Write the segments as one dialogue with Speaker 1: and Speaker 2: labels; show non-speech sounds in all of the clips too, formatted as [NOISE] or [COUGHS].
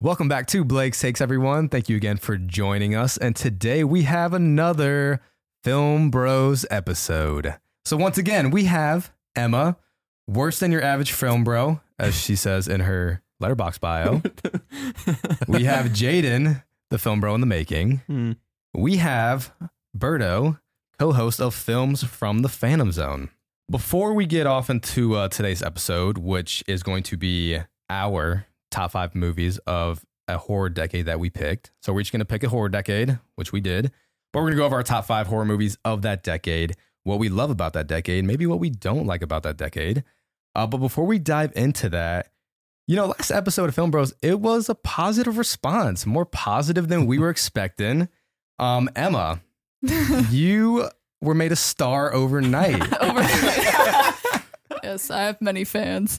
Speaker 1: Welcome back to Blake's Takes, everyone. Thank you again for joining us. And today we have another Film Bros episode. So, once again, we have Emma, worse than your average film bro, as she says in her letterbox bio. we have Jaden, the film bro in the making.
Speaker 2: [LAUGHS] Hmm.
Speaker 1: We have Berto, co host of Films from the Phantom Zone. Before we get off into uh, today's episode, which is going to be our top five movies of a horror decade that we picked. So we're each going to pick a horror decade, which we did, but we're going to go over our top five horror movies of that decade, what we love about that decade, maybe what we don't like about that decade. Uh, but before we dive into that, you know, last episode of Film Bros, it was a positive response, more positive than we were [LAUGHS] expecting. Um, Emma,
Speaker 3: [LAUGHS]
Speaker 1: you were made a star overnight.
Speaker 3: [LAUGHS] Over- [LAUGHS] yes, I have many fans.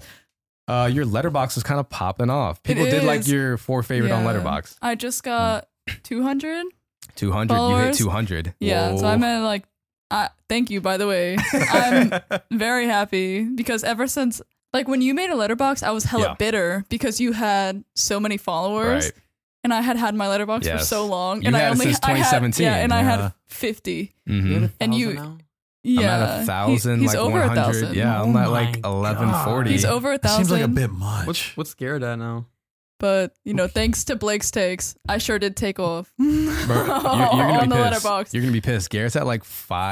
Speaker 1: Uh, your letterbox was kind of popping off.
Speaker 3: It
Speaker 1: People did like
Speaker 3: is.
Speaker 1: your four favorite on
Speaker 3: Yeah.
Speaker 1: letterbox.
Speaker 3: I just got 200.
Speaker 1: 200. You hit
Speaker 3: Followers.
Speaker 1: 200.
Speaker 3: Yeah, so
Speaker 1: Whoa. [LAUGHS]
Speaker 3: I'm at like, I, thank you, by the way. I'm very happy because ever since, like, when you made a letterbox, I was hella
Speaker 1: Yeah.
Speaker 3: bitter because you had so many followers.
Speaker 1: Right.
Speaker 3: And I had had my letterbox for
Speaker 1: Yes.
Speaker 3: so long,
Speaker 1: You
Speaker 3: and I
Speaker 1: had it
Speaker 3: only
Speaker 1: since
Speaker 3: I had-
Speaker 1: 2017,
Speaker 3: yeah, and I
Speaker 1: yeah.
Speaker 3: had fifty.
Speaker 1: Mhm.
Speaker 3: And you-
Speaker 1: I'm
Speaker 3: Yeah,
Speaker 1: at a thousand,
Speaker 3: He- he's
Speaker 1: like
Speaker 3: over a
Speaker 1: 100.
Speaker 3: thousand.
Speaker 1: Yeah,
Speaker 2: Oh
Speaker 1: I'm at
Speaker 2: my
Speaker 1: like 1140.
Speaker 3: he's over a thousand.
Speaker 4: Seems like a bit much.
Speaker 2: What's what's scared at now?
Speaker 3: But you know, thanks to Blake's takes, I sure did take off [LAUGHS]
Speaker 1: Bro, you're, you're gonna
Speaker 3: on
Speaker 1: be
Speaker 3: the
Speaker 1: pissed.
Speaker 3: letterbox.
Speaker 1: You're gonna be pissed. Garrett's at like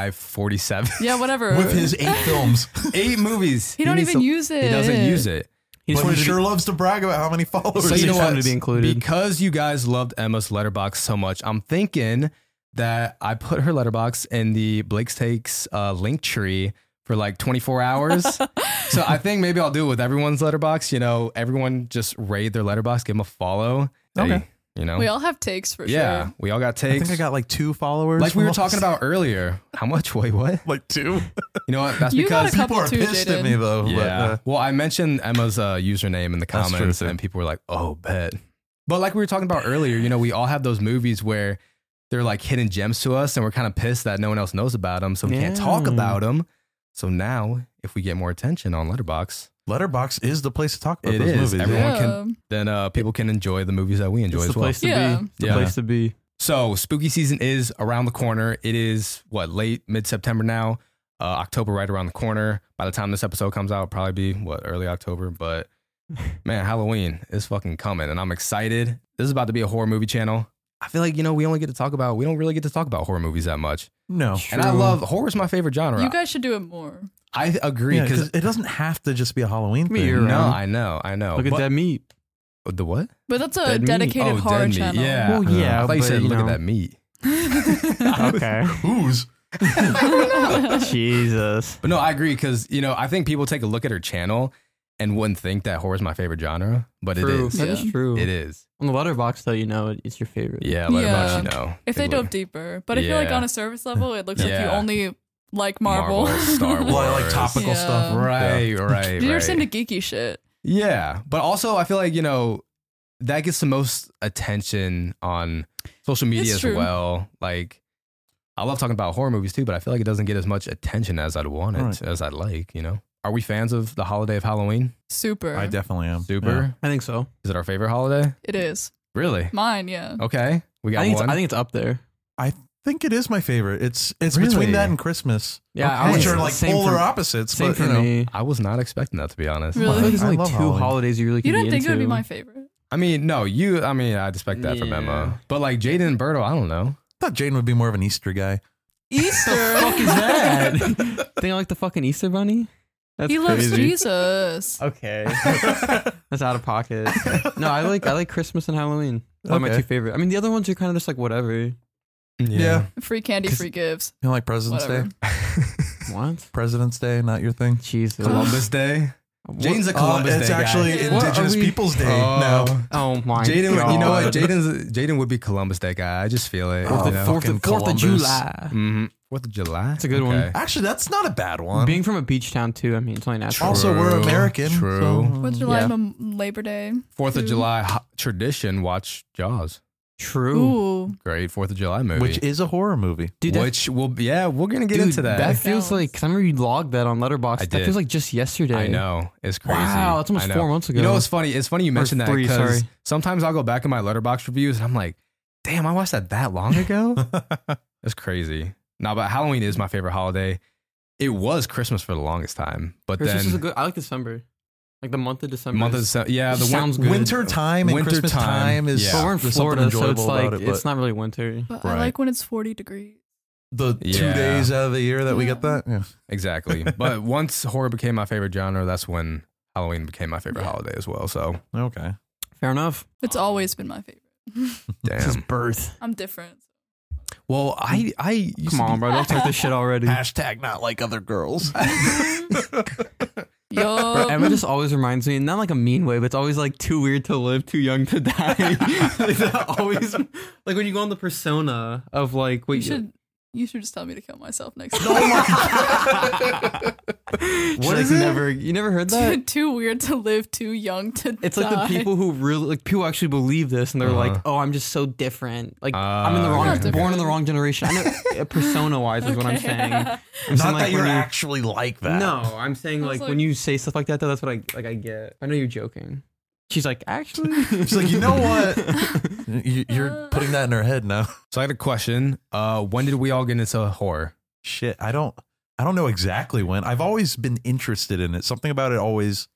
Speaker 1: 547.
Speaker 3: yeah, whatever.
Speaker 4: With [LAUGHS] his eight films,
Speaker 1: Eight movies.
Speaker 3: he don't
Speaker 1: needs
Speaker 3: even
Speaker 1: to-
Speaker 3: use it.
Speaker 1: He doesn't use it.
Speaker 2: He
Speaker 4: but he sure
Speaker 2: to
Speaker 4: loves to brag about how many followers.
Speaker 2: So
Speaker 4: he
Speaker 2: you know
Speaker 4: has.
Speaker 2: wanted to be included.
Speaker 1: Because you guys loved Emma's letterbox so much, I'm thinking that I put her letterbox in the Blake's Takes uh, link tree for like 24
Speaker 3: [LAUGHS]
Speaker 1: hours. so I think maybe I'll do it with everyone's letterbox. You know, everyone just raid their letterbox, give them a follow.
Speaker 4: Okay.
Speaker 1: you know,
Speaker 3: We all have takes for
Speaker 1: yeah,
Speaker 3: sure.
Speaker 1: we all got
Speaker 4: I
Speaker 1: takes.
Speaker 4: think I got like two followers.
Speaker 1: like we
Speaker 4: from
Speaker 1: were
Speaker 4: all-
Speaker 1: talking about earlier. How much? [LAUGHS] Wait, what?
Speaker 4: [LAUGHS] like two.
Speaker 1: You know what? That's
Speaker 3: You got a
Speaker 1: because
Speaker 3: couple
Speaker 4: People are
Speaker 3: too,
Speaker 4: pissed
Speaker 3: Jaden.
Speaker 4: at me though.
Speaker 1: Yeah.
Speaker 4: But, uh,
Speaker 1: well, I mentioned Emma's uh, username in the
Speaker 4: That's true,
Speaker 1: comments,
Speaker 4: too.
Speaker 1: and people were like, "Oh, bet." But like we were talking about earlier, you know, we all have those movies where they're like hidden gems to us, and we're kind of pissed that no one else knows about them, so we can't talk
Speaker 2: Yeah.
Speaker 1: about them. So now, if we get more attention on Letterbox,
Speaker 4: Letterbox is the place to talk about
Speaker 1: It
Speaker 4: those
Speaker 1: is.
Speaker 4: movies.
Speaker 1: Everyone-
Speaker 4: yeah.
Speaker 3: Yeah.
Speaker 1: can- then uh, people can enjoy the movies that we enjoy
Speaker 2: It's
Speaker 1: as
Speaker 2: the
Speaker 1: well.
Speaker 2: place to
Speaker 3: Yeah.
Speaker 2: be. It's the
Speaker 1: Yeah.
Speaker 2: place to be.
Speaker 1: So spooky season is around the corner. It is what late mid September now, uh, October right around the corner. By the time this episode comes out, it'll probably be what early October.
Speaker 2: [LAUGHS]
Speaker 1: But man, Halloween is fucking coming, and I'm excited. This is about to be a horror movie channel. I feel like you know we only get to talk about we don't really get to talk about horror movies that much,
Speaker 4: No,
Speaker 1: and I
Speaker 2: True.
Speaker 1: love horror is my favorite genre.
Speaker 3: You guys should do it more.
Speaker 1: I agree
Speaker 4: Yeah,
Speaker 1: because
Speaker 4: 'cause it doesn't have to just be a Halloween
Speaker 2: Me,
Speaker 4: thing.
Speaker 2: you're-
Speaker 1: no,
Speaker 2: around.
Speaker 1: I know, I know.
Speaker 2: Look at
Speaker 1: But-
Speaker 2: that meat.
Speaker 1: The what?
Speaker 3: But that's a
Speaker 2: Dead meat?
Speaker 3: dedicated
Speaker 1: oh,
Speaker 3: horror
Speaker 1: dead meat.
Speaker 3: channel.
Speaker 1: Yeah,
Speaker 2: Well, yeah,
Speaker 1: I thought you
Speaker 2: but,
Speaker 1: said
Speaker 2: you
Speaker 1: look at
Speaker 2: know.
Speaker 1: that meat.
Speaker 2: [LAUGHS] okay.
Speaker 4: Who's
Speaker 2: Jesus.
Speaker 1: But no, I agree because you know I think people take a look at her channel and wouldn't think that horror is my favorite genre, but
Speaker 2: True.
Speaker 1: it is.
Speaker 2: That is
Speaker 3: Yeah.
Speaker 2: true.
Speaker 1: It is.
Speaker 2: On the letterbox, though, you know it, it's your favorite.
Speaker 1: Yeah, let
Speaker 3: Yeah.
Speaker 1: you know.
Speaker 3: [LAUGHS] If they
Speaker 1: look-
Speaker 3: dove deeper, but I feel like
Speaker 1: Yeah.
Speaker 3: on a service level, it looks like you
Speaker 1: Yeah.
Speaker 3: only like Marvel.
Speaker 1: Marvel,
Speaker 3: [LAUGHS]
Speaker 1: Star
Speaker 4: well, I like
Speaker 1: Wars.
Speaker 4: topical
Speaker 3: Yeah.
Speaker 4: stuff.
Speaker 1: right, right,
Speaker 3: You're
Speaker 1: right.
Speaker 3: just into geeky shit.
Speaker 1: yeah, but also I feel like you know that gets the most attention on social media
Speaker 3: It's
Speaker 1: as
Speaker 3: true.
Speaker 1: well. Like, I love talking about horror movies too, but I feel like it doesn't get as much attention as I'd want it,
Speaker 4: Right.
Speaker 1: as I'd like. You know, are we fans of the holiday of Halloween?
Speaker 3: Super.
Speaker 4: I definitely am.
Speaker 1: Super.
Speaker 2: I
Speaker 4: Yeah.
Speaker 2: think so.
Speaker 1: Is it our favorite holiday?
Speaker 3: it is
Speaker 1: Really?
Speaker 3: mine. Yeah.
Speaker 1: Okay, we got
Speaker 2: I think,
Speaker 1: one.
Speaker 2: it's, I think it's up there.
Speaker 4: think it is my favorite. It's it's
Speaker 1: Really?
Speaker 4: between that and Christmas,
Speaker 2: Yeah,
Speaker 1: Okay.
Speaker 4: which
Speaker 1: Hey,
Speaker 4: are like
Speaker 2: same
Speaker 4: polar
Speaker 2: for,
Speaker 4: opposites.
Speaker 2: Same
Speaker 4: but,
Speaker 2: for
Speaker 4: you know,
Speaker 2: me.
Speaker 1: I was not expecting that to be honest.
Speaker 3: Really?
Speaker 2: I feel like there's
Speaker 4: I
Speaker 2: only two
Speaker 4: love Halloween.
Speaker 2: holidays you really
Speaker 3: You
Speaker 2: can
Speaker 3: didn't
Speaker 2: be
Speaker 3: think it
Speaker 2: into.
Speaker 3: would be
Speaker 2: [LAUGHS]
Speaker 1: [LAUGHS]
Speaker 3: my favorite?
Speaker 1: I mean, no, you. I mean, I'd expect that from
Speaker 2: Yeah.
Speaker 1: Emma, but like Jaden and Berto, I don't know.
Speaker 4: I thought Jane would be more of an Easter guy. [LAUGHS]
Speaker 3: Easter.
Speaker 2: fuck is that? [LAUGHS] think I like the fucking Easter bunny? That's
Speaker 3: [LAUGHS] he loves
Speaker 2: crazy.
Speaker 3: Jesus.
Speaker 2: Okay.
Speaker 3: [LAUGHS]
Speaker 2: That's out of pocket. No, I like I like Christmas and Halloween. Those are my
Speaker 4: Okay.
Speaker 2: two favorite. I mean, the other ones are kind of just like whatever.
Speaker 4: Yeah.
Speaker 3: Free candy, free gifts.
Speaker 4: You know, like President's
Speaker 3: Whatever.
Speaker 4: Day.
Speaker 2: What?
Speaker 4: President's Day, not your thing.
Speaker 2: Jesus.
Speaker 1: [LAUGHS] Columbus Day.
Speaker 2: What-
Speaker 1: Jaden's a Columbus
Speaker 4: Uh, it's
Speaker 1: Day.
Speaker 4: actually
Speaker 3: Yeah. What
Speaker 4: Indigenous
Speaker 2: are we-
Speaker 4: Peoples Day
Speaker 1: guy.
Speaker 4: now.
Speaker 2: Oh my.
Speaker 1: Jaden,
Speaker 2: God.
Speaker 1: would- you know what? Jaden's Jaden would be Columbus Day guy. I just feel it.
Speaker 4: Oh,
Speaker 1: you
Speaker 2: the
Speaker 1: know?
Speaker 2: Fourth,
Speaker 4: fucking
Speaker 2: the fourth of
Speaker 4: Columbus.
Speaker 2: July.
Speaker 1: Mhm. Fourth of July. That's
Speaker 2: a good one.
Speaker 4: Actually, that's not a bad one.
Speaker 2: Being from a beach town too, I mean, it's only natural.
Speaker 4: also, we're American.
Speaker 1: True.
Speaker 4: so-
Speaker 3: Fourth of July,
Speaker 2: Oh, Yeah.
Speaker 3: Mem- Labor Day.
Speaker 1: Fourth of
Speaker 3: Two.
Speaker 1: July ho- tradition. Watch Jaws.
Speaker 2: True.
Speaker 3: Ooh.
Speaker 1: Great Fourth of July movie.
Speaker 4: which is a horror movie.
Speaker 2: Dude, that,
Speaker 1: which will be, yeah, we're gonna get
Speaker 2: dude,
Speaker 1: into that.
Speaker 2: That feels
Speaker 3: Sounds-
Speaker 2: like, because I remember you logged that on Letterboxd.
Speaker 1: I
Speaker 2: That
Speaker 1: did.
Speaker 2: feels like just yesterday.
Speaker 1: I know it's crazy.
Speaker 2: Wow, that's almost
Speaker 1: I know.
Speaker 2: four months ago.
Speaker 1: You know what's funny? It's funny you mentioned that
Speaker 2: three, sorry.
Speaker 1: because sometimes I'll go back in my letterbox reviews and I'm like, damn, I watched that that
Speaker 2: [LAUGHS]
Speaker 1: long ago. that's crazy. No, but Halloween is my favorite holiday. It was Christmas for the longest time, but
Speaker 2: Christmas
Speaker 1: then
Speaker 2: is a good, I like December. Like the month of December.
Speaker 1: month of
Speaker 2: is-
Speaker 1: December, yeah, the
Speaker 2: Sounds good. [LAUGHS]
Speaker 4: Winter time and
Speaker 1: Winter
Speaker 4: Christmas
Speaker 1: time,
Speaker 4: time, is
Speaker 1: yeah.
Speaker 2: But we're in
Speaker 4: there's something
Speaker 2: Florida, so it's
Speaker 4: enjoyable
Speaker 2: like,
Speaker 4: about it,
Speaker 2: it's
Speaker 4: but
Speaker 2: not really winter.
Speaker 3: But
Speaker 4: Right.
Speaker 3: I like when it's 40 degrees.
Speaker 4: the
Speaker 1: Yeah.
Speaker 4: two days out of the year that we get that. Yeah.
Speaker 1: exactly. but once horror became my favorite genre, that's when Halloween became my favorite
Speaker 2: Yeah.
Speaker 1: holiday as well.
Speaker 2: [LAUGHS]
Speaker 1: So
Speaker 4: Okay.
Speaker 2: Fair enough.
Speaker 3: It's always been my favorite.
Speaker 2: This is
Speaker 1: damn.
Speaker 2: birth.
Speaker 3: I'm different.
Speaker 1: Well, I I used
Speaker 2: Come
Speaker 1: to
Speaker 2: on,
Speaker 1: be-
Speaker 2: bro. Don't take this shit already.
Speaker 4: Hashtag not like other girls.
Speaker 2: [LAUGHS] Bro,
Speaker 3: Yo.
Speaker 2: Emma just always reminds me, not like a mean way, but it's always like too weird to live, too young to die. like, that always, like when you go on the persona of like what
Speaker 3: you
Speaker 2: you,
Speaker 3: should you should just tell me to kill myself next time.
Speaker 2: She's
Speaker 1: What
Speaker 2: like,
Speaker 1: is it?
Speaker 2: Never, you never heard that?
Speaker 3: [LAUGHS] too, too weird to live, too young to
Speaker 2: It's like
Speaker 3: die.
Speaker 2: the
Speaker 3: [LAUGHS]
Speaker 2: people who really like people actually believe this, and they're
Speaker 1: Uh-huh.
Speaker 2: like, "Oh, I'm just so different. Like I'm in the
Speaker 1: Ah,
Speaker 2: wrong,
Speaker 1: okay.
Speaker 2: born in the wrong generation." I know persona wise is what I'm
Speaker 3: Okay. [LAUGHS]
Speaker 2: saying. I'm
Speaker 4: not
Speaker 2: saying,
Speaker 4: that you're
Speaker 2: when you-
Speaker 4: actually like that.
Speaker 2: No, I'm saying
Speaker 3: I was
Speaker 2: like,
Speaker 3: like-
Speaker 2: when you say stuff like that, though, that's what I like. I get. I know you're joking. She's like, [LAUGHS] actually,
Speaker 4: She's like, you
Speaker 2: [LAUGHS]
Speaker 4: know what? You, you're
Speaker 3: Uh.
Speaker 4: putting that in her head now.
Speaker 1: So I had a question. Uh, when did we all get into horror?
Speaker 4: Shit, I don't, I don't know exactly when. I've always been interested in it. Something about it always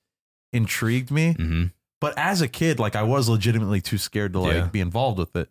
Speaker 4: intrigued me.
Speaker 2: Mm.
Speaker 1: Mm-hmm.
Speaker 4: But as a kid, like I was legitimately too scared to like
Speaker 1: Yeah.
Speaker 4: be involved with it.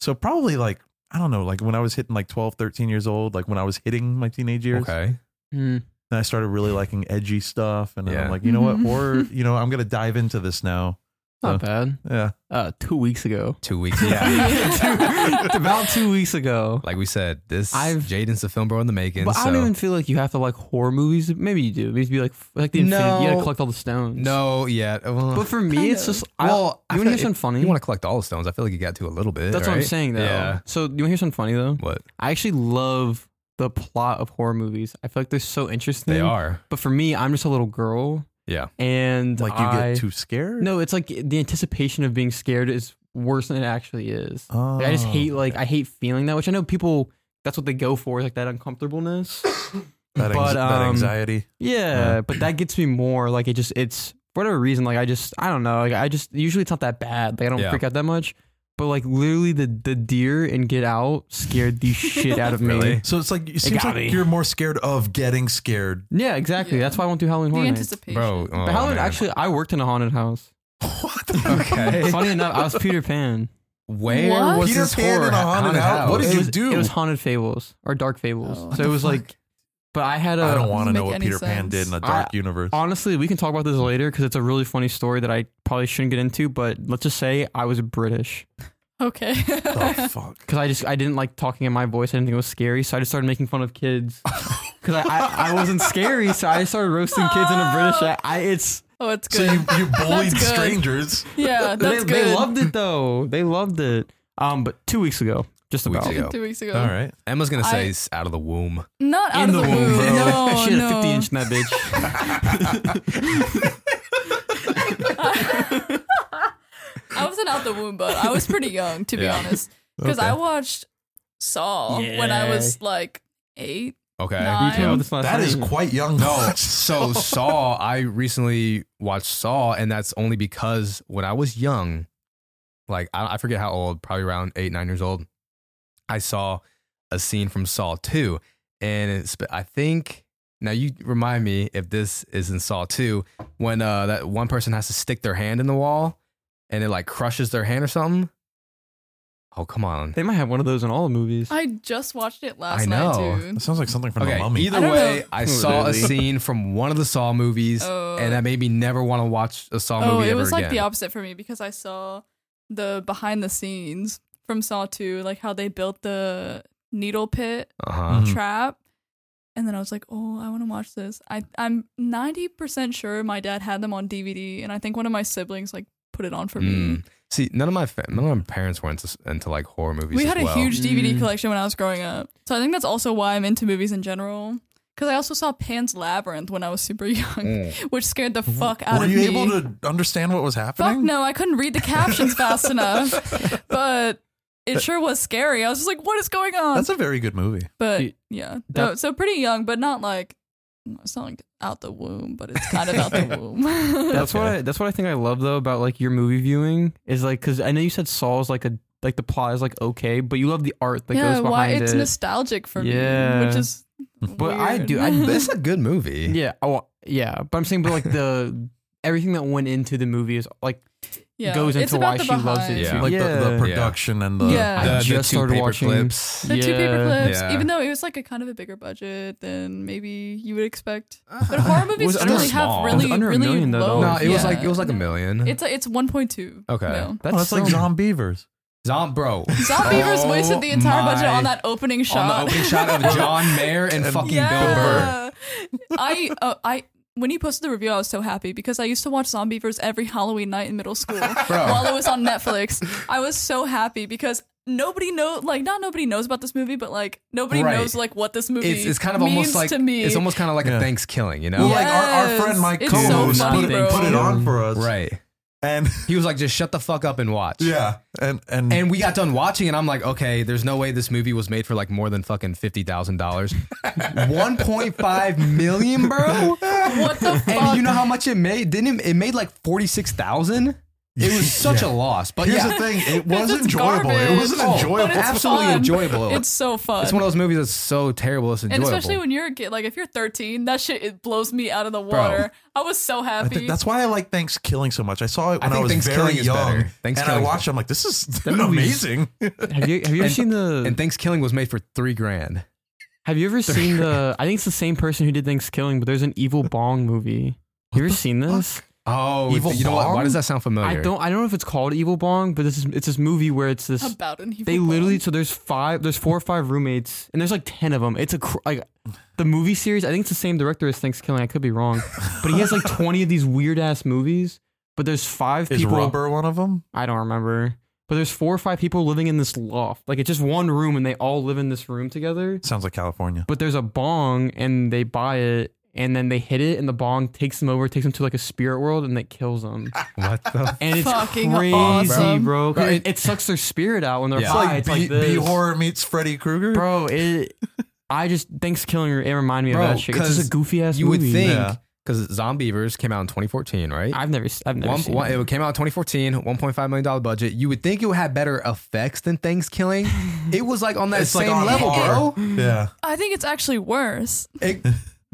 Speaker 4: So probably like I don't know, like when I was hitting like 12, 13 years old, like when I was hitting my teenage years,
Speaker 1: Okay.
Speaker 2: Hmm.
Speaker 4: and I started really liking edgy stuff, and then
Speaker 1: Yeah.
Speaker 4: I'm like, you know what,
Speaker 3: Mhm.
Speaker 4: or you know, I'm gonna dive into this now.
Speaker 2: not bad.
Speaker 4: Yeah,
Speaker 2: Uh, two
Speaker 1: [LAUGHS]
Speaker 2: weeks ago, [LAUGHS]
Speaker 1: Two weeks. Yeah.
Speaker 2: Two- about two weeks ago.
Speaker 1: like we said, this
Speaker 2: I've-
Speaker 1: Jaden's the film bro in the making.
Speaker 2: But
Speaker 1: so.
Speaker 2: I don't even feel like you have to like horror movies. Maybe you do. Maybe you like f- like the infinity. You gotta
Speaker 1: No.
Speaker 2: collect all the stones.
Speaker 1: No, yeah. uh, Well,
Speaker 2: But for me,
Speaker 3: Kind
Speaker 2: it's
Speaker 3: of.
Speaker 2: just I,
Speaker 1: well, I
Speaker 2: you
Speaker 1: feel
Speaker 2: want to hear
Speaker 1: like
Speaker 2: something funny?
Speaker 1: if you want to collect all the stones. I feel like you got to a little bit.
Speaker 2: That's what I'm
Speaker 1: right?
Speaker 2: saying though.
Speaker 1: Yeah.
Speaker 2: So do you want to hear something funny though?
Speaker 1: What
Speaker 2: I actually love the plot of horror movies. I feel like they're so interesting.
Speaker 1: they are.
Speaker 2: But for me, I'm just a little girl,
Speaker 1: Yeah.
Speaker 2: and
Speaker 4: like you
Speaker 2: I-
Speaker 4: get too scared.
Speaker 2: No, it's like the anticipation of being scared is worse than it actually is.
Speaker 4: Oh.
Speaker 2: Like, I just hate like I hate feeling that, which I know people. That's what they go for, like that uncomfortableness.
Speaker 4: that, anx-
Speaker 2: but,
Speaker 4: that
Speaker 2: um,
Speaker 4: anxiety.
Speaker 2: Yeah,
Speaker 4: Yeah.
Speaker 2: but that gets me more like it just it's for whatever reason like I just I don't know like I just usually it's not that bad like I don't
Speaker 1: Yeah.
Speaker 2: freak out that much, but like literally the the deer and Get Out scared
Speaker 4: [LAUGHS]
Speaker 2: the shit out of me.
Speaker 1: Really?
Speaker 4: So it's like it seems
Speaker 2: got
Speaker 4: like
Speaker 2: me.
Speaker 4: you're more scared of getting scared. [LAUGHS]
Speaker 2: Yeah, exactly.
Speaker 3: Yeah.
Speaker 2: That's why I won't do Halloween
Speaker 3: the
Speaker 2: Horror Nights.
Speaker 3: anticipation.
Speaker 1: Bro, oh,
Speaker 2: But Halloween
Speaker 1: man.
Speaker 2: actually I worked in a haunted
Speaker 4: [LAUGHS]
Speaker 2: house.
Speaker 4: What?
Speaker 1: [LAUGHS]
Speaker 2: [LAUGHS]
Speaker 1: Okay.
Speaker 2: Funny enough, I was Peter Pan.
Speaker 1: Where
Speaker 3: What?
Speaker 1: was
Speaker 4: Peter
Speaker 1: this
Speaker 4: Pan in
Speaker 1: horror
Speaker 4: a haunted house? What did
Speaker 2: it
Speaker 4: you
Speaker 2: was,
Speaker 4: do?
Speaker 2: It was haunted fables or dark fables.
Speaker 3: Oh.
Speaker 2: so it was like, but I had a.
Speaker 4: I don't want to
Speaker 3: Doesn't
Speaker 4: know
Speaker 3: Uh, make
Speaker 4: what
Speaker 3: any
Speaker 4: Peter Pan
Speaker 3: sense.
Speaker 4: did in a dark universe.
Speaker 3: [LAUGHS]
Speaker 2: Honestly, we can talk about this later because it's a really funny story that I probably shouldn't get into. But let's just say I was British.
Speaker 3: Okay. Oh,
Speaker 4: the fuck.
Speaker 2: because I just I didn't like talking in my voice. I didn't think it was scary, so I just started making fun of
Speaker 3: [LAUGHS]
Speaker 2: kids because I, I I wasn't scary, so I started roasting kids in a British. I, I it's
Speaker 3: [LAUGHS] oh, it's
Speaker 4: So
Speaker 3: good. [LAUGHS]
Speaker 4: you, you bullied
Speaker 3: good.
Speaker 4: strangers.
Speaker 3: yeah, that's
Speaker 2: they,
Speaker 3: good.
Speaker 2: they loved it though. They loved it. Um, but two weeks ago, just
Speaker 1: Two weeks
Speaker 2: about.
Speaker 1: ago.
Speaker 3: Two weeks ago.
Speaker 4: All right.
Speaker 1: Emma's gonna say
Speaker 3: I-
Speaker 1: it's out of the womb.
Speaker 3: Not out of the womb.
Speaker 2: bro. [LAUGHS]
Speaker 3: No,
Speaker 2: she had
Speaker 3: no.
Speaker 2: a 50 inch in that bitch.
Speaker 3: I wasn't out the womb, but I was pretty young, to be
Speaker 1: Yeah.
Speaker 3: honest. Because
Speaker 4: Okay.
Speaker 3: I watched Saw when I was like eight.
Speaker 1: Okay.
Speaker 3: Nah.
Speaker 2: You came up with this last
Speaker 4: That is
Speaker 2: night.
Speaker 4: quite young. [LAUGHS]
Speaker 1: No, so Saw, I recently watched Saw, and that's only because when I was young, like I, I forget how old, probably around eight, nine years old, I saw a scene from Saw 2. And it's, I think, now you remind me if this is in Saw 2, when uh, that one person has to stick their hand in the wall and it like crushes their hand or something. Oh, come on.
Speaker 2: They might have one of those in all the movies.
Speaker 3: I just watched it last
Speaker 1: I know.
Speaker 3: night, dude.
Speaker 4: That sounds like something from the
Speaker 1: Okay,
Speaker 4: mummy.
Speaker 1: either
Speaker 3: I don't
Speaker 1: way,
Speaker 3: know.
Speaker 1: I saw a
Speaker 2: Literally.
Speaker 1: scene from one of the Saw movies
Speaker 3: Oh.
Speaker 1: and that made me never want to watch a Saw
Speaker 3: oh,
Speaker 1: movie
Speaker 3: it
Speaker 1: ever
Speaker 3: was like
Speaker 1: again.
Speaker 3: the opposite for me because I saw the behind the scenes from Saw 2, like how they built the needle pit
Speaker 1: uh-huh.
Speaker 4: Mhm.
Speaker 3: trap. And then I was like, oh, I want to watch this. I, I'm 90% sure my dad had them on DVD, and I think one of my siblings like put it on for me.
Speaker 1: Mm. See, none of my fa- none of my parents were into, into like horror movies.
Speaker 3: We
Speaker 1: as
Speaker 3: had a
Speaker 1: well.
Speaker 3: huge DVD
Speaker 2: Mm.
Speaker 3: collection when I was growing up. So I think that's also why I'm into movies in general. Because I also saw Pan's Labyrinth when I was super young,
Speaker 1: Mm.
Speaker 3: [LAUGHS] which scared the fuck out
Speaker 4: Were
Speaker 3: of
Speaker 4: you
Speaker 3: me.
Speaker 4: able to understand what was
Speaker 3: Fuck
Speaker 2: [LAUGHS]
Speaker 4: happening?
Speaker 3: no, I couldn't read the captions fast enough. But it sure was scary. I was just like, what is going on?
Speaker 4: That's a very good movie.
Speaker 3: but
Speaker 2: Y-
Speaker 3: yeah,
Speaker 2: that-
Speaker 3: no, so pretty young, but not like it's not like out the womb, but it's kind of out
Speaker 2: [LAUGHS]
Speaker 3: the womb. [LAUGHS]
Speaker 2: That's what I, that's what I think I love though about like your movie viewing is like because I know you said Saul's like a like the plot is like okay, but you love the art that
Speaker 3: yeah,
Speaker 2: goes behind
Speaker 3: why it's
Speaker 2: it.
Speaker 3: nostalgic for me,
Speaker 2: Yeah.
Speaker 3: which is.
Speaker 2: But I
Speaker 3: weird.
Speaker 2: do-
Speaker 3: [LAUGHS]
Speaker 2: I-
Speaker 1: This is a good movie.
Speaker 2: yeah, oh, yeah, but I'm saying but like the everything that went into the movie is like
Speaker 3: yeah.
Speaker 2: goes
Speaker 3: it's
Speaker 2: into
Speaker 3: about
Speaker 2: why
Speaker 3: the
Speaker 2: she loves it
Speaker 3: behind.
Speaker 1: Yeah.
Speaker 2: too.
Speaker 4: Like the, the
Speaker 2: Yeah.
Speaker 4: production and the
Speaker 3: Yeah.
Speaker 1: The,
Speaker 2: I
Speaker 1: the
Speaker 2: just
Speaker 1: two
Speaker 2: started
Speaker 1: paper
Speaker 2: watching-
Speaker 1: clips.
Speaker 3: The two paper
Speaker 2: Yeah.
Speaker 3: clips,
Speaker 1: Yeah.
Speaker 3: even though it was like a kind of a bigger budget than maybe you would expect. But horror movies
Speaker 2: Was it under-
Speaker 3: generally have
Speaker 1: small?
Speaker 3: really,
Speaker 2: It was under a
Speaker 3: really
Speaker 2: million, though,
Speaker 3: low.
Speaker 2: though.
Speaker 1: No, it was
Speaker 3: yeah.
Speaker 1: like it was like a million.
Speaker 3: It's it's one point two.
Speaker 1: Okay.
Speaker 3: mil.
Speaker 4: Oh, that's like
Speaker 2: so-
Speaker 4: Zombievers.
Speaker 1: Zom
Speaker 3: [LAUGHS]
Speaker 1: bro.
Speaker 3: Zombievers
Speaker 1: Oh
Speaker 3: wasted the entire budget
Speaker 1: my-
Speaker 3: on that opening shot.
Speaker 1: On the
Speaker 3: [LAUGHS]
Speaker 1: opening shot of John Mayer and fucking Bill Burr.
Speaker 3: yeah. I uh, I when he posted the review, I was so happy because I used to watch Zombievers every Halloween night in
Speaker 1: [LAUGHS]
Speaker 3: middle school while it was on Netflix. I was so happy because nobody know like not nobody knows about this movie, but like nobody
Speaker 1: Right.
Speaker 3: knows like what this movie
Speaker 1: It's, it's kind of
Speaker 3: means
Speaker 1: almost like
Speaker 3: to me.
Speaker 1: it's almost kind of like
Speaker 4: Yeah.
Speaker 1: a Thanksgiving, you know?
Speaker 4: Well, like our, our
Speaker 3: Yes.
Speaker 4: friend my
Speaker 3: It's
Speaker 4: co host
Speaker 2: so
Speaker 4: put,
Speaker 2: funny,
Speaker 4: it-
Speaker 2: bro.
Speaker 4: put it on for us.
Speaker 1: right.
Speaker 4: And
Speaker 1: He was like, just shut the fuck up and watch.
Speaker 4: yeah. And and,
Speaker 1: And we got done watching, and I'm like, okay, there's no way this movie was made for like more than fucking fifty thousand dollars, one point five million, bro.
Speaker 3: what the
Speaker 1: [LAUGHS]
Speaker 3: fuck?
Speaker 1: And you know how much it made? Didn't it, it made like forty six thousand? It was such a loss, but
Speaker 4: here's
Speaker 1: yeah,
Speaker 4: the thing,
Speaker 3: [LAUGHS]
Speaker 4: it was
Speaker 3: just
Speaker 4: enjoyable. It
Speaker 3: garbage.
Speaker 4: was an
Speaker 1: Oh,
Speaker 4: enjoyable
Speaker 3: but it's
Speaker 1: absolutely
Speaker 3: fun.
Speaker 1: enjoyable.
Speaker 3: It's so fun.
Speaker 1: It's one of those movies that's so terrible it's
Speaker 3: and
Speaker 1: enjoyable.
Speaker 3: especially when you're a kid, like if you're 13, that shit it blows me out of the
Speaker 1: Bro.
Speaker 3: water. I was so
Speaker 4: I
Speaker 3: happy.
Speaker 4: think that's why I like Thanksgilling so much. I saw it when I,
Speaker 1: think
Speaker 4: was very
Speaker 1: Thanksgiving is better.
Speaker 4: young, and I
Speaker 1: Thanksgiving is
Speaker 4: watched. it, I'm
Speaker 1: [LAUGHS]
Speaker 4: like, this is [LAUGHS]
Speaker 2: movie's-
Speaker 4: amazing.
Speaker 2: Have you have you ever seen the
Speaker 1: and Thanksgiving was made for three grand.
Speaker 2: Have you ever seen the? I think it's the same person who did Thanksgiving, but there's an Evil Bong movie. You ever seen this?
Speaker 1: Oh,
Speaker 4: Evil
Speaker 1: you know what?
Speaker 4: Bong?
Speaker 1: Why does that sound familiar?
Speaker 2: I don't. I don't know if it's called Evil Bong, but this is it's this movie where it's this.
Speaker 3: about an evil
Speaker 2: They literally
Speaker 3: bond.
Speaker 2: so there's five, there's four or five roommates, and there's like ten of them. It's a cr- like the movie series. I think it's the same director as Thanksgiving. I could be wrong, but he has like twenty of these weird ass movies. But there's five
Speaker 4: Is
Speaker 2: people.
Speaker 4: Rubber one of them?
Speaker 2: I don't remember. But there's four or five people living in this loft. Like it's just one room, and they all live in this room together.
Speaker 4: Sounds like California.
Speaker 2: but there's a bong and they buy it and then they hit it and the bong takes them over takes them to like a spirit world and it kills them
Speaker 1: What the?
Speaker 2: and it's
Speaker 3: Fucking
Speaker 2: crazy
Speaker 3: awesome.
Speaker 2: bro 'cause
Speaker 1: Bro,
Speaker 2: it, it sucks their spirit out when they're
Speaker 1: Yeah. It's
Speaker 2: high it's
Speaker 4: It's like B,
Speaker 2: like this.
Speaker 4: B horror meets Freddy Krueger.
Speaker 2: bro it i just thanks killing it reminded me
Speaker 1: Bro,
Speaker 2: of that shit it's just
Speaker 1: 'cause
Speaker 2: a goofy ass
Speaker 1: you would
Speaker 2: movie.
Speaker 4: Yeah.
Speaker 1: think because Zombievers came out in 2014, right?
Speaker 2: i've never s- i've never
Speaker 1: One-
Speaker 2: seen
Speaker 1: one-
Speaker 2: it.
Speaker 1: it came out in 2014, 1.5 million dollar budget. You would think it would have better effects than
Speaker 3: [LAUGHS]
Speaker 1: Thanksgiving. it was like on that
Speaker 4: It's like
Speaker 1: same
Speaker 4: on
Speaker 1: level,
Speaker 4: par.
Speaker 1: bro.
Speaker 4: Yeah.
Speaker 3: I think it's actually worse.
Speaker 4: [LAUGHS]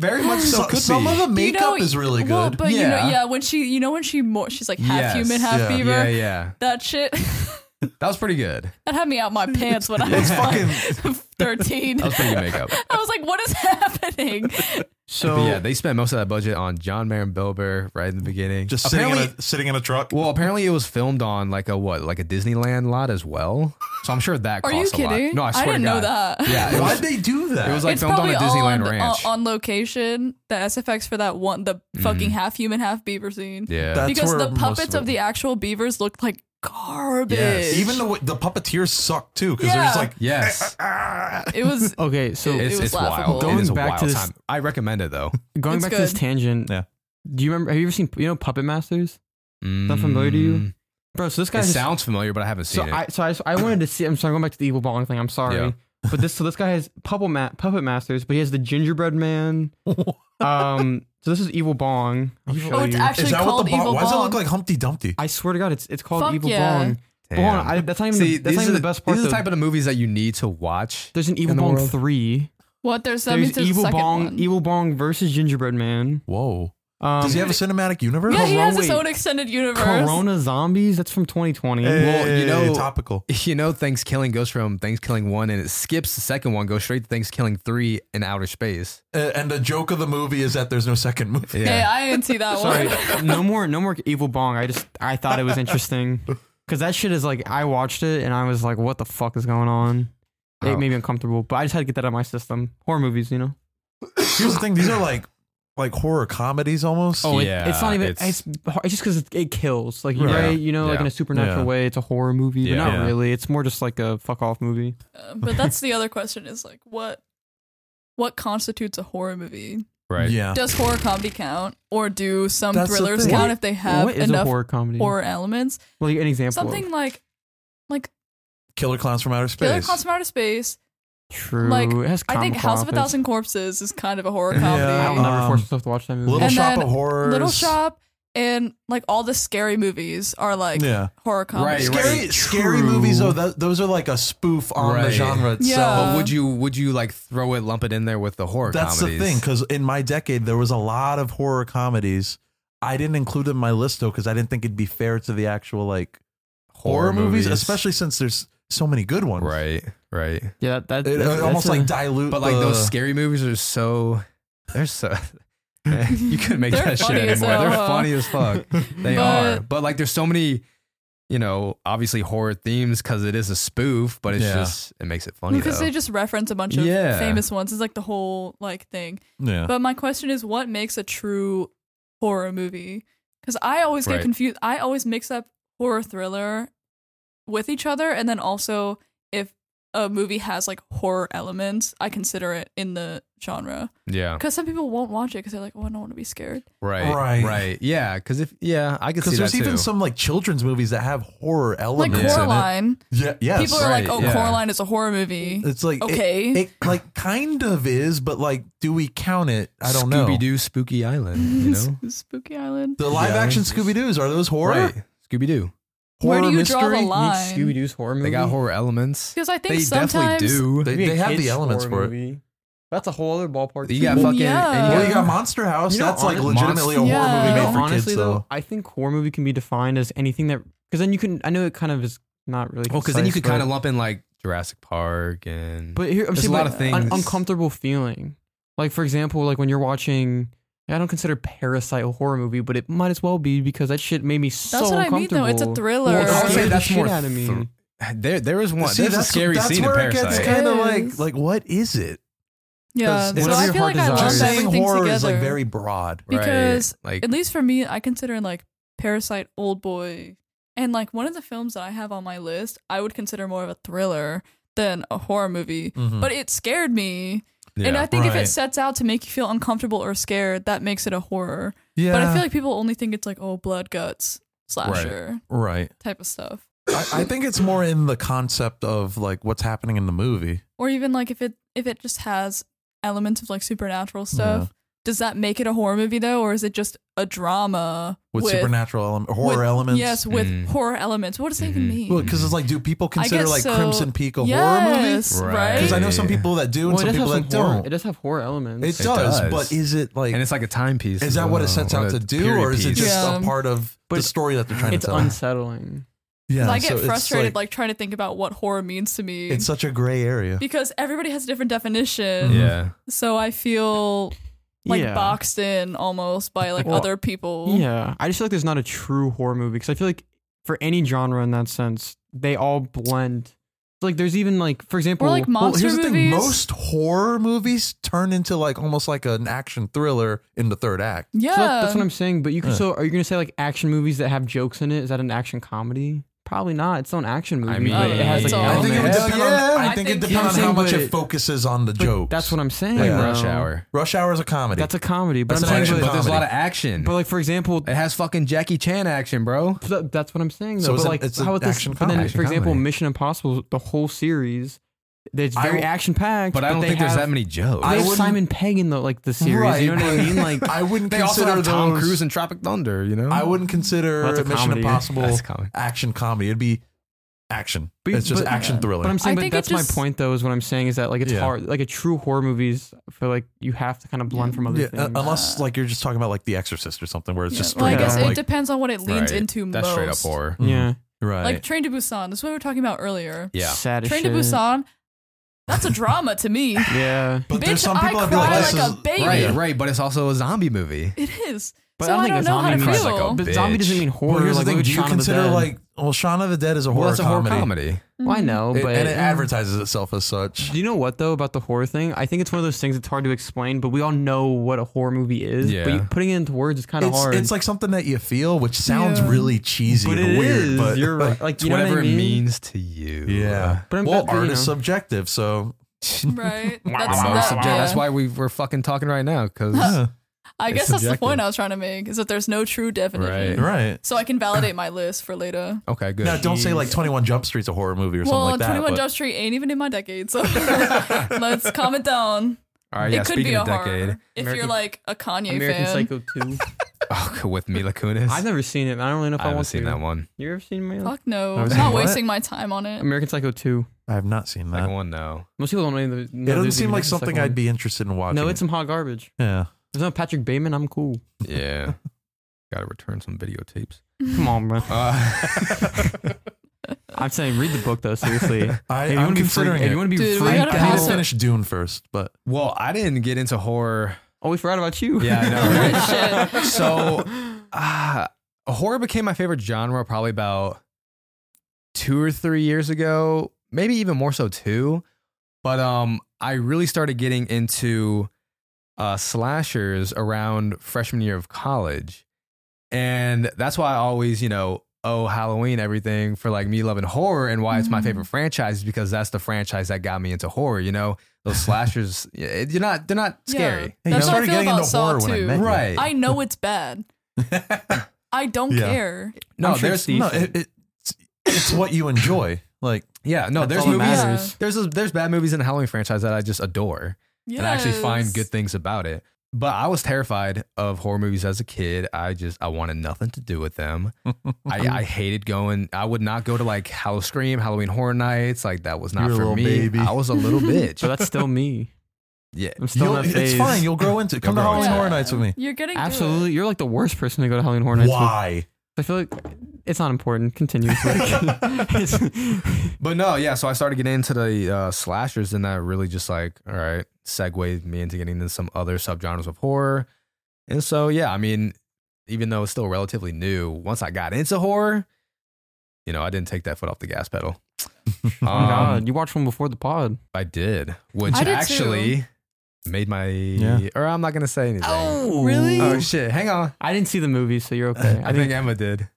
Speaker 1: It very much so,
Speaker 4: So,
Speaker 1: could
Speaker 4: some
Speaker 1: be.
Speaker 4: of the
Speaker 3: You
Speaker 4: makeup
Speaker 3: know,
Speaker 4: is really good.
Speaker 3: Well, but you know,
Speaker 1: Yeah.
Speaker 3: yeah, when she, you know, when she more, she's like half
Speaker 1: Yes.
Speaker 3: human, half
Speaker 4: Yeah.
Speaker 3: beaver.
Speaker 1: yeah, yeah,
Speaker 3: That shit, [LAUGHS]
Speaker 1: that was pretty good.
Speaker 3: that had me out my pants when I was
Speaker 1: [LAUGHS]
Speaker 4: fucking-
Speaker 3: fucking [LAUGHS] thirteen.
Speaker 1: That was pretty good
Speaker 4: [LAUGHS]
Speaker 1: makeup.
Speaker 3: I was like, "What is [LAUGHS] happening?"
Speaker 1: But
Speaker 2: so
Speaker 1: yeah, they spent most of that budget on John Mayer and Bill Burr right in the beginning.
Speaker 4: just sitting in,
Speaker 1: apparently,
Speaker 4: a, sitting in a truck.
Speaker 1: well, apparently it was filmed on like a what, like a Disneyland lot as well. So I'm sure that.
Speaker 3: Are you
Speaker 1: cost a lot.
Speaker 3: kidding?
Speaker 1: No, I
Speaker 3: I
Speaker 1: swear
Speaker 3: didn't
Speaker 1: to
Speaker 3: know
Speaker 1: God.
Speaker 3: that.
Speaker 1: Yeah, it was,
Speaker 4: Why'd they do that?
Speaker 1: it was like
Speaker 3: it's
Speaker 1: filmed on
Speaker 3: probably
Speaker 1: a
Speaker 3: all
Speaker 1: Disneyland
Speaker 3: on, uh,
Speaker 1: ranch. Mm.
Speaker 3: on location. The SFX for that one, the fucking half human, half beaver scene.
Speaker 1: yeah,
Speaker 4: That's
Speaker 3: because
Speaker 4: where
Speaker 3: the
Speaker 4: most of
Speaker 3: puppets
Speaker 4: it-
Speaker 3: of, the actual beavers looked like garbage.
Speaker 1: Yes.
Speaker 4: even the the puppeteers suck too because
Speaker 3: Yeah.
Speaker 4: there's like "Eh, ah,
Speaker 1: yes.
Speaker 3: it was
Speaker 2: okay so
Speaker 3: It-
Speaker 1: it's,
Speaker 3: was
Speaker 1: it's
Speaker 3: laughable.
Speaker 1: wild.
Speaker 2: Going
Speaker 1: it is
Speaker 2: back
Speaker 1: a wild
Speaker 2: to this-
Speaker 1: time. I recommend it though.
Speaker 2: going
Speaker 3: It's
Speaker 2: back to this
Speaker 3: good.
Speaker 2: tangent
Speaker 4: Yeah.
Speaker 2: do you remember have you ever seen you know puppet masters that familiar to you? bro so
Speaker 1: Mm,
Speaker 2: this
Speaker 1: It
Speaker 2: guy's just-
Speaker 1: sounds familiar, but I haven't
Speaker 2: So
Speaker 1: seen it.
Speaker 2: I, so I, so I wanted to see. I'm sorry, I'm going back to the evil bong thing. I'm sorry,
Speaker 1: Yeah.
Speaker 2: but this so this guy has puppet ma- puppet masters, but he has the gingerbread [LAUGHS] man. Um, so this is evil bong. I'll
Speaker 4: Evil-
Speaker 2: show
Speaker 3: Oh, it's
Speaker 2: you.
Speaker 3: actually
Speaker 4: is that what
Speaker 3: called
Speaker 4: the bong?
Speaker 3: Evil
Speaker 4: Why does it look
Speaker 3: Bong.
Speaker 4: like Humpty Dumpty?
Speaker 2: I swear to God, it's it's called
Speaker 3: Fuck
Speaker 2: evil
Speaker 3: yeah.
Speaker 2: bong. But hold on,
Speaker 1: Damn.
Speaker 2: I, that's not even
Speaker 1: See,
Speaker 2: that's not
Speaker 1: these
Speaker 2: even
Speaker 1: are
Speaker 2: the, best part.
Speaker 1: These are
Speaker 2: Though.
Speaker 1: the type of the movies that you need to watch.
Speaker 2: there's an evil
Speaker 1: in the
Speaker 2: bong
Speaker 1: world.
Speaker 2: three.
Speaker 1: [LAUGHS]
Speaker 3: what there's that means
Speaker 2: There's
Speaker 3: there's a
Speaker 2: evil
Speaker 3: second
Speaker 2: bong,
Speaker 3: one.
Speaker 2: evil bong versus gingerbread man.
Speaker 4: Whoa.
Speaker 2: Um,
Speaker 4: Does he have a cinematic universe?
Speaker 3: yeah, he has his
Speaker 2: Corona-
Speaker 3: own extended universe.
Speaker 2: Corona zombies. That's from 2020.
Speaker 1: Well, you know-
Speaker 4: Eh, topical.
Speaker 1: [LAUGHS] You know, Thanksgiving goes from Thanksgiving one, and it skips the second one, goes straight to Thanksgiving three in outer space.
Speaker 4: Uh, and the joke of the movie is that there's no second movie.
Speaker 1: Yeah.
Speaker 3: Hey, I didn't see
Speaker 2: [LAUGHS]
Speaker 3: that
Speaker 2: Sorry,
Speaker 3: one.
Speaker 2: no more, no more evil bong. I just, I thought it was interesting because that shit is like, I watched it and I was like, what the fuck is going on?
Speaker 1: Oh.
Speaker 2: It made me uncomfortable, but I just had to get that out of my system. Horror movies, you know.
Speaker 4: Here's the thing: these are like like horror comedies almost.
Speaker 1: Oh,
Speaker 2: it-
Speaker 1: yeah,
Speaker 2: it's not even. It's,
Speaker 1: it's-
Speaker 2: it's, just because it, it kills, like
Speaker 1: Right.
Speaker 2: right, you know, like
Speaker 1: Yeah.
Speaker 2: in a supernatural
Speaker 4: Yeah.
Speaker 2: way. It's a horror movie,
Speaker 1: Yeah.
Speaker 2: but not
Speaker 4: Yeah.
Speaker 2: really. It's more just like a fuck off movie.
Speaker 3: Uh, but that's the other question: is like what what constitutes a horror movie?
Speaker 1: Right.
Speaker 4: yeah.
Speaker 3: Does horror comedy count, or do some
Speaker 4: That's the
Speaker 3: thrillers
Speaker 4: thing.
Speaker 3: count if they have
Speaker 2: what is a
Speaker 3: enough
Speaker 2: horror comedy?
Speaker 3: horror elements?
Speaker 2: like an example. of-
Speaker 3: Something like like
Speaker 4: Killer Clowns from Outer Space.
Speaker 3: Killer Clowns from Outer Space.
Speaker 2: True.
Speaker 3: Like,
Speaker 2: it has
Speaker 3: I think
Speaker 2: comic
Speaker 3: House of a
Speaker 2: office.
Speaker 3: Thousand Corpses is kind of a horror
Speaker 4: Yeah.
Speaker 3: comedy.
Speaker 2: I'll
Speaker 4: Um,
Speaker 2: never force myself to watch that movie.
Speaker 4: Little
Speaker 3: And
Speaker 4: Shop
Speaker 3: then
Speaker 4: of Horrors.
Speaker 3: Little Shop and like all the scary movies are like
Speaker 4: Yeah.
Speaker 3: horror comedy.
Speaker 1: Right.
Speaker 4: Scary, scary movies though. tho- those are like a spoof on the
Speaker 1: Right.
Speaker 4: genre
Speaker 3: Yeah.
Speaker 4: itself.
Speaker 3: Uh,
Speaker 1: But would you would you like throw it lump it in there with the horror?
Speaker 4: That's
Speaker 1: comedies?
Speaker 4: the thing, because in my decade there was a lot of horror comedies. I didn't include them in my list though, because I didn't think it'd be fair to the actual like horror, movies, especially since there's so many good ones.
Speaker 1: right, right.
Speaker 2: yeah, that, that,
Speaker 4: It, it
Speaker 2: that's
Speaker 4: almost
Speaker 2: a-
Speaker 4: like dilute,
Speaker 1: But like those
Speaker 4: the-
Speaker 1: scary movies are so they're so [LAUGHS] you couldn't make
Speaker 3: They're
Speaker 1: that shit
Speaker 3: funny as
Speaker 1: anymore.
Speaker 3: hell,
Speaker 1: they're
Speaker 3: huh?
Speaker 1: funny as fuck.
Speaker 4: [LAUGHS]
Speaker 1: They
Speaker 3: But-
Speaker 1: are. But like there's so many, you know, obviously horror themes because it is a spoof, but it's
Speaker 4: Yeah.
Speaker 1: just it makes it funny
Speaker 3: Because
Speaker 1: though.
Speaker 3: they just reference a bunch of
Speaker 1: Yeah.
Speaker 3: famous ones. It's like the whole like thing.
Speaker 4: yeah.
Speaker 3: But my question is, what makes a true horror movie? Because I always get
Speaker 1: Right.
Speaker 3: confused. I always mix up horror thriller with each other, and then also if a movie has like horror elements, I consider it in the genre.
Speaker 1: yeah,
Speaker 3: Because some people won't watch it because they're like, "Oh, I don't want to be scared."
Speaker 1: right,
Speaker 4: Right.
Speaker 1: right, right. Yeah, because if yeah, I could see
Speaker 4: because
Speaker 1: that
Speaker 4: there's
Speaker 1: too.
Speaker 4: even some like children's movies that have horror
Speaker 3: Like
Speaker 4: elements
Speaker 1: Yeah.
Speaker 4: in it.
Speaker 3: Coraline,
Speaker 4: Yeah, yes.
Speaker 3: people are
Speaker 1: Right,
Speaker 3: like, "Oh,
Speaker 1: yeah.
Speaker 3: Coraline is a horror movie."
Speaker 4: it's like it-
Speaker 3: okay,
Speaker 4: It, like kind of is, but like, do we count it? I don't know.
Speaker 1: Scooby Doo, Spooky Island.
Speaker 3: [LAUGHS]
Speaker 1: You know,
Speaker 3: Spooky Island.
Speaker 4: The live
Speaker 1: Yeah.
Speaker 4: action Scooby Doo's are those horror?
Speaker 1: right? Scooby Doo.
Speaker 3: Where
Speaker 4: horror
Speaker 3: do you draw the
Speaker 4: mystery?
Speaker 3: line?
Speaker 2: Scooby Doo's horror movie.
Speaker 1: They got horror elements.
Speaker 3: Because Mm-hmm. I think
Speaker 1: They definitely
Speaker 3: sometimes
Speaker 1: do.
Speaker 4: They,
Speaker 2: Maybe a
Speaker 4: they have
Speaker 2: kids'
Speaker 4: the elements
Speaker 2: horror
Speaker 4: for it.
Speaker 2: movie. That's a whole other ballpark.
Speaker 1: You
Speaker 2: too.
Speaker 1: got fucking.
Speaker 3: Yeah.
Speaker 1: And
Speaker 4: Well,
Speaker 1: you
Speaker 4: you
Speaker 1: got,
Speaker 4: got Monster House.
Speaker 2: You know,
Speaker 4: That's like
Speaker 2: honest-
Speaker 4: legitimately a horror
Speaker 3: Yeah.
Speaker 4: movie
Speaker 3: You
Speaker 4: made
Speaker 3: know,
Speaker 4: for
Speaker 2: honestly
Speaker 4: kids,
Speaker 2: though,
Speaker 4: though.
Speaker 2: I think horror movie can be defined as anything that because then you can. I know it kind of is not really.
Speaker 1: well, because then you
Speaker 2: concise,
Speaker 1: could kind of
Speaker 2: but-
Speaker 1: lump in like Jurassic Park and
Speaker 2: But here, I'm
Speaker 1: There's
Speaker 2: saying
Speaker 1: a lot
Speaker 2: like,
Speaker 1: of things.
Speaker 2: An uncomfortable feeling, like for example, like when you're watching. I don't consider Parasite a horror movie, but it might as well be because that shit made me so
Speaker 3: That's what I mean,
Speaker 2: uncomfortable.
Speaker 3: though. It's a thriller.
Speaker 2: Well,
Speaker 1: I would
Speaker 2: scared
Speaker 1: say
Speaker 2: the
Speaker 1: that's
Speaker 2: shit
Speaker 1: more
Speaker 2: out of me.
Speaker 1: thr- There, there is one.
Speaker 4: See,
Speaker 1: there's a
Speaker 4: that's,
Speaker 1: scary
Speaker 4: that's
Speaker 1: scene in
Speaker 4: where it
Speaker 1: Parasite.
Speaker 4: gets kind of like,
Speaker 3: Yes.
Speaker 4: like, what is it?
Speaker 3: Yeah,
Speaker 4: 'Cause
Speaker 3: so
Speaker 4: whatever
Speaker 3: I
Speaker 2: your
Speaker 3: feel
Speaker 2: heart
Speaker 3: like I lump
Speaker 2: desires.
Speaker 4: Just
Speaker 2: Right.
Speaker 4: saying
Speaker 3: everything
Speaker 4: horror
Speaker 3: together.
Speaker 4: is like very broad.
Speaker 3: because
Speaker 1: right. like
Speaker 3: At least for me, I consider like Parasite, Old Boy, and like one of the films that I have on my list, I would consider more of a thriller than a horror movie.
Speaker 1: Mm-hmm.
Speaker 3: But it scared me. and I think if
Speaker 4: Mm-hmm. Right.
Speaker 3: it sets out to make you feel uncomfortable or scared, that makes it a horror.
Speaker 4: yeah,
Speaker 3: But I feel like people only think it's like, oh, blood, guts, slasher
Speaker 4: right.
Speaker 3: type of stuff.
Speaker 4: I, I think it's more in the concept of like what's happening in the movie.
Speaker 3: Or even like if it if it just has elements of like supernatural stuff. Does that make it a horror movie though, or is it just a drama
Speaker 4: With, supernatural element, horror
Speaker 3: with-
Speaker 4: elements. Mm-hmm.
Speaker 3: Yes, with
Speaker 1: Mm.
Speaker 3: horror elements. What does that even
Speaker 1: Mhm.
Speaker 3: mean?
Speaker 4: Well, because it's like, do people consider
Speaker 3: guess
Speaker 4: like
Speaker 3: so.
Speaker 4: Crimson Peak a horror movie?
Speaker 3: yes,
Speaker 1: Right.
Speaker 3: right?
Speaker 4: Because I know some
Speaker 1: Yeah.
Speaker 4: people that do and
Speaker 2: Well, it
Speaker 4: some
Speaker 2: does have
Speaker 4: people
Speaker 2: some
Speaker 4: that
Speaker 2: horror.
Speaker 4: don't.
Speaker 2: It does have horror elements.
Speaker 4: It
Speaker 1: It
Speaker 4: does,
Speaker 1: does.
Speaker 4: but is it like
Speaker 1: and it's like a timepiece.
Speaker 4: is that what it sets out to do, or is it just
Speaker 3: Yeah.
Speaker 4: a part of the
Speaker 2: But
Speaker 4: story that they're trying
Speaker 2: it's
Speaker 4: to tell?
Speaker 2: unsettling.
Speaker 4: yeah,
Speaker 3: 'Cause I
Speaker 4: so
Speaker 3: get
Speaker 4: it's
Speaker 3: frustrated
Speaker 4: Like,
Speaker 3: like, trying to think about what horror means to me
Speaker 4: it's uh, such a gray area.
Speaker 3: because everybody has a different definition.
Speaker 1: yeah?
Speaker 3: So I feel like
Speaker 2: yeah.
Speaker 3: boxed in almost by like
Speaker 2: Well,
Speaker 3: other people.
Speaker 2: Yeah, I just feel like there's not a true horror movie because I feel like for any genre in that sense, they all blend. Like there's even like for example,
Speaker 3: Or like
Speaker 4: Well,
Speaker 3: monster
Speaker 4: here's the thing:
Speaker 3: movies.
Speaker 4: most horror movies turn into like almost like an action thriller in the third act.
Speaker 3: yeah.
Speaker 2: so that- that's what I'm saying. But you can
Speaker 4: Yeah.
Speaker 2: so are you gonna say like action movies that have jokes in it? Is that an action comedy? Probably not. It's not an action movie.
Speaker 1: I mean,
Speaker 2: but it has like
Speaker 3: it's all-
Speaker 4: I think it would
Speaker 2: elements.
Speaker 1: Hell
Speaker 4: depend on.
Speaker 1: yeah.
Speaker 4: I
Speaker 3: I
Speaker 4: think it
Speaker 3: think-
Speaker 4: depends on how
Speaker 2: Yeah,
Speaker 4: much
Speaker 2: but-
Speaker 4: it focuses on the
Speaker 2: But
Speaker 4: jokes.
Speaker 2: That's what I'm saying.
Speaker 1: Like
Speaker 4: Yeah.
Speaker 1: Rush
Speaker 2: though.
Speaker 1: Hour.
Speaker 4: Rush Hour is a comedy.
Speaker 2: That's a comedy, but
Speaker 4: That's
Speaker 2: I'm
Speaker 4: an
Speaker 2: saying,
Speaker 4: action
Speaker 1: But,
Speaker 2: but,
Speaker 1: there's a lot
Speaker 4: comedy.
Speaker 1: of action.
Speaker 2: but like for example,
Speaker 1: it has fucking Jackie Chan action, bro.
Speaker 2: So that- that's what I'm saying though.
Speaker 4: So
Speaker 2: but
Speaker 4: it's an-
Speaker 2: like,
Speaker 4: it's
Speaker 2: how
Speaker 4: an
Speaker 2: about this?
Speaker 4: action
Speaker 2: But then,
Speaker 4: comedy.
Speaker 2: for example,
Speaker 1: Comedy.
Speaker 2: Mission Impossible, the whole series, it's
Speaker 4: I
Speaker 2: very
Speaker 4: don't-
Speaker 2: action packed.
Speaker 1: But I don't
Speaker 2: they
Speaker 1: think there's
Speaker 2: have-
Speaker 1: that many jokes.
Speaker 2: They
Speaker 4: I
Speaker 2: have
Speaker 4: wouldn't-
Speaker 2: Simon Pegg in the like the series.
Speaker 4: Right,
Speaker 2: you know what I
Speaker 4: but
Speaker 2: mean?
Speaker 4: [LAUGHS]
Speaker 2: Like,
Speaker 4: I wouldn't
Speaker 1: they also
Speaker 4: consider
Speaker 1: have Tom
Speaker 4: those-
Speaker 1: Cruise and Tropic Thunder. You know,
Speaker 4: I wouldn't consider
Speaker 2: Well, that's a
Speaker 4: Mission
Speaker 2: comedy.
Speaker 4: Impossible
Speaker 1: That's comedy.
Speaker 4: action comedy. It'd be action.
Speaker 2: But-
Speaker 4: it's just
Speaker 2: but-
Speaker 4: action thriller.
Speaker 2: but I'm saying,
Speaker 3: I
Speaker 2: but
Speaker 3: think it
Speaker 2: that's
Speaker 3: just-
Speaker 2: my point though. Is what I'm saying is that like it's
Speaker 4: Yeah.
Speaker 2: hard. Like a true horror movies, I feel like you have to kind of blend from other
Speaker 4: Yeah, uh,
Speaker 2: things.
Speaker 4: unless like you're just talking about like The Exorcist or something, where it's
Speaker 3: Yeah,
Speaker 4: just
Speaker 3: well, I
Speaker 4: straight
Speaker 3: guess
Speaker 4: up
Speaker 3: it
Speaker 4: like
Speaker 3: depends on what it leans
Speaker 1: Right.
Speaker 3: into
Speaker 1: That's
Speaker 3: most.
Speaker 1: straight up horror.
Speaker 4: Mhm.
Speaker 2: yeah,
Speaker 4: right.
Speaker 3: Like Train to Busan. This is what we were talking about earlier.
Speaker 1: Mm-hmm. Yeah,
Speaker 2: sad as
Speaker 3: Train to
Speaker 2: shit.
Speaker 3: Busan. That's a drama to me.
Speaker 2: Yeah,
Speaker 4: but
Speaker 3: Bitch,
Speaker 4: there's some people
Speaker 3: I
Speaker 4: that'd be like,
Speaker 3: cry
Speaker 4: this
Speaker 3: like
Speaker 4: is
Speaker 3: a baby.
Speaker 1: right, right. But it's also a zombie movie.
Speaker 3: It is.
Speaker 2: but
Speaker 3: so
Speaker 2: I don't think a
Speaker 3: know how
Speaker 2: zombie
Speaker 3: to
Speaker 2: means
Speaker 3: feel.
Speaker 1: like a-
Speaker 2: But zombie
Speaker 1: bitch.
Speaker 2: doesn't mean horror.
Speaker 4: Well, here's
Speaker 2: like,
Speaker 4: the thing:
Speaker 2: look at
Speaker 4: do you
Speaker 2: Shaun of the
Speaker 4: consider
Speaker 2: Dead.
Speaker 4: like well, Shaun of the Dead is a horror
Speaker 1: well, it's a horror
Speaker 4: comedy,
Speaker 1: comedy.
Speaker 2: Well, I know,
Speaker 4: It-
Speaker 2: but
Speaker 4: and it advertises itself as such.
Speaker 2: Do you know what though about the horror thing? I think it's one of those things that's hard to explain, but we all know what a horror movie is. But
Speaker 1: Yeah.
Speaker 2: you, putting it into words is kind of
Speaker 4: It's,
Speaker 2: hard.
Speaker 4: it's like something that you feel, which sounds
Speaker 3: Yeah.
Speaker 4: really cheesy
Speaker 2: but
Speaker 4: and
Speaker 2: it
Speaker 4: weird.
Speaker 2: is.
Speaker 4: But
Speaker 2: You're right. Like
Speaker 1: It's
Speaker 2: you know
Speaker 1: whatever
Speaker 2: what I mean?
Speaker 1: it means to you.
Speaker 4: yeah,
Speaker 2: But I'm-
Speaker 4: well,
Speaker 2: but, you
Speaker 4: art
Speaker 2: know.
Speaker 4: is subjective, so
Speaker 3: Right.
Speaker 1: It's
Speaker 3: That's
Speaker 1: so
Speaker 3: that-
Speaker 1: [LAUGHS] subjective.
Speaker 3: yeah.
Speaker 1: That's why we we're fucking talking right now because
Speaker 3: I
Speaker 1: It's
Speaker 3: guess that's the
Speaker 1: subjective.
Speaker 3: point I was trying to make is that there's no true definition.
Speaker 1: Right.
Speaker 4: Right.
Speaker 3: So I can validate my list for later.
Speaker 1: Okay, good.
Speaker 4: Now, don't say like
Speaker 1: Jeez.
Speaker 4: 21 Jump Street's a horror movie or
Speaker 3: Well,
Speaker 4: something like that.
Speaker 3: 21
Speaker 4: but-
Speaker 3: Jump Street ain't even in my decade,
Speaker 4: [LAUGHS]
Speaker 3: so [LAUGHS] let's calm it down.
Speaker 1: All right, yeah,
Speaker 3: it could
Speaker 1: speaking
Speaker 3: be a
Speaker 1: of decade, [LAUGHS]
Speaker 3: horror if
Speaker 2: American-
Speaker 3: you're like a Kanye
Speaker 2: American
Speaker 3: fan.
Speaker 2: Psycho 2.
Speaker 1: Oh, with Mila Kunis.
Speaker 2: I've never seen it. I don't really know if
Speaker 1: I
Speaker 2: I,
Speaker 1: haven't
Speaker 2: want
Speaker 1: seen
Speaker 2: to.
Speaker 1: that one.
Speaker 2: You ever seen my
Speaker 3: Fuck no.
Speaker 4: I've
Speaker 3: I'm
Speaker 4: seen
Speaker 3: not
Speaker 4: what?
Speaker 3: wasting my time on it.
Speaker 2: American Psycho 2?
Speaker 4: I have not seen
Speaker 1: Second
Speaker 4: that.
Speaker 1: one, no.
Speaker 2: Most people don't know. The,
Speaker 4: It doesn't seem like something I'd be interested in watching.
Speaker 2: No, it's some hot garbage.
Speaker 4: yeah.
Speaker 2: There's no Patrick Bateman. I'm cool.
Speaker 3: [LAUGHS]
Speaker 1: [LAUGHS] Yeah. Gotta return some videotapes.
Speaker 2: Come on, bro.
Speaker 1: Uh,
Speaker 2: I'm saying read the book though.
Speaker 1: [LAUGHS]
Speaker 2: Seriously, if
Speaker 4: I,
Speaker 2: you
Speaker 4: I'm
Speaker 2: want to be
Speaker 4: considering
Speaker 2: freaked, if you
Speaker 4: it.
Speaker 2: want to be
Speaker 3: Dude, we
Speaker 4: I
Speaker 2: freaked
Speaker 3: gotta
Speaker 4: need to
Speaker 3: have
Speaker 2: out.
Speaker 3: it.
Speaker 4: finish Dune first, but
Speaker 1: [LAUGHS] well, I didn't get into [LAUGHS] horror.
Speaker 2: Oh, we forgot about you.
Speaker 1: Yeah, I know, right? [LAUGHS]
Speaker 2: [LAUGHS]
Speaker 3: Shit.
Speaker 4: [LAUGHS]
Speaker 1: So, uh, horror became my favorite genre probably about two or three years ago, maybe even more so two. But um, I really started getting into uh, slashers around freshman year of college, and that's why I always, you know, oh Halloween everything for like me loving horror and why it's my
Speaker 3: Mhm.
Speaker 1: favorite franchise is because that's the franchise that got me into horror. You know, those slashers, [LAUGHS] yeah, you're not they're not
Speaker 3: Yeah.
Speaker 1: scary,
Speaker 4: Hey,
Speaker 3: That's
Speaker 4: you
Speaker 3: how I
Speaker 4: started
Speaker 3: feel
Speaker 4: getting
Speaker 3: about
Speaker 4: into
Speaker 3: Saw
Speaker 4: horror when I
Speaker 3: too.
Speaker 4: met
Speaker 3: [LAUGHS]
Speaker 4: you.
Speaker 1: right?
Speaker 3: I know it's
Speaker 4: [LAUGHS]
Speaker 3: bad. I don't
Speaker 4: Yeah.
Speaker 3: care.
Speaker 1: no,
Speaker 2: I'm sure
Speaker 1: there's
Speaker 2: Steve-
Speaker 4: no, it, it, it's, it's what you enjoy. Like,
Speaker 1: Yeah, no,
Speaker 2: That's
Speaker 1: there's
Speaker 2: all that
Speaker 1: movies.
Speaker 2: matters.
Speaker 1: There's there's bad movies in the Halloween franchise that I just adore and I actually find
Speaker 3: Yes.
Speaker 1: good things about it. But I was terrified of horror movies as a kid. I just I wanted nothing to do with
Speaker 2: [LAUGHS]
Speaker 1: them. I, I hated going. I would not go to like Halloween Scream, Halloween Horror Nights. Like that was not
Speaker 4: You're a
Speaker 1: for
Speaker 4: little
Speaker 1: me.
Speaker 4: baby.
Speaker 1: I was a little
Speaker 2: [LAUGHS]
Speaker 1: bitch.
Speaker 2: So that's still me.
Speaker 1: Yeah,
Speaker 2: I'm still
Speaker 4: you'll,
Speaker 2: in that
Speaker 4: it's
Speaker 2: phase.
Speaker 4: fine. You'll grow into it. Come to
Speaker 1: You'll grow
Speaker 4: Halloween
Speaker 1: into it.
Speaker 4: Horror Nights with me.
Speaker 3: Oh, You're getting to it.
Speaker 2: Absolutely, you're like the worst person to go to Halloween Horror Nights. with.
Speaker 4: Why?
Speaker 2: I feel like it's not important. Continue. It's like- [LAUGHS] it's-
Speaker 1: but no, yeah. So I started getting into the uh, slashers, and that really just like all right segued me into getting into some other subgenres of horror. And so yeah, I mean, even though it's still relatively new, once I got into horror, you know, I didn't take that foot off the gas pedal.
Speaker 2: oh
Speaker 1: [LAUGHS] Um,
Speaker 2: my god, you watched one before the pod.
Speaker 1: I did, which
Speaker 3: I did
Speaker 1: actually made my. Or I'm not gonna say anything.
Speaker 2: Oh, really?
Speaker 1: Oh, shit! Hang on.
Speaker 2: I didn't see the movie, so you're okay.
Speaker 1: I, think Emma did.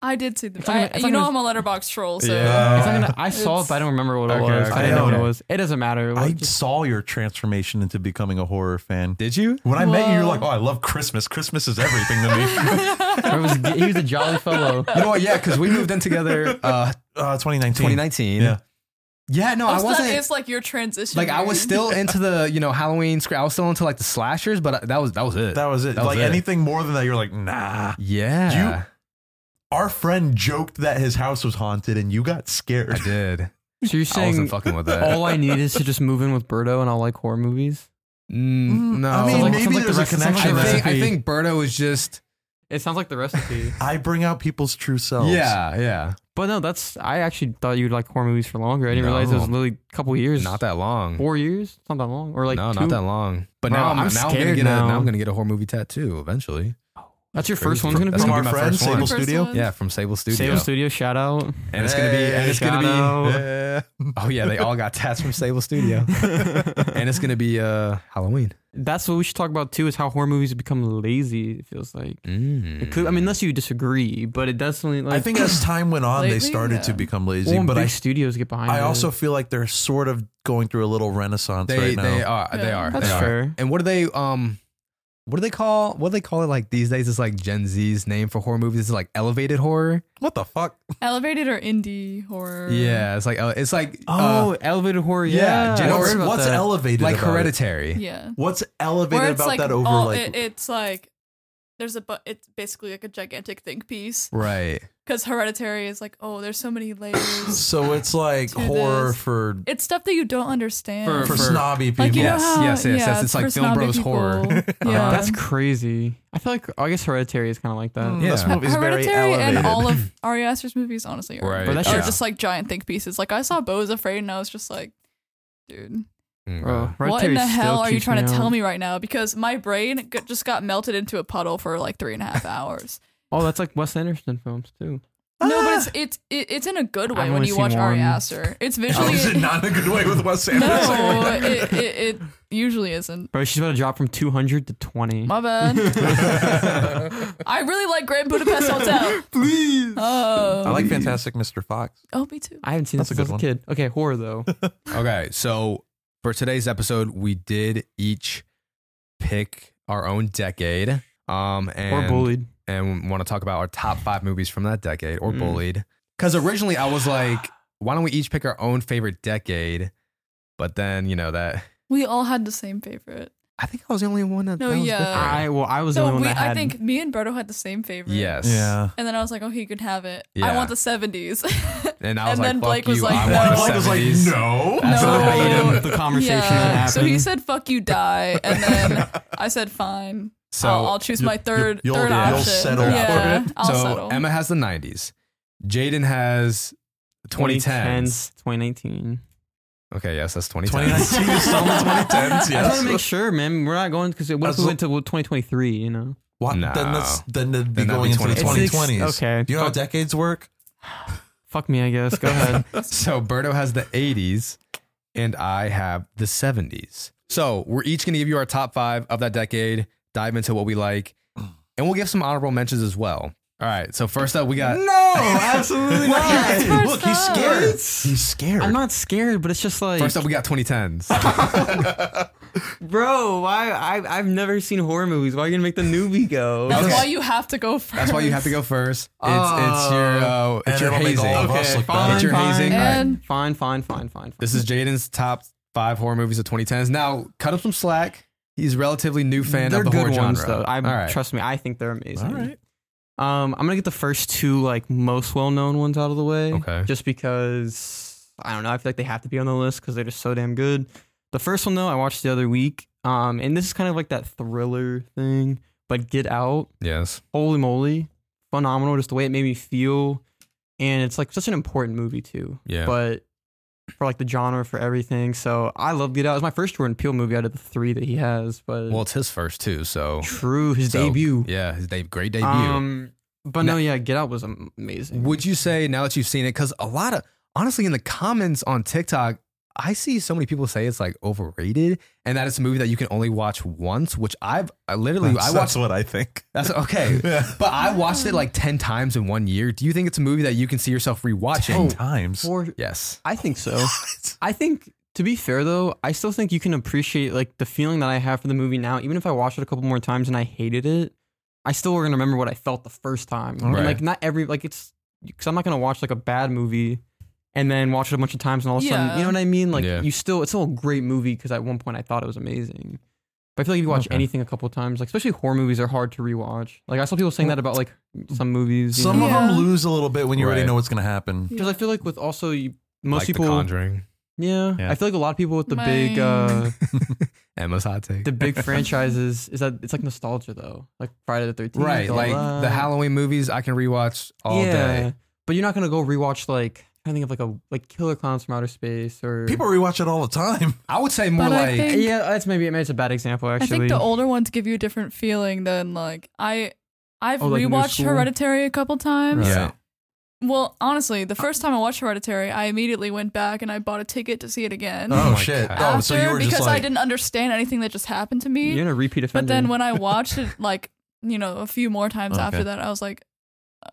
Speaker 3: I did see the.
Speaker 2: It's not gonna-
Speaker 3: I,
Speaker 2: it's
Speaker 3: you
Speaker 2: not
Speaker 3: know
Speaker 2: gonna-
Speaker 3: I'm a letterbox troll, so [LAUGHS]
Speaker 4: [LAUGHS]
Speaker 1: Yeah.
Speaker 2: It's not gonna- I saw it,
Speaker 3: It's-
Speaker 2: but I don't remember what it
Speaker 1: Okay,
Speaker 2: was.
Speaker 1: okay,
Speaker 2: I didn't know what
Speaker 4: okay.
Speaker 2: it was. It doesn't matter. It was
Speaker 4: [LAUGHS] I
Speaker 2: just-
Speaker 4: saw your transformation into becoming a horror fan.
Speaker 1: Did you?
Speaker 4: When I met you, you're
Speaker 3: Whoa.
Speaker 4: like, oh, I love Christmas. Christmas is everything
Speaker 3: [LAUGHS]
Speaker 4: to me.
Speaker 2: it was, he was a
Speaker 1: [LAUGHS]
Speaker 2: jolly fellow.
Speaker 1: You know what? Yeah, because we moved in together uh,
Speaker 4: Uh, 2019.
Speaker 1: 2019.
Speaker 4: Yeah.
Speaker 1: Yeah. No, I
Speaker 3: It's not-
Speaker 1: wasn't.
Speaker 3: It's like your
Speaker 1: [LAUGHS]
Speaker 3: transition.
Speaker 1: like I was
Speaker 3: period.
Speaker 1: still into the you know Halloween. sc- I was still into like the slashers, but that was that was it.
Speaker 4: That was it.
Speaker 1: That was
Speaker 4: like
Speaker 1: it.
Speaker 4: anything more than that, you're like, nah.
Speaker 1: yeah,
Speaker 4: Our friend joked that his house was haunted and you got scared.
Speaker 1: I did.
Speaker 2: So you're
Speaker 1: I wasn't
Speaker 2: saying
Speaker 1: fucking with that.
Speaker 2: all I need is to just move in with Birdo and I'll like horror movies?
Speaker 1: [LAUGHS] Mm, no,
Speaker 4: I mean,
Speaker 2: Sounds like-
Speaker 4: maybe
Speaker 2: sounds like
Speaker 4: there's
Speaker 2: the
Speaker 4: a
Speaker 2: rest- sounds like
Speaker 4: connection
Speaker 1: I
Speaker 2: the
Speaker 4: there.
Speaker 1: think I
Speaker 2: recipe.
Speaker 1: think Berto was just
Speaker 2: It sounds like
Speaker 1: [LAUGHS]
Speaker 2: the recipe.
Speaker 4: I bring out people's true selves.
Speaker 1: yeah yeah.
Speaker 2: but no, that's I actually thought you'd like horror movies for longer. I didn't realize it was
Speaker 1: No.
Speaker 2: literally a couple years.
Speaker 1: Not that long.
Speaker 2: four years? It's not that long. Or like
Speaker 1: no,
Speaker 2: two.
Speaker 1: not that long. But
Speaker 2: Bro,
Speaker 1: now I'm,
Speaker 2: I'm
Speaker 1: now I'm gonna
Speaker 2: scared
Speaker 1: get a
Speaker 2: now.
Speaker 1: now I'm gonna get a horror movie tattoo eventually.
Speaker 2: That's your
Speaker 1: Crazy.
Speaker 2: first one's gonna be
Speaker 1: That's
Speaker 4: From
Speaker 1: gonna be my
Speaker 4: our friend,
Speaker 1: first one.
Speaker 4: Sable
Speaker 3: First
Speaker 4: Studio.
Speaker 3: one.
Speaker 1: Yeah, from Sable Studio.
Speaker 2: Sable Studio, shout out.
Speaker 1: And it's gonna be and it's gonna be
Speaker 4: Yeah.
Speaker 1: Oh yeah, they all got tats from Sable
Speaker 2: [LAUGHS]
Speaker 1: Studio. and it's gonna be uh Halloween.
Speaker 2: That's what we should talk about too, is how horror movies become lazy, it feels like.
Speaker 1: Mm.
Speaker 2: It could, I mean, unless you disagree, but it definitely like
Speaker 4: I think as time went on, they
Speaker 3: Lately,
Speaker 4: started to
Speaker 3: yeah.
Speaker 4: become
Speaker 2: well,
Speaker 4: lazy.
Speaker 2: when
Speaker 4: but
Speaker 2: big
Speaker 4: I,
Speaker 2: studios get behind.
Speaker 4: I
Speaker 2: it.
Speaker 4: also feel like they're sort of going through a little renaissance
Speaker 1: they
Speaker 4: right now.
Speaker 1: they are they
Speaker 3: Yeah.
Speaker 1: are
Speaker 2: that's
Speaker 1: they are.
Speaker 2: fair.
Speaker 1: And what do they um what do they call what do they call it like these days? It's like Gen Z's name for horror movies. It's like elevated horror.
Speaker 4: what the fuck?
Speaker 3: elevated or indie horror.
Speaker 1: Yeah, it's like uh, it's like
Speaker 2: Oh,
Speaker 1: uh,
Speaker 2: elevated horror.
Speaker 1: yeah,
Speaker 2: Yeah,
Speaker 1: Jen-
Speaker 2: I
Speaker 4: What's,
Speaker 2: heard about
Speaker 4: what's
Speaker 2: that.
Speaker 4: elevated?
Speaker 1: like
Speaker 4: about it?
Speaker 1: hereditary.
Speaker 3: yeah.
Speaker 4: What's
Speaker 3: Where
Speaker 4: elevated
Speaker 3: it's
Speaker 4: about
Speaker 3: like
Speaker 4: that over
Speaker 3: all,
Speaker 4: like
Speaker 3: it, it's like there's a but it's basically like a gigantic think piece
Speaker 1: Right.
Speaker 3: because Hereditary is like oh there's so many
Speaker 1: [COUGHS]
Speaker 3: layers.
Speaker 4: So it's like
Speaker 3: to
Speaker 4: horror
Speaker 3: this.
Speaker 4: for
Speaker 3: it's stuff that you don't understand.
Speaker 4: for,
Speaker 1: For-
Speaker 4: snobby people.
Speaker 3: like you
Speaker 1: Yes,
Speaker 3: know how,
Speaker 1: yes, yes, yes,
Speaker 3: yeah,
Speaker 1: it's like
Speaker 3: for
Speaker 1: film
Speaker 3: snobby
Speaker 1: bros
Speaker 3: people. [LAUGHS]
Speaker 1: horror. Uh-huh.
Speaker 3: Yeah,
Speaker 2: That's crazy. I feel like I guess Hereditary is kind of like that.
Speaker 4: Mm,
Speaker 1: Yeah.
Speaker 4: This movie's very
Speaker 3: Hereditary
Speaker 4: elevated.
Speaker 3: and all of Ari Aster's movies, honestly, are,
Speaker 1: Right.
Speaker 2: But that
Speaker 3: are
Speaker 2: shit-
Speaker 3: just like giant think pieces. Like I saw Bo's Afraid, and I was just like, dude,
Speaker 1: Mm,
Speaker 2: Bro,
Speaker 1: uh,
Speaker 2: Hereditary
Speaker 3: what in the
Speaker 2: still
Speaker 3: hell are you
Speaker 2: keeps
Speaker 3: trying to
Speaker 2: out.
Speaker 3: tell me right now? Because my brain g- just got melted into a puddle for like three and a
Speaker 2: [LAUGHS]
Speaker 3: half hours.
Speaker 2: Oh, that's like Wes Anderson films too.
Speaker 3: no, but
Speaker 2: Ah!
Speaker 3: it's it's it, it's in a good way
Speaker 2: I've
Speaker 3: when
Speaker 2: only
Speaker 3: you
Speaker 2: seen
Speaker 3: watch Ari
Speaker 2: one.
Speaker 3: Aster. It's
Speaker 4: Oh,
Speaker 3: visually
Speaker 4: is it not in a good way with
Speaker 2: [LAUGHS]
Speaker 4: Wes Anderson?
Speaker 3: [LAUGHS] no, it, it it usually isn't.
Speaker 2: Bro, she's about to drop from 200 to 20. [LAUGHS]
Speaker 3: My bad. I really like Grand Budapest Hotel.
Speaker 2: [LAUGHS] Please.
Speaker 3: Oh,
Speaker 4: I like Fantastic Mr. Fox.
Speaker 3: oh, me too.
Speaker 2: I haven't seen
Speaker 4: That's
Speaker 2: this
Speaker 4: a
Speaker 2: since I
Speaker 4: good
Speaker 2: was a kid. Okay, horror though.
Speaker 1: Okay, so for today's episode, we did each pick our own decade. Um, and
Speaker 2: or bullied.
Speaker 1: and want to talk about our top five movies from that decade or
Speaker 2: Mm.
Speaker 1: bullied. Because originally I was like, why don't we each pick our own favorite decade? But then you know that
Speaker 3: We all had the same favorite.
Speaker 1: I think I was the only one that,
Speaker 3: No,
Speaker 1: that was
Speaker 3: yeah.
Speaker 1: different.
Speaker 2: I well, I was the
Speaker 3: no,
Speaker 2: only one
Speaker 3: we,
Speaker 2: that had.
Speaker 3: I think me and Berto had the same favorite.
Speaker 1: yes,
Speaker 4: Yeah.
Speaker 3: And then I was like, oh, he could have it.
Speaker 1: Yeah.
Speaker 3: I want the 70s. [LAUGHS]
Speaker 1: And I was
Speaker 3: And
Speaker 1: like,
Speaker 3: then
Speaker 1: fuck
Speaker 3: Blake was
Speaker 1: you,
Speaker 3: like,
Speaker 1: I
Speaker 3: no.
Speaker 1: want the
Speaker 3: Blake
Speaker 4: was like,
Speaker 1: 70s.
Speaker 4: no.
Speaker 1: That's
Speaker 3: No.
Speaker 2: [LAUGHS]
Speaker 1: verbatim.
Speaker 2: the conversation that
Speaker 3: yeah.
Speaker 2: happened.
Speaker 3: So he said, fuck you, die. And then I said, fine.
Speaker 1: So
Speaker 3: I'll, I'll choose
Speaker 4: you-
Speaker 3: my 3rd
Speaker 4: you'll-
Speaker 3: third
Speaker 4: yeah,
Speaker 1: you'll
Speaker 3: option.
Speaker 4: settle for
Speaker 3: yeah,
Speaker 4: it.
Speaker 3: I'll
Speaker 1: so
Speaker 3: settle.
Speaker 1: Emma has the 90s. Jaden has 2010s.
Speaker 2: 2019.
Speaker 1: Okay, yes, that's 2010s.
Speaker 4: 2019 is still in the 2010s.
Speaker 2: I just want to make
Speaker 4: Yes.
Speaker 2: sure, man. We're not going because what if
Speaker 4: As-
Speaker 2: we went to 2023? You know,
Speaker 4: What?
Speaker 1: No.
Speaker 4: Then that's then they'd be
Speaker 1: Then that'd be
Speaker 4: going into the
Speaker 1: 2020s.
Speaker 4: 2020s.
Speaker 2: Okay.
Speaker 4: Do you know how decades work?
Speaker 2: Fuck me, I guess.
Speaker 1: [LAUGHS]
Speaker 2: Go ahead.
Speaker 1: [LAUGHS] so Berto has the 80s, and I have the 70s. So we're each going to give you our top five of that decade, dive into what we like, and we'll give some honorable mentions as well. All right, so first up, we got.
Speaker 2: no, absolutely
Speaker 3: Why? First
Speaker 4: Look, he's
Speaker 3: up.
Speaker 4: scared. He's scared.
Speaker 2: I'm not scared, but it's just like,
Speaker 1: First up, we got 2010s.
Speaker 2: bro, why? I, I've never seen horror movies. Why are you gonna make the newbie go?
Speaker 3: That's
Speaker 1: Okay.
Speaker 3: why you have to go first.
Speaker 1: That's why you have to go first. It's, it's your, uh,
Speaker 4: And
Speaker 1: it's your
Speaker 4: it'll make all
Speaker 1: hazing.
Speaker 4: of us
Speaker 2: Okay,
Speaker 4: look
Speaker 2: fine,
Speaker 1: It's your
Speaker 2: fine,
Speaker 1: hazing.
Speaker 3: And
Speaker 2: Fine, fine, fine, fine.
Speaker 1: This is Jaden's top five horror movies of 2010s. Now, cut him some slack. He's a relatively new fan
Speaker 2: they're
Speaker 1: of the
Speaker 2: good
Speaker 1: horror
Speaker 2: ones
Speaker 1: genre.
Speaker 2: though. I
Speaker 1: All right.
Speaker 2: trust me, I think they're amazing.
Speaker 4: All right.
Speaker 2: Um, I'm gonna get the first two like most well known ones out of the way.
Speaker 1: Okay.
Speaker 2: Just because I don't know, I feel like they have to be on the list because they're just so damn good. The first one though, I watched the other week. Um, and this is kind of like that thriller thing, but Get Out,
Speaker 1: yes.
Speaker 2: holy moly, phenomenal! Just the way it made me feel, and it's like such an important movie too.
Speaker 1: Yeah.
Speaker 2: But for like the genre, for everything, so I love Get Out. It was my first Jordan Peele movie out of the three that he has. But
Speaker 1: well, it's his first too. So
Speaker 2: True, his
Speaker 1: so,
Speaker 2: debut.
Speaker 1: Yeah, his de- great debut.
Speaker 2: Um, but
Speaker 1: Now-
Speaker 2: no, yeah, Get Out was am- amazing.
Speaker 1: Would you say now that you've seen it? Because a lot of honestly, in the comments on TikTok, I see so many people say it's like overrated and that it's a movie that you can only watch once. Which I've I literally
Speaker 4: That's,
Speaker 1: I
Speaker 4: that's
Speaker 1: watched.
Speaker 4: what I think. [LAUGHS]
Speaker 1: That's okay.
Speaker 4: Yeah.
Speaker 1: But I watched
Speaker 2: Ah.
Speaker 1: it like ten times in one year. Do you think it's a movie that you can see yourself rewatching?
Speaker 4: Ten times.
Speaker 2: Or-
Speaker 1: Yes.
Speaker 2: I
Speaker 1: [LAUGHS]
Speaker 2: think so. I think to be fair though, I still think you can appreciate like the feeling that I have for the movie now. Even if I watched it a couple more times and I hated it, I still gonna remember what I felt the first time. And,
Speaker 1: Right.
Speaker 2: like not every like it's because I'm not gonna watch like a bad movie and then watch it a bunch of times and all of a sudden
Speaker 3: Yeah.
Speaker 2: you know what I mean. Like
Speaker 1: Yeah.
Speaker 2: you still it's still a great movie because at one point I thought it was amazing. But I feel like if you watch
Speaker 1: Okay.
Speaker 2: anything a couple times, like especially horror movies, are hard to rewatch. Like I saw people saying that about like some movies. you
Speaker 4: Some
Speaker 2: know?
Speaker 4: of
Speaker 3: Yeah.
Speaker 4: them lose a little bit when you
Speaker 1: Right.
Speaker 4: already know what's going to happen.
Speaker 2: because I feel like with also you, most
Speaker 1: like The
Speaker 2: people,
Speaker 1: Conjuring.
Speaker 2: yeah,
Speaker 4: Yeah.
Speaker 2: I feel like a lot of people with the big, uh,
Speaker 3: Mine.
Speaker 1: Emma's hot take. [LAUGHS]
Speaker 2: the big franchises is that it's like nostalgia though, like Friday the Thirteenth,
Speaker 1: Right, like the Halloween movies, I can rewatch all day.
Speaker 2: But you're not gonna go rewatch like I think of like a like Killer Clowns from Outer Space or Uh,
Speaker 4: People rewatch it all the time.
Speaker 1: I would say more
Speaker 3: But I
Speaker 1: like
Speaker 3: think-
Speaker 2: Yeah, that's maybe maybe it's a bad example
Speaker 3: I
Speaker 2: actually.
Speaker 3: think the older ones give you a different feeling than like I. I've
Speaker 2: Oh, like new
Speaker 3: rewatched
Speaker 2: school?
Speaker 3: Hereditary a couple times.
Speaker 1: yeah,
Speaker 3: Well, honestly, the first time I watched Hereditary, I immediately went back and I bought a ticket to see it again.
Speaker 1: Oh
Speaker 4: [LAUGHS] Oh,
Speaker 1: my
Speaker 4: shit!
Speaker 1: God.
Speaker 4: Oh, so you
Speaker 3: After,
Speaker 4: were
Speaker 3: because
Speaker 4: just
Speaker 3: I
Speaker 4: like,
Speaker 3: didn't understand anything that just happened to me.
Speaker 2: you're in a repeat offender.
Speaker 3: But then
Speaker 4: [LAUGHS]
Speaker 3: when I watched it, like you know, a few more times
Speaker 4: Okay.
Speaker 3: after that, I was like,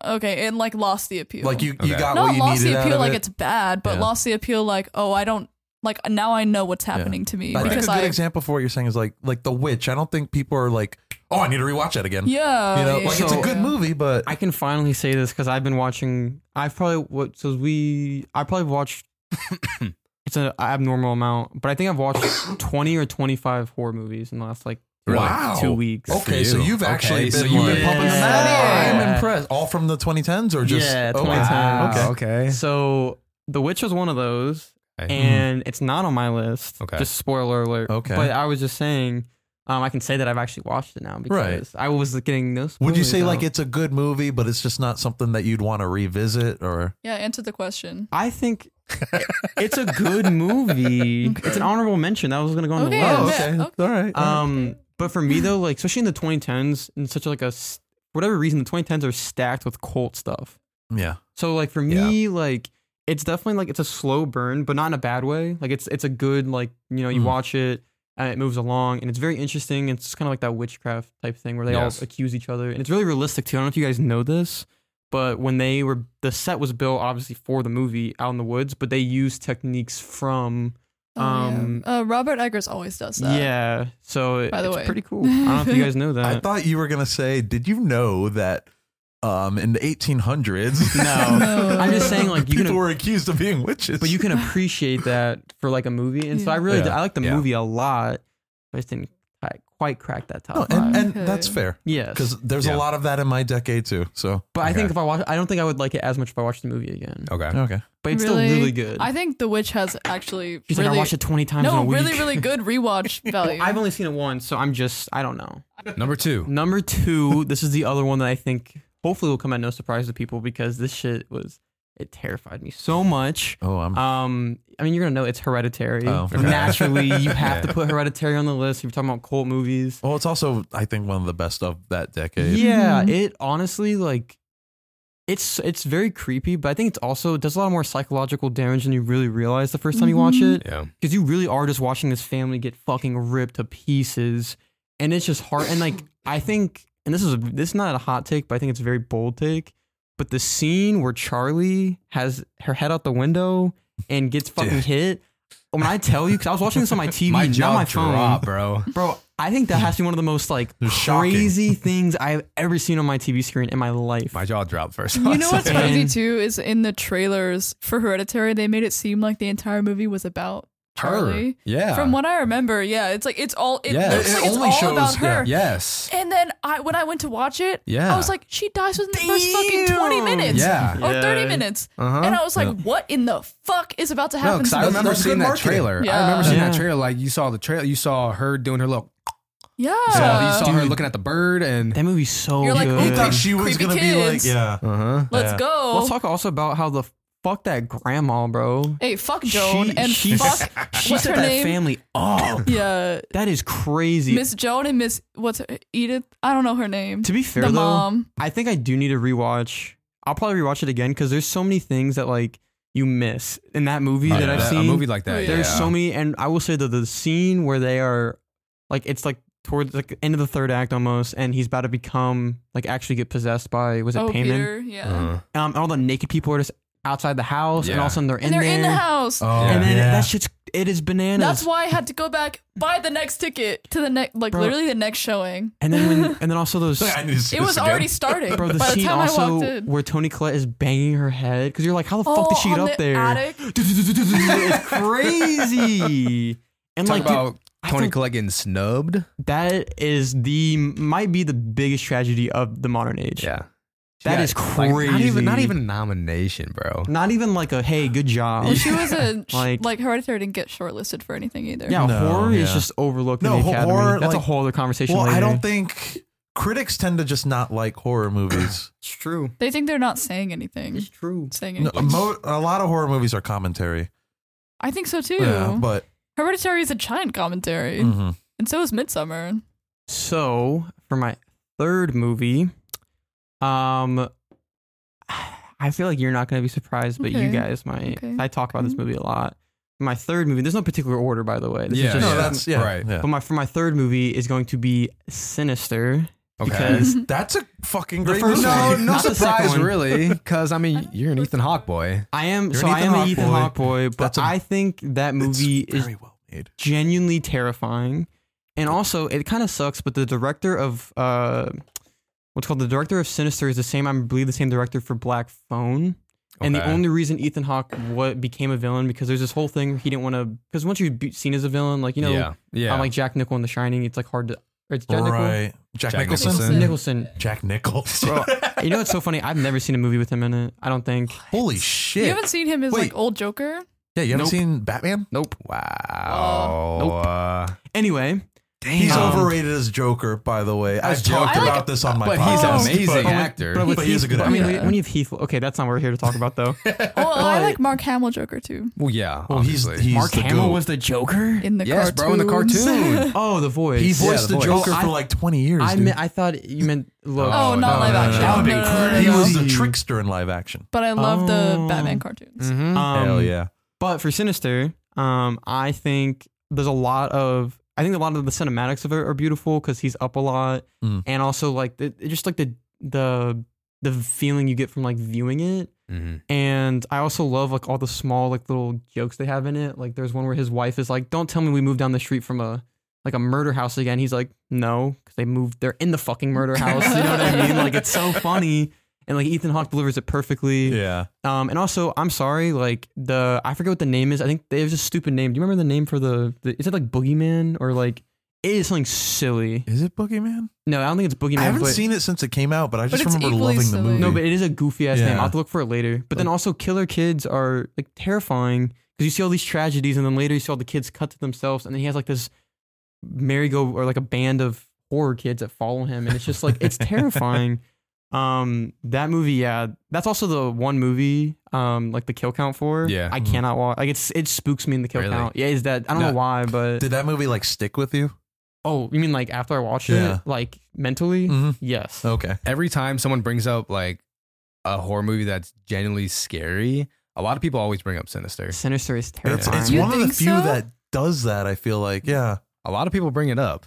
Speaker 3: okay, and like lost the appeal.
Speaker 4: like you, you
Speaker 1: Okay.
Speaker 4: got
Speaker 3: not
Speaker 4: what you
Speaker 3: lost
Speaker 4: needed
Speaker 3: the
Speaker 4: out
Speaker 3: appeal
Speaker 4: of
Speaker 3: like
Speaker 4: it.
Speaker 3: it's bad, but
Speaker 4: Yeah.
Speaker 3: lost the appeal like oh I don't like now I know what's happening to me
Speaker 4: I think
Speaker 3: because
Speaker 4: a good
Speaker 3: I
Speaker 4: example for what you're saying is like, like The Witch. I don't think people are like, oh, I need to rewatch that again.
Speaker 3: yeah
Speaker 4: you know,
Speaker 3: yeah,
Speaker 4: like it's a
Speaker 2: So-
Speaker 4: good
Speaker 3: yeah.
Speaker 4: movie, but
Speaker 2: I can finally say this because I've been watching. I've probably what so we. I probably watched.
Speaker 1: [COUGHS]
Speaker 2: it's an abnormal amount, but I think I've watched [COUGHS] twenty or twenty-five horror movies in the last like
Speaker 1: Really?
Speaker 4: Wow.
Speaker 2: two weeks.
Speaker 4: okay,
Speaker 1: for
Speaker 4: so
Speaker 1: you.
Speaker 4: you've
Speaker 1: Okay,
Speaker 4: actually
Speaker 1: so
Speaker 4: been,
Speaker 1: you've
Speaker 4: like-
Speaker 1: been
Speaker 2: pumping them
Speaker 3: out.
Speaker 4: I'm
Speaker 2: Yeah.
Speaker 4: impressed. All from the 2010s or just
Speaker 2: Yeah,
Speaker 4: okay.
Speaker 2: 2010s. Wow.
Speaker 4: Okay.
Speaker 1: Ah, okay.
Speaker 2: So The Witch was one of those,
Speaker 1: okay.
Speaker 2: and it's not on my list.
Speaker 1: Okay.
Speaker 2: Just spoiler alert.
Speaker 4: Mm-hmm. Okay.
Speaker 2: But I was just saying, um, I can say that I've actually watched it now because I was getting no.
Speaker 4: Would you
Speaker 2: spoilers
Speaker 4: say like
Speaker 2: out.
Speaker 4: it's a good movie, but it's just not something that you'd want to revisit or?
Speaker 3: yeah answer the question
Speaker 2: I
Speaker 4: [LAUGHS]
Speaker 2: think it's a good movie. It's an honorable mention. That was gonna go on
Speaker 3: Okay.
Speaker 2: the list.
Speaker 3: Oh, okay.
Speaker 4: All right.
Speaker 2: Um, but for me though, like especially in the 2010s, in such like a s- whatever reason, the 2010s are stacked with cult stuff.
Speaker 4: Um, yeah.
Speaker 2: So like for me, like it's definitely like it's a slow burn, but not in a bad way. Like it's it's a good like you know you
Speaker 4: Mhm.
Speaker 2: watch it and it moves along and it's very interesting. It's kind of like that witchcraft type thing where they
Speaker 1: Yes.
Speaker 2: all accuse each other and it's really realistic too. I don't know if you guys know this, but when they were the set was built obviously for the movie out in the woods, but they used techniques from
Speaker 3: Oh,
Speaker 2: Um,
Speaker 3: yeah. uh, Robert Eggers always does that.
Speaker 2: yeah. So it-
Speaker 3: By the
Speaker 2: it's
Speaker 3: way.
Speaker 2: pretty
Speaker 3: [LAUGHS]
Speaker 2: cool. I don't know if you guys know that.
Speaker 4: I thought you were gonna say, did you know that um, in the 1800s? [LAUGHS]
Speaker 2: No.
Speaker 3: [LAUGHS] No.
Speaker 2: I'm just saying, like, you
Speaker 4: people
Speaker 2: can-
Speaker 4: were accused of being witches.
Speaker 2: but you can appreciate that for like a movie. And so
Speaker 3: Yeah.
Speaker 2: I really
Speaker 4: Yeah.
Speaker 2: did- I like the
Speaker 1: Yeah.
Speaker 2: movie a lot. But I just didn't quite- quite crack that top
Speaker 4: No,
Speaker 2: five.
Speaker 4: and, Oh, and
Speaker 3: Okay.
Speaker 4: that's fair
Speaker 2: yes,
Speaker 4: because there's
Speaker 1: Yeah.
Speaker 4: a lot of that in my decade too. So
Speaker 2: but I
Speaker 1: Okay.
Speaker 2: think if I watch, I don't think I would like it as much if I watched the movie again.
Speaker 1: Okay.
Speaker 4: okay,
Speaker 2: But it's
Speaker 3: Really?
Speaker 2: still really good.
Speaker 3: I think The Witch has actually
Speaker 2: She's
Speaker 3: really
Speaker 2: like I watched it 20 times in a
Speaker 3: no
Speaker 2: week.
Speaker 3: really really
Speaker 2: [LAUGHS]
Speaker 3: good rewatch value.
Speaker 2: Well, I've only seen it once, so I'm just I don't know.
Speaker 1: Number two.
Speaker 2: Number two, [LAUGHS] this is the other one that I think hopefully will come at no surprise to people because this shit was it terrified me so much.
Speaker 4: oh, I'm
Speaker 2: Um, I mean, you're gonna know it's hereditary.
Speaker 4: Oh, okay.
Speaker 2: Naturally, you
Speaker 4: [LAUGHS]
Speaker 2: have
Speaker 1: Yeah.
Speaker 2: to put hereditary on the list. If you're talking about cult movies,
Speaker 4: Well, it's also I think one of the best of that decade.
Speaker 2: yeah,
Speaker 3: Mhm.
Speaker 2: it honestly like it's it's very creepy, but I think it's also it does a lot more psychological damage than you really realize the first time you watch
Speaker 3: Mhm.
Speaker 2: it
Speaker 1: Yeah.
Speaker 2: because you really are just watching this family get fucking ripped to pieces, and it's just hard. And like I think, and this is a, this is not a hot take, but I think it's a very bold take. But the scene where Charlie has her head out the window and gets fucking
Speaker 1: Dude.
Speaker 2: hit. When I tell you, because I was watching this on my
Speaker 1: [LAUGHS]
Speaker 2: TV,
Speaker 1: my
Speaker 2: not
Speaker 1: jaw
Speaker 2: my phone,
Speaker 1: dropped, bro.
Speaker 2: bro. I think that has to be one of the most like
Speaker 4: It was shocking.
Speaker 2: crazy [LAUGHS] things I've ever seen on my TV screen in my life.
Speaker 1: My jaw dropped first.
Speaker 3: you
Speaker 1: [LAUGHS]
Speaker 3: know what's
Speaker 2: And-
Speaker 3: crazy too is in the trailers for Hereditary, they made it seem like the entire movie was about Charlie.
Speaker 1: Her. Yeah.
Speaker 3: From what I remember, yeah, it's like it's all it
Speaker 1: Yeah. It-
Speaker 3: looks
Speaker 1: it
Speaker 3: like it's
Speaker 4: only
Speaker 3: all
Speaker 4: shows-
Speaker 3: about her.
Speaker 1: Yes.
Speaker 3: And then I when I went to watch it,
Speaker 1: Yeah.
Speaker 3: I was like, she dies within the first fucking twenty minutes.
Speaker 1: Yeah.
Speaker 3: Or
Speaker 2: Yeah.
Speaker 3: thirty minutes.
Speaker 1: Uh-huh.
Speaker 3: And I was like, what in the fuck is about to
Speaker 1: No,
Speaker 3: happen?
Speaker 1: because I
Speaker 3: to me?
Speaker 1: remember
Speaker 4: that's
Speaker 1: seeing
Speaker 4: good
Speaker 1: that
Speaker 4: marketing.
Speaker 1: trailer. I
Speaker 3: Yeah.
Speaker 1: remember seeing that
Speaker 2: Yeah.
Speaker 1: trailer. Like you saw the trailer, you saw her doing her little.
Speaker 3: Yeah.
Speaker 1: You saw, you saw her
Speaker 2: Dude.
Speaker 1: looking at the bird and.
Speaker 2: that movie's so
Speaker 3: You're like,
Speaker 2: good.
Speaker 3: "Ooh,
Speaker 4: I thought she was
Speaker 3: Creepy
Speaker 4: gonna
Speaker 3: kids.
Speaker 4: be like, yeah,
Speaker 1: Uh huh.
Speaker 3: Let's
Speaker 4: Yeah.
Speaker 3: go.
Speaker 2: Let's talk also about how the fuck that grandma, bro.
Speaker 3: hey, fuck Joan
Speaker 2: She-
Speaker 3: and
Speaker 2: she-
Speaker 3: fuck
Speaker 2: She
Speaker 3: what's
Speaker 2: set
Speaker 3: her
Speaker 2: that
Speaker 3: name?
Speaker 2: family up.
Speaker 3: Yeah.
Speaker 2: that is crazy.
Speaker 3: Miss Joan and Miss what's her, Edith? I don't know her name.
Speaker 2: to be fair
Speaker 3: the
Speaker 2: though,
Speaker 3: mom.
Speaker 2: I think I do need to rewatch. I'll probably rewatch it again because there's so many things that like you miss in that movie that I've seen.
Speaker 1: A movie like that.
Speaker 2: There's
Speaker 1: yeah.
Speaker 2: so many, and I will say that the scene where they are, like, it's like towards like the end of the third act almost, and he's about to become like actually get possessed by was it
Speaker 3: Oh,
Speaker 2: payment?
Speaker 3: Peter. Yeah.
Speaker 1: Uh-huh.
Speaker 2: Um, and all the naked people are just outside the house, and all
Speaker 1: Yeah.
Speaker 2: of a sudden they're in
Speaker 3: and they're
Speaker 2: there,
Speaker 3: in the house.
Speaker 4: [COUGHS] oh,
Speaker 1: Yeah.
Speaker 2: and then
Speaker 4: yeah.
Speaker 2: that shit's it is bananas.
Speaker 3: That's why I had to go back buy the next ticket to the next, like
Speaker 2: Bro.
Speaker 3: literally the next showing.
Speaker 2: and then
Speaker 3: [LAUGHS]
Speaker 2: when and then also
Speaker 1: [LAUGHS]
Speaker 2: those.
Speaker 4: [LAUGHS] I need to see
Speaker 3: It
Speaker 4: this
Speaker 3: was
Speaker 4: again. [LAUGHS]
Speaker 3: already starting
Speaker 2: Bro, the
Speaker 3: by the
Speaker 2: scene
Speaker 3: time I walked
Speaker 2: also
Speaker 3: in.
Speaker 2: where Tony Collette is banging her head because you're like, how the fuck
Speaker 3: oh,
Speaker 2: did she get
Speaker 3: on
Speaker 2: up
Speaker 3: the
Speaker 2: there?
Speaker 3: Attic.
Speaker 2: it's
Speaker 1: [LAUGHS]
Speaker 2: crazy. And
Speaker 1: Talk
Speaker 2: like dude,
Speaker 1: about
Speaker 2: I
Speaker 1: Tony
Speaker 2: don't-
Speaker 1: Collette getting snubbed.
Speaker 2: that is the might be the biggest tragedy of the modern age.
Speaker 1: Yeah.
Speaker 2: That
Speaker 1: That
Speaker 2: is
Speaker 1: is not even not
Speaker 2: crazy.
Speaker 1: even a nomination, bro.
Speaker 2: Not even like a hey, good job.
Speaker 3: Well, she was a
Speaker 2: [LAUGHS] Like-
Speaker 3: like, like Hereditary didn't get shortlisted for anything either.
Speaker 2: yeah,
Speaker 4: No,
Speaker 2: horror is
Speaker 4: yeah.
Speaker 2: just overlooked
Speaker 4: No,
Speaker 2: in the
Speaker 4: ho-
Speaker 2: academy.
Speaker 4: horror,
Speaker 2: That's a
Speaker 4: like-
Speaker 2: whole other conversation.
Speaker 4: Well,
Speaker 2: later.
Speaker 4: I don't think critics tend to just not like
Speaker 2: [COUGHS]
Speaker 4: horror movies.
Speaker 2: it's true.
Speaker 3: They think they're not saying anything.
Speaker 2: true.
Speaker 3: Saying
Speaker 4: No,
Speaker 3: anything.
Speaker 4: mo- a lot of horror movies are commentary.
Speaker 3: I think so too.
Speaker 4: Yeah, but
Speaker 3: Hereditary is a giant commentary,
Speaker 2: Mm.
Speaker 4: mhm.
Speaker 3: and so is Midsummer.
Speaker 2: So for my third movie, um, I feel like you're not going to be surprised, but you
Speaker 3: Okay.
Speaker 2: guys might.
Speaker 3: Okay. Mm-hmm.
Speaker 2: I talk about this
Speaker 3: Okay.
Speaker 2: movie a lot. My third movie. There's no particular order, by the way. This
Speaker 1: Yeah,
Speaker 2: is just,
Speaker 4: no,
Speaker 1: yeah.
Speaker 4: that's yeah,
Speaker 1: Right.
Speaker 4: yeah.
Speaker 2: But my for my third movie is going to be Sinister.
Speaker 1: Okay. [LAUGHS]
Speaker 2: Because-
Speaker 4: That's a fucking
Speaker 2: The
Speaker 4: great
Speaker 2: first
Speaker 4: movie.
Speaker 1: Oh, No,
Speaker 4: [LAUGHS]
Speaker 2: one.
Speaker 1: no
Speaker 2: Not the second
Speaker 1: surprise
Speaker 2: one.
Speaker 1: really, because I mean you're an Ethan Hawke boy.
Speaker 2: I am
Speaker 4: You're
Speaker 2: so
Speaker 4: an
Speaker 2: I am an Ethan
Speaker 4: Ethan Hawke
Speaker 2: Hawke boy, but
Speaker 4: That's a-
Speaker 2: I think that
Speaker 4: It's
Speaker 2: movie is
Speaker 4: very well made.
Speaker 2: genuinely terrifying. And also, it kind of sucks, but the director of uh, what's called the director of Sinister is the same, I believe, the same director for Black Phone. And the
Speaker 1: Okay.
Speaker 2: only reason Ethan Hawke what became a villain because there's this whole thing where he didn't want to because once you're be- seen as a villain, like you know,
Speaker 1: yeah, yeah.
Speaker 2: I'm like Jack Nicholson in The Shining, it's like hard to. Or it's Jack
Speaker 4: Right. Jack,
Speaker 1: Jack
Speaker 4: Nicholson.
Speaker 1: Nicholson.
Speaker 2: Nicholson. Nicholson.
Speaker 4: Jack [LAUGHS] Nicholson.
Speaker 2: You know what's so funny? I've never seen a movie with him in it. I don't think.
Speaker 4: Holy shit.
Speaker 3: You haven't seen him as
Speaker 4: Wait.
Speaker 3: like old
Speaker 2: [LAUGHS]
Speaker 3: Joker.
Speaker 4: yeah, you haven't
Speaker 2: Nope.
Speaker 4: seen Batman?
Speaker 2: Nope.
Speaker 1: wow. Uh,
Speaker 2: Anyway,
Speaker 4: He's
Speaker 2: Um,
Speaker 4: overrated as Joker, by the way. I've
Speaker 1: As
Speaker 4: talked
Speaker 3: Joker. I like-
Speaker 4: about this on my
Speaker 1: but he's
Speaker 4: podcast.
Speaker 1: an amazing
Speaker 4: but-
Speaker 1: actor.
Speaker 2: but, with
Speaker 4: But he is
Speaker 2: Heath-
Speaker 4: a good
Speaker 2: I mean,
Speaker 3: actor.
Speaker 2: when you have Heath, okay, that's not what we're here to talk about though.
Speaker 3: Well, I
Speaker 2: But-
Speaker 3: like Mark Hamill Joker too
Speaker 1: well, yeah.
Speaker 4: Well, he's,
Speaker 1: obviously.
Speaker 4: he's
Speaker 2: Mark
Speaker 4: the
Speaker 2: Hamill
Speaker 4: goat.
Speaker 2: was the Joker.
Speaker 3: in the
Speaker 1: yes,
Speaker 3: cartoons.
Speaker 1: bro, in the
Speaker 3: [LAUGHS]
Speaker 1: cartoon.
Speaker 2: [LAUGHS] Oh, the voice.
Speaker 4: He voiced
Speaker 1: the
Speaker 4: the,
Speaker 1: voice.
Speaker 4: Joker
Speaker 2: Oh,
Speaker 4: for
Speaker 2: I-
Speaker 4: like 20 years.
Speaker 2: I
Speaker 4: dude.
Speaker 2: meant, I thought you meant look.
Speaker 3: Oh,
Speaker 1: Oh,
Speaker 3: not
Speaker 1: no,
Speaker 3: live
Speaker 1: no, no,
Speaker 3: action.
Speaker 1: no,
Speaker 3: No,
Speaker 1: no. That
Speaker 3: no,
Speaker 1: would be
Speaker 3: no, no,
Speaker 1: crazy.
Speaker 3: no,
Speaker 4: he
Speaker 3: no.
Speaker 4: was the trickster in live action.
Speaker 3: But I love the
Speaker 2: Oh.
Speaker 3: Batman cartoons.
Speaker 1: Mhm.
Speaker 2: Um,
Speaker 4: Hell yeah.
Speaker 2: But for Sinister, um, I think there's a lot of I think a lot of the cinematics of it are beautiful because he's up a lot,
Speaker 4: Mm.
Speaker 2: and also like the, it just like the the the feeling you get from like viewing it.
Speaker 1: Mhm.
Speaker 2: And I also love like all the small like little jokes they have in it. Like there's one where his wife is like, "Don't tell me we moved down the street from a like a murder house again." He's like, "No, because they moved. They're in the fucking murder house." You know what I mean? Like it's
Speaker 4: [LAUGHS]
Speaker 2: so funny, and like Ethan Hawke delivers it perfectly.
Speaker 4: Yeah.
Speaker 2: Um, and also, I'm sorry, like the I forget what the name is. I think they have a stupid name. Do you remember the name for the, the is it like Boogeyman or like it is something silly?
Speaker 4: Is it Boogeyman?
Speaker 2: No, I don't think it's Boogeyman.
Speaker 4: I haven't
Speaker 2: but,
Speaker 4: seen it since it came out, but I
Speaker 3: But
Speaker 4: just
Speaker 3: it's
Speaker 4: remember
Speaker 3: equally
Speaker 4: loving
Speaker 3: silly.
Speaker 4: the movie.
Speaker 2: No, but it is a goofy ass name.
Speaker 4: Yeah.
Speaker 2: I'll have to look for it later. But then also, Killer Kids are like terrifying because you see all these tragedies, and then later you see all the kids cut to themselves, and then he has like this merry-go or like a band of horror kids that follow him, and it's just like
Speaker 4: [LAUGHS]
Speaker 2: it's terrifying. Um, that movie, yeah, that's also the one movie, um, like the kill count for.
Speaker 1: Yeah.
Speaker 2: I
Speaker 4: Mhm.
Speaker 2: cannot watch. Like it's it spooks me in the kill
Speaker 1: Really?
Speaker 2: count. Yeah, is that I don't
Speaker 4: No.
Speaker 2: know why, but
Speaker 4: did that movie like stick with you?
Speaker 2: oh, you mean like after I watch
Speaker 4: Yeah.
Speaker 2: it, like mentally?
Speaker 4: Mm-hmm.
Speaker 2: Yes.
Speaker 4: Okay.
Speaker 1: Every time someone brings up like a horror movie that's genuinely scary, a lot of people always bring up Sinister.
Speaker 2: Sinister is
Speaker 4: It's,
Speaker 2: terrifying.
Speaker 4: it's
Speaker 3: You
Speaker 4: one of the
Speaker 3: think
Speaker 4: few
Speaker 3: so?
Speaker 4: that does that, I feel like. Yeah.
Speaker 1: A lot of people bring it up.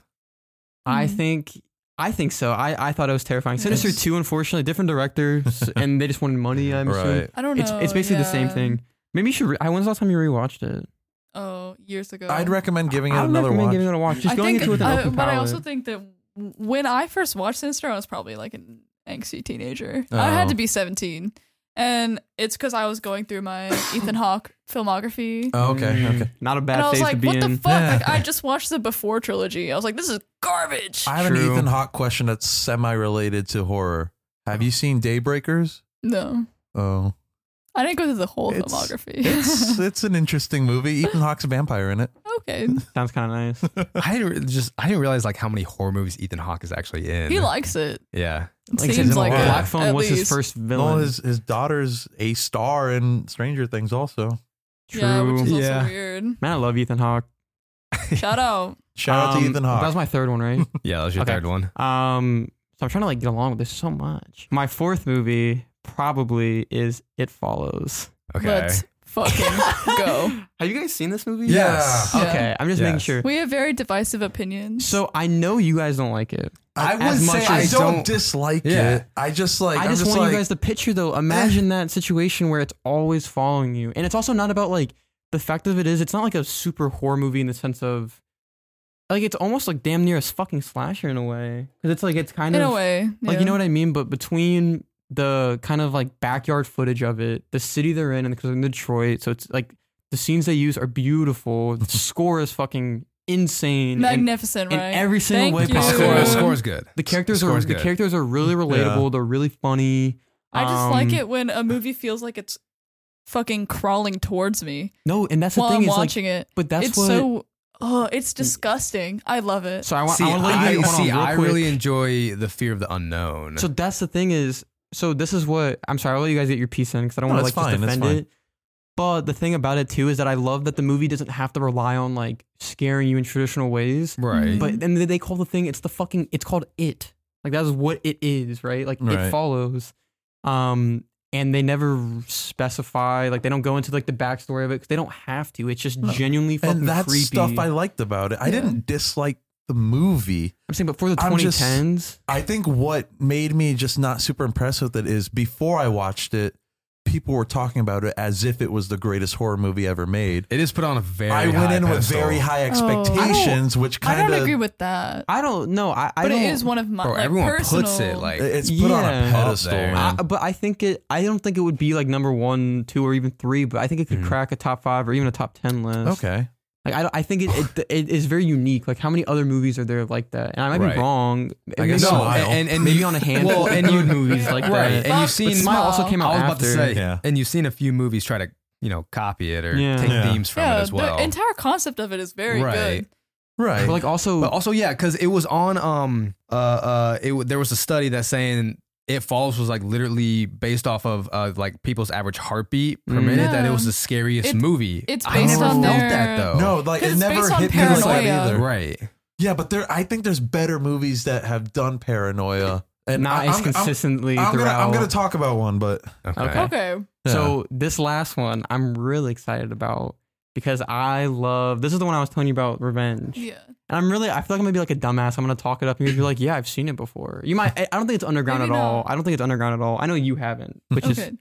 Speaker 2: I
Speaker 4: Mm-hmm.
Speaker 3: Mhm.
Speaker 2: think I think so. I, I thought it was terrifying. Sinister
Speaker 3: Yes.
Speaker 2: Two, unfortunately, different director,
Speaker 4: [LAUGHS]
Speaker 2: s- and they just wanted money. I'm assuming.
Speaker 3: I don't know.
Speaker 2: It's it's basically the same
Speaker 3: Oh, yeah.
Speaker 2: thing. Maybe you should. Re- I when's the last time you rewatched it?
Speaker 3: Oh, years ago.
Speaker 4: I'd recommend giving it
Speaker 2: I would
Speaker 4: another
Speaker 2: recommend
Speaker 4: watch.
Speaker 2: giving it a watch. Just
Speaker 3: I
Speaker 2: going
Speaker 3: think,
Speaker 2: into it with an
Speaker 3: I- uh,
Speaker 2: open
Speaker 3: but I
Speaker 2: palate.
Speaker 3: also think that w- when I first watched Sinister, I was probably like an angsty teenager. I
Speaker 4: Oh.
Speaker 3: had to be 17. And it's because I was going
Speaker 2: [COUGHS]
Speaker 3: through my Ethan Hawke filmography.
Speaker 4: Oh, okay.
Speaker 2: Mm,
Speaker 4: Okay.
Speaker 2: Not a bad
Speaker 3: and I was
Speaker 2: phase to
Speaker 3: like,
Speaker 2: be
Speaker 3: what
Speaker 2: in.
Speaker 3: the fuck?
Speaker 4: Yeah.
Speaker 2: [LAUGHS]
Speaker 3: Like, I just watched the Before trilogy. I was like, this is garbage.
Speaker 4: I have an
Speaker 2: True.
Speaker 4: Ethan Hawke question that's semi related to horror. Have you seen Daybreakers?
Speaker 3: no.
Speaker 4: Oh.
Speaker 3: I didn't go through the whole
Speaker 4: It's-
Speaker 3: filmography. [LAUGHS]
Speaker 4: It's it's an interesting movie. Ethan Hawke's a vampire in it.
Speaker 3: okay.
Speaker 2: Sounds kind of
Speaker 3: [LAUGHS]
Speaker 2: nice.
Speaker 1: I didn't just I didn't realize like how many horror movies Ethan Hawke is actually in.
Speaker 3: He likes it.
Speaker 1: yeah,
Speaker 3: It
Speaker 2: Like I said,
Speaker 3: seems
Speaker 4: in a
Speaker 3: like
Speaker 4: lot.
Speaker 3: it,
Speaker 2: Black Phone
Speaker 3: at
Speaker 2: was his
Speaker 3: least.
Speaker 2: first
Speaker 4: Well,
Speaker 2: villain.
Speaker 4: his his daughter's a star in Stranger Things also.
Speaker 2: True.
Speaker 3: Yeah, which is
Speaker 1: Yeah.
Speaker 3: also weird.
Speaker 2: Man, I love Ethan Hawke.
Speaker 3: Shout out.
Speaker 4: Shout
Speaker 2: Um,
Speaker 4: out to Ethan
Speaker 2: That
Speaker 4: Hawke.
Speaker 2: was my third
Speaker 4: [LAUGHS]
Speaker 2: one, right?
Speaker 1: yeah, that was your
Speaker 2: Okay.
Speaker 1: third one.
Speaker 2: Um, so I'm trying to like get along with this so much. My fourth movie probably is It Follows.
Speaker 1: Okay,
Speaker 3: Let's
Speaker 2: [LAUGHS]
Speaker 3: fucking go.
Speaker 2: Have you guys seen this movie?
Speaker 4: Yes.
Speaker 3: Yeah.
Speaker 2: Okay, I'm just making
Speaker 1: Yes.
Speaker 2: sure.
Speaker 3: We have very divisive opinions.
Speaker 2: So I know you guys don't like it.
Speaker 4: I
Speaker 2: as
Speaker 4: would
Speaker 2: much
Speaker 4: say I
Speaker 2: as-
Speaker 4: don't,
Speaker 1: don't-
Speaker 4: dislike
Speaker 1: Yeah.
Speaker 4: it. I just like
Speaker 2: I
Speaker 4: I'm
Speaker 2: just, want
Speaker 4: like,
Speaker 2: you guys to picture though. Imagine that situation where it's always following you, and it's also not about like the fact of it is it's not like a super horror movie in the sense of like it's almost like damn near a fucking slasher in a way because it's like it's kind
Speaker 3: in
Speaker 2: of
Speaker 3: a way,
Speaker 2: like
Speaker 3: yeah.
Speaker 2: you know what I mean. But between the kind of like backyard footage of it, the city they're in, and because in Detroit, so it's like the scenes they use are beautiful. The score is fucking insane. and-
Speaker 3: magnificent,
Speaker 2: in
Speaker 3: right?
Speaker 2: every single way
Speaker 3: Thank
Speaker 1: The
Speaker 3: you.
Speaker 1: score, the
Speaker 2: possible.
Speaker 1: score's good.
Speaker 2: The characters
Speaker 1: Score's
Speaker 2: are the
Speaker 1: good.
Speaker 2: characters are really relatable. They're really funny.
Speaker 3: I just like
Speaker 2: Um,
Speaker 3: it when a movie feels like it's fucking crawling towards me
Speaker 2: No, and that's the
Speaker 3: while
Speaker 2: thing
Speaker 3: I'm
Speaker 2: is
Speaker 3: watching it.
Speaker 2: like, but that's
Speaker 3: it's
Speaker 2: what. So,
Speaker 3: so oh, it's disgusting. I love it.
Speaker 2: I want.
Speaker 1: see,
Speaker 2: I
Speaker 1: I,
Speaker 2: want to let you get
Speaker 1: see,
Speaker 2: on
Speaker 1: I
Speaker 2: real quick.
Speaker 1: really enjoy the fear of the unknown.
Speaker 2: So that's the thing is. So this is what I'm sorry. I'll let you guys get your piece in because I don't
Speaker 4: No,
Speaker 2: want to
Speaker 4: that's
Speaker 2: like
Speaker 4: fine,
Speaker 2: just
Speaker 4: that's
Speaker 2: defend
Speaker 4: fine.
Speaker 2: it. But the thing about it too is that I love that the movie doesn't have to rely on like scaring you in traditional ways.
Speaker 1: right,
Speaker 3: Mhm.
Speaker 2: But and they call the thing it's the fucking it's called it. Like that is what it is, right? Like
Speaker 4: Right.
Speaker 2: it follows. Um and they never specify like they don't go into like the backstory of it because they don't have to. It's just genuinely fucking
Speaker 4: and that's
Speaker 2: creepy.
Speaker 4: stuff I liked about it. I
Speaker 3: Yeah.
Speaker 4: didn't dislike the movie.
Speaker 2: I'm saying, but for the
Speaker 4: I'm just-
Speaker 2: 2010s,
Speaker 4: I think what made me just not super impressed with it is before I watched it, people were talking about it as if it was the greatest horror movie ever made.
Speaker 1: it is put on a very.
Speaker 4: I went
Speaker 1: high
Speaker 4: in with
Speaker 1: pedestal.
Speaker 4: very high expectations, which
Speaker 3: Oh. I
Speaker 4: kind
Speaker 3: don't agree
Speaker 4: of
Speaker 3: with that,
Speaker 2: I don't know. I, I
Speaker 3: but
Speaker 2: don't,
Speaker 3: it is one of my
Speaker 1: Bro,
Speaker 3: like,
Speaker 1: everyone
Speaker 3: personal.
Speaker 1: puts it like
Speaker 4: it's put on a
Speaker 2: Yeah.
Speaker 4: pedestal.
Speaker 1: Up there.
Speaker 4: Man.
Speaker 2: I, but I think it. I don't think it would be like number one, two, or even three. But I think it could
Speaker 1: Mhm.
Speaker 2: crack a top five or even a top ten list.
Speaker 4: okay,
Speaker 2: Like I, don't- I think it, it it is very unique. Like how many other movies are there like that? And I might
Speaker 1: Right.
Speaker 2: be wrong.
Speaker 1: I guess
Speaker 2: Maybe-
Speaker 1: no,
Speaker 4: Smile.
Speaker 1: and, and, and
Speaker 2: maybe
Speaker 1: you-
Speaker 2: on a handful
Speaker 1: well,
Speaker 2: of
Speaker 1: and
Speaker 2: good
Speaker 1: you-
Speaker 2: [LAUGHS] movies like
Speaker 1: right,
Speaker 2: that.
Speaker 1: and
Speaker 3: Fuck
Speaker 1: you've
Speaker 3: the
Speaker 1: seen.
Speaker 2: But Smile also
Speaker 3: Smile.
Speaker 2: came out
Speaker 1: I was about
Speaker 2: after.
Speaker 1: to say,
Speaker 4: Yeah.
Speaker 1: and you've seen a few movies try to you know copy it or
Speaker 2: Yeah.
Speaker 1: take
Speaker 4: Yeah.
Speaker 1: themes from
Speaker 3: yeah,
Speaker 1: it as well.
Speaker 3: The entire concept of it is very
Speaker 1: Right.
Speaker 3: good.
Speaker 4: right?
Speaker 2: But like also,
Speaker 1: But also, yeah, because it was on. Um, uh, uh, it, w- there was a study that's saying it falls was like literally based off of uh, like people's average heartbeat per
Speaker 2: Mm.
Speaker 1: minute. That it was
Speaker 3: Yeah.
Speaker 1: the scariest
Speaker 3: It-
Speaker 1: movie.
Speaker 3: it's
Speaker 1: I
Speaker 3: based
Speaker 1: never felt
Speaker 4: on
Speaker 3: their- Oh,
Speaker 1: that though.
Speaker 4: no, like
Speaker 3: 'Cause
Speaker 4: it
Speaker 3: it's
Speaker 4: never
Speaker 3: based on
Speaker 4: hit me like that
Speaker 3: paranoia.
Speaker 4: either.
Speaker 1: right.
Speaker 4: Yeah, but there, I think there's better movies that have done paranoia and
Speaker 2: not
Speaker 4: I,
Speaker 2: as
Speaker 4: I'm- I'm-
Speaker 2: consistently
Speaker 4: I'm, gonna
Speaker 2: throughout.
Speaker 4: I'm gonna talk about one, but
Speaker 1: Okay.
Speaker 2: Okay.
Speaker 3: Okay,
Speaker 2: So this last one, I'm really excited about because I love. This is the one I was telling you about, Revenge.
Speaker 3: yeah.
Speaker 2: And I'm really, I feel like I'm gonna be like a dumbass. I'm gonna talk it up and you'll be like, yeah, I've seen it before. You might, I I don't think it's underground
Speaker 3: Maybe
Speaker 2: at all. [LAUGHS]
Speaker 3: not.
Speaker 2: I don't think it's underground at all. I know you haven't, which
Speaker 3: Okay.
Speaker 2: is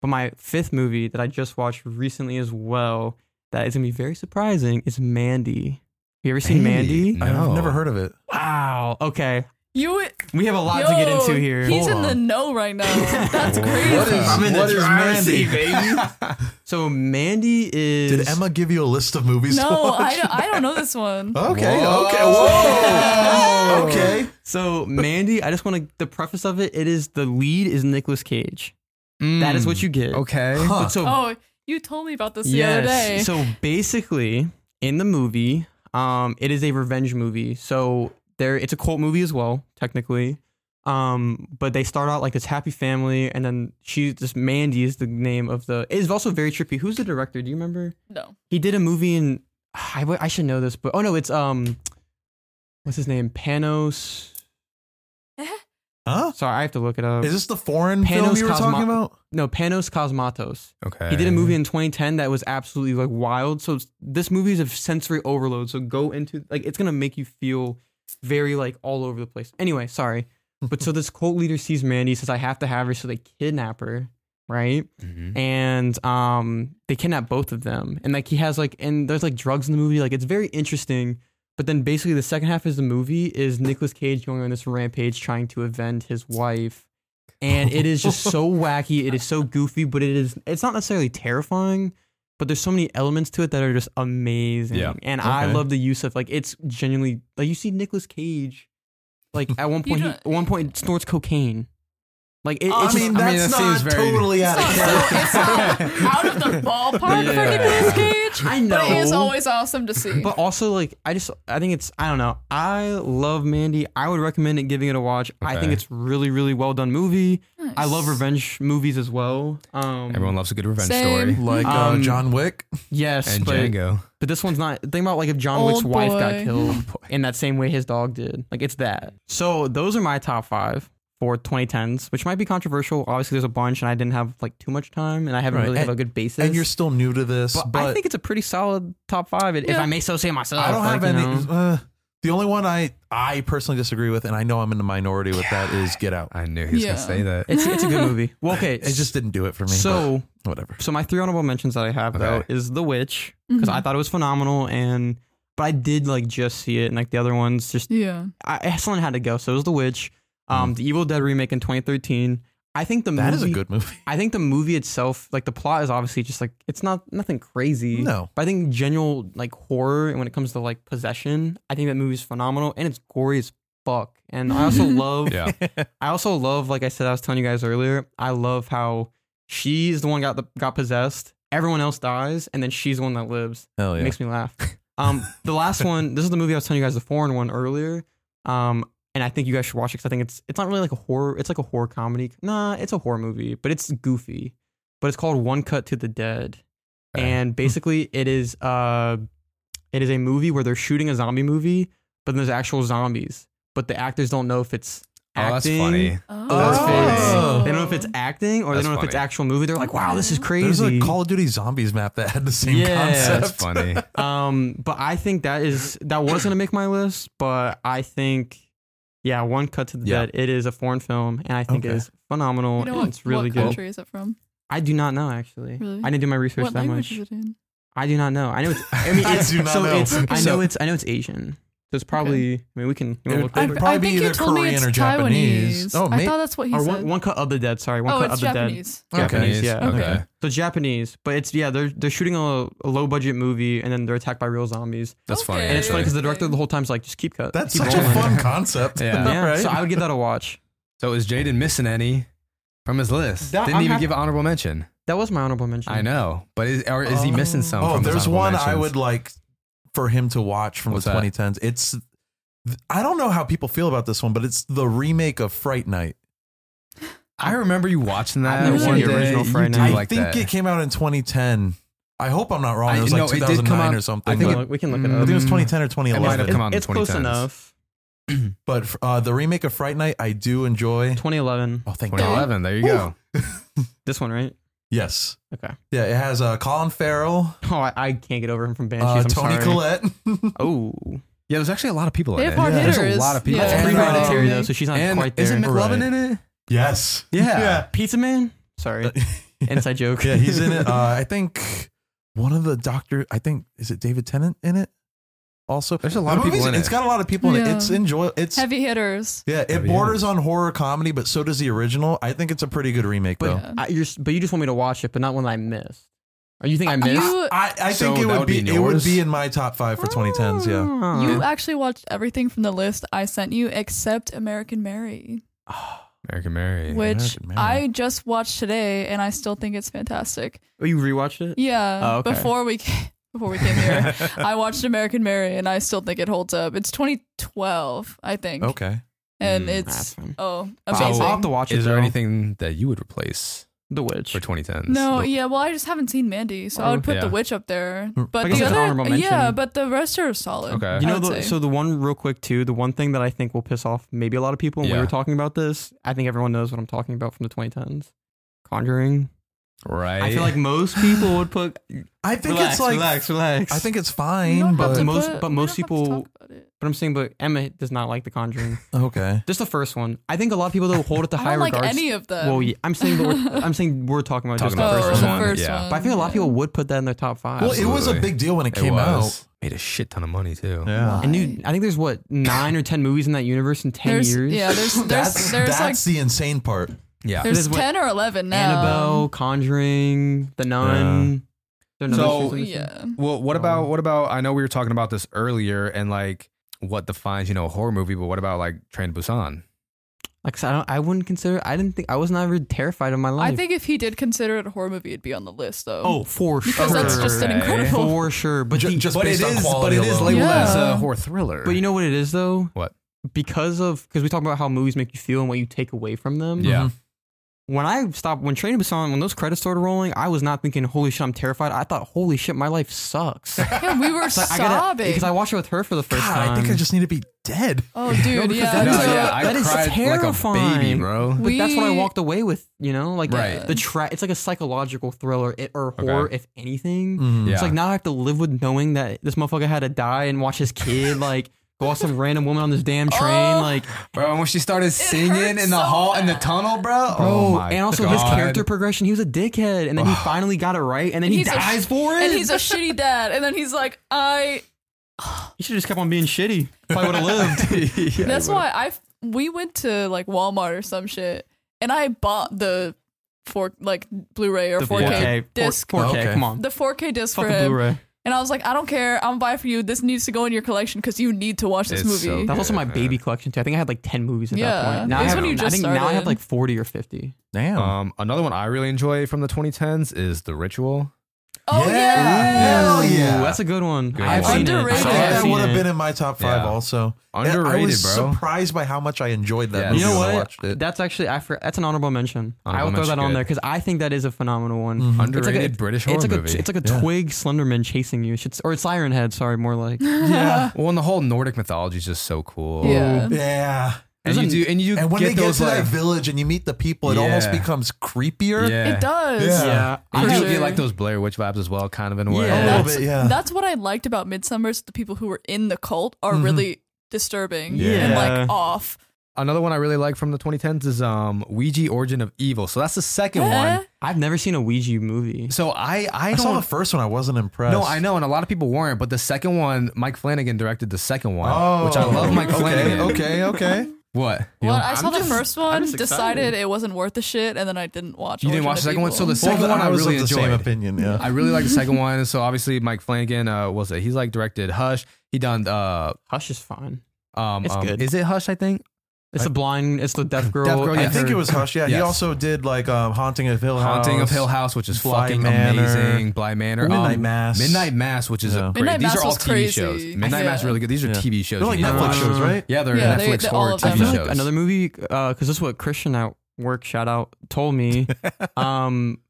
Speaker 2: But my fifth movie that I just watched recently as well, that is gonna be very surprising, is Mandy. You ever seen
Speaker 1: Mandy?
Speaker 2: Mandy?
Speaker 1: No.
Speaker 4: I've never heard of it.
Speaker 2: Wow. Okay.
Speaker 3: You
Speaker 2: We have a lot to get
Speaker 3: yo,
Speaker 2: into here.
Speaker 3: He's
Speaker 4: Hold
Speaker 3: in the
Speaker 4: on.
Speaker 3: know right
Speaker 2: [LAUGHS]
Speaker 3: now. That's crazy.
Speaker 1: What is-
Speaker 4: I'm in the
Speaker 1: what is
Speaker 4: driver's
Speaker 1: Mandy?
Speaker 4: seat,
Speaker 2: So Mandy is
Speaker 4: Did Emma give you a list of movies? to
Speaker 3: no,
Speaker 4: watch?
Speaker 3: I don't, I
Speaker 4: [LAUGHS]
Speaker 3: don't know this one.
Speaker 4: Okay.
Speaker 1: Whoa.
Speaker 4: Okay. Whoa. okay.
Speaker 2: So Mandy, I just want to the preface of it. It is the lead is Nicolas Cage. That is
Speaker 4: Hmm.
Speaker 2: what you get.
Speaker 1: Mm. Okay.
Speaker 2: [LAUGHS] But so
Speaker 3: Oh, you told me about this the other day.
Speaker 2: yes. So basically, in the movie, um, it is a revenge movie. So there, it's a cult movie as well, technically. Um, but they start out like this happy family, and then she, this Mandy is the name of the. It is also very trippy. Who's the director? Do you remember?
Speaker 3: no.
Speaker 2: He did a movie in. I, w- I should know this, but oh no, it's um, what's his name? Panos.
Speaker 4: Huh?
Speaker 2: Sorry, I have to look it up.
Speaker 4: Is this the foreign film
Speaker 2: Panos
Speaker 4: you were talking
Speaker 2: Cosmo-
Speaker 4: about?
Speaker 2: no, Panos Cosmatos.
Speaker 1: Okay.
Speaker 2: He did a movie in 2010 that was absolutely like wild. So it's- this movie is a sensory overload. So go into like it's gonna make you feel very like all over the place. Anyway, sorry, but
Speaker 4: [LAUGHS]
Speaker 2: so this cult leader sees Mandy, says I have to have her, so they kidnap her, right?
Speaker 1: Mhm.
Speaker 2: And um, they kidnap both of them, and like he has like and there's like drugs in the movie. Like it's very interesting. But then basically the second half of the movie is Nicolas Cage going on this rampage trying to avenge his wife. And it is just so wacky. It is so goofy, but it is it's not necessarily terrifying, but there's so many elements to it that are just amazing.
Speaker 1: Yeah.
Speaker 2: And I
Speaker 4: Okay.
Speaker 2: love the use of like it's genuinely like you see Nicolas Cage like at one point he,
Speaker 3: don't- Oh,
Speaker 2: at one point snorts cocaine. Like it, it's
Speaker 4: I
Speaker 2: just-
Speaker 4: mean,
Speaker 1: I mean,
Speaker 4: that's
Speaker 1: that seems
Speaker 4: not
Speaker 1: very-
Speaker 4: totally out
Speaker 3: It's
Speaker 4: of
Speaker 3: not,
Speaker 4: character.
Speaker 3: so- it's
Speaker 4: [LAUGHS]
Speaker 3: not out of the ballpark for
Speaker 1: Yeah.
Speaker 3: Nicolas Cage.
Speaker 2: I
Speaker 3: But it is
Speaker 2: know.
Speaker 3: always awesome to see.
Speaker 2: But also, like, I just, I think it's, I don't know. I love Mandy. I would recommend it, giving it a watch. I
Speaker 1: Okay.
Speaker 2: think it's really, really well done movie. I
Speaker 3: Nice.
Speaker 2: love revenge movies as well. Um,
Speaker 1: Everyone loves a good revenge
Speaker 3: Same.
Speaker 1: story.
Speaker 4: Like
Speaker 2: Um,
Speaker 4: uh, John Wick.
Speaker 2: yes,
Speaker 1: And
Speaker 2: but,
Speaker 1: Django.
Speaker 2: but this one's not. Think about like if John Wick's
Speaker 3: Old
Speaker 2: wife got
Speaker 3: boy.
Speaker 2: killed in that same way his dog did. Like it's that. So those are my top five for 2010s, which might be controversial. Obviously, there's a bunch, and I didn't have like too much time, and I haven't
Speaker 4: Right.
Speaker 2: really have
Speaker 4: And-
Speaker 2: a good basis.
Speaker 4: And you're still new to this,
Speaker 2: but,
Speaker 4: but,
Speaker 2: I think it's a pretty solid top five, if
Speaker 3: Yeah.
Speaker 2: I may so say myself.
Speaker 4: I don't
Speaker 2: like,
Speaker 4: have
Speaker 2: you
Speaker 4: any.
Speaker 2: know.
Speaker 4: [LAUGHS] Uh, the only one I I personally disagree with, and I know I'm in the minority with that, is Get Out.
Speaker 1: I knew he was
Speaker 3: Yeah.
Speaker 1: gonna say that.
Speaker 2: It's, it's a good movie. Well, okay.
Speaker 4: It just didn't do it for me.
Speaker 2: so
Speaker 4: but whatever.
Speaker 2: so my three honorable mentions that I have though
Speaker 1: Okay.
Speaker 2: is The Witch because I thought it was phenomenal and but I did like just see it and like the other ones just
Speaker 3: yeah.
Speaker 2: I, I someone had to go so it was The Witch, um, the Evil Dead remake in 2013. I think the
Speaker 4: Mm. That
Speaker 2: movie,
Speaker 4: is a good movie.
Speaker 2: I think the movie itself, like the plot, is obviously just like it's not nothing crazy.
Speaker 4: No.
Speaker 2: but I think general like horror and when it comes to like possession, I think that movie is phenomenal and it's gory as fuck. And I
Speaker 4: [LAUGHS]
Speaker 2: also love
Speaker 1: Yeah.
Speaker 2: I also love, like I said, I was telling you guys earlier. I love how she's the one got the got possessed. Everyone else dies, and then she's the one that lives.
Speaker 4: Hell
Speaker 2: It
Speaker 4: yeah.
Speaker 2: makes
Speaker 1: [LAUGHS]
Speaker 2: me laugh. Um, the last one. This is the movie I was telling you guys the foreign one earlier. Um, and I think you guys should watch it because I think it's it's not really like a horror. It's like a horror comedy. Nah, it's a horror movie, but it's goofy. But it's called One Cut to the Dead,
Speaker 1: Okay. [LAUGHS]
Speaker 2: and basically it is uh, it is a movie where they're shooting a zombie movie, but there's actual zombies, but the actors don't know if it's
Speaker 1: Oh, that's
Speaker 2: acting.
Speaker 1: funny. [LAUGHS]
Speaker 3: Oh.
Speaker 2: That's
Speaker 4: Oh.
Speaker 2: They don't know if it's acting or
Speaker 1: That's
Speaker 2: they don't know if it's
Speaker 1: funny.
Speaker 2: actual movie. They're like, wow, this is
Speaker 4: There's
Speaker 2: crazy.
Speaker 4: a Call of Duty Zombies map that had the same
Speaker 2: Yeah.
Speaker 4: concept.
Speaker 1: That's [LAUGHS] funny.
Speaker 2: um, but I think that is that was gonna make my list, but I think yeah, one cut to the
Speaker 4: Yeah.
Speaker 2: dead. It is a foreign film, and I think it
Speaker 4: Okay.
Speaker 2: is phenomenal.
Speaker 3: You know
Speaker 2: and
Speaker 3: what,
Speaker 2: it's really
Speaker 3: what
Speaker 2: good.
Speaker 3: country is it from?
Speaker 2: I do not know actually.
Speaker 3: Really?
Speaker 2: I didn't do my research
Speaker 3: What
Speaker 2: that
Speaker 3: language
Speaker 2: much.
Speaker 3: is it in?
Speaker 2: I do not know. I know. It's, I mean,
Speaker 4: [LAUGHS] I
Speaker 2: it's,
Speaker 4: do not
Speaker 2: so
Speaker 4: know.
Speaker 2: It's, I
Speaker 4: So-
Speaker 2: know it's. I know it's Asian. So it's probably. I mean, we can. You
Speaker 4: It
Speaker 2: wanna
Speaker 4: would-
Speaker 2: look that
Speaker 4: I'd
Speaker 2: up?
Speaker 4: probably
Speaker 3: I
Speaker 4: be
Speaker 3: think you
Speaker 4: either
Speaker 3: told me
Speaker 4: Korean
Speaker 3: it's
Speaker 4: or Japanese.
Speaker 3: Taiwanese.
Speaker 4: Oh,
Speaker 3: I
Speaker 4: mate.
Speaker 3: thought that's what he
Speaker 2: or
Speaker 3: said.
Speaker 2: one, one cut of the dead. Sorry, one
Speaker 3: oh,
Speaker 2: cut
Speaker 3: it's
Speaker 2: of the dead.
Speaker 3: Japanese.
Speaker 4: Okay.
Speaker 2: Japanese, yeah.
Speaker 1: Okay.
Speaker 2: So Japanese, but it's yeah, they're they're shooting a, a low budget movie and then they're attacked by real zombies.
Speaker 1: That's funny.
Speaker 3: Okay.
Speaker 2: And it's funny
Speaker 1: actually.
Speaker 2: because the director the whole time's like, just keep cut.
Speaker 4: That's
Speaker 2: keep
Speaker 4: such a
Speaker 2: rolling."
Speaker 4: fun concept.
Speaker 1: Yeah.
Speaker 2: [LAUGHS] Yeah,
Speaker 4: [LAUGHS] Right?
Speaker 2: so I would give that a watch.
Speaker 1: So is Jaden missing any from his list?
Speaker 2: That-
Speaker 1: Didn't
Speaker 2: I'm
Speaker 1: even
Speaker 2: hap-
Speaker 1: give an honorable mention.
Speaker 2: That was my honorable mention.
Speaker 1: I know, but is or is he missing some?
Speaker 4: oh,
Speaker 1: from his
Speaker 4: there's
Speaker 1: honorable
Speaker 4: one I
Speaker 1: mentions?
Speaker 4: would like for him to watch from
Speaker 1: What's
Speaker 4: the
Speaker 1: that?
Speaker 4: 2010s. It's I don't know how people feel about this one, but it's the remake of Fright Night.
Speaker 1: I remember you watching that
Speaker 2: I've never
Speaker 1: one
Speaker 2: seen the
Speaker 1: day.
Speaker 2: original
Speaker 1: You
Speaker 2: Friday
Speaker 1: do
Speaker 2: Night.
Speaker 4: I
Speaker 1: like
Speaker 4: think
Speaker 1: that.
Speaker 4: it came out in 2010. I hope I'm not wrong.
Speaker 1: I-
Speaker 4: It was
Speaker 1: no,
Speaker 4: like
Speaker 1: it did come
Speaker 4: 2009
Speaker 1: out-
Speaker 4: or something.
Speaker 1: I think
Speaker 4: but-
Speaker 2: we can look it
Speaker 1: Mm,
Speaker 4: I
Speaker 2: up.
Speaker 4: think it was
Speaker 1: Mm.
Speaker 4: 2010 or
Speaker 1: It might have
Speaker 4: 2011.
Speaker 1: come out in
Speaker 2: it's close
Speaker 1: 2010s.
Speaker 2: enough.
Speaker 4: But uh, the remake of Fright Night, I do enjoy.
Speaker 2: 2011.
Speaker 4: Oh, thank God.
Speaker 1: 2011. There you go.
Speaker 2: This one, right?
Speaker 4: Yes.
Speaker 2: Okay.
Speaker 4: Yeah, it has uh, Colin Farrell,
Speaker 2: Oh, I, I can't get over him from Banshees.
Speaker 4: uh,
Speaker 2: I'm
Speaker 4: Tony
Speaker 2: sorry.
Speaker 4: Collette. [LAUGHS]
Speaker 2: Oh,
Speaker 1: Yeah, there's actually a lot of people
Speaker 3: They
Speaker 1: in
Speaker 3: have
Speaker 1: it.
Speaker 3: hard
Speaker 1: There's
Speaker 3: hitters.
Speaker 1: a lot of people.
Speaker 3: Yeah.
Speaker 2: that's
Speaker 4: And,
Speaker 1: in
Speaker 4: uh,
Speaker 2: pre-hereditary
Speaker 3: um,
Speaker 2: though, so she's not
Speaker 1: And
Speaker 2: quite there.
Speaker 1: isn't McLovin
Speaker 4: Right.
Speaker 1: in it?
Speaker 4: yes.
Speaker 1: Yeah.
Speaker 4: Yeah.
Speaker 2: Pizza Man? Sorry. Inside joke.
Speaker 4: Uh, [LAUGHS] Yeah,
Speaker 2: [LAUGHS]
Speaker 4: he's in it. Uh, I think one of the doctor. I think is it David Tennant in it. Also,
Speaker 1: There's a lot of
Speaker 4: The
Speaker 1: people
Speaker 4: movie's-
Speaker 1: in
Speaker 4: It's
Speaker 1: it.
Speaker 4: got a lot of people in it.
Speaker 3: Yeah.
Speaker 4: It's enjoy. It's
Speaker 3: Heavy hitters.
Speaker 4: yeah. It
Speaker 1: Heavy
Speaker 4: borders on horror comedy, but so does the original. I think it's a pretty good remake
Speaker 2: But
Speaker 4: though.
Speaker 3: Yeah.
Speaker 2: I, you're, s- but you just want me to watch it, but not one that I missed. Or you think I missed?
Speaker 3: You
Speaker 4: I, I
Speaker 1: So
Speaker 4: think it
Speaker 1: that
Speaker 4: would,
Speaker 1: would
Speaker 4: be,
Speaker 1: be in
Speaker 4: it would
Speaker 1: yours?
Speaker 4: be in my top five for 2010s. [LAUGHS] Yeah.
Speaker 2: Oh.
Speaker 3: you actually watched everything from the list I sent you except American Mary,
Speaker 1: American Mary.
Speaker 3: which
Speaker 4: American Mary.
Speaker 3: I just watched today and I still think it's fantastic.
Speaker 2: Oh, you rewatched it?
Speaker 3: Yeah,
Speaker 2: Oh, okay.
Speaker 3: before we ca- [LAUGHS] before we came here, I watched American Mary and I still think it holds up. It's 2012, I think.
Speaker 4: Okay.
Speaker 3: And
Speaker 1: Mm.
Speaker 2: That's
Speaker 3: it's
Speaker 2: fine.
Speaker 3: oh,
Speaker 2: So,
Speaker 3: amazing.
Speaker 2: I'll Hmm. have to watch it.
Speaker 1: Is there
Speaker 2: though.
Speaker 1: anything that you would replace
Speaker 2: The Witch.
Speaker 1: for 2010s?
Speaker 3: No,
Speaker 1: The-
Speaker 3: yeah, well, I just haven't seen Mandy, so I would put
Speaker 1: Yeah.
Speaker 3: The Witch up there.
Speaker 4: Mm.
Speaker 2: I
Speaker 3: But
Speaker 2: guess
Speaker 3: the
Speaker 2: it's an
Speaker 3: other,
Speaker 2: honorable
Speaker 3: yeah,
Speaker 2: mention.
Speaker 3: but the rest are solid.
Speaker 1: Okay.
Speaker 2: You
Speaker 3: I
Speaker 2: know,
Speaker 3: would
Speaker 2: the,
Speaker 3: say.
Speaker 2: so the one real quick too. The one thing that I think will piss off maybe a lot of people. When
Speaker 1: Yeah.
Speaker 2: we were talking about this, I think everyone knows what I'm talking about from the 2010s. Conjuring.
Speaker 1: Right.
Speaker 2: I feel like most people would put.
Speaker 4: [LAUGHS] I think
Speaker 2: relax,
Speaker 4: it's like
Speaker 2: relax, relax.
Speaker 4: I think it's
Speaker 3: We don't
Speaker 4: fine,
Speaker 3: have to
Speaker 4: but
Speaker 2: most-
Speaker 3: put-
Speaker 2: but
Speaker 3: we
Speaker 2: most
Speaker 3: don't have to
Speaker 2: people-
Speaker 3: talk about it.
Speaker 2: But I'm saying, but Emma does not like The Conjuring.
Speaker 4: [LAUGHS]
Speaker 2: [LAUGHS]
Speaker 4: okay.
Speaker 2: Just the first one. I think a lot of people though hold it to
Speaker 3: [LAUGHS] I
Speaker 2: high
Speaker 3: don't like
Speaker 2: regards.
Speaker 3: any of them. Oh,
Speaker 2: well, yeah, I'm saying, but we're, I'm
Speaker 3: [LAUGHS]
Speaker 2: saying we're talking about
Speaker 1: Talking about
Speaker 2: just the
Speaker 1: the
Speaker 2: first
Speaker 1: first
Speaker 2: one.
Speaker 1: one.
Speaker 2: But I think a lot of people would put that in their top five.
Speaker 4: Well, it was a
Speaker 1: Absolutely.
Speaker 4: big deal when it came out.
Speaker 1: Made a shit ton of money too.
Speaker 4: Yeah.
Speaker 2: and dude, I think there's what nine or ten movies in that universe in ten
Speaker 3: there's,
Speaker 2: years. [LAUGHS]
Speaker 3: Yeah, there's there's
Speaker 4: That's
Speaker 3: there's
Speaker 4: that's
Speaker 3: like
Speaker 4: the insane part.
Speaker 1: Yeah.
Speaker 3: there's
Speaker 2: There's what-
Speaker 3: ten or eleven now.
Speaker 2: Annabelle, Conjuring, The Nun. There's another
Speaker 1: So-
Speaker 2: series I'm missing.
Speaker 3: Yeah.
Speaker 1: Well, what
Speaker 2: Um,
Speaker 1: about what about? I know we were talking about this earlier, and like what defines you know a horror movie, but what about like Train to Busan?
Speaker 2: like I, said, I don't, I wouldn't consider. I didn't think I was never terrified in my life.
Speaker 3: I think if he did consider it a horror movie, it'd be on the list though.
Speaker 2: oh for sure,
Speaker 3: because that's just an
Speaker 1: Okay.
Speaker 3: incredible.
Speaker 2: for sure. But
Speaker 4: Ju-
Speaker 2: the-
Speaker 4: just based on quality alone.
Speaker 3: labeled Yeah. as a
Speaker 1: horror thriller.
Speaker 2: but you know what it is though.
Speaker 1: What?
Speaker 2: Because of because we talk about how movies make you feel and what you take away from them.
Speaker 1: yeah,
Speaker 2: When I stopped when Train to Busan when those credits started rolling, I was not thinking, "Holy shit, I'm terrified." I thought, "Holy shit, my life
Speaker 3: [LAUGHS]
Speaker 2: sucks." Like,
Speaker 3: Yeah,
Speaker 2: [LAUGHS]
Speaker 3: we were
Speaker 2: I gotta
Speaker 3: sobbing.
Speaker 2: because I watched it with her for the first
Speaker 4: God,
Speaker 2: time.
Speaker 4: I think I just need to be dead.
Speaker 3: oh, dude,
Speaker 2: because
Speaker 3: yeah.
Speaker 2: that
Speaker 1: No,
Speaker 2: is-
Speaker 3: so-
Speaker 1: yeah, I
Speaker 2: that is
Speaker 1: cried like a baby,
Speaker 2: terrifying.
Speaker 1: bro.
Speaker 2: But that's what I
Speaker 3: We-
Speaker 2: walked away with, you know, like
Speaker 1: Right.
Speaker 2: the tra- It's like a psychological thriller it, or horror, if anything.
Speaker 1: Mm-hmm. Yeah.
Speaker 2: It's like now I have to live with knowing that this motherfucker had to die and watch his kid [LAUGHS] like go off some random woman on this damn train,
Speaker 3: Oh.
Speaker 2: like
Speaker 1: bro. When she started singing
Speaker 3: hurts
Speaker 1: in the
Speaker 3: so
Speaker 1: hall in the
Speaker 3: bad.
Speaker 1: tunnel, bro.
Speaker 2: bro.
Speaker 1: oh my
Speaker 2: and also his
Speaker 1: God.
Speaker 2: character progression, he was a dickhead, and then he finally got it right, and then he
Speaker 3: He's a
Speaker 2: dies
Speaker 3: sh-
Speaker 2: for it.
Speaker 3: and he's a shitty dad, and then he's like, I.
Speaker 2: he should have just kept on being shitty. Probably
Speaker 1: [LAUGHS]
Speaker 2: would have lived.
Speaker 3: that's why I. We went to like Walmart or some shit, and I bought the four like Blu-ray or 4K, disc.
Speaker 2: 4K.
Speaker 4: Okay.
Speaker 2: Come on,
Speaker 3: the 4K disc
Speaker 2: fuck
Speaker 3: for
Speaker 2: the
Speaker 3: him.
Speaker 2: Blu-ray.
Speaker 3: And I was like, I don't care. I'm buying for you. This needs to go in your collection because you need to watch this
Speaker 1: It's so
Speaker 3: movie.
Speaker 1: good.
Speaker 2: That's also my
Speaker 1: man.
Speaker 2: baby collection too. I think I had like ten movies at
Speaker 3: Yeah.
Speaker 2: that point. Now I
Speaker 1: That's
Speaker 2: have,
Speaker 1: when you
Speaker 2: I
Speaker 3: just
Speaker 2: think now I have
Speaker 3: started.
Speaker 2: like forty or fifty.
Speaker 4: Damn.
Speaker 1: Um, another one I really enjoy from the 2010s is The Ritual.
Speaker 3: oh
Speaker 4: Yeah.
Speaker 3: yeah.
Speaker 4: Hell yeah.
Speaker 2: Ooh, that's a good one.
Speaker 1: Good
Speaker 2: I've
Speaker 1: one.
Speaker 2: seen it.
Speaker 4: I
Speaker 3: Underrated.
Speaker 4: think
Speaker 2: I have
Speaker 4: that
Speaker 2: seen
Speaker 4: would have
Speaker 2: it.
Speaker 4: been in my top five
Speaker 1: Yeah.
Speaker 4: also. And I
Speaker 1: Underrated,
Speaker 4: was
Speaker 1: bro.
Speaker 4: surprised by how much I enjoyed that
Speaker 1: Yes.
Speaker 4: movie
Speaker 2: You know
Speaker 4: when I
Speaker 1: [LAUGHS]
Speaker 2: what?
Speaker 4: watched it.
Speaker 2: That's actually I for, that's an honorable mention. I
Speaker 1: Honorable
Speaker 2: will throw that
Speaker 1: mention,
Speaker 2: on
Speaker 1: good. Mm-hmm.
Speaker 2: there because I think that is a phenomenal one.
Speaker 4: Mhm.
Speaker 2: It's like
Speaker 1: Underrated
Speaker 2: a-
Speaker 1: British horror
Speaker 2: It's like
Speaker 1: movie.
Speaker 2: a it's like a
Speaker 4: Yeah.
Speaker 2: twig Slenderman chasing you. It should- or it's Siren Head. Sorry, more like.
Speaker 4: [LAUGHS] Yeah.
Speaker 1: well, and the whole Nordic mythology is just so cool.
Speaker 3: Yeah.
Speaker 4: Yeah.
Speaker 1: and you
Speaker 2: Doesn't-
Speaker 1: do and you do
Speaker 4: And when
Speaker 1: get
Speaker 4: they get
Speaker 1: those
Speaker 4: to that
Speaker 1: like
Speaker 4: village and you meet the people, it
Speaker 1: Yeah.
Speaker 4: almost becomes creepier.
Speaker 1: yeah.
Speaker 3: It does.
Speaker 4: Yeah.
Speaker 1: And
Speaker 2: I,
Speaker 1: you
Speaker 3: For
Speaker 1: do get
Speaker 3: sure.
Speaker 1: like those Blair Witch vibes as well, kind of in a way. Oh,
Speaker 2: Yeah.
Speaker 4: A little
Speaker 3: That's,
Speaker 4: bit, yeah.
Speaker 3: that's what I liked about Midsummer's. The people who were in the cult are
Speaker 1: Mm-hmm.
Speaker 4: Mhm.
Speaker 3: really disturbing and
Speaker 2: Yeah.
Speaker 3: like off.
Speaker 1: Another one I really like from the 2010s is um Ouija Origin of Evil. So that's the second
Speaker 3: Eh?
Speaker 1: one.
Speaker 2: I've never seen a Ouija movie.
Speaker 1: So I I
Speaker 4: I saw the
Speaker 1: don't
Speaker 4: first one. I wasn't impressed.
Speaker 1: no I know, and a lot of people weren't, but the second one, Mike Flanagan directed the second one, which I love. Mike
Speaker 4: Oh, okay,
Speaker 1: Flanagan.
Speaker 4: Okay, okay.
Speaker 1: What? You
Speaker 3: Well,
Speaker 1: don't-
Speaker 3: I saw
Speaker 2: I'm
Speaker 3: the
Speaker 2: just-
Speaker 3: first
Speaker 2: I'm
Speaker 3: one,
Speaker 2: just
Speaker 3: decided
Speaker 2: excited.
Speaker 3: it wasn't worth the shit, and then I didn't watch.
Speaker 1: You didn't
Speaker 3: Origin
Speaker 1: watch
Speaker 3: of
Speaker 1: the second one? So
Speaker 3: Evil.
Speaker 1: the [LAUGHS] second
Speaker 4: Well,
Speaker 1: one I,
Speaker 4: was
Speaker 1: really
Speaker 4: of the same
Speaker 1: enjoyed.
Speaker 4: opinion. Yeah.
Speaker 1: I really like the second one. And so obviously Mike Flanagan uh what was it? He's like directed Hush. He done uh
Speaker 2: Hush is fine.
Speaker 1: um,
Speaker 2: It's
Speaker 1: um,
Speaker 2: good.
Speaker 1: is it Hush, I think?
Speaker 2: It's the blind. It's the deaf girl.
Speaker 1: Girl,
Speaker 4: I
Speaker 1: yeah.
Speaker 2: and
Speaker 4: think
Speaker 2: her-
Speaker 4: it was Hush. Yeah, he
Speaker 1: Yes.
Speaker 4: also did like um, Haunting of Hill House.
Speaker 1: Haunting of Hill House, which is
Speaker 4: Bly
Speaker 1: fucking
Speaker 4: Manor,
Speaker 1: amazing. Bly Manor, Um,
Speaker 4: Midnight Mass.
Speaker 1: Midnight Mass, which is
Speaker 4: Yeah.
Speaker 1: a great.
Speaker 3: Midnight
Speaker 1: these
Speaker 3: Mass
Speaker 1: are all
Speaker 3: was
Speaker 1: TV
Speaker 3: crazy.
Speaker 1: shows. Midnight
Speaker 3: Yeah.
Speaker 1: Mass is really good. These are
Speaker 4: Yeah.
Speaker 1: TV shows.
Speaker 4: They're like
Speaker 1: you uh, need to
Speaker 4: Netflix
Speaker 1: watch.
Speaker 4: shows, right?
Speaker 1: Yeah, they're
Speaker 3: Yeah, they-
Speaker 1: Netflix
Speaker 3: they- all
Speaker 1: horror
Speaker 3: of them.
Speaker 1: TV
Speaker 2: I feel like
Speaker 1: shows.
Speaker 2: another movie because this is what Christian at work shout out told
Speaker 4: [LAUGHS]
Speaker 2: me. um,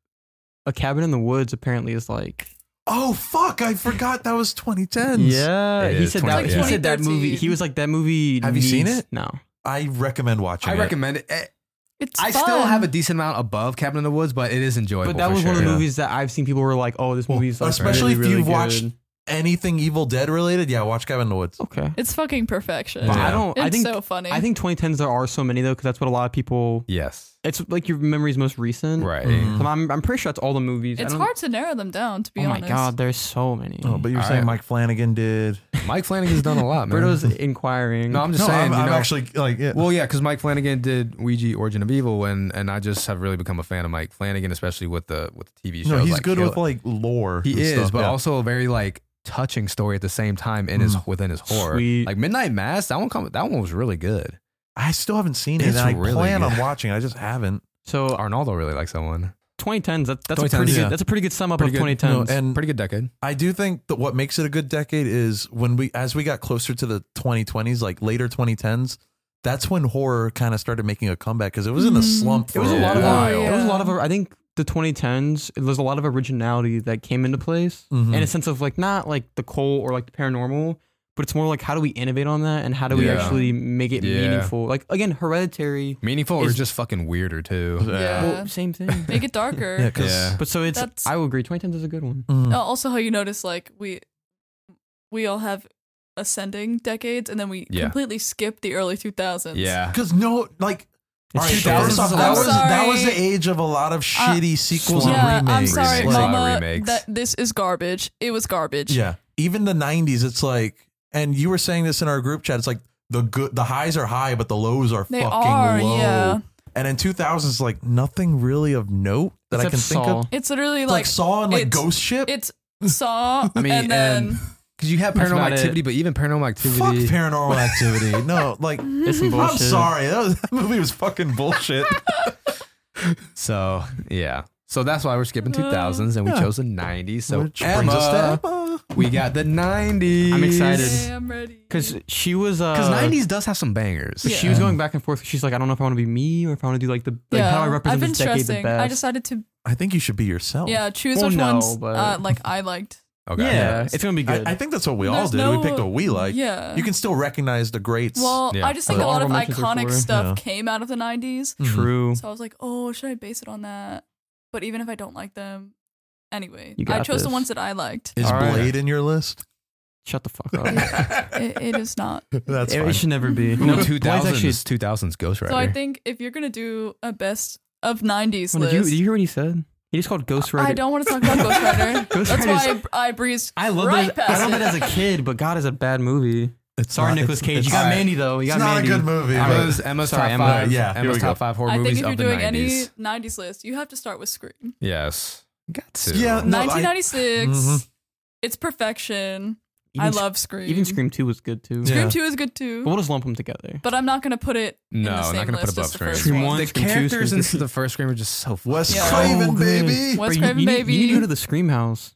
Speaker 2: a cabin in the woods apparently is like
Speaker 4: Oh fuck! I forgot that was 2010.
Speaker 2: yeah.
Speaker 1: It
Speaker 2: he
Speaker 1: is
Speaker 2: said
Speaker 1: 20,
Speaker 2: that
Speaker 1: yeah.
Speaker 2: he said that
Speaker 3: 2013.
Speaker 2: movie. He was like that movie.
Speaker 4: Have you seen
Speaker 2: needs-
Speaker 4: it?
Speaker 2: No.
Speaker 4: I recommend watching.
Speaker 1: I
Speaker 4: it.
Speaker 1: recommend it. Eh,
Speaker 3: It's
Speaker 1: I still
Speaker 3: fun.
Speaker 1: have a decent amount above Cabin in the Woods, but it is enjoyable.
Speaker 2: But that
Speaker 1: for
Speaker 2: was one of the
Speaker 1: sure.
Speaker 2: movies that I've seen people were like, "Oh, this
Speaker 4: Well,
Speaker 2: movie's like
Speaker 4: especially
Speaker 2: really,
Speaker 4: if you've
Speaker 2: really
Speaker 4: watched-
Speaker 2: good.
Speaker 4: anything Evil Dead related. Yeah, watch Cabin in the
Speaker 1: Oh,
Speaker 4: Woods.
Speaker 2: Okay.
Speaker 3: It's fucking perfection.
Speaker 2: But
Speaker 1: Yeah.
Speaker 2: I don't.
Speaker 3: It's
Speaker 2: I think.
Speaker 3: so funny.
Speaker 2: I think 2010s there are so many though because that's what a lot of people
Speaker 1: Yes.
Speaker 2: It's like your memory's most recent.
Speaker 1: Right.
Speaker 4: Mhm.
Speaker 2: So I'm, I'm pretty sure that's all the movies. I
Speaker 3: It's
Speaker 2: don't-
Speaker 3: hard to narrow them down, to be
Speaker 2: Oh my
Speaker 3: honest.
Speaker 2: god, there's so many.
Speaker 4: Oh, but you were
Speaker 1: All
Speaker 4: saying
Speaker 1: right.
Speaker 4: Mike Flanagan did.
Speaker 1: Mike Flanagan's done a lot, man.
Speaker 2: Berto's inquiring.
Speaker 1: no, I'm just saying.
Speaker 4: I'm,
Speaker 1: you
Speaker 4: I'm
Speaker 1: know,
Speaker 4: actually like, yeah.
Speaker 1: Well, yeah, because Mike Flanagan did Ouija Origin of Evil, and and I just have really become a fan of Mike Flanagan, especially with the with the TV show.
Speaker 4: no, he's
Speaker 1: like,
Speaker 4: good
Speaker 1: Hill-
Speaker 4: with like lore.
Speaker 1: he
Speaker 4: and
Speaker 1: is,
Speaker 4: stuff,
Speaker 1: but
Speaker 4: yeah.
Speaker 1: also a very like touching story at the same time in his within his horror.
Speaker 2: Sweet.
Speaker 1: Like Midnight Mass, that one come, that one was really good.
Speaker 4: I still haven't seen it,
Speaker 1: It's
Speaker 4: and I
Speaker 1: really
Speaker 4: plan
Speaker 1: good.
Speaker 4: on watching. it. I just haven't.
Speaker 2: so
Speaker 1: Arnaldo really likes that one.
Speaker 2: 2010s. That, that's
Speaker 1: 2010s,
Speaker 2: a pretty
Speaker 4: yeah.
Speaker 2: good. That's a pretty good sum up
Speaker 1: Pretty
Speaker 2: of
Speaker 1: good.
Speaker 2: 2010s.
Speaker 4: No, and-
Speaker 1: Pretty good decade.
Speaker 4: I do think that what makes it a good decade is when we, as we got closer to the 2020s, like later 2010s, that's when horror kind of started making a comeback because it was in the
Speaker 3: Mm.
Speaker 1: Mm-hmm.
Speaker 4: slump
Speaker 2: it
Speaker 4: for
Speaker 2: was a lot of.
Speaker 4: while.
Speaker 3: Yeah.
Speaker 2: It was a lot of. I think the 2010s. It was a lot of originality that came into place,
Speaker 4: Mhm.
Speaker 2: and a sense of like not like the cult or like the paranormal, but it's more like how do we innovate on that and how do we
Speaker 1: Yeah.
Speaker 2: actually make it
Speaker 1: Yeah.
Speaker 2: meaningful? Like again, Hereditary.
Speaker 1: Meaningful or
Speaker 2: It's-
Speaker 1: just fucking weirder
Speaker 3: [LAUGHS]
Speaker 1: too.
Speaker 3: Yeah.
Speaker 2: Well, same
Speaker 3: [LAUGHS]
Speaker 2: thing.
Speaker 3: Make
Speaker 2: [LAUGHS]
Speaker 3: it darker.
Speaker 4: Yeah, 'cause-
Speaker 1: Yeah.
Speaker 2: But so it's.
Speaker 3: That's-
Speaker 2: I will agree. 2010s is a good one.
Speaker 4: Mhm.
Speaker 3: Uh, Also, how you notice like we we all have ascending decades, and then we
Speaker 1: Yeah.
Speaker 3: completely skip the early 2000s.
Speaker 4: [LAUGHS]
Speaker 1: Yeah.
Speaker 4: Because no, like, all right,
Speaker 2: It's
Speaker 4: that, was,
Speaker 2: short.
Speaker 1: I'm
Speaker 4: that, was, that was the
Speaker 3: sorry.
Speaker 4: age of a lot of
Speaker 3: Uh,
Speaker 4: shitty sequels
Speaker 3: Yeah,
Speaker 4: and
Speaker 3: I'm
Speaker 4: remakes.
Speaker 3: sorry,
Speaker 1: Remakes.
Speaker 4: Like,
Speaker 3: Mama.
Speaker 1: Remakes.
Speaker 3: That this is garbage. It was garbage.
Speaker 4: yeah, even the '90s, it's like, and you were saying this in our group chat. It's like the good, the highs are high, but the lows are
Speaker 3: They
Speaker 4: fucking
Speaker 3: are,
Speaker 4: low.
Speaker 3: yeah.
Speaker 4: And in 2000s, like nothing really of note that I
Speaker 2: Except
Speaker 4: can think
Speaker 2: Saw.
Speaker 4: of.
Speaker 3: It's literally
Speaker 4: Like,
Speaker 3: like,
Speaker 4: Saw and like
Speaker 3: it's-
Speaker 4: Ghost Ship.
Speaker 3: it's
Speaker 2: [LAUGHS]
Speaker 3: Saw,
Speaker 1: I mean,
Speaker 3: and then
Speaker 1: and- Because you have
Speaker 2: That's
Speaker 1: paranormal
Speaker 2: about it.
Speaker 1: activity, but even paranormal
Speaker 4: Fuck
Speaker 1: activity.
Speaker 4: Paranormal Activity. No, like
Speaker 2: It's
Speaker 3: [LAUGHS]
Speaker 2: some
Speaker 4: I'm
Speaker 2: bullshit.
Speaker 4: sorry, that, was, [LAUGHS] that movie was fucking bullshit.
Speaker 1: so yeah. So that's why we're skipping 2000s and we chose the 90s. So
Speaker 4: Which brings us to
Speaker 1: Emma,
Speaker 4: Emma.
Speaker 1: we got the 90s.
Speaker 2: I'm excited.
Speaker 3: Yay, I'm ready.
Speaker 2: Because she was. uh
Speaker 1: Because 90s does have some bangers.
Speaker 3: Yeah.
Speaker 2: She was going back and forth. She's like, I don't know if I want to be me or if I want to do like the like
Speaker 3: yeah,
Speaker 2: how I represent
Speaker 3: have been
Speaker 2: this decade the
Speaker 3: stressing.
Speaker 2: best. Oh.
Speaker 3: I decided to
Speaker 4: I think you should be yourself.
Speaker 3: yeah choose
Speaker 2: Well,
Speaker 3: which
Speaker 2: no,
Speaker 3: ones
Speaker 2: but-
Speaker 3: uh, like
Speaker 2: [LAUGHS]
Speaker 3: I liked.
Speaker 1: Okay.
Speaker 2: yeah, it's gonna be
Speaker 4: I-
Speaker 2: good.
Speaker 4: I, think that's what we all
Speaker 3: There's
Speaker 4: did.
Speaker 3: no-
Speaker 4: we picked what we like.
Speaker 3: yeah.
Speaker 4: You can still recognize the greats.
Speaker 3: Well,
Speaker 1: Yeah.
Speaker 3: I just think
Speaker 2: Other
Speaker 3: a lot of
Speaker 2: honorable mentions are
Speaker 3: iconic
Speaker 2: for-
Speaker 3: stuff
Speaker 4: yeah.
Speaker 3: came out of the 90s.
Speaker 4: Mhm.
Speaker 2: True.
Speaker 3: So I was like, oh, should I base it on that? But even if I don't like them, anyway,
Speaker 2: You
Speaker 3: I
Speaker 2: got
Speaker 3: chose the
Speaker 2: this.
Speaker 3: ones that I
Speaker 2: [LAUGHS]
Speaker 3: liked.
Speaker 4: Is
Speaker 2: All right.
Speaker 4: Blade in your
Speaker 2: [LAUGHS]
Speaker 4: list?
Speaker 2: Shut the fuck up.
Speaker 3: [LAUGHS] It, it is not.
Speaker 4: [LAUGHS] That's
Speaker 2: it,
Speaker 4: fine.
Speaker 2: should never be.
Speaker 1: Ooh,
Speaker 2: No, Blade's
Speaker 1: 2000s,
Speaker 2: actually.
Speaker 1: 2000s Ghost Rider.
Speaker 3: So I think if you're gonna do a best of
Speaker 2: Did
Speaker 3: 90s
Speaker 2: you,
Speaker 3: list,
Speaker 2: did you hear what he said? He just called Ghost Rider.
Speaker 3: I don't want to talk about Ghost Rider.
Speaker 2: Ghost
Speaker 3: That's
Speaker 2: Rider's-
Speaker 3: why I, I breezed.
Speaker 2: I love
Speaker 3: right
Speaker 2: that. I
Speaker 3: past
Speaker 2: love that
Speaker 3: it.
Speaker 2: as a kid, but God is a bad movie.
Speaker 4: It's
Speaker 2: Sorry,
Speaker 4: not-
Speaker 2: Nicholas
Speaker 4: it's-
Speaker 2: Cage. You
Speaker 4: it's
Speaker 2: got
Speaker 4: not-
Speaker 2: Mandy though. You got
Speaker 4: It's not
Speaker 2: Mandy.
Speaker 4: a good movie. but-
Speaker 1: Emma's, Emma's
Speaker 2: Sorry,
Speaker 1: top
Speaker 2: Emma.
Speaker 1: five.
Speaker 4: Yeah, here
Speaker 1: Emma's
Speaker 4: we go.
Speaker 1: top five horror
Speaker 3: I think
Speaker 1: movies
Speaker 3: if you're
Speaker 1: of the
Speaker 3: doing
Speaker 1: 90s.
Speaker 3: any 90s list, you have to start with Scream.
Speaker 1: yes. Got to.
Speaker 4: Yeah, no, I-
Speaker 3: 1996.
Speaker 4: Mhm.
Speaker 3: It's perfection.
Speaker 2: Even
Speaker 3: I
Speaker 2: Sc-
Speaker 3: love Scream.
Speaker 2: Even Scream Two was good too.
Speaker 4: Yeah.
Speaker 3: Scream 2 is good too.
Speaker 2: But we'll just lump them together.
Speaker 3: But I'm not gonna put it. in
Speaker 1: No,
Speaker 3: the
Speaker 1: I'm not
Speaker 3: same
Speaker 1: gonna put
Speaker 3: list
Speaker 1: above
Speaker 3: as the
Speaker 1: Scream.
Speaker 3: first
Speaker 2: Scream
Speaker 3: one.
Speaker 2: one,
Speaker 1: The
Speaker 2: Scream two,
Speaker 1: characters
Speaker 2: Scream
Speaker 1: in
Speaker 2: three.
Speaker 1: the first Scream are just so fucking
Speaker 4: Wes
Speaker 3: Yeah.
Speaker 4: Craven,
Speaker 1: Oh,
Speaker 2: So good.
Speaker 4: baby.
Speaker 3: Wes
Speaker 2: Bro, you-
Speaker 3: Craven,
Speaker 2: you, need-
Speaker 3: baby.
Speaker 2: You need to go to the Scream House.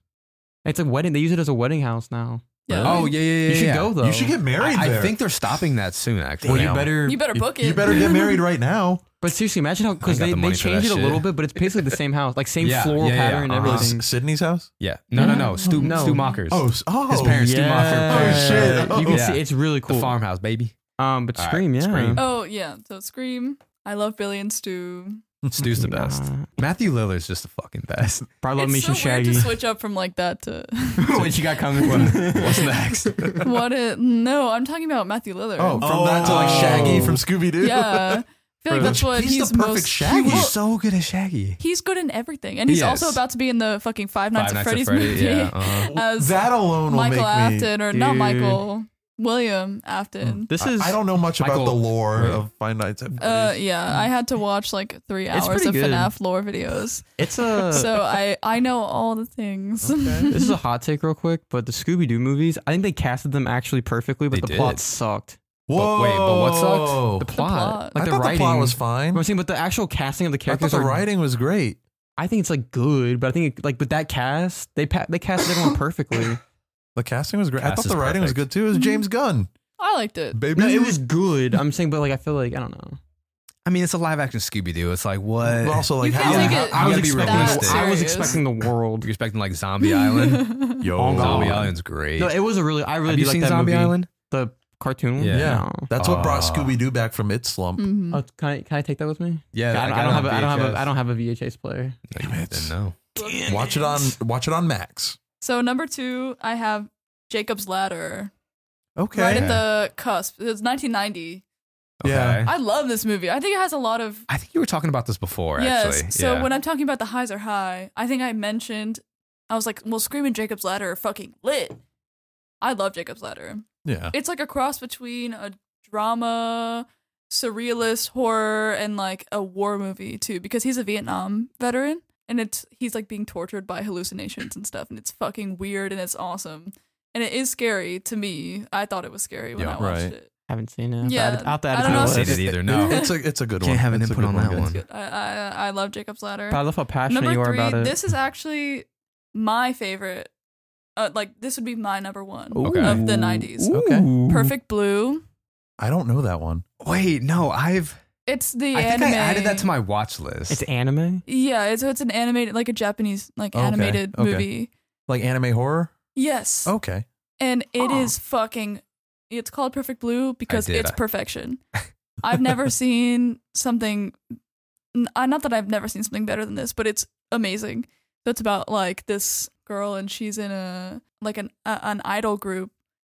Speaker 2: It's a wedding. They use it as a wedding house now.
Speaker 3: Yeah.
Speaker 1: Oh, yeah, yeah, yeah.
Speaker 2: you should
Speaker 1: yeah.
Speaker 2: go though.
Speaker 4: You should get married
Speaker 1: I, I
Speaker 4: there.
Speaker 1: think they're stopping that soon, actually.
Speaker 2: Well, you better.
Speaker 3: You better book it.
Speaker 4: you better get married right now.
Speaker 2: But seriously, imagine how because
Speaker 1: got
Speaker 2: they,
Speaker 1: the
Speaker 2: they
Speaker 1: money for
Speaker 2: changed it
Speaker 1: that
Speaker 2: a little
Speaker 1: shit.
Speaker 2: bit, but it's basically the same house, like same
Speaker 1: Yeah,
Speaker 2: floor
Speaker 1: yeah, yeah,
Speaker 2: pattern [LAUGHS] and
Speaker 1: uh-huh.
Speaker 2: everything.
Speaker 4: S- Uh, Sydney's house?
Speaker 1: Yeah. No, no, no. Stu,
Speaker 2: No.
Speaker 1: Stu Mockers.
Speaker 4: Oh, s- oh.
Speaker 1: His parents, Stu Mocker.
Speaker 4: Yeah. Oh, shit.
Speaker 2: You can
Speaker 1: Yeah.
Speaker 2: see it's really
Speaker 1: The
Speaker 2: cool.
Speaker 1: farmhouse, baby.
Speaker 2: Um, but
Speaker 1: All right,
Speaker 2: Scream, yeah.
Speaker 1: Scream.
Speaker 3: Oh yeah. So Scream. I love Billy and Stu.
Speaker 1: Stu's the best.
Speaker 2: Nah.
Speaker 1: Matthew Lillard's just the fucking best.
Speaker 2: Probably love
Speaker 3: it's
Speaker 2: me
Speaker 3: so
Speaker 2: some
Speaker 3: weird
Speaker 2: Shaggy.
Speaker 3: to switch up from like that to [LAUGHS]
Speaker 2: what you got coming?
Speaker 1: [LAUGHS] What's next?
Speaker 3: what? It, no, I'm talking about Matthew Lillard.
Speaker 4: Oh, from that to like
Speaker 2: Oh.
Speaker 4: Shaggy from Scooby Doo. [LAUGHS]
Speaker 3: yeah. I feel like that's what
Speaker 4: He's
Speaker 3: he's,
Speaker 4: the perfect
Speaker 3: most.
Speaker 4: Shaggy.
Speaker 3: Well,
Speaker 1: He's so good at Shaggy.
Speaker 3: he's good in everything, and
Speaker 1: He
Speaker 3: he's also
Speaker 1: is.
Speaker 3: about to be in the fucking Five Nights,
Speaker 1: Five
Speaker 3: at
Speaker 1: Nights at
Speaker 3: Freddy's
Speaker 1: Freddy,
Speaker 3: movie
Speaker 1: yeah,
Speaker 3: [LAUGHS]
Speaker 1: uh-huh.
Speaker 3: as
Speaker 4: That alone will
Speaker 3: Michael
Speaker 4: make
Speaker 3: Afton or not
Speaker 2: Dude. Oh,
Speaker 3: Michael William Afton.
Speaker 2: This
Speaker 4: me.
Speaker 2: is.
Speaker 4: I don't know much
Speaker 1: Michael-
Speaker 4: about the lore
Speaker 1: Right.
Speaker 4: of Five Nights at
Speaker 3: Uh,
Speaker 4: Freddy's.
Speaker 3: yeah, I had to watch like three
Speaker 2: It's
Speaker 3: hours
Speaker 2: pretty
Speaker 3: of
Speaker 2: good. Uh.
Speaker 3: FNAF lore videos,
Speaker 2: It's a.
Speaker 3: so I I know all the things.
Speaker 2: this is a hot take, real quick. But the Scooby Doo movies, I think they casted them actually perfectly, but
Speaker 1: They
Speaker 2: the
Speaker 1: did.
Speaker 2: plot sucked.
Speaker 1: But wait, but what sucked?
Speaker 4: Whoa.
Speaker 2: The plot,
Speaker 3: plot.
Speaker 2: like
Speaker 4: I
Speaker 2: the
Speaker 4: thought
Speaker 2: writing,
Speaker 4: the plot was
Speaker 2: You know
Speaker 4: fine.
Speaker 2: what I'm saying, but the actual casting of the
Speaker 4: I thought
Speaker 2: characters
Speaker 4: the
Speaker 2: are-
Speaker 4: writing was great.
Speaker 2: I think it's like good, but I think it, like with that cast, they pa- they cast everyone perfectly.
Speaker 4: The casting was great. I
Speaker 1: Cast
Speaker 4: thought
Speaker 1: is
Speaker 4: the writing was good
Speaker 1: perfect.
Speaker 4: too. It was James Gunn.
Speaker 3: [LAUGHS] I liked it.
Speaker 4: Baby.
Speaker 2: No, it was good. I'm saying, but like I feel like I don't know.
Speaker 1: I mean, it's a live action Scooby Doo. It's like what?
Speaker 4: But also like
Speaker 3: You
Speaker 4: how
Speaker 3: can't
Speaker 1: Yeah,
Speaker 3: make
Speaker 1: I-
Speaker 3: it
Speaker 1: I was
Speaker 3: that
Speaker 1: expecting-
Speaker 3: serious.
Speaker 2: I was expecting the world.
Speaker 1: You're expecting like Zombie
Speaker 3: [LAUGHS]
Speaker 1: Island.
Speaker 4: Yo.
Speaker 2: Oh, God.
Speaker 1: Zombie Island's great.
Speaker 2: No, it was a really. I really
Speaker 1: Have
Speaker 2: do
Speaker 1: you
Speaker 2: like
Speaker 1: seen
Speaker 2: that
Speaker 1: Zombie
Speaker 2: movie.
Speaker 1: Island?
Speaker 2: The cartoon. one?
Speaker 1: Yeah.
Speaker 4: Yeah.
Speaker 2: No.
Speaker 4: That's what brought
Speaker 1: Uh,
Speaker 4: Scooby Doo back from its slump.
Speaker 3: Mhm.
Speaker 2: Oh, can I can I take that with me?
Speaker 1: Yeah,
Speaker 2: I, don't, I don't have a, I don't have a I don't have a VHS player.
Speaker 1: Damn it! No.
Speaker 4: Watch it on watch it on Max.
Speaker 3: So number two, I have Jacob's Ladder.
Speaker 4: Okay.
Speaker 3: Right at the cusp. It was 1990.
Speaker 4: Yeah.
Speaker 1: Okay.
Speaker 3: I love this movie. I think it has a lot of
Speaker 1: I think you were talking about this before,
Speaker 3: yes.
Speaker 1: actually.
Speaker 3: So
Speaker 1: yeah.
Speaker 3: when I'm talking about the highs are high, I think I mentioned I was like, well, Scream and Jacob's Ladder are fucking lit. I love Jacob's Ladder.
Speaker 4: Yeah.
Speaker 3: It's like a cross between a drama, surrealist horror, and like a war movie too, because he's a Vietnam veteran and it's he's like being tortured by hallucinations and stuff, and it's fucking weird and it's awesome. And it is scary to me. I thought it was scary when
Speaker 1: Yeah,
Speaker 3: I watched
Speaker 4: right.
Speaker 3: it.
Speaker 2: Haven't seen it.
Speaker 3: Yeah,
Speaker 2: I'll have to
Speaker 3: I
Speaker 2: add it to
Speaker 3: don't know
Speaker 2: my
Speaker 3: if
Speaker 2: list.
Speaker 1: seen it either. No.
Speaker 3: [LAUGHS]
Speaker 4: It's a it's a good
Speaker 1: Can't
Speaker 4: one.
Speaker 1: have an
Speaker 4: It's a
Speaker 1: input
Speaker 4: good
Speaker 1: on
Speaker 4: one,
Speaker 1: that
Speaker 4: guys.
Speaker 1: one.
Speaker 3: Good. I, I I love Jacob's Ladder.
Speaker 2: But I love how passionate
Speaker 3: Number
Speaker 2: you are
Speaker 3: three,
Speaker 2: about it.
Speaker 3: this is actually my favorite. Uh, like this would be my number one
Speaker 1: Okay.
Speaker 3: of the nineties.
Speaker 4: Okay.
Speaker 3: Perfect Blue.
Speaker 4: I don't know that one.
Speaker 1: Wait, no, I've
Speaker 3: It's the
Speaker 1: I think
Speaker 3: anime.
Speaker 1: I added that to my watch list.
Speaker 2: It's anime.
Speaker 3: yeah, it's, it's an animated, like a Japanese, like
Speaker 4: Okay,
Speaker 3: animated
Speaker 4: okay.
Speaker 3: movie.
Speaker 4: Like anime horror?
Speaker 3: Yes,
Speaker 4: Okay.
Speaker 3: and it is
Speaker 2: Aw.
Speaker 3: fucking. It's called Perfect Blue because
Speaker 1: did,
Speaker 3: it's
Speaker 1: I- [LAUGHS]
Speaker 3: perfection. I've never seen something. n- uh, Not that I've never seen something better than this, but it's amazing. That's about like this girl, and she's in a like an a, an idol group,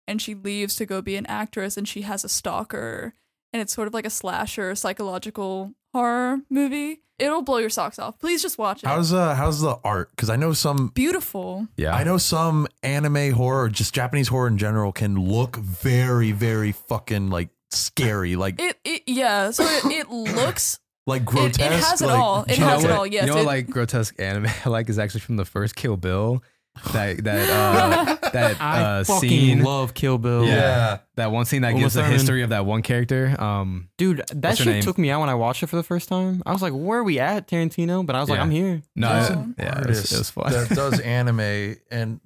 Speaker 3: and she leaves to go be an actress, and she has a stalker, and it's sort of like a slasher psychological horror movie. It'll blow your socks off. Please just watch it.
Speaker 4: How's uh how's the art? Because I know some
Speaker 3: Beautiful.
Speaker 1: yeah.
Speaker 4: I know some anime horror, or just Japanese horror in general, can look very, very fucking like scary, like
Speaker 3: It it yeah. So it,
Speaker 1: [COUGHS]
Speaker 3: it looks
Speaker 4: like
Speaker 3: it,
Speaker 4: grotesque.
Speaker 3: it has it
Speaker 4: like,
Speaker 3: all. It
Speaker 1: You know
Speaker 3: has it
Speaker 1: what-
Speaker 3: all. Yes.
Speaker 1: You know, what,
Speaker 3: it-
Speaker 1: like grotesque anime [LAUGHS] I like is actually from the first Kill Bill. That
Speaker 3: [LAUGHS]
Speaker 4: [LAUGHS]
Speaker 1: that uh, that
Speaker 2: I
Speaker 1: uh,
Speaker 2: fucking
Speaker 1: scene,
Speaker 2: love Kill Bill.
Speaker 1: Yeah.
Speaker 4: Yeah.
Speaker 1: that one scene that
Speaker 2: Uma
Speaker 1: gives the
Speaker 2: Thurman.
Speaker 1: history of that one character. Um,
Speaker 2: Dude, that
Speaker 1: What's her
Speaker 2: shit
Speaker 1: name?
Speaker 2: took me out when I watched it for the first time. I was like, where are we at, Tarantino? But I was like,
Speaker 1: Yeah.
Speaker 2: I'm here.
Speaker 1: no,
Speaker 3: There's
Speaker 1: it-
Speaker 3: an
Speaker 1: yeah, it was, it was fun.
Speaker 4: [LAUGHS] that
Speaker 1: [LAUGHS]
Speaker 4: does anime and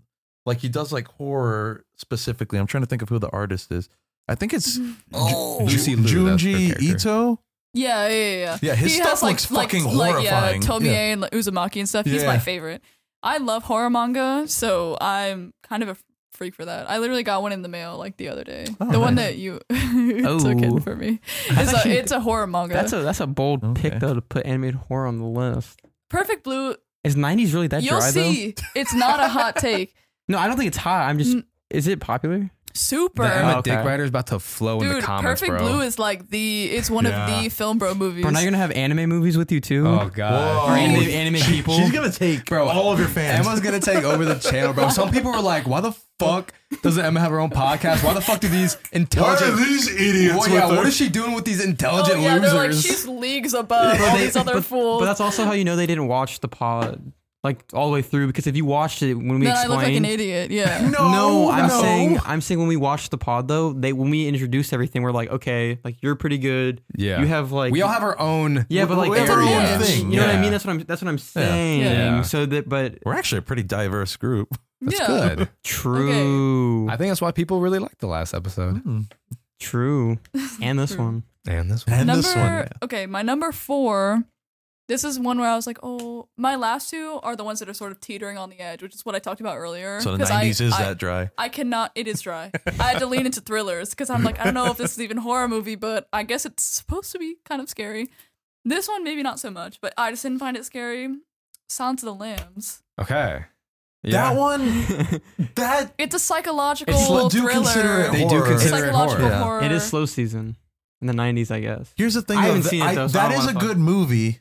Speaker 4: like he does like horror specifically. I'm trying to think of who the artist is. I think it's
Speaker 3: Mm-hmm.
Speaker 4: Ju-
Speaker 1: Oh.
Speaker 4: Ju-
Speaker 1: Lucy Liu, that's her
Speaker 4: Junji
Speaker 1: character.
Speaker 4: Ito.
Speaker 3: Yeah, yeah, yeah, yeah.
Speaker 4: Yeah, his
Speaker 3: He
Speaker 4: stuff
Speaker 3: has,
Speaker 4: looks fucking horrifying.
Speaker 3: Like, yeah, Tomie
Speaker 4: Yeah.
Speaker 3: and like, Uzumaki and stuff. He's my
Speaker 4: Yeah.
Speaker 3: favorite. I love horror manga, so I'm kind of a freak for that. I literally got one in the mail like the other day.
Speaker 4: Oh,
Speaker 3: the one
Speaker 4: nice.
Speaker 3: that you [LAUGHS] took
Speaker 2: Oh.
Speaker 3: in for me. It's
Speaker 2: thought
Speaker 3: a,
Speaker 2: you-
Speaker 3: it's a horror manga.
Speaker 2: That's a that's a bold
Speaker 4: Okay.
Speaker 2: pick though to put animated horror on the list.
Speaker 3: Perfect Blue.
Speaker 2: Is nineties really that
Speaker 3: You'll
Speaker 2: dry
Speaker 3: see. It's not a hot take.
Speaker 2: though? No, I don't think it's hot. I'm just
Speaker 3: Mm.
Speaker 2: is it popular?
Speaker 3: Super.
Speaker 1: The Emma
Speaker 2: Oh, okay.
Speaker 1: Dick writer's about to flow in
Speaker 3: Dude,
Speaker 1: the comments,
Speaker 3: Perfect
Speaker 1: bro.
Speaker 3: Blue is like the it's one
Speaker 4: Yeah.
Speaker 3: of the film bro movies.
Speaker 2: Bro, now you're gonna have anime movies with you too.
Speaker 1: oh god.
Speaker 2: Or anime,
Speaker 4: Holy
Speaker 2: anime
Speaker 4: She-
Speaker 2: people.
Speaker 4: She's gonna take
Speaker 1: Bro,
Speaker 4: all of your fans.
Speaker 1: Emma's gonna take over the channel, bro. Some people were like, "Why the fuck doesn't Emma have her own podcast? Why the fuck do these intelligent?
Speaker 4: these idiots?
Speaker 1: Well, yeah,
Speaker 4: with
Speaker 1: what
Speaker 4: her?
Speaker 1: is she doing with these
Speaker 3: oh,
Speaker 1: intelligent
Speaker 3: yeah,
Speaker 1: losers?"
Speaker 3: they're like she's leagues above all
Speaker 2: They-
Speaker 3: these other
Speaker 2: but,
Speaker 3: fools.
Speaker 2: But that's also how you know they didn't watch the pod like all the way through because if you watched it when we
Speaker 3: then I
Speaker 2: explained
Speaker 3: look like an idiot. Yeah.
Speaker 2: No,
Speaker 1: Oh,
Speaker 2: I'm
Speaker 4: no.
Speaker 2: saying I'm saying when we watched the pod though, they when we introduced everything, we're like, okay, like you're pretty good.
Speaker 1: Yeah.
Speaker 2: You have like
Speaker 1: we all have our own.
Speaker 2: Yeah, but like
Speaker 4: we have
Speaker 3: our own
Speaker 2: areas.
Speaker 4: thing,
Speaker 2: You know what
Speaker 1: yeah.
Speaker 2: I mean? That's what I'm that's what I'm saying.
Speaker 1: Yeah.
Speaker 2: So that but
Speaker 4: We're actually a pretty diverse group.
Speaker 1: [LAUGHS] That's
Speaker 3: yeah.
Speaker 1: good.
Speaker 2: true.
Speaker 1: I think that's why people really liked the last episode
Speaker 4: Hmm.
Speaker 2: True. And this
Speaker 3: True.
Speaker 2: one.
Speaker 1: and this one.
Speaker 4: And
Speaker 3: number
Speaker 4: this one,
Speaker 3: okay, my number four. This is one where I was like, oh, my last two are the ones that are sort of teetering on the edge, which is what I talked about earlier.
Speaker 4: so the
Speaker 3: 'Cause
Speaker 4: '90s
Speaker 3: I-
Speaker 4: is
Speaker 3: I-
Speaker 4: that dry.
Speaker 3: I cannot. It is
Speaker 4: [LAUGHS]
Speaker 3: dry. I had to lean into thrillers because I'm like, I don't know if this is even a horror movie, but I guess it's supposed to be kind of scary. This one maybe not so much, but I just didn't find it scary. Sounds of the Lambs.
Speaker 1: Okay.
Speaker 4: That [LAUGHS] one, that
Speaker 3: It's a psychological
Speaker 4: It's- do
Speaker 3: thriller.
Speaker 4: consider it
Speaker 1: They do
Speaker 4: Horror.
Speaker 1: consider it
Speaker 3: psychological
Speaker 1: horror.
Speaker 4: Yeah.
Speaker 3: horror.
Speaker 2: it is slow season in the 90s, I guess.
Speaker 4: Here's the thing.
Speaker 2: I
Speaker 4: though,
Speaker 2: haven't
Speaker 4: th-
Speaker 2: seen it, though, so I
Speaker 4: that
Speaker 2: don't
Speaker 4: is a
Speaker 2: wanna fuck-
Speaker 4: good movie.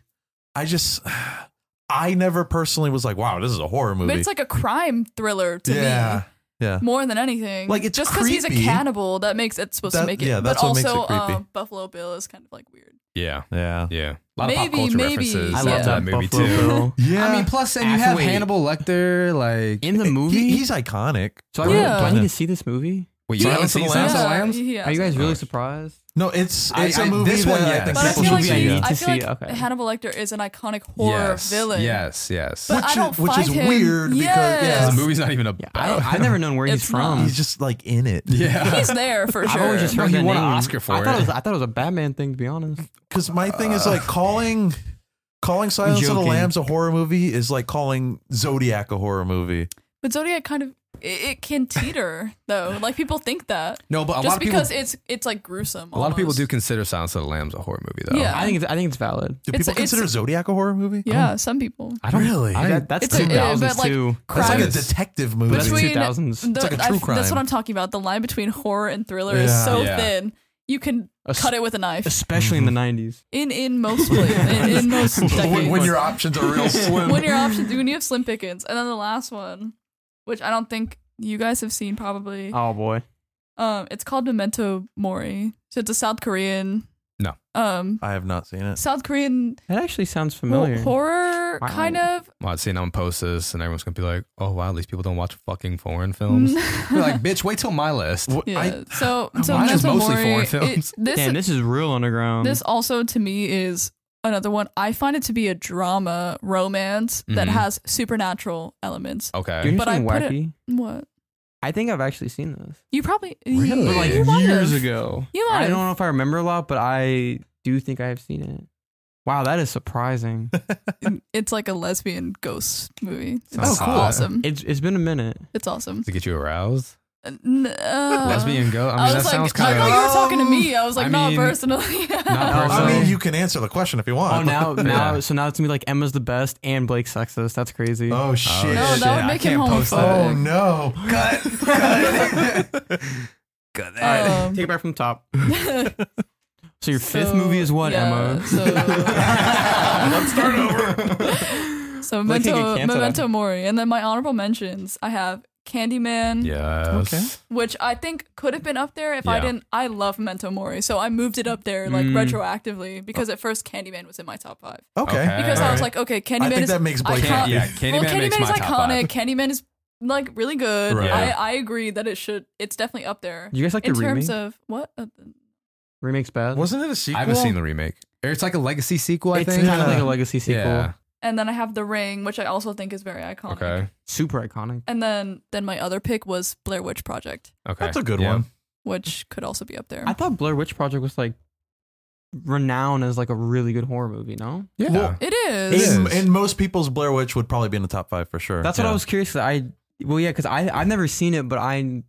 Speaker 4: I just, [SIGHS] I never personally was like, wow, this is a horror movie.
Speaker 3: but it's like a crime thriller to me.
Speaker 4: yeah, yeah.
Speaker 3: more than anything.
Speaker 4: Like, it's
Speaker 3: just because he's a
Speaker 4: creepy.
Speaker 3: cannibal, that makes it supposed
Speaker 4: That-
Speaker 3: to make it.
Speaker 4: yeah, that's
Speaker 3: but
Speaker 4: what makes it
Speaker 3: also,
Speaker 4: creepy.
Speaker 3: um, Buffalo Bill is kind of like weird.
Speaker 1: Yeah.
Speaker 4: yeah,
Speaker 1: Yeah. A lot of pop
Speaker 3: Maybe,
Speaker 1: culture
Speaker 3: maybe.
Speaker 1: references.
Speaker 2: I
Speaker 3: Yeah.
Speaker 2: love that,
Speaker 1: movie
Speaker 2: Buffalo
Speaker 1: too.
Speaker 4: [LAUGHS]
Speaker 2: Bill.
Speaker 4: yeah.
Speaker 1: I mean, plus, and you
Speaker 2: Ass
Speaker 1: have
Speaker 2: weight.
Speaker 1: Hannibal Lecter. Like,
Speaker 2: In the movie,
Speaker 4: He- he's iconic.
Speaker 2: so I, really-
Speaker 3: Yeah.
Speaker 2: do I need to see this movie?
Speaker 1: wait, you
Speaker 4: Yeah.
Speaker 1: haven't seen
Speaker 4: Yeah.
Speaker 1: Silence of the
Speaker 3: yeah,
Speaker 1: Lambs?
Speaker 3: he
Speaker 2: Are you
Speaker 3: has
Speaker 2: guys
Speaker 1: it.
Speaker 2: really surprised?
Speaker 4: No, it's
Speaker 1: I-
Speaker 4: it's a
Speaker 1: I-
Speaker 4: movie
Speaker 1: this
Speaker 4: that
Speaker 1: one,
Speaker 4: I
Speaker 1: yes.
Speaker 4: think
Speaker 3: But I
Speaker 4: people
Speaker 3: feel
Speaker 4: should
Speaker 3: like,
Speaker 4: see.
Speaker 2: you
Speaker 4: yeah.
Speaker 2: need
Speaker 3: I
Speaker 2: to
Speaker 3: feel
Speaker 2: see-
Speaker 3: like
Speaker 2: okay.
Speaker 3: Hannibal Lecter is an iconic horror
Speaker 1: yes,
Speaker 3: villain.
Speaker 1: Yes, yes.
Speaker 3: But
Speaker 4: Which
Speaker 3: I
Speaker 4: is-
Speaker 3: don't
Speaker 4: which
Speaker 3: find
Speaker 4: is
Speaker 3: him.
Speaker 4: weird because- yeah,
Speaker 3: yes.
Speaker 4: it's
Speaker 1: The movie's not even a.
Speaker 2: Yeah, I, I've never known where he's
Speaker 3: It's not.
Speaker 2: from.
Speaker 4: He's just like in it.
Speaker 1: [LAUGHS] Yeah.
Speaker 3: He's there for
Speaker 2: I've
Speaker 3: sure.
Speaker 2: always just
Speaker 1: No,
Speaker 2: heard
Speaker 1: he
Speaker 2: that
Speaker 1: won an
Speaker 2: name.
Speaker 1: Oscar for
Speaker 2: I thought
Speaker 1: it.
Speaker 2: it. Was, I thought it was a Batman thing, to be honest.
Speaker 4: Because my thing is like calling calling Silence of the
Speaker 2: joking.
Speaker 4: Lambs a horror movie is like calling Zodiac a horror movie.
Speaker 3: but Zodiac kind of it, it can teeter [LAUGHS] though. Like people think that
Speaker 1: [LAUGHS] No, but a lot
Speaker 3: just
Speaker 1: of people.
Speaker 3: because it's it's like gruesome.
Speaker 1: A lot of people
Speaker 3: almost.
Speaker 1: do consider Silence of the Lambs a horror movie, though.
Speaker 3: Yeah.
Speaker 2: I think it's, I think it's valid.
Speaker 4: Do
Speaker 3: It's-
Speaker 4: people
Speaker 3: it's-
Speaker 4: consider Zodiac a horror movie?
Speaker 3: Yeah, some people.
Speaker 1: I don't
Speaker 4: Really?
Speaker 1: I
Speaker 2: That-
Speaker 1: don't,
Speaker 2: that's
Speaker 3: It's a-
Speaker 2: two
Speaker 3: but,
Speaker 2: thousands
Speaker 3: like,
Speaker 2: too.
Speaker 4: That's like a
Speaker 1: Yes.
Speaker 4: detective movie.
Speaker 2: That's
Speaker 3: Between-
Speaker 2: two thousands.
Speaker 3: The-
Speaker 4: like a
Speaker 3: I-
Speaker 4: true
Speaker 3: That's
Speaker 4: crime.
Speaker 3: what I'm talking about. The line between horror and thriller is
Speaker 4: Yeah.
Speaker 3: so
Speaker 1: Yeah.
Speaker 3: thin. you can
Speaker 2: Es-
Speaker 3: cut it with a knife.
Speaker 2: especially in the 90s.
Speaker 3: In in most [LAUGHS] places, in, in most decades.
Speaker 4: when, when your options are
Speaker 3: [LAUGHS]
Speaker 4: real slim.
Speaker 1: [LAUGHS]
Speaker 3: when your options when you have slim pickings, and then the last one, which I don't think you guys have seen probably.
Speaker 2: Oh boy.
Speaker 3: Um, it's called Memento Mori. So it's a South Korean.
Speaker 1: No. Uh,
Speaker 3: Um,
Speaker 4: I have not seen it.
Speaker 3: South Korean
Speaker 2: That actually sounds
Speaker 3: Well,
Speaker 2: familiar.
Speaker 3: horror
Speaker 2: Wow.
Speaker 3: kind of.
Speaker 1: Well, I'd see someone post this, and everyone's gonna be like, "Oh wow, these people don't watch fucking foreign [LAUGHS]
Speaker 3: [LAUGHS]
Speaker 1: films." You're like, bitch, wait till my list.
Speaker 4: What-
Speaker 3: yeah.
Speaker 4: I-
Speaker 1: [LAUGHS]
Speaker 3: so so
Speaker 1: Mine is
Speaker 3: Memento
Speaker 1: mostly
Speaker 3: Mori,
Speaker 1: foreign
Speaker 3: it-
Speaker 1: films. [LAUGHS]
Speaker 3: this
Speaker 2: Damn, this is real underground.
Speaker 3: this also to me is another one. I find it to be a drama romance that
Speaker 1: Mhm.
Speaker 3: has supernatural elements.
Speaker 2: you
Speaker 1: Okay,
Speaker 2: know
Speaker 3: but I
Speaker 2: something
Speaker 3: put it-
Speaker 2: wacky?
Speaker 3: What
Speaker 2: I think I've actually seen this.
Speaker 3: you probably
Speaker 1: Really?
Speaker 3: you,
Speaker 1: But, like,
Speaker 3: you might have.
Speaker 2: ago.
Speaker 3: You might
Speaker 2: I
Speaker 3: have.
Speaker 2: don't know if I remember a lot, but I do think I have seen it. Wow, that is surprising.
Speaker 3: It's like a lesbian ghost movie. It's
Speaker 1: Sounds hot.
Speaker 3: awesome.
Speaker 2: it's it's been a minute.
Speaker 3: It's awesome.
Speaker 1: to get you aroused,
Speaker 3: N- uh,
Speaker 1: lesbian go. I mean,
Speaker 3: I was
Speaker 1: that
Speaker 3: like,
Speaker 1: sounds
Speaker 3: I
Speaker 1: kind
Speaker 3: thought
Speaker 1: of.
Speaker 3: you were talking to me. I was
Speaker 1: I
Speaker 3: like, not
Speaker 1: mean-
Speaker 3: personally. [LAUGHS] Oh, Um,
Speaker 1: Not
Speaker 4: I
Speaker 1: personally.
Speaker 4: mean, you can answer the question if you
Speaker 2: Oh,
Speaker 4: want.
Speaker 2: now [LAUGHS] now
Speaker 1: Yeah.
Speaker 2: so now it's gonna be like Emma's the best and Blake sexist. That's crazy.
Speaker 4: [LAUGHS] oh shit.
Speaker 3: No, that would
Speaker 1: I
Speaker 3: make him
Speaker 1: can't post that.
Speaker 4: Oh no. Cut. Cut. Cut
Speaker 3: Um,
Speaker 2: Take it back from the top. So your fifth
Speaker 3: So,
Speaker 2: movie is what,
Speaker 3: yeah,
Speaker 2: Emma? [LAUGHS]
Speaker 3: so- Let's
Speaker 2: start over.
Speaker 3: [LAUGHS] So
Speaker 2: Like, you
Speaker 3: Memento,
Speaker 2: can cancel that.
Speaker 3: Memento Mori, and then my honorable mentions. I have Candyman,
Speaker 1: Yes.
Speaker 4: Okay.
Speaker 3: which I think could have been up there if I
Speaker 1: Yeah.
Speaker 3: didn't. I love Memento Mori, so I moved it up there like
Speaker 2: Mm.
Speaker 3: retroactively because at first Candyman was in my top five
Speaker 4: Okay.
Speaker 1: Okay.
Speaker 3: because I was
Speaker 4: Alright.
Speaker 3: like, okay,
Speaker 4: I
Speaker 3: Candyman
Speaker 4: think
Speaker 3: is
Speaker 4: that makes Blake
Speaker 3: Icon-
Speaker 1: Can-
Speaker 4: happy.
Speaker 1: yeah, Candyman,
Speaker 3: well, Candyman
Speaker 1: makes
Speaker 3: is
Speaker 1: my
Speaker 3: iconic.
Speaker 1: top five.
Speaker 3: Candyman is like really good.
Speaker 1: Right.
Speaker 3: I, I agree that it should. It's definitely up there
Speaker 2: You guys like
Speaker 3: in
Speaker 2: the remake?
Speaker 3: terms of what. Uh,
Speaker 2: Remake's bad.
Speaker 4: Wasn't it a sequel?
Speaker 1: I haven't seen the remake. It's like a legacy sequel, I
Speaker 2: it's
Speaker 1: think.
Speaker 2: kind of like
Speaker 4: Yeah.
Speaker 2: a legacy sequel.
Speaker 1: Yeah.
Speaker 3: And then I have The Ring, which I also think is very iconic.
Speaker 1: Okay.
Speaker 2: Super iconic.
Speaker 3: And then then my other pick was Blair Witch Project,
Speaker 1: Okay.
Speaker 4: That's a good
Speaker 1: Yeah.
Speaker 4: one.
Speaker 3: which could also be up there.
Speaker 2: I thought Blair Witch Project was like renowned as like a really good horror movie. No,
Speaker 1: Yeah.
Speaker 4: Well,
Speaker 3: It is.
Speaker 1: It is.
Speaker 4: In, in most people's Blair Witch would probably be in the top five for sure.
Speaker 2: that's what I was curious. 'cause I well, yeah, because I I've never seen it, but I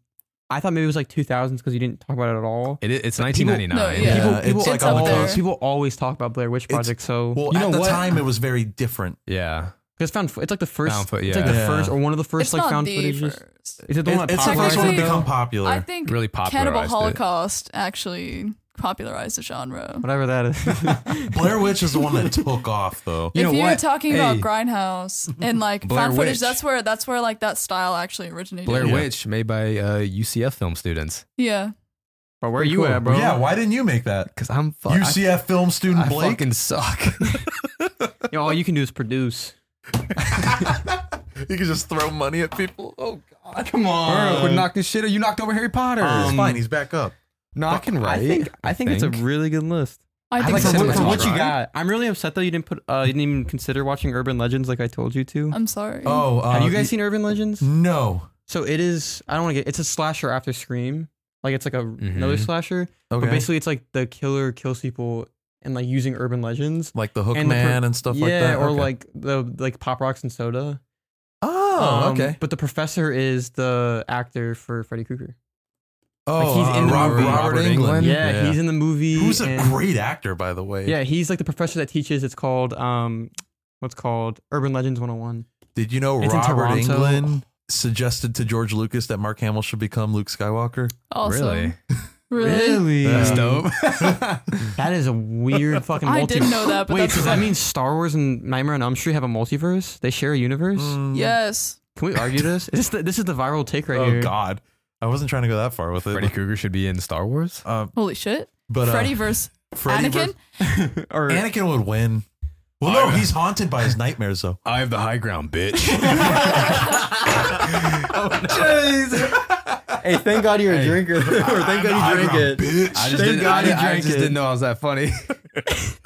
Speaker 2: I thought maybe it was like 2000s because you didn't talk about it at all.
Speaker 1: It is- it's
Speaker 2: people-
Speaker 1: 1999.
Speaker 3: No, yeah.
Speaker 2: People,
Speaker 4: it's
Speaker 2: people,
Speaker 3: like on the
Speaker 2: always,
Speaker 3: cusp.
Speaker 2: people always talk about Blair Witch
Speaker 4: It's-
Speaker 2: Project, so
Speaker 4: Well,
Speaker 1: You
Speaker 4: at
Speaker 1: know
Speaker 4: the
Speaker 1: what?
Speaker 4: time, it was very different.
Speaker 1: Yeah.
Speaker 2: it's found. fo- It's like the first.
Speaker 1: Found fo-
Speaker 2: It's like
Speaker 1: yeah.
Speaker 2: the
Speaker 4: Yeah.
Speaker 2: first or one of the first
Speaker 3: it's
Speaker 2: like
Speaker 3: not
Speaker 2: found
Speaker 3: the
Speaker 2: footages.
Speaker 3: first.
Speaker 2: Is it the
Speaker 4: It-
Speaker 2: one that
Speaker 4: it's the
Speaker 2: popularized
Speaker 4: first one to
Speaker 2: it,
Speaker 3: Technically-
Speaker 4: become
Speaker 2: though?
Speaker 4: popular.
Speaker 3: I think
Speaker 1: Really
Speaker 3: Cannibal
Speaker 1: popularized it.
Speaker 3: Holocaust actually popularized the genre.
Speaker 2: Whatever that is.
Speaker 4: Blair Witch is the one that took off, though.
Speaker 1: You
Speaker 3: if
Speaker 1: know
Speaker 3: you were
Speaker 1: what?
Speaker 3: talking
Speaker 1: Hey. [LAUGHS]
Speaker 3: about Grindhouse and like
Speaker 1: Blair
Speaker 3: found footage,
Speaker 1: Witch.
Speaker 3: that's where that's where like that style actually originated.
Speaker 1: Blair
Speaker 4: Yeah.
Speaker 1: Witch, made by uh, UCF film students.
Speaker 3: Yeah.
Speaker 2: [LAUGHS] Bro, where
Speaker 1: Pretty
Speaker 2: you
Speaker 1: cool.
Speaker 2: at, bro?
Speaker 4: Yeah, why didn't you make that?
Speaker 1: Because I'm fuck, I,
Speaker 4: UCF film student
Speaker 1: I
Speaker 4: Blake.
Speaker 1: fucking suck.
Speaker 2: Yo, all you can do is produce.
Speaker 4: [LAUGHS] you can just throw money at people.
Speaker 1: [LAUGHS]
Speaker 4: [LAUGHS] Oh god, Um,
Speaker 2: Come
Speaker 1: Bro,
Speaker 2: on.
Speaker 1: quit knocking shit. You knocked over Harry Potter.
Speaker 4: it's fine. He's back up.
Speaker 1: knocking right.
Speaker 2: I think I think it's a really good list.
Speaker 3: I think
Speaker 1: like
Speaker 3: so
Speaker 1: For
Speaker 2: For,
Speaker 1: what- cinematography.
Speaker 3: too.
Speaker 1: for
Speaker 2: what you
Speaker 1: right?
Speaker 2: got, I'm really upset though you didn't put uh, you didn't even consider watching Urban Legends like I told you to.
Speaker 3: I'm sorry.
Speaker 4: Oh, uh,
Speaker 2: Have Um, you Mm-hmm. guys seen Urban Legends?
Speaker 4: No.
Speaker 2: So it is. I don't want to get. It's a slasher after Scream. Like it's like a another
Speaker 1: Mhm.
Speaker 2: slasher,
Speaker 4: Okay.
Speaker 2: but basically it's like the killer kills people and like using urban legends.
Speaker 4: like the Hook
Speaker 2: and the per-
Speaker 4: Man and stuff
Speaker 2: yeah,
Speaker 4: like that.
Speaker 2: or
Speaker 4: Okay.
Speaker 2: like the like pop rocks and soda.
Speaker 4: oh,
Speaker 2: Um,
Speaker 4: okay.
Speaker 2: But the professor is the actor for Freddy Krueger.
Speaker 4: Oh,
Speaker 2: he's in
Speaker 4: uh,
Speaker 2: the
Speaker 4: Robert,
Speaker 2: movie.
Speaker 4: Robert
Speaker 1: Robert
Speaker 4: England.
Speaker 1: England.
Speaker 2: Yeah, he's in the movie.
Speaker 4: who's a
Speaker 2: and-
Speaker 4: great actor, by the way.
Speaker 2: Yeah, he's like the professor that teaches. It's called um, what's called Urban Legends 101.
Speaker 4: Did you know
Speaker 2: It's in
Speaker 4: Robert
Speaker 2: Toronto.
Speaker 4: England suggested to George Lucas that Mark Hamill should become Luke Skywalker?
Speaker 3: awesome.
Speaker 1: Really?
Speaker 3: Really?
Speaker 1: That's dope.
Speaker 2: That is a weird fucking.
Speaker 3: I
Speaker 2: multi-
Speaker 3: didn't know that, but
Speaker 2: Wait,
Speaker 3: that's
Speaker 2: does that mean Star Wars and Nightmare on Elm Street have a multiverse? They share a universe.
Speaker 4: Mm.
Speaker 3: Yes.
Speaker 2: Can we argue this? Is this, the, this is the viral take right
Speaker 4: Oh
Speaker 2: here.
Speaker 4: God, I wasn't trying to go that far with
Speaker 1: Freddy
Speaker 4: it.
Speaker 1: Krueger should be in Star Wars.
Speaker 4: Uh,
Speaker 3: Holy shit.
Speaker 4: but uh,
Speaker 3: Freddy versus
Speaker 4: Freddy
Speaker 3: Anakin?
Speaker 4: versus-
Speaker 2: Or
Speaker 4: Anakin would win. Well, no, he's haunted by his nightmares though.
Speaker 1: I have the high
Speaker 4: [LAUGHS]
Speaker 1: ground, bitch.
Speaker 2: hey, thank God you're a [LAUGHS] drinker. or thank God you drink it.
Speaker 1: I just,
Speaker 2: Thank
Speaker 1: didn't,
Speaker 2: God
Speaker 1: I,
Speaker 2: you
Speaker 1: didn't- I
Speaker 2: drank
Speaker 1: just
Speaker 2: it.
Speaker 1: didn't know I was that funny.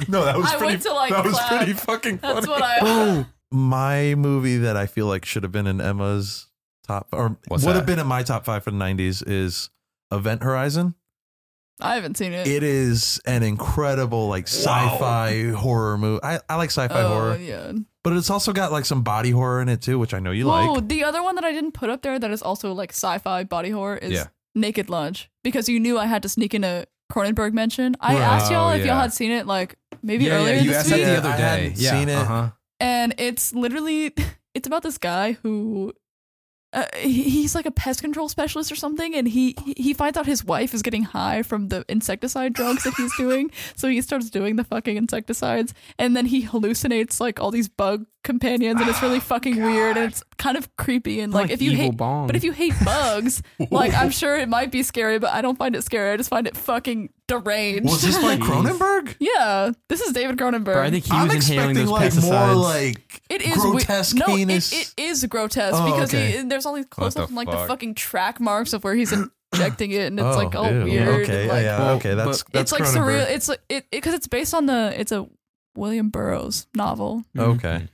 Speaker 4: No, that was
Speaker 3: I
Speaker 4: pretty.
Speaker 3: went to, like,
Speaker 4: that was
Speaker 3: clap. [LAUGHS]
Speaker 4: pretty fucking
Speaker 3: [LAUGHS]
Speaker 4: funny.
Speaker 3: That's what I
Speaker 2: Oh,
Speaker 4: my movie that I feel like should have been in Emma's top or
Speaker 1: What's
Speaker 4: would
Speaker 1: that?
Speaker 4: have been in my top five for the nineties is Event Horizon.
Speaker 3: [LAUGHS] I haven't seen it.
Speaker 4: It is an incredible like sci-fi horror movie. I, I like sci-fi
Speaker 3: oh,
Speaker 4: horror,
Speaker 3: yeah.
Speaker 4: but it's also got like some body horror in it too, which I know you
Speaker 3: Whoa, [LAUGHS]
Speaker 4: like.
Speaker 3: the other one that I didn't put up there that is also like sci-fi body horror is
Speaker 1: Yeah.
Speaker 3: Naked Lunch because you knew I had to sneak in a Cronenberg mention. I
Speaker 1: Right.
Speaker 3: asked y'all if
Speaker 1: Yeah.
Speaker 3: y'all had seen it like maybe
Speaker 1: yeah,
Speaker 3: earlier
Speaker 1: yeah, you
Speaker 3: this
Speaker 1: asked
Speaker 3: week,
Speaker 1: that the
Speaker 4: Yeah,
Speaker 1: other
Speaker 4: I
Speaker 1: day.
Speaker 4: hadn't
Speaker 1: Yeah,
Speaker 4: seen it.
Speaker 1: Uh-huh.
Speaker 3: [LAUGHS] and it's literally it's about this guy who uh, he- he's like a pest control specialist or something, and he he- he finds out his wife is getting high from the insecticide drugs that he's doing, so he starts doing the fucking insecticides, and then he hallucinates like all these bug companions, and it's
Speaker 4: Oh,
Speaker 3: really fucking weird, and it's kind of creepy, and like, if you
Speaker 2: evil
Speaker 3: hate,
Speaker 2: bong.
Speaker 3: but if you hate
Speaker 4: [LAUGHS]
Speaker 3: bugs, like I'm sure it might be scary, but I don't find it scary. I just find it fucking deranged.
Speaker 4: Was this like Cronenberg?
Speaker 3: [LAUGHS] yeah, this is David Cronenberg.
Speaker 2: Bro, I think he
Speaker 4: I'm
Speaker 2: was inhaling
Speaker 4: expecting
Speaker 2: those
Speaker 4: like
Speaker 2: pesticides.
Speaker 4: more like
Speaker 3: It is we-
Speaker 4: grotesque
Speaker 3: No, it,
Speaker 4: heinous-
Speaker 3: it is grotesque
Speaker 4: Oh,
Speaker 3: because
Speaker 4: okay.
Speaker 3: he, and there's all these close
Speaker 1: the
Speaker 3: ups and like the
Speaker 1: fuck?
Speaker 3: fucking track marks of where he's injecting it, and it's like all
Speaker 4: Oh, ew.
Speaker 3: weird.
Speaker 4: Okay,
Speaker 3: and, like,
Speaker 4: yeah,
Speaker 2: Well,
Speaker 4: okay, that's
Speaker 3: It's
Speaker 4: that's
Speaker 3: like
Speaker 4: Cronenberg.
Speaker 3: surreal. It's like it because it's based on the. It's a William Burroughs novel.
Speaker 2: Mm-hmm.
Speaker 1: Mm-hmm.
Speaker 4: Okay,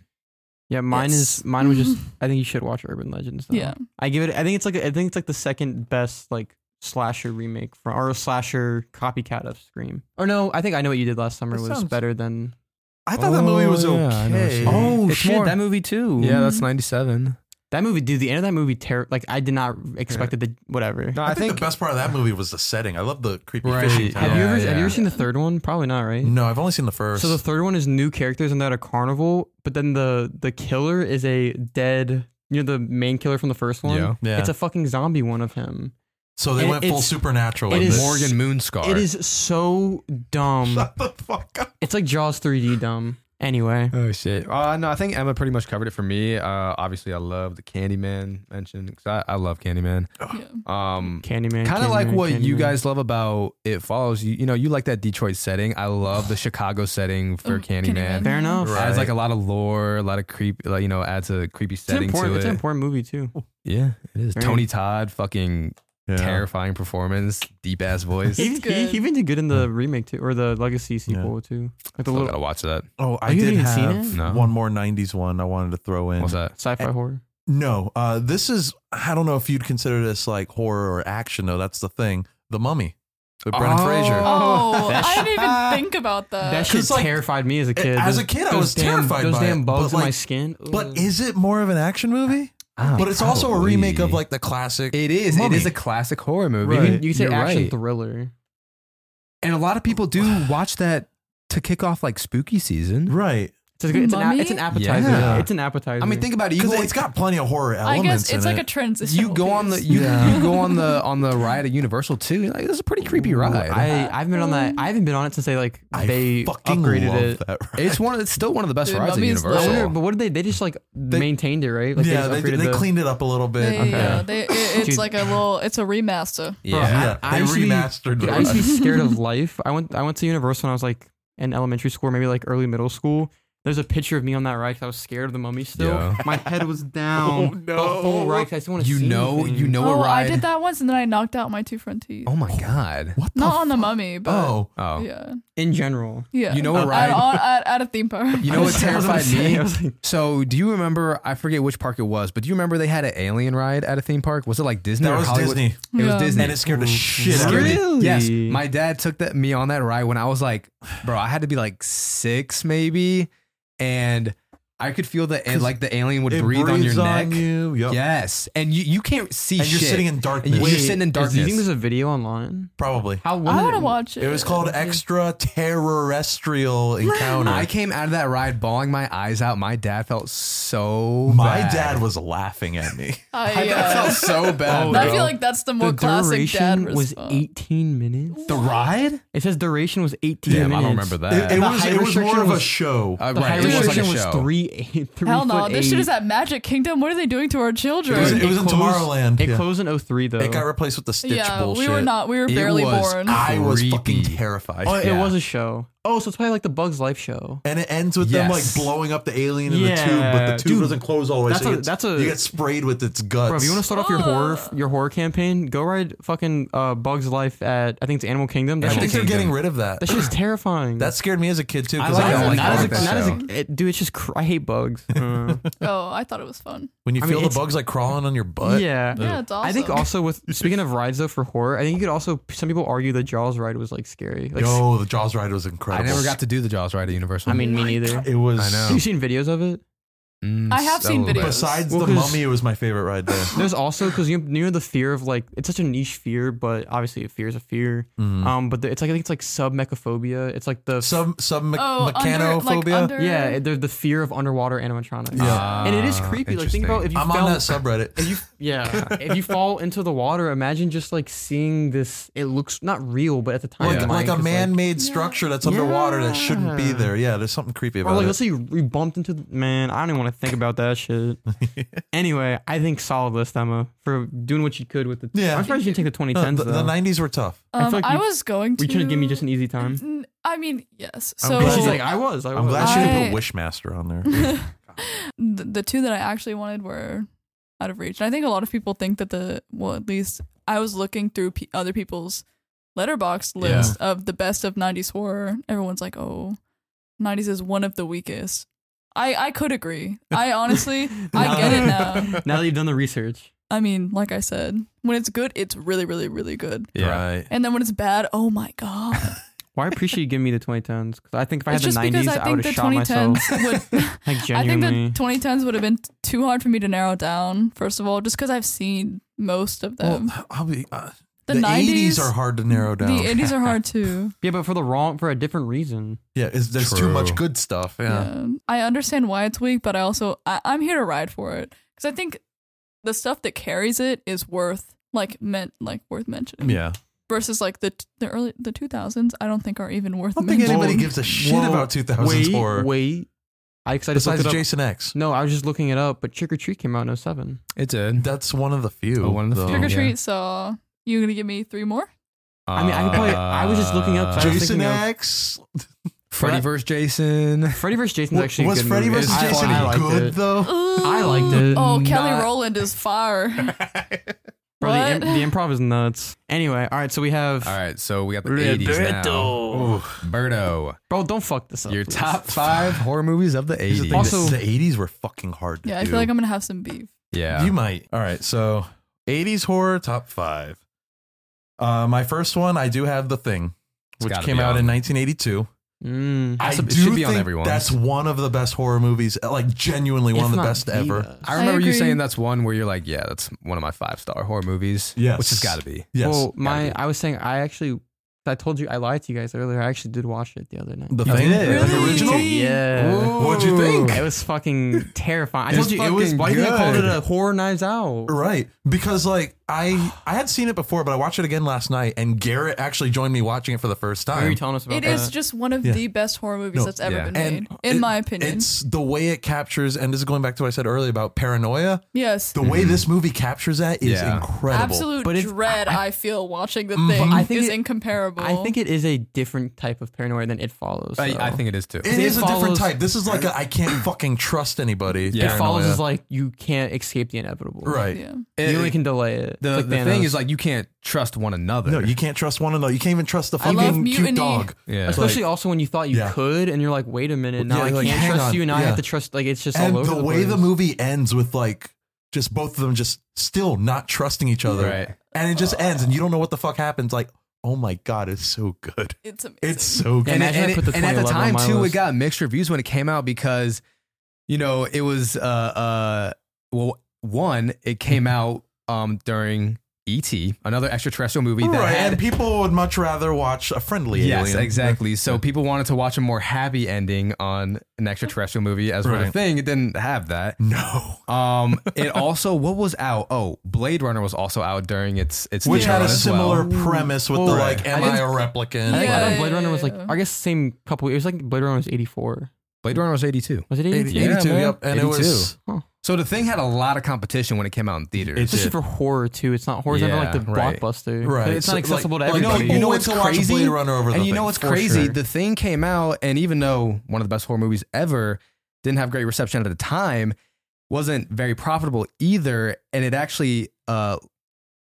Speaker 2: Yeah, mine
Speaker 3: It's-
Speaker 2: is mine was [LAUGHS] just. I think you should watch Urban Legends. Though.
Speaker 3: Yeah.
Speaker 2: I give it. I think it's like I think it's like the second best like slasher remake from or slasher copycat of Scream. Or no, I think I know what you did last summer
Speaker 4: That
Speaker 2: was
Speaker 4: sounds-
Speaker 2: better than.
Speaker 4: I thought that movie was
Speaker 1: Oh, yeah, I know what
Speaker 4: okay.
Speaker 1: you mean. Oh, shit, that
Speaker 2: movie too.
Speaker 1: Yeah, that's 97.
Speaker 2: that movie. Dude, the end of that movie. Terror. Like I did not expect it to. Whatever.
Speaker 1: No,
Speaker 4: I, think, the best part of that movie was the setting. I love the creepy
Speaker 1: Right,
Speaker 4: fishing town.
Speaker 2: have you
Speaker 1: yeah,
Speaker 2: ever
Speaker 1: yeah.
Speaker 2: Have you ever seen the third one? Probably not, right?
Speaker 4: No, I've only seen the first.
Speaker 2: So the third one is new characters and they're at a carnival, but then the the killer is a dead. You know the main killer from the first one.
Speaker 1: Yeah.
Speaker 4: Yeah.
Speaker 2: It's a fucking zombie one of him.
Speaker 4: so they
Speaker 2: it-
Speaker 4: went full
Speaker 2: it's-
Speaker 4: supernatural.
Speaker 2: it
Speaker 4: with
Speaker 2: is-
Speaker 4: it.
Speaker 1: Morgan Moonscar.
Speaker 2: It is so dumb.
Speaker 4: [LAUGHS] Shut the fuck up.
Speaker 2: It's like Jaws 3D dumb. Anyway,
Speaker 1: Oh shit! Uh, no, I think Emma pretty much covered it for me. Uh, obviously, I love the Candyman mention because I, I love Candyman.
Speaker 3: Yeah.
Speaker 1: Um,
Speaker 2: Candyman.
Speaker 1: kind of like
Speaker 2: Candyman,
Speaker 1: what you
Speaker 2: Candyman.
Speaker 1: guys love about It Follows. You, you know, you like that Detroit setting. I love the Chicago setting for
Speaker 3: Um,
Speaker 1: Candyman.
Speaker 2: Fair enough.
Speaker 4: Right.
Speaker 1: Adds like a lot of lore, a lot of creep. Like, you know, adds a creepy
Speaker 2: It's an
Speaker 1: setting
Speaker 2: important.
Speaker 1: to
Speaker 2: It's
Speaker 1: it.
Speaker 2: an important movie too.
Speaker 1: Yeah, it is.
Speaker 2: Very-
Speaker 1: Tony Todd, fucking
Speaker 4: Yeah.
Speaker 1: terrifying performance, deep ass voice.
Speaker 2: He,
Speaker 1: Still
Speaker 2: he,
Speaker 3: It's good.
Speaker 2: he even did good in the remake too, or the Legacy sequel too. Like the
Speaker 1: gotta
Speaker 2: little
Speaker 1: watch that.
Speaker 4: Oh, I
Speaker 2: Have you
Speaker 4: did
Speaker 2: even
Speaker 4: have
Speaker 2: seen it?
Speaker 1: No.
Speaker 4: one more '90s one I wanted to throw in.
Speaker 1: What's that?
Speaker 2: sci-fi
Speaker 4: Uh,
Speaker 2: horror.
Speaker 4: No, uh, this is I don't know if you'd consider this like horror or action though. That's the thing. The Mummy with Brendan
Speaker 1: Oh.
Speaker 4: Fraser.
Speaker 3: Oh,
Speaker 2: That
Speaker 3: I
Speaker 2: shit-
Speaker 3: didn't even think about that.
Speaker 2: that shit
Speaker 4: uh, Cause, like,
Speaker 2: terrified me as a kid.
Speaker 4: as a
Speaker 2: Those-
Speaker 4: kid, I
Speaker 2: those
Speaker 4: was
Speaker 2: damn-
Speaker 4: terrified
Speaker 2: Those
Speaker 4: by
Speaker 2: damn
Speaker 4: it,
Speaker 2: bugs
Speaker 4: but,
Speaker 2: in my
Speaker 4: like-
Speaker 2: skin. Ugh.
Speaker 4: But is it more of an action movie? but it's also a remake of like the classic.
Speaker 1: It is.
Speaker 4: Mummy.
Speaker 1: It is a classic horror movie.
Speaker 2: you can, you can say
Speaker 1: You're
Speaker 2: action
Speaker 1: right.
Speaker 2: thriller.
Speaker 1: and a lot of people
Speaker 4: [SIGHS]
Speaker 1: do watch that to kick off like spooky season.
Speaker 4: right
Speaker 2: It's, a good, it's, an, a-
Speaker 3: Mummy?
Speaker 2: it's an appetizer.
Speaker 1: Yeah.
Speaker 2: It's an appetizer.
Speaker 1: I mean, think about it. You
Speaker 4: because
Speaker 1: go,
Speaker 4: it's got plenty of horror
Speaker 3: I
Speaker 4: elements.
Speaker 3: guess it's
Speaker 4: in
Speaker 3: like a
Speaker 4: it.
Speaker 3: transition.
Speaker 1: you go on the you,
Speaker 4: Yeah.
Speaker 1: you go on the on
Speaker 4: [LAUGHS]
Speaker 1: the ride at Universal too. You're Like, this is a pretty creepy ride.
Speaker 2: I I've been on that. I haven't been on it since they like
Speaker 4: I
Speaker 2: they
Speaker 4: fucking
Speaker 2: upgraded
Speaker 4: love
Speaker 2: it.
Speaker 4: That ride.
Speaker 1: it's one. It's still one of the best
Speaker 3: Dude,
Speaker 1: rides at
Speaker 3: Mummy is
Speaker 2: I
Speaker 1: Universal.
Speaker 2: wonder, but what did they? They just like maintained it, right? Like
Speaker 4: yeah,
Speaker 2: just
Speaker 4: they,
Speaker 2: upgraded
Speaker 4: they
Speaker 2: the-
Speaker 4: cleaned it up a little bit.
Speaker 3: They, uh,
Speaker 2: Okay.
Speaker 3: yeah, they, it- it's
Speaker 2: Dude.
Speaker 3: like a little. It's a remaster.
Speaker 1: yeah.
Speaker 4: Yeah,
Speaker 2: I
Speaker 4: they
Speaker 2: used to be-
Speaker 4: remastered
Speaker 2: Dude,
Speaker 4: the
Speaker 2: I used to be [LAUGHS]
Speaker 4: ride.
Speaker 2: scared
Speaker 4: [LAUGHS]
Speaker 2: of life. I went I went to Universal when I was like in elementary school, maybe like early middle school. There's a picture of me on that ride 'cause I was scared of the mummy still.
Speaker 1: Yeah.
Speaker 2: My head
Speaker 1: [LAUGHS]
Speaker 2: was down.
Speaker 4: Oh,
Speaker 2: The
Speaker 4: no.
Speaker 2: whole ride 'cause I just want to
Speaker 1: You
Speaker 2: see
Speaker 1: know,
Speaker 2: anything.
Speaker 1: you know a
Speaker 3: oh,
Speaker 1: ride.
Speaker 3: I did that once, and then I knocked out my two front teeth.
Speaker 1: Oh my god.
Speaker 4: What the?
Speaker 3: Not
Speaker 4: f-
Speaker 3: on the mummy, but
Speaker 4: Oh,
Speaker 1: Oh,
Speaker 3: yeah,
Speaker 2: in general.
Speaker 3: yeah.
Speaker 1: You know a
Speaker 3: At-
Speaker 1: ride-
Speaker 3: on- at, at a theme park.
Speaker 1: you know what
Speaker 2: [LAUGHS] I was gonna
Speaker 1: terrified
Speaker 2: say, I
Speaker 1: me?
Speaker 2: was like,
Speaker 1: So, do you remember? I forget which park it was, but do you remember they had an alien ride at a theme park? Was it like Disney
Speaker 4: that
Speaker 1: or
Speaker 4: was
Speaker 1: Hollywood?
Speaker 4: Disney,
Speaker 1: It
Speaker 3: Yeah.
Speaker 1: was Disney.
Speaker 4: and it scared the shit out of me.
Speaker 2: Really?
Speaker 1: Yes, my dad took that me on that ride when I was like, bro, I had to be like six maybe, and I could feel the and like the alien would
Speaker 4: It
Speaker 1: breathe on your
Speaker 4: breathes
Speaker 1: neck.
Speaker 4: you, yep.
Speaker 1: Yes, and you you can't see
Speaker 4: and you're
Speaker 1: shit.
Speaker 4: sitting in
Speaker 1: And
Speaker 4: darkness.
Speaker 1: you're
Speaker 2: wait,
Speaker 1: sitting in
Speaker 2: is- Do you
Speaker 1: darkness.
Speaker 2: think there's a video online?
Speaker 4: Probably.
Speaker 2: How
Speaker 3: I want
Speaker 2: wanna
Speaker 3: to watch it.
Speaker 4: It was called extraterrestrial encounter.
Speaker 1: I came out of that ride bawling my eyes out. My dad felt so
Speaker 4: My
Speaker 1: bad.
Speaker 4: dad was laughing at
Speaker 2: [LAUGHS]
Speaker 4: me.
Speaker 1: My
Speaker 3: I,
Speaker 1: dad
Speaker 3: uh,
Speaker 1: felt so bad.
Speaker 2: Oh,
Speaker 1: bro.
Speaker 3: I feel like that's the more
Speaker 2: The
Speaker 3: classic dad
Speaker 2: duration was
Speaker 3: response.
Speaker 2: 18 minutes.
Speaker 1: the ride.
Speaker 2: It says duration was 18
Speaker 1: Damn,
Speaker 2: minutes.
Speaker 1: I don't remember that.
Speaker 4: It, it
Speaker 2: Uh, The
Speaker 4: was
Speaker 2: height
Speaker 4: it was more
Speaker 2: restriction
Speaker 4: of a
Speaker 2: was-
Speaker 4: show.
Speaker 1: Uh,
Speaker 2: The high
Speaker 1: right, it was like a
Speaker 2: restriction was
Speaker 1: show.
Speaker 2: three, eight, three
Speaker 3: Hell no!
Speaker 2: foot
Speaker 3: This
Speaker 2: eight.
Speaker 3: shit is at Magic Kingdom. What are they doing to our
Speaker 4: it
Speaker 3: children?
Speaker 4: was, it was in
Speaker 2: closed-
Speaker 4: Tomorrowland.
Speaker 2: It
Speaker 4: yeah.
Speaker 2: closed in 03 though.
Speaker 4: It got replaced with the Stitch
Speaker 3: yeah,
Speaker 4: bullshit.
Speaker 3: we were not. We were
Speaker 1: It
Speaker 3: barely
Speaker 1: was
Speaker 3: born.
Speaker 4: I was
Speaker 1: Creepy.
Speaker 4: fucking terrified.
Speaker 2: Oh,
Speaker 1: Yeah.
Speaker 2: it was a show. Oh, so it's probably like the Bugs Life show.
Speaker 4: and it ends with them like
Speaker 1: Yes.
Speaker 4: blowing up the alien in the
Speaker 2: Yeah.
Speaker 4: tube, but the tube
Speaker 2: Dude,
Speaker 4: doesn't close all the way.
Speaker 2: that's
Speaker 4: so you
Speaker 2: a-
Speaker 4: get,
Speaker 2: that's a-
Speaker 4: you get sprayed with its guts.
Speaker 2: Bro, if you want to start off your horror
Speaker 3: Ugh.
Speaker 2: your horror campaign, go ride fucking uh, Bugs Life at I think it's Animal Kingdom. That
Speaker 4: I
Speaker 1: Animal
Speaker 2: shit,
Speaker 4: think they're
Speaker 1: Kingdom.
Speaker 4: getting rid of that.
Speaker 2: that shit is terrifying.
Speaker 4: [LAUGHS] That scared me as a kid too. 'cause
Speaker 1: I like
Speaker 4: don't
Speaker 1: that one.
Speaker 2: not as a,
Speaker 1: that
Speaker 2: not as
Speaker 1: show.
Speaker 2: a it, dude. It's just cr- I hate
Speaker 4: [LAUGHS]
Speaker 2: bugs. Uh,
Speaker 3: [LAUGHS] oh, I thought it was fun.
Speaker 4: when you
Speaker 2: I mean,
Speaker 4: feel the
Speaker 2: it's-
Speaker 4: bugs like crawling on your butt.
Speaker 2: yeah,
Speaker 3: Yeah, it's awesome.
Speaker 2: I think also with speaking of rides though for horror, I think you could also some people argue the Jaws ride was like scary. Like,
Speaker 4: Yo, the Jaws ride was
Speaker 1: I
Speaker 4: incredible.
Speaker 1: never got to do the Jaws ride at Universal.
Speaker 4: [LAUGHS]
Speaker 2: I mean, me neither.
Speaker 4: It was.
Speaker 1: I know.
Speaker 2: Have you seen videos of it?
Speaker 1: Mm,
Speaker 3: I have seen
Speaker 1: so bad.
Speaker 3: videos.
Speaker 4: Besides
Speaker 2: Well,
Speaker 4: the
Speaker 2: 'cause-
Speaker 4: mummy, it was my favorite
Speaker 2: [LAUGHS]
Speaker 4: ride there.
Speaker 2: There's also because you you know the fear of like it's such a niche fear, but obviously a fear is a fear.
Speaker 4: Mhm.
Speaker 2: Um, but the, it's like I think it's like submechophobia. It's like the
Speaker 4: Sub sub me-
Speaker 3: Oh, under, like
Speaker 4: mechanophobia.
Speaker 3: under.
Speaker 2: yeah, it- the the fear of underwater animatronics.
Speaker 4: Yeah.
Speaker 2: and it is creepy. Like think about if you
Speaker 4: I'm
Speaker 2: fell,
Speaker 4: on that subreddit.
Speaker 2: if you [LAUGHS] yeah, if you fall into the water, imagine just like seeing this. It looks not real, but at the time,
Speaker 4: [LAUGHS] Like,
Speaker 2: it's
Speaker 4: like a
Speaker 2: it's,
Speaker 4: man-made structure that's underwater that shouldn't be
Speaker 2: Yeah.
Speaker 4: there. Yeah, there's something creepy
Speaker 2: Or
Speaker 4: about
Speaker 2: like,
Speaker 4: it.
Speaker 2: let's say you you bumped into the, man. I don't even want to think about that shit.
Speaker 4: [LAUGHS]
Speaker 2: anyway, I think solid list, Emma, for doing what you could with the.
Speaker 4: Yeah.
Speaker 2: I'm surprised you didn't take the
Speaker 4: No,
Speaker 2: 2010s
Speaker 4: the, the
Speaker 2: though.
Speaker 4: 90s were tough.
Speaker 2: I feel
Speaker 3: Um, I,
Speaker 2: like you-
Speaker 3: was going to.
Speaker 2: Were you trying to give me just an easy time?
Speaker 3: N- I mean, yes. [LAUGHS]
Speaker 4: I'm
Speaker 3: So
Speaker 4: glad
Speaker 2: She's
Speaker 4: Oh.
Speaker 2: like, I was. I was.
Speaker 4: I'm glad she didn't
Speaker 3: I-
Speaker 4: put Wishmaster on there.
Speaker 3: the, the two that I actually wanted were out of reach. And I think a lot of people think that the well, at least I was looking through pe- other people's letterbox list of the best of '90s horror. Everyone's like, "Oh, '90s is one of the weakest." I I could agree.
Speaker 2: [LAUGHS]
Speaker 3: I honestly, I get it now.
Speaker 2: now that you've done the research.
Speaker 3: I mean, like I said, when it's good, it's really, really, really good.
Speaker 1: Yeah.
Speaker 4: Right.
Speaker 3: And then when it's bad, oh my god!
Speaker 2: Why appreciate you giving me the 2010s? Because I think if I had
Speaker 3: it's
Speaker 2: the
Speaker 3: just
Speaker 2: 90s,
Speaker 3: because
Speaker 2: I,
Speaker 3: I
Speaker 2: would
Speaker 3: think the
Speaker 2: have shot myself.
Speaker 3: 2010s would.
Speaker 2: [LAUGHS] Like
Speaker 3: I think the
Speaker 2: genuinely.
Speaker 3: 2010s would have been t- too hard for me to narrow down. First of all, just because I've seen most of them.
Speaker 4: Well, I'll be, uh,
Speaker 3: Um, the,
Speaker 4: the,
Speaker 3: 90s
Speaker 4: 80s are hard to narrow down.
Speaker 3: The 80s are
Speaker 4: [LAUGHS]
Speaker 3: hard too.
Speaker 2: yeah, but for the wrong, for a different reason.
Speaker 4: yeah, it's, there's too
Speaker 1: True.
Speaker 4: much good stuff. Yeah.
Speaker 3: Yeah. I understand why it's weak, but I also I, I'm here to ride for it because I think the stuff that carries it is worth like meant like worth mentioning.
Speaker 4: Yeah.
Speaker 3: Versus like the t- the early the 2000s, I don't think are even worth
Speaker 4: I don't think
Speaker 3: mentioning.
Speaker 4: anybody gives a shit
Speaker 2: Whoa,
Speaker 4: about 2000s
Speaker 2: wait,
Speaker 4: horror.
Speaker 2: wait. I, cause I just
Speaker 4: Besides
Speaker 2: looked it up.
Speaker 4: Jason X.
Speaker 2: No, I was just looking it up, but Trick or Treat came out in 07.
Speaker 1: It did.
Speaker 4: That's one of the few.
Speaker 1: Oh, one of the
Speaker 4: though.
Speaker 1: few.
Speaker 3: Trick or
Speaker 1: yeah.
Speaker 3: treat. So you gonna give me three
Speaker 4: [LAUGHS]
Speaker 3: more?
Speaker 2: I mean, I could probably- I was just looking up-
Speaker 1: Uh,
Speaker 2: I was
Speaker 4: Jason
Speaker 2: thinking of-
Speaker 4: X.
Speaker 1: Freddy vs. Jason.
Speaker 2: Freddy vs. Jason's
Speaker 4: Was
Speaker 2: actually a good
Speaker 4: Freddy
Speaker 2: movie.
Speaker 4: vs.
Speaker 2: I-
Speaker 4: Jason
Speaker 2: I liked
Speaker 4: good,
Speaker 2: it.
Speaker 4: though?
Speaker 2: I liked it.
Speaker 3: Oh, Kelly
Speaker 4: Not-
Speaker 3: Rowland is
Speaker 4: [LAUGHS]
Speaker 3: fire.
Speaker 2: Bro, the, im-
Speaker 3: What?
Speaker 2: the improv is nuts. Anyway, all right, so we have.
Speaker 1: All right, so we got the 80s now. Berto,
Speaker 2: Bro, don't fuck this up.
Speaker 1: your
Speaker 2: please.
Speaker 1: top five horror movies of the
Speaker 4: Here's the thing,
Speaker 1: 80s.
Speaker 2: Also-
Speaker 4: the 80s were fucking hard to
Speaker 3: yeah, I
Speaker 4: do.
Speaker 3: feel like I'm gonna have some beef.
Speaker 1: yeah.
Speaker 4: You might. All right. So 80s horror top five. Uh, my first one, I do have The Thing,
Speaker 1: It's
Speaker 4: which
Speaker 1: gotta
Speaker 4: came
Speaker 1: be
Speaker 4: out
Speaker 1: on.
Speaker 4: in 1982.
Speaker 2: Mm.
Speaker 4: I
Speaker 1: It's- it
Speaker 4: do
Speaker 1: should be on
Speaker 4: think
Speaker 1: everyone's.
Speaker 4: that's one of the best horror movies, like genuinely one
Speaker 2: If
Speaker 4: of the
Speaker 2: not
Speaker 4: best
Speaker 2: the
Speaker 4: ever.
Speaker 2: best.
Speaker 1: I remember you
Speaker 3: agree.
Speaker 1: saying that's one where you're like, yeah, that's one of my five star horror movies.
Speaker 4: Yes.
Speaker 1: Which has got to be.
Speaker 4: Yes.
Speaker 2: Well, my
Speaker 1: be.
Speaker 2: I was saying I actually I told you I lied to you guys earlier. I actually did watch it the other night.
Speaker 4: the Thing,
Speaker 1: did?
Speaker 4: like
Speaker 3: Really?
Speaker 4: original.
Speaker 2: Yeah.
Speaker 4: What'd you think?
Speaker 2: It was fucking terrifying. I
Speaker 1: It's
Speaker 2: told you it was.
Speaker 1: fucking
Speaker 2: Why do you call it
Speaker 1: good.
Speaker 2: a horror knives out?
Speaker 4: Right, because like I I had seen it before, but I watched it again last night, and Garrett actually joined me watching it for the first
Speaker 2: Why are
Speaker 4: time.
Speaker 2: you telling us about
Speaker 3: It
Speaker 2: that?
Speaker 3: is just one of
Speaker 4: Yeah.
Speaker 3: the best horror movies
Speaker 4: No,
Speaker 3: that's ever
Speaker 1: yeah.
Speaker 3: been
Speaker 4: uh, and
Speaker 3: made, in
Speaker 4: it-
Speaker 3: my opinion.
Speaker 4: it's the way it captures, and this is going back to what I said earlier about paranoia.
Speaker 3: yes,
Speaker 4: The way this movie captures that is
Speaker 1: Yeah.
Speaker 4: incredible.
Speaker 3: absolute
Speaker 2: But it's-
Speaker 3: dread I, feel watching the
Speaker 4: Mm, but
Speaker 3: thing
Speaker 2: I think
Speaker 3: is
Speaker 2: it-
Speaker 3: incomparable.
Speaker 2: I think it is a different type of paranoia than it follows.
Speaker 1: I, I
Speaker 2: though.
Speaker 1: think it is too.
Speaker 4: It
Speaker 2: It
Speaker 4: is a different
Speaker 2: follows-
Speaker 4: type. This is like I I can't fucking trust anybody.
Speaker 1: Yeah.
Speaker 2: it
Speaker 1: paranoia.
Speaker 2: follows is like you can't escape the inevitable.
Speaker 4: right.
Speaker 3: yeah.
Speaker 2: You
Speaker 1: It-
Speaker 2: only can delay it.
Speaker 1: the,
Speaker 2: It's like
Speaker 1: the thing
Speaker 2: Thanos.
Speaker 1: is, like, you can't trust one another.
Speaker 4: No, you can't trust one another. You can't even trust the
Speaker 3: I love
Speaker 4: fucking cute
Speaker 3: mutiny.
Speaker 4: dog.
Speaker 1: yeah.
Speaker 2: Especially also when you thought you
Speaker 4: Yeah.
Speaker 2: could, and you're like, wait a minute, now
Speaker 4: Yeah,
Speaker 2: I
Speaker 4: like,
Speaker 2: can't
Speaker 4: hang
Speaker 2: trust
Speaker 4: on.
Speaker 2: you, now I
Speaker 4: Yeah.
Speaker 2: have to trust. Like it's just
Speaker 4: and
Speaker 2: all over
Speaker 4: the,
Speaker 2: the,
Speaker 4: way
Speaker 2: place.
Speaker 4: the movie ends with like just both of them just still not trusting each other,
Speaker 1: Right.
Speaker 4: and it just ends, and you don't know what the fuck happens. Like, oh my god, it's so good. [LAUGHS]
Speaker 3: It's amazing.
Speaker 4: It's so good.
Speaker 2: Yeah,
Speaker 1: and,
Speaker 2: imagine
Speaker 1: and
Speaker 2: I put the
Speaker 1: and at the
Speaker 2: 2011 on
Speaker 1: time
Speaker 2: my
Speaker 1: too,
Speaker 2: list.
Speaker 1: it got mixed reviews when it came out because, you know, it was uh uh well one it
Speaker 2: Mm-hmm.
Speaker 1: came out um during ET another extraterrestrial movie that
Speaker 4: Right,
Speaker 1: had
Speaker 4: and people would much rather watch a friendly
Speaker 1: yes
Speaker 4: alien.
Speaker 1: exactly so people wanted to watch a more happy ending on an extraterrestrial movie as well.
Speaker 4: Right.
Speaker 1: thing it didn't have that
Speaker 4: No,
Speaker 1: [LAUGHS] um
Speaker 2: [LAUGHS]
Speaker 1: it also what was out oh Blade Runner was also out during its its
Speaker 4: which
Speaker 1: theater
Speaker 4: had a
Speaker 1: run as
Speaker 4: similar
Speaker 1: well.
Speaker 4: premise with the
Speaker 1: Right.
Speaker 4: like, am I, a replicant?
Speaker 2: I think
Speaker 3: Yeah,
Speaker 2: I thought
Speaker 3: yeah,
Speaker 2: Blade Runner was like,
Speaker 3: yeah.
Speaker 2: I guess same couple. It was like Blade Runner was eighty four.
Speaker 1: Blade Runner was eighty two
Speaker 2: Was it E
Speaker 4: Eighty-
Speaker 2: eighty
Speaker 1: Yeah,
Speaker 2: two?
Speaker 4: 82,
Speaker 1: man.
Speaker 4: yep, and it was
Speaker 1: so the thing had a lot of competition when it came out in theaters
Speaker 4: It's
Speaker 2: Especially for horror too. It's not horror. It's not like the
Speaker 1: Yeah, right.
Speaker 2: blockbuster.
Speaker 4: Right.
Speaker 2: It's not
Speaker 4: So,
Speaker 2: accessible
Speaker 4: like-
Speaker 2: to
Speaker 4: like,
Speaker 2: everybody.
Speaker 1: You know
Speaker 4: People
Speaker 1: what's
Speaker 4: went to watch
Speaker 1: crazy?
Speaker 4: Blade Runner over
Speaker 1: and
Speaker 4: The
Speaker 1: you know
Speaker 4: Thing,
Speaker 1: what's
Speaker 2: for
Speaker 1: crazy?
Speaker 2: sure.
Speaker 1: The thing came out, and even though one of the best horror movies ever didn't have great reception at the time, wasn't very profitable either, and it actually uh,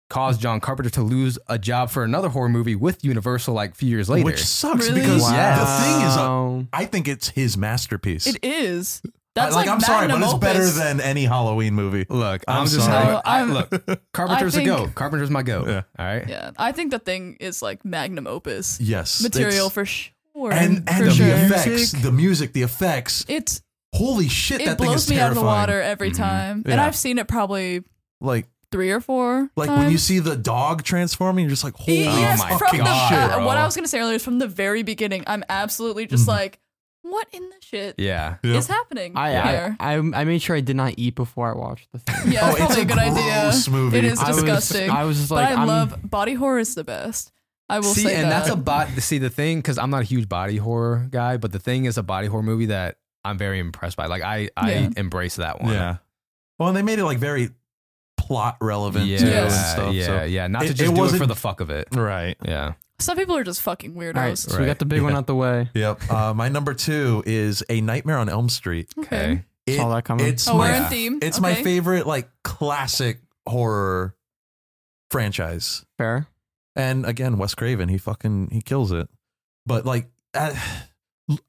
Speaker 1: caused John Carpenter to lose a job for another horror movie with Universal like a few years later.
Speaker 4: which sucks
Speaker 3: Really?
Speaker 4: because
Speaker 1: Wow.
Speaker 4: the thing is, uh,
Speaker 2: Wow.
Speaker 4: I think it's his masterpiece.
Speaker 3: it is. That's
Speaker 4: I-
Speaker 3: like,
Speaker 4: I'm sorry, but
Speaker 3: magnum
Speaker 4: it's better
Speaker 3: opus.
Speaker 4: than any Halloween movie.
Speaker 1: look,
Speaker 4: I'm
Speaker 1: I'm, just
Speaker 4: sorry.
Speaker 1: how
Speaker 3: No,
Speaker 1: I,
Speaker 3: I'm-
Speaker 1: look. Carpenter's
Speaker 3: I
Speaker 1: a go.
Speaker 3: think-
Speaker 1: Carpenter's my go.
Speaker 4: Yeah.
Speaker 1: All right.
Speaker 3: Yeah, I think the thing is like magnum opus
Speaker 4: Yes,
Speaker 3: material
Speaker 4: it's-
Speaker 3: for sure.
Speaker 4: and and
Speaker 3: for
Speaker 4: the
Speaker 3: sure.
Speaker 4: effects, the music, the effects.
Speaker 3: It's
Speaker 4: holy shit,
Speaker 3: It
Speaker 4: that thing is
Speaker 3: blows me out
Speaker 4: terrifying.
Speaker 3: of the water every
Speaker 1: Mhm.
Speaker 4: Mm-hmm.
Speaker 3: time, and
Speaker 4: Yeah.
Speaker 3: I've seen it probably
Speaker 4: Like
Speaker 3: three or four.
Speaker 4: like
Speaker 3: times.
Speaker 4: when you see the dog transforming, you're just like, holy
Speaker 1: Oh
Speaker 3: yes,
Speaker 1: my
Speaker 3: from
Speaker 4: fucking
Speaker 3: the,
Speaker 1: God,
Speaker 4: shit.
Speaker 3: uh,
Speaker 1: bro.
Speaker 3: what I was gonna say earlier is from the very beginning. I'm absolutely just
Speaker 4: Mhm.
Speaker 3: like, what in the shit
Speaker 1: Yeah.
Speaker 4: Yeah.
Speaker 3: is happening
Speaker 2: I,
Speaker 3: here?
Speaker 2: I, I I made sure I did not eat before [LAUGHS] I watched the film.
Speaker 3: yeah,
Speaker 4: Oh,
Speaker 3: it's
Speaker 4: it's
Speaker 3: probably
Speaker 4: a
Speaker 3: a good idea.
Speaker 4: gross movie.
Speaker 3: It is
Speaker 2: I was-
Speaker 3: disgusting.
Speaker 2: I was just
Speaker 3: but
Speaker 2: like,
Speaker 3: I
Speaker 2: I'm-
Speaker 3: love body horror is the best. I will
Speaker 1: see,
Speaker 3: say
Speaker 1: and
Speaker 3: that.
Speaker 1: that's a bot. See, the thing, because I'm not a huge body horror guy, but the thing is a body horror movie that I'm very impressed by. Like, I, I
Speaker 3: Yeah.
Speaker 1: embrace that one.
Speaker 4: Yeah. Well, and they made it like very plot relevant
Speaker 1: Yeah,
Speaker 4: too
Speaker 3: Yeah.
Speaker 4: and stuff.
Speaker 1: yeah,
Speaker 4: so-
Speaker 1: yeah. Not
Speaker 4: It-
Speaker 1: to
Speaker 4: it
Speaker 1: just do it
Speaker 4: wasn't-
Speaker 1: for the fuck of it.
Speaker 4: Right.
Speaker 1: Yeah.
Speaker 3: Some people are just fucking weirdos.
Speaker 2: All right, so
Speaker 1: Right.
Speaker 2: we got the big one out the way.
Speaker 4: Yep. Uh, my number two is A Nightmare on Elm Street.
Speaker 3: Okay.
Speaker 1: Okay.
Speaker 4: It-
Speaker 2: Saw that coming.
Speaker 4: It's
Speaker 3: Oh,
Speaker 4: my
Speaker 3: we're in theme.
Speaker 4: it's
Speaker 3: okay.
Speaker 4: my favorite like classic horror franchise.
Speaker 2: Fair.
Speaker 4: And again, Wes Craven, he fucking he kills it. But like, at,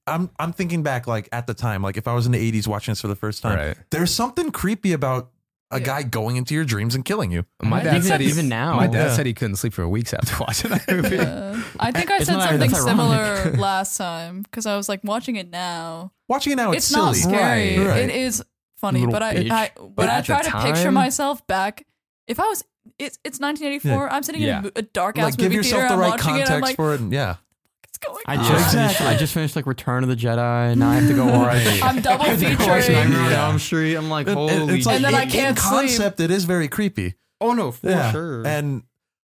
Speaker 4: I'm I'm thinking back like at the time, like if I was in the '80s watching this for the first time,
Speaker 1: Right.
Speaker 4: there's something creepy about a
Speaker 3: Yeah.
Speaker 4: guy going into your dreams and killing you.
Speaker 1: My
Speaker 2: I
Speaker 1: dad
Speaker 2: think
Speaker 1: said
Speaker 2: that's
Speaker 1: he,
Speaker 2: even now.
Speaker 1: [LAUGHS] My dad
Speaker 4: Yeah.
Speaker 1: said he couldn't sleep for weeks after [LAUGHS] watching that movie.
Speaker 3: Yeah. Uh, I think I
Speaker 2: It's
Speaker 3: said
Speaker 2: not-
Speaker 3: something
Speaker 2: that's ironic.
Speaker 3: similar last time because I was like watching it now.
Speaker 4: Watching it now, Oh, it's,
Speaker 3: It's, not
Speaker 4: silly.
Speaker 3: scary.
Speaker 4: Right.
Speaker 3: It is funny,
Speaker 2: Little
Speaker 3: but I,
Speaker 2: bitch.
Speaker 3: I when I
Speaker 1: at
Speaker 3: try
Speaker 1: the
Speaker 3: to picture
Speaker 1: time-
Speaker 3: myself back, if I was, it's it's 1984. I'm sitting
Speaker 1: Yeah.
Speaker 3: in a mo- a, dark ass
Speaker 4: Like, give
Speaker 3: movie
Speaker 4: yourself
Speaker 3: theater.
Speaker 4: the
Speaker 3: I'm
Speaker 4: right
Speaker 3: watching it.
Speaker 4: context
Speaker 3: I'm like,
Speaker 4: for it. And, yeah,
Speaker 3: what's going
Speaker 2: I
Speaker 3: on?
Speaker 2: just
Speaker 4: Exactly.
Speaker 2: I just finished like Return of the Jedi, and now I have to
Speaker 4: [LAUGHS]
Speaker 2: go watch.
Speaker 3: I'm double featuring.
Speaker 2: Nightmare on
Speaker 4: Yeah.
Speaker 2: Elm Street. I'm like,
Speaker 4: It-
Speaker 2: holy.
Speaker 4: it- it's like
Speaker 3: And then I
Speaker 4: in-
Speaker 3: can't
Speaker 4: in
Speaker 3: sleep.
Speaker 4: concept. It is very creepy.
Speaker 2: oh no, for
Speaker 4: Yeah.
Speaker 2: sure.
Speaker 4: And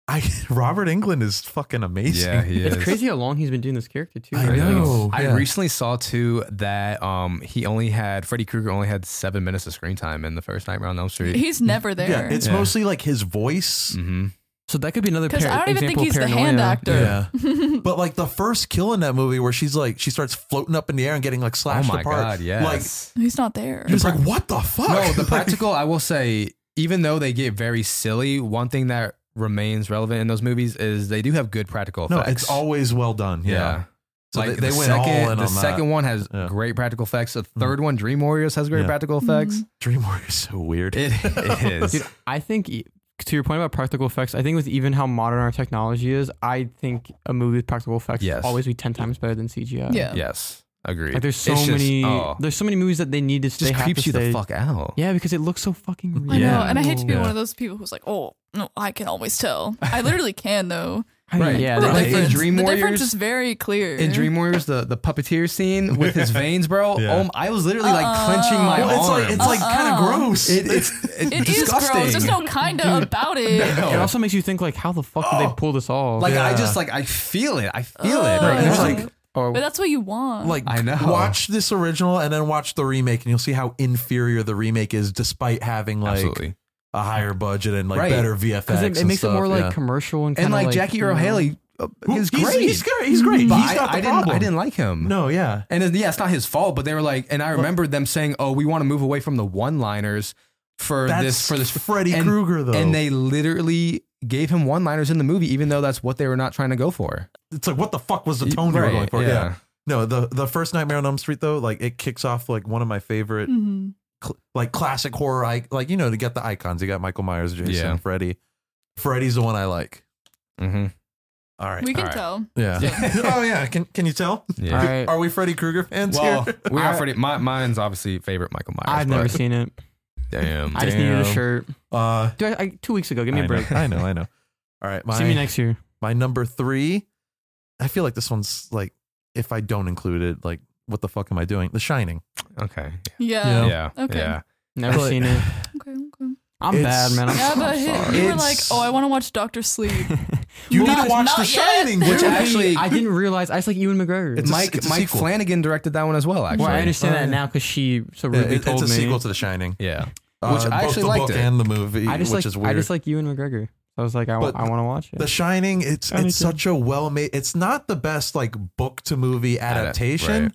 Speaker 4: I [LAUGHS] Robert England is fucking amazing.
Speaker 1: Yeah, he
Speaker 2: it's
Speaker 1: is.
Speaker 2: crazy how long he's been doing this character too.
Speaker 4: I
Speaker 2: right?
Speaker 4: know.
Speaker 1: I
Speaker 4: Yeah.
Speaker 1: recently saw too that um he only had Freddy Krueger only had seven minutes of screen time in the first Nightmare on Elm Street.
Speaker 3: He's never there.
Speaker 4: Yeah, it's
Speaker 1: Yeah.
Speaker 4: mostly like his voice.
Speaker 1: hmm
Speaker 2: So that could be another
Speaker 3: Because
Speaker 2: par-
Speaker 3: I don't even
Speaker 2: example
Speaker 3: think
Speaker 2: of
Speaker 3: he's the
Speaker 2: paranoia.
Speaker 3: hand actor.
Speaker 4: Yeah. [LAUGHS] but like the first kill in that movie where she's like she starts floating up in the air and getting like
Speaker 1: Oh
Speaker 4: slashed
Speaker 1: my
Speaker 4: apart.
Speaker 1: god! Yes.
Speaker 3: He's not there.
Speaker 4: Like you're just like, what the fuck?
Speaker 1: no,
Speaker 4: [LAUGHS]
Speaker 1: the
Speaker 4: Like,
Speaker 1: practical. I will say, even though they get very silly, one thing that remains relevant in those movies is they do have good practical
Speaker 4: No,
Speaker 1: effects.
Speaker 4: it's always well done. Yeah. So
Speaker 1: like
Speaker 4: they, they
Speaker 1: the
Speaker 4: went
Speaker 1: second,
Speaker 4: all in
Speaker 1: the
Speaker 4: on
Speaker 1: second
Speaker 4: that.
Speaker 1: one has
Speaker 4: Yeah. Mm.
Speaker 1: great practical effects. The third one, Dream Warriors, has great
Speaker 4: Yeah.
Speaker 1: practical effects.
Speaker 4: Dream Warrior is so
Speaker 2: Mm-hmm.
Speaker 4: weird.
Speaker 1: It, [LAUGHS] it is.
Speaker 4: [LAUGHS]
Speaker 2: Dude, I think e- to your point about practical effects, I think with even how modern our technology is, I think a movie with practical effects
Speaker 1: Yes.
Speaker 2: will always be ten times better than CGI.
Speaker 3: Yeah.
Speaker 1: yes, agreed.
Speaker 2: Like there's so
Speaker 1: It's just-
Speaker 2: many.
Speaker 1: oh,
Speaker 2: There's so many movies that they need to.
Speaker 1: just
Speaker 2: they have
Speaker 1: creeps
Speaker 2: to
Speaker 1: you the
Speaker 2: stay-
Speaker 1: fuck out.
Speaker 2: Yeah, because it looks so fucking real.
Speaker 3: I
Speaker 1: Yeah.
Speaker 3: know, and I hate to be
Speaker 4: Yeah.
Speaker 3: one of those people who's like, "Oh, no, I can always tell."
Speaker 4: [LAUGHS]
Speaker 3: I literally can though.
Speaker 1: Right.
Speaker 2: Yeah.
Speaker 1: Right.
Speaker 3: the
Speaker 1: Like in
Speaker 2: They,
Speaker 3: difference,
Speaker 1: Dream
Speaker 3: the difference
Speaker 1: Warriors-
Speaker 3: is very clear.
Speaker 1: in Dream Warriors, the, the puppeteer scene with
Speaker 4: [LAUGHS]
Speaker 1: his veins, bro.
Speaker 4: Yeah.
Speaker 1: Oh, I was literally like clenching my
Speaker 4: Well, it's
Speaker 1: arm.
Speaker 4: like it's like kind of
Speaker 3: Uh-uh.
Speaker 4: gross.
Speaker 1: It- it's it's
Speaker 3: it is
Speaker 1: disgusting.
Speaker 3: gross. There's no kinda
Speaker 4: [LAUGHS]
Speaker 3: about it.
Speaker 2: it also makes you think like, how the fuck
Speaker 3: Oh.
Speaker 2: did they pull this off?
Speaker 1: like I
Speaker 4: Yeah.
Speaker 1: just like I feel it. I feel it.
Speaker 4: Right,
Speaker 1: Like,
Speaker 4: it's
Speaker 1: it's
Speaker 4: like-
Speaker 1: like
Speaker 2: or
Speaker 3: But that's what you want.
Speaker 4: like
Speaker 1: I know.
Speaker 4: Watch this original and then watch the remake, and you'll see how inferior the remake is, despite having like
Speaker 1: absolutely.
Speaker 4: a higher budget and like
Speaker 1: Right.
Speaker 4: better VFX.
Speaker 2: because it, it
Speaker 4: and
Speaker 2: makes
Speaker 4: stuff,
Speaker 2: it more like
Speaker 4: yeah.
Speaker 2: commercial and
Speaker 1: And
Speaker 2: kinda
Speaker 1: like, Jackie
Speaker 2: you
Speaker 1: Earl
Speaker 2: know.
Speaker 1: Haley uh, is
Speaker 4: he's,
Speaker 1: great.
Speaker 4: he's great. He's great.
Speaker 1: But
Speaker 4: He's
Speaker 1: I-
Speaker 4: not the
Speaker 1: I didn't
Speaker 4: problem.
Speaker 1: I didn't like him.
Speaker 4: No, yeah.
Speaker 1: And it's- yeah, it's not his fault, but they were like, and I remember them saying, "Oh, we want to move away from the one-liners for
Speaker 4: That's
Speaker 1: this for this
Speaker 4: Freddy
Speaker 1: and-
Speaker 4: Krueger though.
Speaker 1: And they literally gave him one-liners in the movie, even though that's what they were not trying to go for.
Speaker 4: it's like what the fuck was the tone you were
Speaker 1: Right,
Speaker 4: going for?
Speaker 1: yeah.
Speaker 4: No, the the first Nightmare on Elm Street though, like it kicks off like one of my favorite
Speaker 3: Mhm.
Speaker 4: cl- like classic horror I like you know to get the icons. You got Michael Myers, Jason,
Speaker 1: Yeah.
Speaker 4: Freddy. Freddy's the one I like.
Speaker 1: Mm-hmm.
Speaker 4: All right.
Speaker 3: we can
Speaker 1: alright.
Speaker 3: tell.
Speaker 4: yeah. [LAUGHS] oh yeah. Can can you tell?
Speaker 1: Yeah.
Speaker 2: All right.
Speaker 4: Are we Freddy Krueger fans
Speaker 1: Well,
Speaker 2: [LAUGHS]
Speaker 4: here?
Speaker 1: we are
Speaker 2: I-
Speaker 1: Freddy. My, mine's obviously favorite Michael Myers.
Speaker 2: I've never
Speaker 1: but-
Speaker 2: seen it.
Speaker 1: Damn.
Speaker 2: I just needed a
Speaker 4: Damn.
Speaker 2: shirt.
Speaker 4: Uh,
Speaker 2: Dude, I, I, two weeks ago, give me
Speaker 4: I
Speaker 2: a
Speaker 4: know,
Speaker 2: break.
Speaker 4: I know. I know. All right. My
Speaker 2: See me next year.
Speaker 4: my number three. I feel like this one's like if I don't include it, like what the fuck am I doing? The Shining.
Speaker 1: Okay.
Speaker 3: Yeah.
Speaker 4: Yeah.
Speaker 1: Yeah.
Speaker 3: Okay.
Speaker 1: Yeah.
Speaker 2: Never
Speaker 4: But-
Speaker 2: seen it.
Speaker 3: Okay. Okay.
Speaker 2: I'm
Speaker 4: It's-
Speaker 2: bad, man. I'm
Speaker 3: Yeah,
Speaker 2: so
Speaker 4: [LAUGHS]
Speaker 3: but
Speaker 2: sorry.
Speaker 3: he, you were like,
Speaker 4: It's-
Speaker 3: "Oh, I want to watch Doctor
Speaker 4: [LAUGHS]
Speaker 3: Sleep."
Speaker 4: You
Speaker 3: Well,
Speaker 4: need to watch
Speaker 3: not
Speaker 4: The
Speaker 3: yet.
Speaker 4: Shining,
Speaker 1: Which
Speaker 4: dude.
Speaker 1: actually,
Speaker 2: I didn't realize. I just like Ewan McGregor.
Speaker 4: It's a-
Speaker 1: Mike
Speaker 4: it's a
Speaker 1: Mike
Speaker 4: sequel.
Speaker 1: Flanagan directed that one as well. Actually,
Speaker 2: well, I understand
Speaker 4: Oh,
Speaker 2: that
Speaker 4: yeah.
Speaker 2: now because she so
Speaker 4: Yeah,
Speaker 2: rudely
Speaker 4: it-
Speaker 2: told
Speaker 4: it's a
Speaker 2: me.
Speaker 4: sequel to The Shining.
Speaker 1: Yeah. Which I actually
Speaker 4: Uh, both the
Speaker 1: liked
Speaker 4: book
Speaker 1: it.
Speaker 4: and the movie,
Speaker 2: I just like
Speaker 4: which is weird.
Speaker 2: I just like Ewan McGregor. So I was like, I,
Speaker 4: But
Speaker 2: want to watch it.
Speaker 4: The Shining, it's
Speaker 2: I do
Speaker 4: it's
Speaker 2: too.
Speaker 4: such a well made. It's not the best like book to movie adaptation,
Speaker 1: right.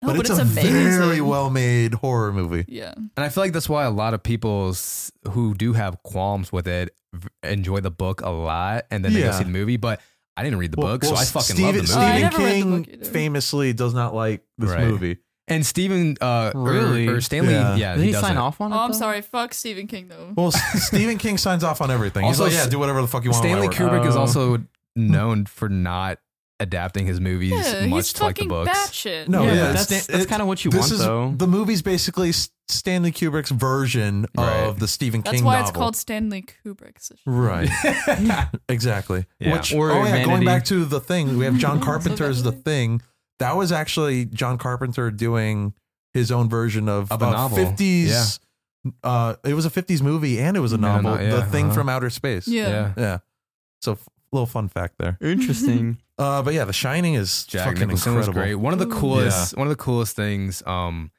Speaker 3: No,
Speaker 4: but, it's, a very well made horror movie.
Speaker 3: Yeah.
Speaker 1: And I feel like that's why a lot of people s- who do have qualms with it v- enjoy the book a lot, and then they go
Speaker 4: Yeah.
Speaker 1: see the movie. But I didn't read the book, so I fucking
Speaker 4: Stephen,
Speaker 1: love the movie.
Speaker 3: Oh, I
Speaker 4: Stephen
Speaker 3: never read the book
Speaker 4: King
Speaker 3: either.
Speaker 4: famously does not like this
Speaker 1: Right.
Speaker 4: movie.
Speaker 1: and Stephen, uh, or-
Speaker 2: Really?
Speaker 1: or, Stanley,
Speaker 4: Yeah.
Speaker 1: yeah,
Speaker 2: Did he, sign
Speaker 1: doesn't.
Speaker 2: off on it?
Speaker 3: Oh, I'm
Speaker 2: though?
Speaker 3: sorry. Fuck Stephen King though. [LAUGHS]
Speaker 4: Well, S- Stephen King signs off on everything. He's
Speaker 1: Also,
Speaker 3: Oh.
Speaker 4: like, yeah, do whatever Oh. the fuck you want. with my
Speaker 1: Stanley
Speaker 4: work."
Speaker 1: Kubrick is
Speaker 2: Oh.
Speaker 1: also known for not adapting his movies
Speaker 3: Yeah,
Speaker 1: much
Speaker 3: he's
Speaker 1: to like the
Speaker 3: fucking
Speaker 1: books.
Speaker 3: batshit.
Speaker 4: No,
Speaker 2: Yeah,
Speaker 4: yeah,
Speaker 2: but
Speaker 4: it's
Speaker 2: that's-
Speaker 4: Stan-
Speaker 2: that's
Speaker 4: it-
Speaker 2: kinda what you
Speaker 4: this
Speaker 2: want,
Speaker 4: is-
Speaker 2: though.
Speaker 4: The movie's basically S- Stanley Kubrick's version
Speaker 1: Right.
Speaker 4: of the Stephen
Speaker 3: That's
Speaker 4: King
Speaker 3: why
Speaker 4: novel.
Speaker 3: it's called Stanley Kubrick's.
Speaker 1: [LAUGHS]
Speaker 4: Right. exactly.
Speaker 1: Yeah.
Speaker 4: Which
Speaker 2: Or
Speaker 4: oh yeah, going
Speaker 2: Vanity.
Speaker 4: back to the thing, we have John
Speaker 3: [LAUGHS] So
Speaker 4: Carpenter's The
Speaker 3: Vanity.
Speaker 4: Thing. That was actually John Carpenter doing his own version of,
Speaker 1: Of a
Speaker 4: uh,
Speaker 1: novel.
Speaker 4: 50s uh it was a 50s movie and it was a
Speaker 1: And a
Speaker 4: novel,
Speaker 1: no- yeah,
Speaker 4: The Thing
Speaker 1: uh-huh.
Speaker 4: from Outer Space.
Speaker 3: Yeah.
Speaker 1: yeah.
Speaker 4: Yeah. So f- little fun fact there.
Speaker 2: Interesting.
Speaker 4: Uh but yeah, The Shining is
Speaker 1: Jack
Speaker 4: fucking
Speaker 1: Nicholson was
Speaker 4: incredible.
Speaker 1: great. One of the
Speaker 3: Ooh.
Speaker 1: coolest, one of the coolest things um,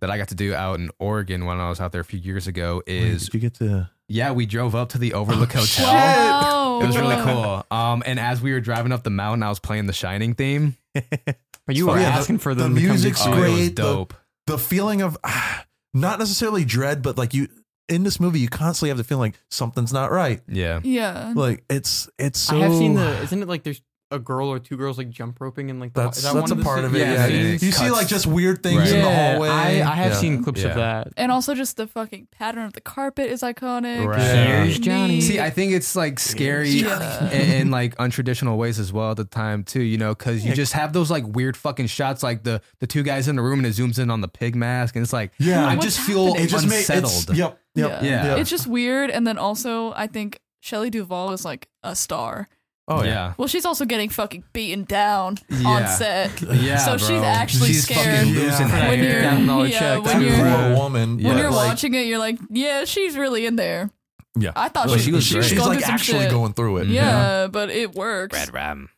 Speaker 1: that I got to do out in Oregon when I was out there a few years ago
Speaker 4: Wait,
Speaker 1: is
Speaker 4: did you get to [LAUGHS]
Speaker 1: yeah, we drove up to the Overlook Hotel.
Speaker 4: shit.
Speaker 3: Wow.
Speaker 1: It was
Speaker 4: Oh.
Speaker 1: really cool. Um, and as we were driving up the mountain, I was playing the Shining theme.
Speaker 2: But you were
Speaker 4: Yeah, the-
Speaker 2: asking for
Speaker 4: the
Speaker 2: them. to come
Speaker 4: music's
Speaker 2: do-
Speaker 1: Oh, it was
Speaker 4: great. The-
Speaker 1: dope.
Speaker 4: the feeling of [SIGHS] ah, not necessarily dread, but like you in this movie you constantly have the feeling like something's not right.
Speaker 1: yeah.
Speaker 3: Yeah.
Speaker 4: Like it's it's so
Speaker 2: I have seen the. Isn't it like there's a girl or two girls like jump roping and like the,
Speaker 4: [LAUGHS] That's
Speaker 2: is that
Speaker 4: that's
Speaker 2: one
Speaker 4: a
Speaker 2: of the
Speaker 4: part
Speaker 2: sce-
Speaker 4: of it.
Speaker 1: yeah,
Speaker 4: Yeah,
Speaker 1: yeah,
Speaker 2: scenes?
Speaker 1: yeah.
Speaker 4: you see like just weird things
Speaker 1: Right.
Speaker 4: in the
Speaker 2: Yeah,
Speaker 4: hallway.
Speaker 2: I, I have
Speaker 4: Yeah.
Speaker 2: seen clips
Speaker 1: Yeah.
Speaker 2: of that.
Speaker 3: And also just the fucking pattern of the carpet is iconic.
Speaker 1: Right.
Speaker 4: Yeah.
Speaker 2: Here's Johnny.
Speaker 1: See, I think it's like scary
Speaker 3: Yeah.
Speaker 1: in, in like untraditional ways as well at the time too, you know, because you just have those like weird fucking shots, like the the two guys in the room and it zooms in on the pig mask, and it's like,
Speaker 4: Yeah.
Speaker 1: I
Speaker 3: What's
Speaker 1: just feel
Speaker 3: happening?
Speaker 4: It just made it's,
Speaker 1: unsettled.
Speaker 4: yep, yep,
Speaker 3: Yeah.
Speaker 1: Yeah.
Speaker 3: It's just weird. And then also, I think Shelley Duvall is like a star.
Speaker 4: oh
Speaker 1: yeah,
Speaker 3: Well, she's also getting fucking beaten down on
Speaker 1: Yeah.
Speaker 3: set.
Speaker 1: yeah.
Speaker 3: So
Speaker 1: bro.
Speaker 3: she's actually
Speaker 1: She's
Speaker 3: scared
Speaker 1: fucking losing
Speaker 4: Yeah.
Speaker 3: When
Speaker 1: hair.
Speaker 3: you're,
Speaker 2: Down dollar
Speaker 3: yeah,
Speaker 2: check.
Speaker 3: when
Speaker 4: When
Speaker 3: you're,
Speaker 4: you're,
Speaker 1: Yeah.
Speaker 4: a woman,
Speaker 1: Yeah.
Speaker 3: when
Speaker 4: but,
Speaker 3: you're
Speaker 4: like,
Speaker 3: watching it, you're like, yeah, she's really in there.
Speaker 4: Yeah.
Speaker 3: I thought
Speaker 1: Well,
Speaker 3: she,
Speaker 1: she was
Speaker 3: she
Speaker 1: great.
Speaker 3: was
Speaker 4: she's
Speaker 3: going
Speaker 4: like
Speaker 3: through some
Speaker 4: actually
Speaker 3: shit.
Speaker 4: going through it.
Speaker 3: Yeah, but it works.
Speaker 1: Red Ram.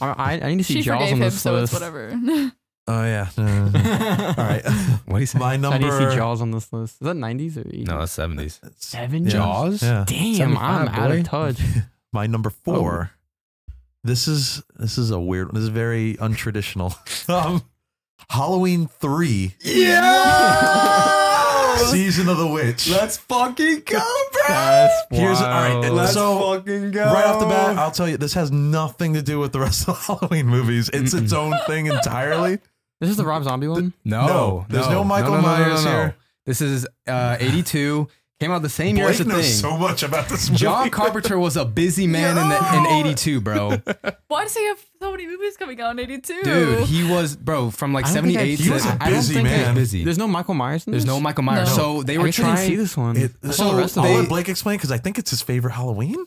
Speaker 2: I, I- I need to see
Speaker 3: she
Speaker 2: Jaws
Speaker 3: forgave
Speaker 2: on
Speaker 3: him,
Speaker 2: this
Speaker 3: so
Speaker 2: list.
Speaker 3: it's
Speaker 4: [LAUGHS]
Speaker 3: whatever. [LAUGHS]
Speaker 4: Oh yeah. Uh, [LAUGHS] all right.
Speaker 1: What do you say?
Speaker 4: My
Speaker 2: I need
Speaker 4: number.
Speaker 2: to see Jaws on this list. Is that 90s or 80s?
Speaker 1: No, that's seventies.
Speaker 2: Seven
Speaker 4: Yeah.
Speaker 2: Jaws?
Speaker 1: Jaws?
Speaker 4: Yeah.
Speaker 2: Damn, I'm
Speaker 1: 75,
Speaker 2: out
Speaker 1: boy.
Speaker 2: of touch.
Speaker 4: My number four. This is this is a weird. This is very untraditional. [LAUGHS] um, Halloween three,
Speaker 1: [LAUGHS] Yeah.
Speaker 4: season of the witch.
Speaker 1: Let's fucking go, bro.
Speaker 4: Here's all right.
Speaker 1: Let's
Speaker 4: so
Speaker 1: fucking go.
Speaker 4: right off the bat, I'll tell you this has nothing to do with the rest of the [LAUGHS] Halloween movies. It's its own
Speaker 1: [LAUGHS]
Speaker 4: thing entirely.
Speaker 2: [LAUGHS] This is the Rob Zombie one?
Speaker 1: No,
Speaker 4: No, there's no Michael Myers here.
Speaker 1: This is uh, 82. Came out the same year as the
Speaker 4: Blake knows
Speaker 1: thing.
Speaker 4: so much about this movie. [LAUGHS]
Speaker 1: John Carpenter was a busy man in, the, in 82, bro.
Speaker 3: Why does he have so many movies coming out in 82?
Speaker 1: Dude, he was, bro, from like
Speaker 2: I don't think
Speaker 1: 78
Speaker 2: I-
Speaker 1: to.
Speaker 4: He was a
Speaker 2: I don't
Speaker 4: busy
Speaker 2: think I-
Speaker 4: man.
Speaker 1: busy.
Speaker 2: There's no Michael Myers in
Speaker 1: There's
Speaker 2: this?
Speaker 1: no Michael Myers.
Speaker 3: No.
Speaker 1: So they
Speaker 2: I
Speaker 1: were
Speaker 2: guess I didn't
Speaker 1: trying.
Speaker 2: see this one.
Speaker 4: It,
Speaker 2: I saw
Speaker 1: so
Speaker 2: the rest of
Speaker 4: I'll
Speaker 1: they-
Speaker 2: it.
Speaker 4: let Blake explain because I think it's his favorite
Speaker 1: [LAUGHS]
Speaker 4: Halloween.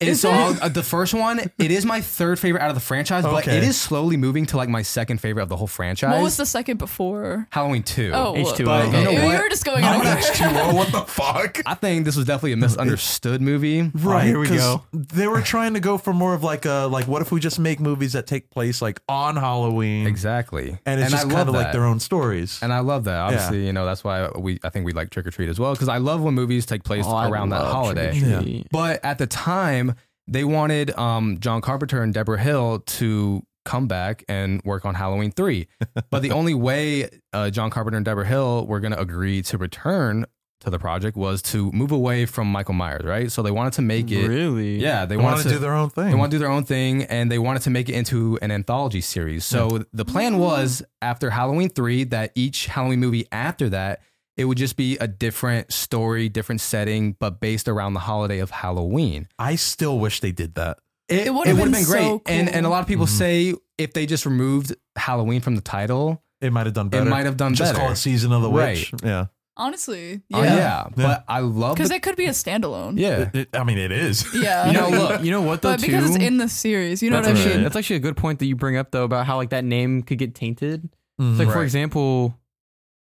Speaker 1: And
Speaker 3: Is
Speaker 1: so
Speaker 3: it?
Speaker 1: I'll- uh, the first one, it is my third favorite out of the franchise, but
Speaker 4: Okay.
Speaker 1: it is slowly moving to like my second favorite of the whole franchise.
Speaker 3: what was the second before?
Speaker 1: Halloween 2.
Speaker 3: Oh,
Speaker 2: H2O.
Speaker 3: well,
Speaker 1: But you know
Speaker 3: we
Speaker 1: what?
Speaker 3: were just going on.
Speaker 4: H2O. What the
Speaker 1: [LAUGHS]
Speaker 4: fuck?
Speaker 1: I think this was definitely a misunderstood movie.
Speaker 4: Right.
Speaker 2: here we
Speaker 4: 'cause
Speaker 2: go.
Speaker 4: They were trying to go for more of like a like what if we just make movies that take place like on Halloween
Speaker 1: Exactly.
Speaker 4: and it's
Speaker 1: I
Speaker 4: just
Speaker 1: love
Speaker 4: kind of like
Speaker 1: that.
Speaker 4: their own stories.
Speaker 1: And I love that. Obviously, you know that's why we I think we like Trick or Treat as well because I love when movies take place
Speaker 2: Oh, I
Speaker 1: around that
Speaker 2: love
Speaker 1: holiday.
Speaker 2: Trick or Treat.
Speaker 1: But at the time, they wanted um, John Carpenter and Deborah Hill to come back and work on Halloween 3. But the only way uh, John Carpenter and Deborah Hill were going to agree to return to the project was to move away from Michael Myers, right? So they wanted to make it.
Speaker 2: Really?
Speaker 1: Yeah, they
Speaker 4: they
Speaker 1: wanted
Speaker 4: want to do their own thing.
Speaker 1: they want to do their own thing and they wanted to make it into an anthology series. So the plan was after Halloween 3 that each Halloween movie after that it would just be a different story, different setting but based around the holiday of Halloween.
Speaker 4: I still wish they did that.
Speaker 1: It,
Speaker 3: It
Speaker 1: would
Speaker 3: would've
Speaker 1: have been,
Speaker 3: been
Speaker 1: great.
Speaker 3: so
Speaker 1: And and a
Speaker 3: cool.
Speaker 1: lot of people
Speaker 4: Mhm.
Speaker 1: say if they just removed Halloween from the title,
Speaker 4: It might have done better.
Speaker 1: it might have done
Speaker 4: just
Speaker 1: better.
Speaker 4: call it season of the witch. Yeah.
Speaker 3: Honestly,
Speaker 1: Uh, yeah.
Speaker 3: yeah.
Speaker 1: but I love
Speaker 3: Because
Speaker 1: the-
Speaker 3: it could be a standalone.
Speaker 1: Yeah.
Speaker 4: It- it- I mean, it is.
Speaker 3: Yeah.
Speaker 1: You know, look,
Speaker 3: [LAUGHS]
Speaker 2: Look, you know what though?
Speaker 3: but because
Speaker 2: too?
Speaker 3: it's in the series, you know
Speaker 2: that's,
Speaker 3: what I
Speaker 2: actually,
Speaker 3: mean?
Speaker 2: that's actually a good point that you bring up though about how like that name could get tainted. It's
Speaker 3: Mm-hmm.
Speaker 2: like for
Speaker 1: Right.
Speaker 2: example,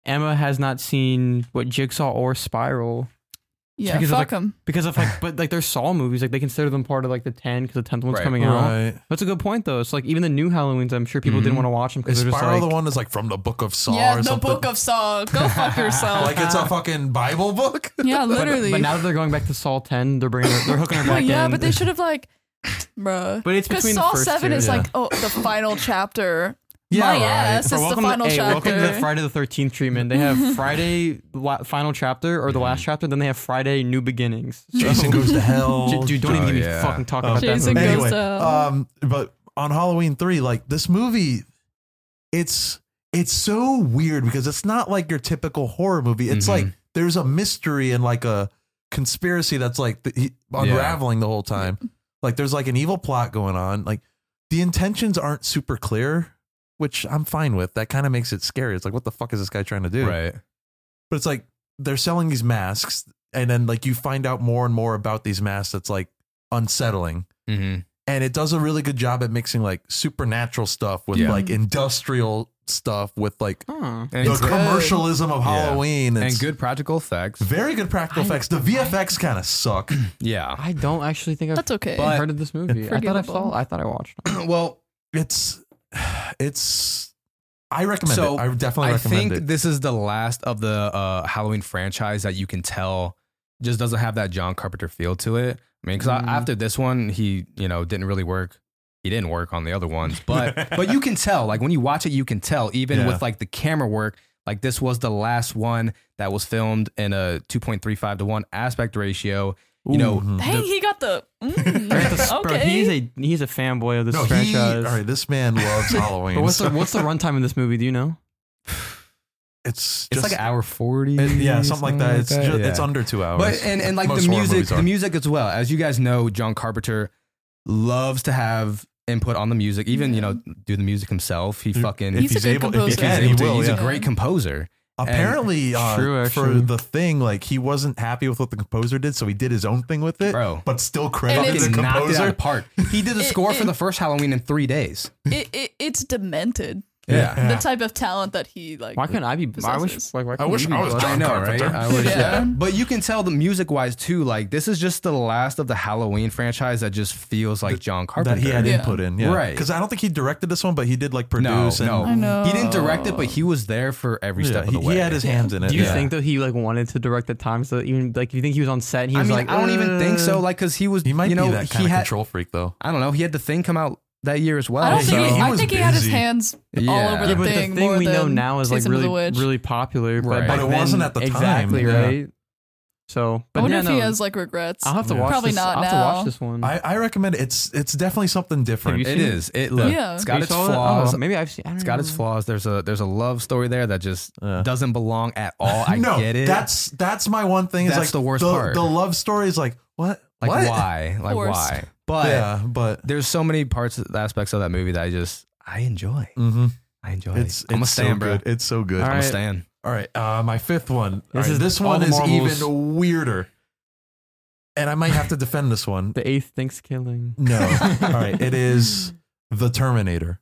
Speaker 2: Emma has not seen what Jigsaw or Spiral
Speaker 3: Yeah,
Speaker 2: because it's
Speaker 3: fuck
Speaker 2: like-
Speaker 3: him.
Speaker 2: because of
Speaker 3: [LAUGHS]
Speaker 2: like, but like their Saw movies, like they consider them part of like the ten because the tenth one's
Speaker 1: Right.
Speaker 2: coming out. That's a good point though. It's like even the new Halloweens, I'm sure people didn't
Speaker 3: Mm-hmm.
Speaker 1: Mhm.
Speaker 2: want to watch them
Speaker 4: Is
Speaker 2: because they're just
Speaker 4: Spiral
Speaker 2: like
Speaker 4: the one that's like from the Book of Saw
Speaker 3: yeah,
Speaker 4: or
Speaker 3: the
Speaker 4: something?
Speaker 3: book of Saw. Go fuck yourself.
Speaker 4: [LAUGHS] like it's a fucking
Speaker 3: [LAUGHS]
Speaker 4: Bible book.
Speaker 3: yeah,
Speaker 2: But-
Speaker 3: literally.
Speaker 2: But, now that they're going back to Saw ten, they're bringing her, they're
Speaker 3: [LAUGHS]
Speaker 2: hooking her
Speaker 3: Oh,
Speaker 2: back
Speaker 3: yeah,
Speaker 2: in.
Speaker 3: but they should have like, bruh.
Speaker 2: But it's
Speaker 3: Because
Speaker 2: between
Speaker 3: Saw
Speaker 2: the first
Speaker 3: Seven
Speaker 2: two.
Speaker 3: is
Speaker 4: Yeah.
Speaker 3: like, oh, the final chapter.
Speaker 4: Yeah,
Speaker 3: My
Speaker 4: right.
Speaker 3: ass
Speaker 2: Bro,
Speaker 3: is the
Speaker 2: welcome
Speaker 3: final
Speaker 2: to, hey,
Speaker 3: chapter.
Speaker 2: welcome to the Friday the Thirteenth treatment. They
Speaker 3: [LAUGHS]
Speaker 2: have Friday la- final chapter or the
Speaker 3: Mm-hmm.
Speaker 2: last chapter, then they have Friday New
Speaker 3: [LAUGHS]
Speaker 2: Beginnings. So-
Speaker 4: Jason goes to [LAUGHS] hell.
Speaker 2: Dude, dude, don't even
Speaker 1: Oh,
Speaker 2: get me
Speaker 1: yeah.
Speaker 2: fucking talking
Speaker 4: Oh.
Speaker 2: about
Speaker 3: Jason
Speaker 2: that.
Speaker 3: goes
Speaker 2: movie.
Speaker 4: anyway,
Speaker 3: to hell.
Speaker 4: um, but on Halloween three, like this movie, it's it's so weird because it's not like your typical horror movie. It's
Speaker 1: Mhm.
Speaker 4: like there's a mystery and like a conspiracy that's like the, he- unraveling the whole time. Like there's like an evil plot going on. Like the intentions aren't super clear, which I'm fine with. That kind of makes it scary. It's like, what the fuck is this guy trying to do?
Speaker 1: Right.
Speaker 4: But it's like they're selling these masks, and then like you find out more and more about these masks. That's like unsettling,
Speaker 1: Mm-hmm.
Speaker 4: and it does a really good job at mixing like supernatural stuff with
Speaker 1: Yeah.
Speaker 4: like industrial stuff with like
Speaker 2: Huh.
Speaker 1: And,
Speaker 4: the
Speaker 1: it's good.
Speaker 4: commercialism of
Speaker 1: Yeah.
Speaker 4: Halloween
Speaker 1: and
Speaker 4: It's
Speaker 1: good practical effects.
Speaker 4: Very good practical
Speaker 2: I-
Speaker 4: effects. The VFX kind
Speaker 3: [CLEARS THROAT]
Speaker 4: of suck.
Speaker 2: [COUGHS]
Speaker 1: Yeah.
Speaker 2: I don't actually think I've
Speaker 3: That's okay.
Speaker 1: But-
Speaker 2: heard of this movie. I thought I
Speaker 3: Forgivable.
Speaker 2: saw. I thought I watched. it.
Speaker 1: well,
Speaker 4: It's it's. I recommend
Speaker 1: So,
Speaker 4: it. I definitely
Speaker 1: I
Speaker 4: recommend
Speaker 1: think
Speaker 4: it.
Speaker 1: this is the last of the uh, Halloween franchise that you can tell just doesn't have that John Carpenter feel to it. I mean, because
Speaker 2: Mm.
Speaker 1: after this one, he you know didn't really work. He didn't work on the other ones,
Speaker 4: [LAUGHS]
Speaker 1: but but you can tell. Like when you watch it, you can tell even
Speaker 4: Yeah.
Speaker 1: with like the camera work. Like this was the last one that was filmed in a 2.35 to one aspect ratio. You know,
Speaker 4: Mhm.
Speaker 3: Dang, he
Speaker 2: [LAUGHS]
Speaker 3: got the. [LAUGHS]
Speaker 2: Grant the-
Speaker 3: Mm,
Speaker 2: bro, he's
Speaker 3: okay.
Speaker 2: a he's a fanboy of this
Speaker 4: no, he, all
Speaker 2: franchise.
Speaker 4: right, this
Speaker 1: [LAUGHS]
Speaker 4: man loves Halloween.
Speaker 2: But what's the what's the runtime of this movie? Do you know?
Speaker 4: it's
Speaker 1: it's
Speaker 4: just,
Speaker 1: like an hour forty,
Speaker 4: it- yeah, something like that. It's just,
Speaker 1: Yeah.
Speaker 4: Oh, it's under two hours.
Speaker 1: But and, and like
Speaker 4: Most
Speaker 1: the
Speaker 4: horror
Speaker 1: music,
Speaker 4: movies are.
Speaker 1: the music as well. As you guys know, John Carpenter loves to have input on the music. Even you know, do the music himself. He
Speaker 4: Mm.
Speaker 1: fucking
Speaker 4: if
Speaker 1: if
Speaker 3: He's
Speaker 4: he's,
Speaker 3: a good
Speaker 4: able, if
Speaker 3: composer.
Speaker 4: he
Speaker 1: he's
Speaker 3: Yeah,
Speaker 4: can,
Speaker 1: able
Speaker 4: he
Speaker 1: to,
Speaker 4: will.
Speaker 1: he's
Speaker 4: yeah.
Speaker 1: a great composer.
Speaker 4: Apparently, uh,
Speaker 2: True,
Speaker 4: for
Speaker 2: actually.
Speaker 4: the thing, like he wasn't happy with what the composer did, so he did his own thing with it.
Speaker 1: Bro.
Speaker 4: but still
Speaker 3: And
Speaker 4: credited
Speaker 1: Fucking
Speaker 4: the
Speaker 3: it's-
Speaker 1: knocked it out of
Speaker 4: composer.
Speaker 1: the park. He did the
Speaker 3: It-
Speaker 1: score for
Speaker 3: it-
Speaker 1: the first Halloween in three days.
Speaker 3: It, it, it's demented.
Speaker 1: Yeah.
Speaker 3: The type of talent that he like.
Speaker 2: Why couldn't I be? I wish
Speaker 3: Possesses.
Speaker 2: like why
Speaker 4: I
Speaker 2: couldn't
Speaker 4: wish
Speaker 2: you be
Speaker 4: I was
Speaker 2: blessed?
Speaker 1: I know, right? I wish,
Speaker 3: Yeah.
Speaker 1: yeah. But you can tell the music wise too. Like this is just the last of the Halloween franchise that just feels like John Carpenter.
Speaker 4: That he had
Speaker 3: Yeah.
Speaker 4: input in, yeah.
Speaker 1: Right.
Speaker 4: Because I don't think he directed this one, but he did like
Speaker 1: no,
Speaker 4: produce.
Speaker 1: no,
Speaker 4: and,
Speaker 3: I know.
Speaker 1: he didn't direct it, but he was there for every
Speaker 4: Yeah,
Speaker 1: step of the
Speaker 4: he,
Speaker 1: way.
Speaker 4: he had his hands in it.
Speaker 2: Do you
Speaker 4: yeah.
Speaker 2: think that he like wanted to direct the time? So even like, if you think he was on set, and he
Speaker 1: I
Speaker 2: was
Speaker 1: mean,
Speaker 2: like,
Speaker 1: I don't even think so.
Speaker 2: "Uh,
Speaker 1: Like, cause he was,
Speaker 4: He might
Speaker 1: you know,
Speaker 4: be that kind
Speaker 1: he
Speaker 4: of
Speaker 1: had,
Speaker 4: control freak, though.
Speaker 1: I don't know. He had the thing come out that year as well.
Speaker 3: I don't
Speaker 4: Yeah,
Speaker 3: think
Speaker 1: so-
Speaker 3: he,
Speaker 4: he
Speaker 3: I
Speaker 4: was
Speaker 3: think he had his
Speaker 4: busy.
Speaker 3: hands all
Speaker 1: Yeah.
Speaker 3: over
Speaker 1: Yeah,
Speaker 3: the
Speaker 2: but
Speaker 3: thing.
Speaker 2: the thing
Speaker 3: more
Speaker 2: we know
Speaker 3: than
Speaker 2: now is like
Speaker 3: Season of the
Speaker 2: really,
Speaker 3: Witch.
Speaker 2: really popular, but,
Speaker 1: Right.
Speaker 2: back
Speaker 4: But it wasn't
Speaker 2: then-
Speaker 4: at the time,
Speaker 2: exactly
Speaker 4: yeah.
Speaker 2: right. So, but
Speaker 3: I wonder
Speaker 2: yeah,
Speaker 3: if
Speaker 2: no, Uh-huh.
Speaker 3: he has like regrets.
Speaker 2: I'll have to
Speaker 4: Yeah.
Speaker 2: watch.
Speaker 3: Probably
Speaker 2: this.
Speaker 3: not
Speaker 2: I'll have to
Speaker 3: now.
Speaker 2: watch this one.
Speaker 4: I, I recommend it. It's it's definitely something different.
Speaker 2: Have you
Speaker 1: It
Speaker 2: seen
Speaker 1: is. It Oh, look,
Speaker 3: Yeah. Mm.
Speaker 1: it's
Speaker 2: Have
Speaker 1: got
Speaker 2: you
Speaker 1: its
Speaker 2: saw it? I don't know.
Speaker 1: flaws.
Speaker 2: Maybe I've seen. I don't
Speaker 1: It's got its
Speaker 2: remember.
Speaker 1: flaws. There's a there's a love story there that just
Speaker 4: Yeah.
Speaker 1: doesn't belong at all. I
Speaker 4: no,
Speaker 1: get it.
Speaker 4: that's that's my one thing. is
Speaker 1: That's
Speaker 4: like
Speaker 1: the worst
Speaker 4: the,
Speaker 1: part.
Speaker 4: The love story is like what?
Speaker 1: like
Speaker 4: what?
Speaker 1: why? Like
Speaker 3: Forced.
Speaker 1: why? But
Speaker 4: [LAUGHS]
Speaker 1: uh,
Speaker 4: Yeah, but
Speaker 1: there's so many parts aspects of that movie that I just I enjoy.
Speaker 4: mhm.
Speaker 1: I enjoy.
Speaker 4: it's
Speaker 1: I'm a
Speaker 4: it's so
Speaker 1: stan, bro.
Speaker 4: good. It's so good.
Speaker 2: All
Speaker 1: I'm a
Speaker 2: right.
Speaker 1: stan.
Speaker 4: All right, uh, my fifth one. This,
Speaker 2: This is
Speaker 4: this
Speaker 2: all
Speaker 4: one
Speaker 2: the
Speaker 4: is
Speaker 2: Marvels.
Speaker 4: even weirder, and I might have to defend this
Speaker 1: [LAUGHS]
Speaker 4: one.
Speaker 2: The eighth Thanksgiving.
Speaker 4: No, all right, it is the Terminator,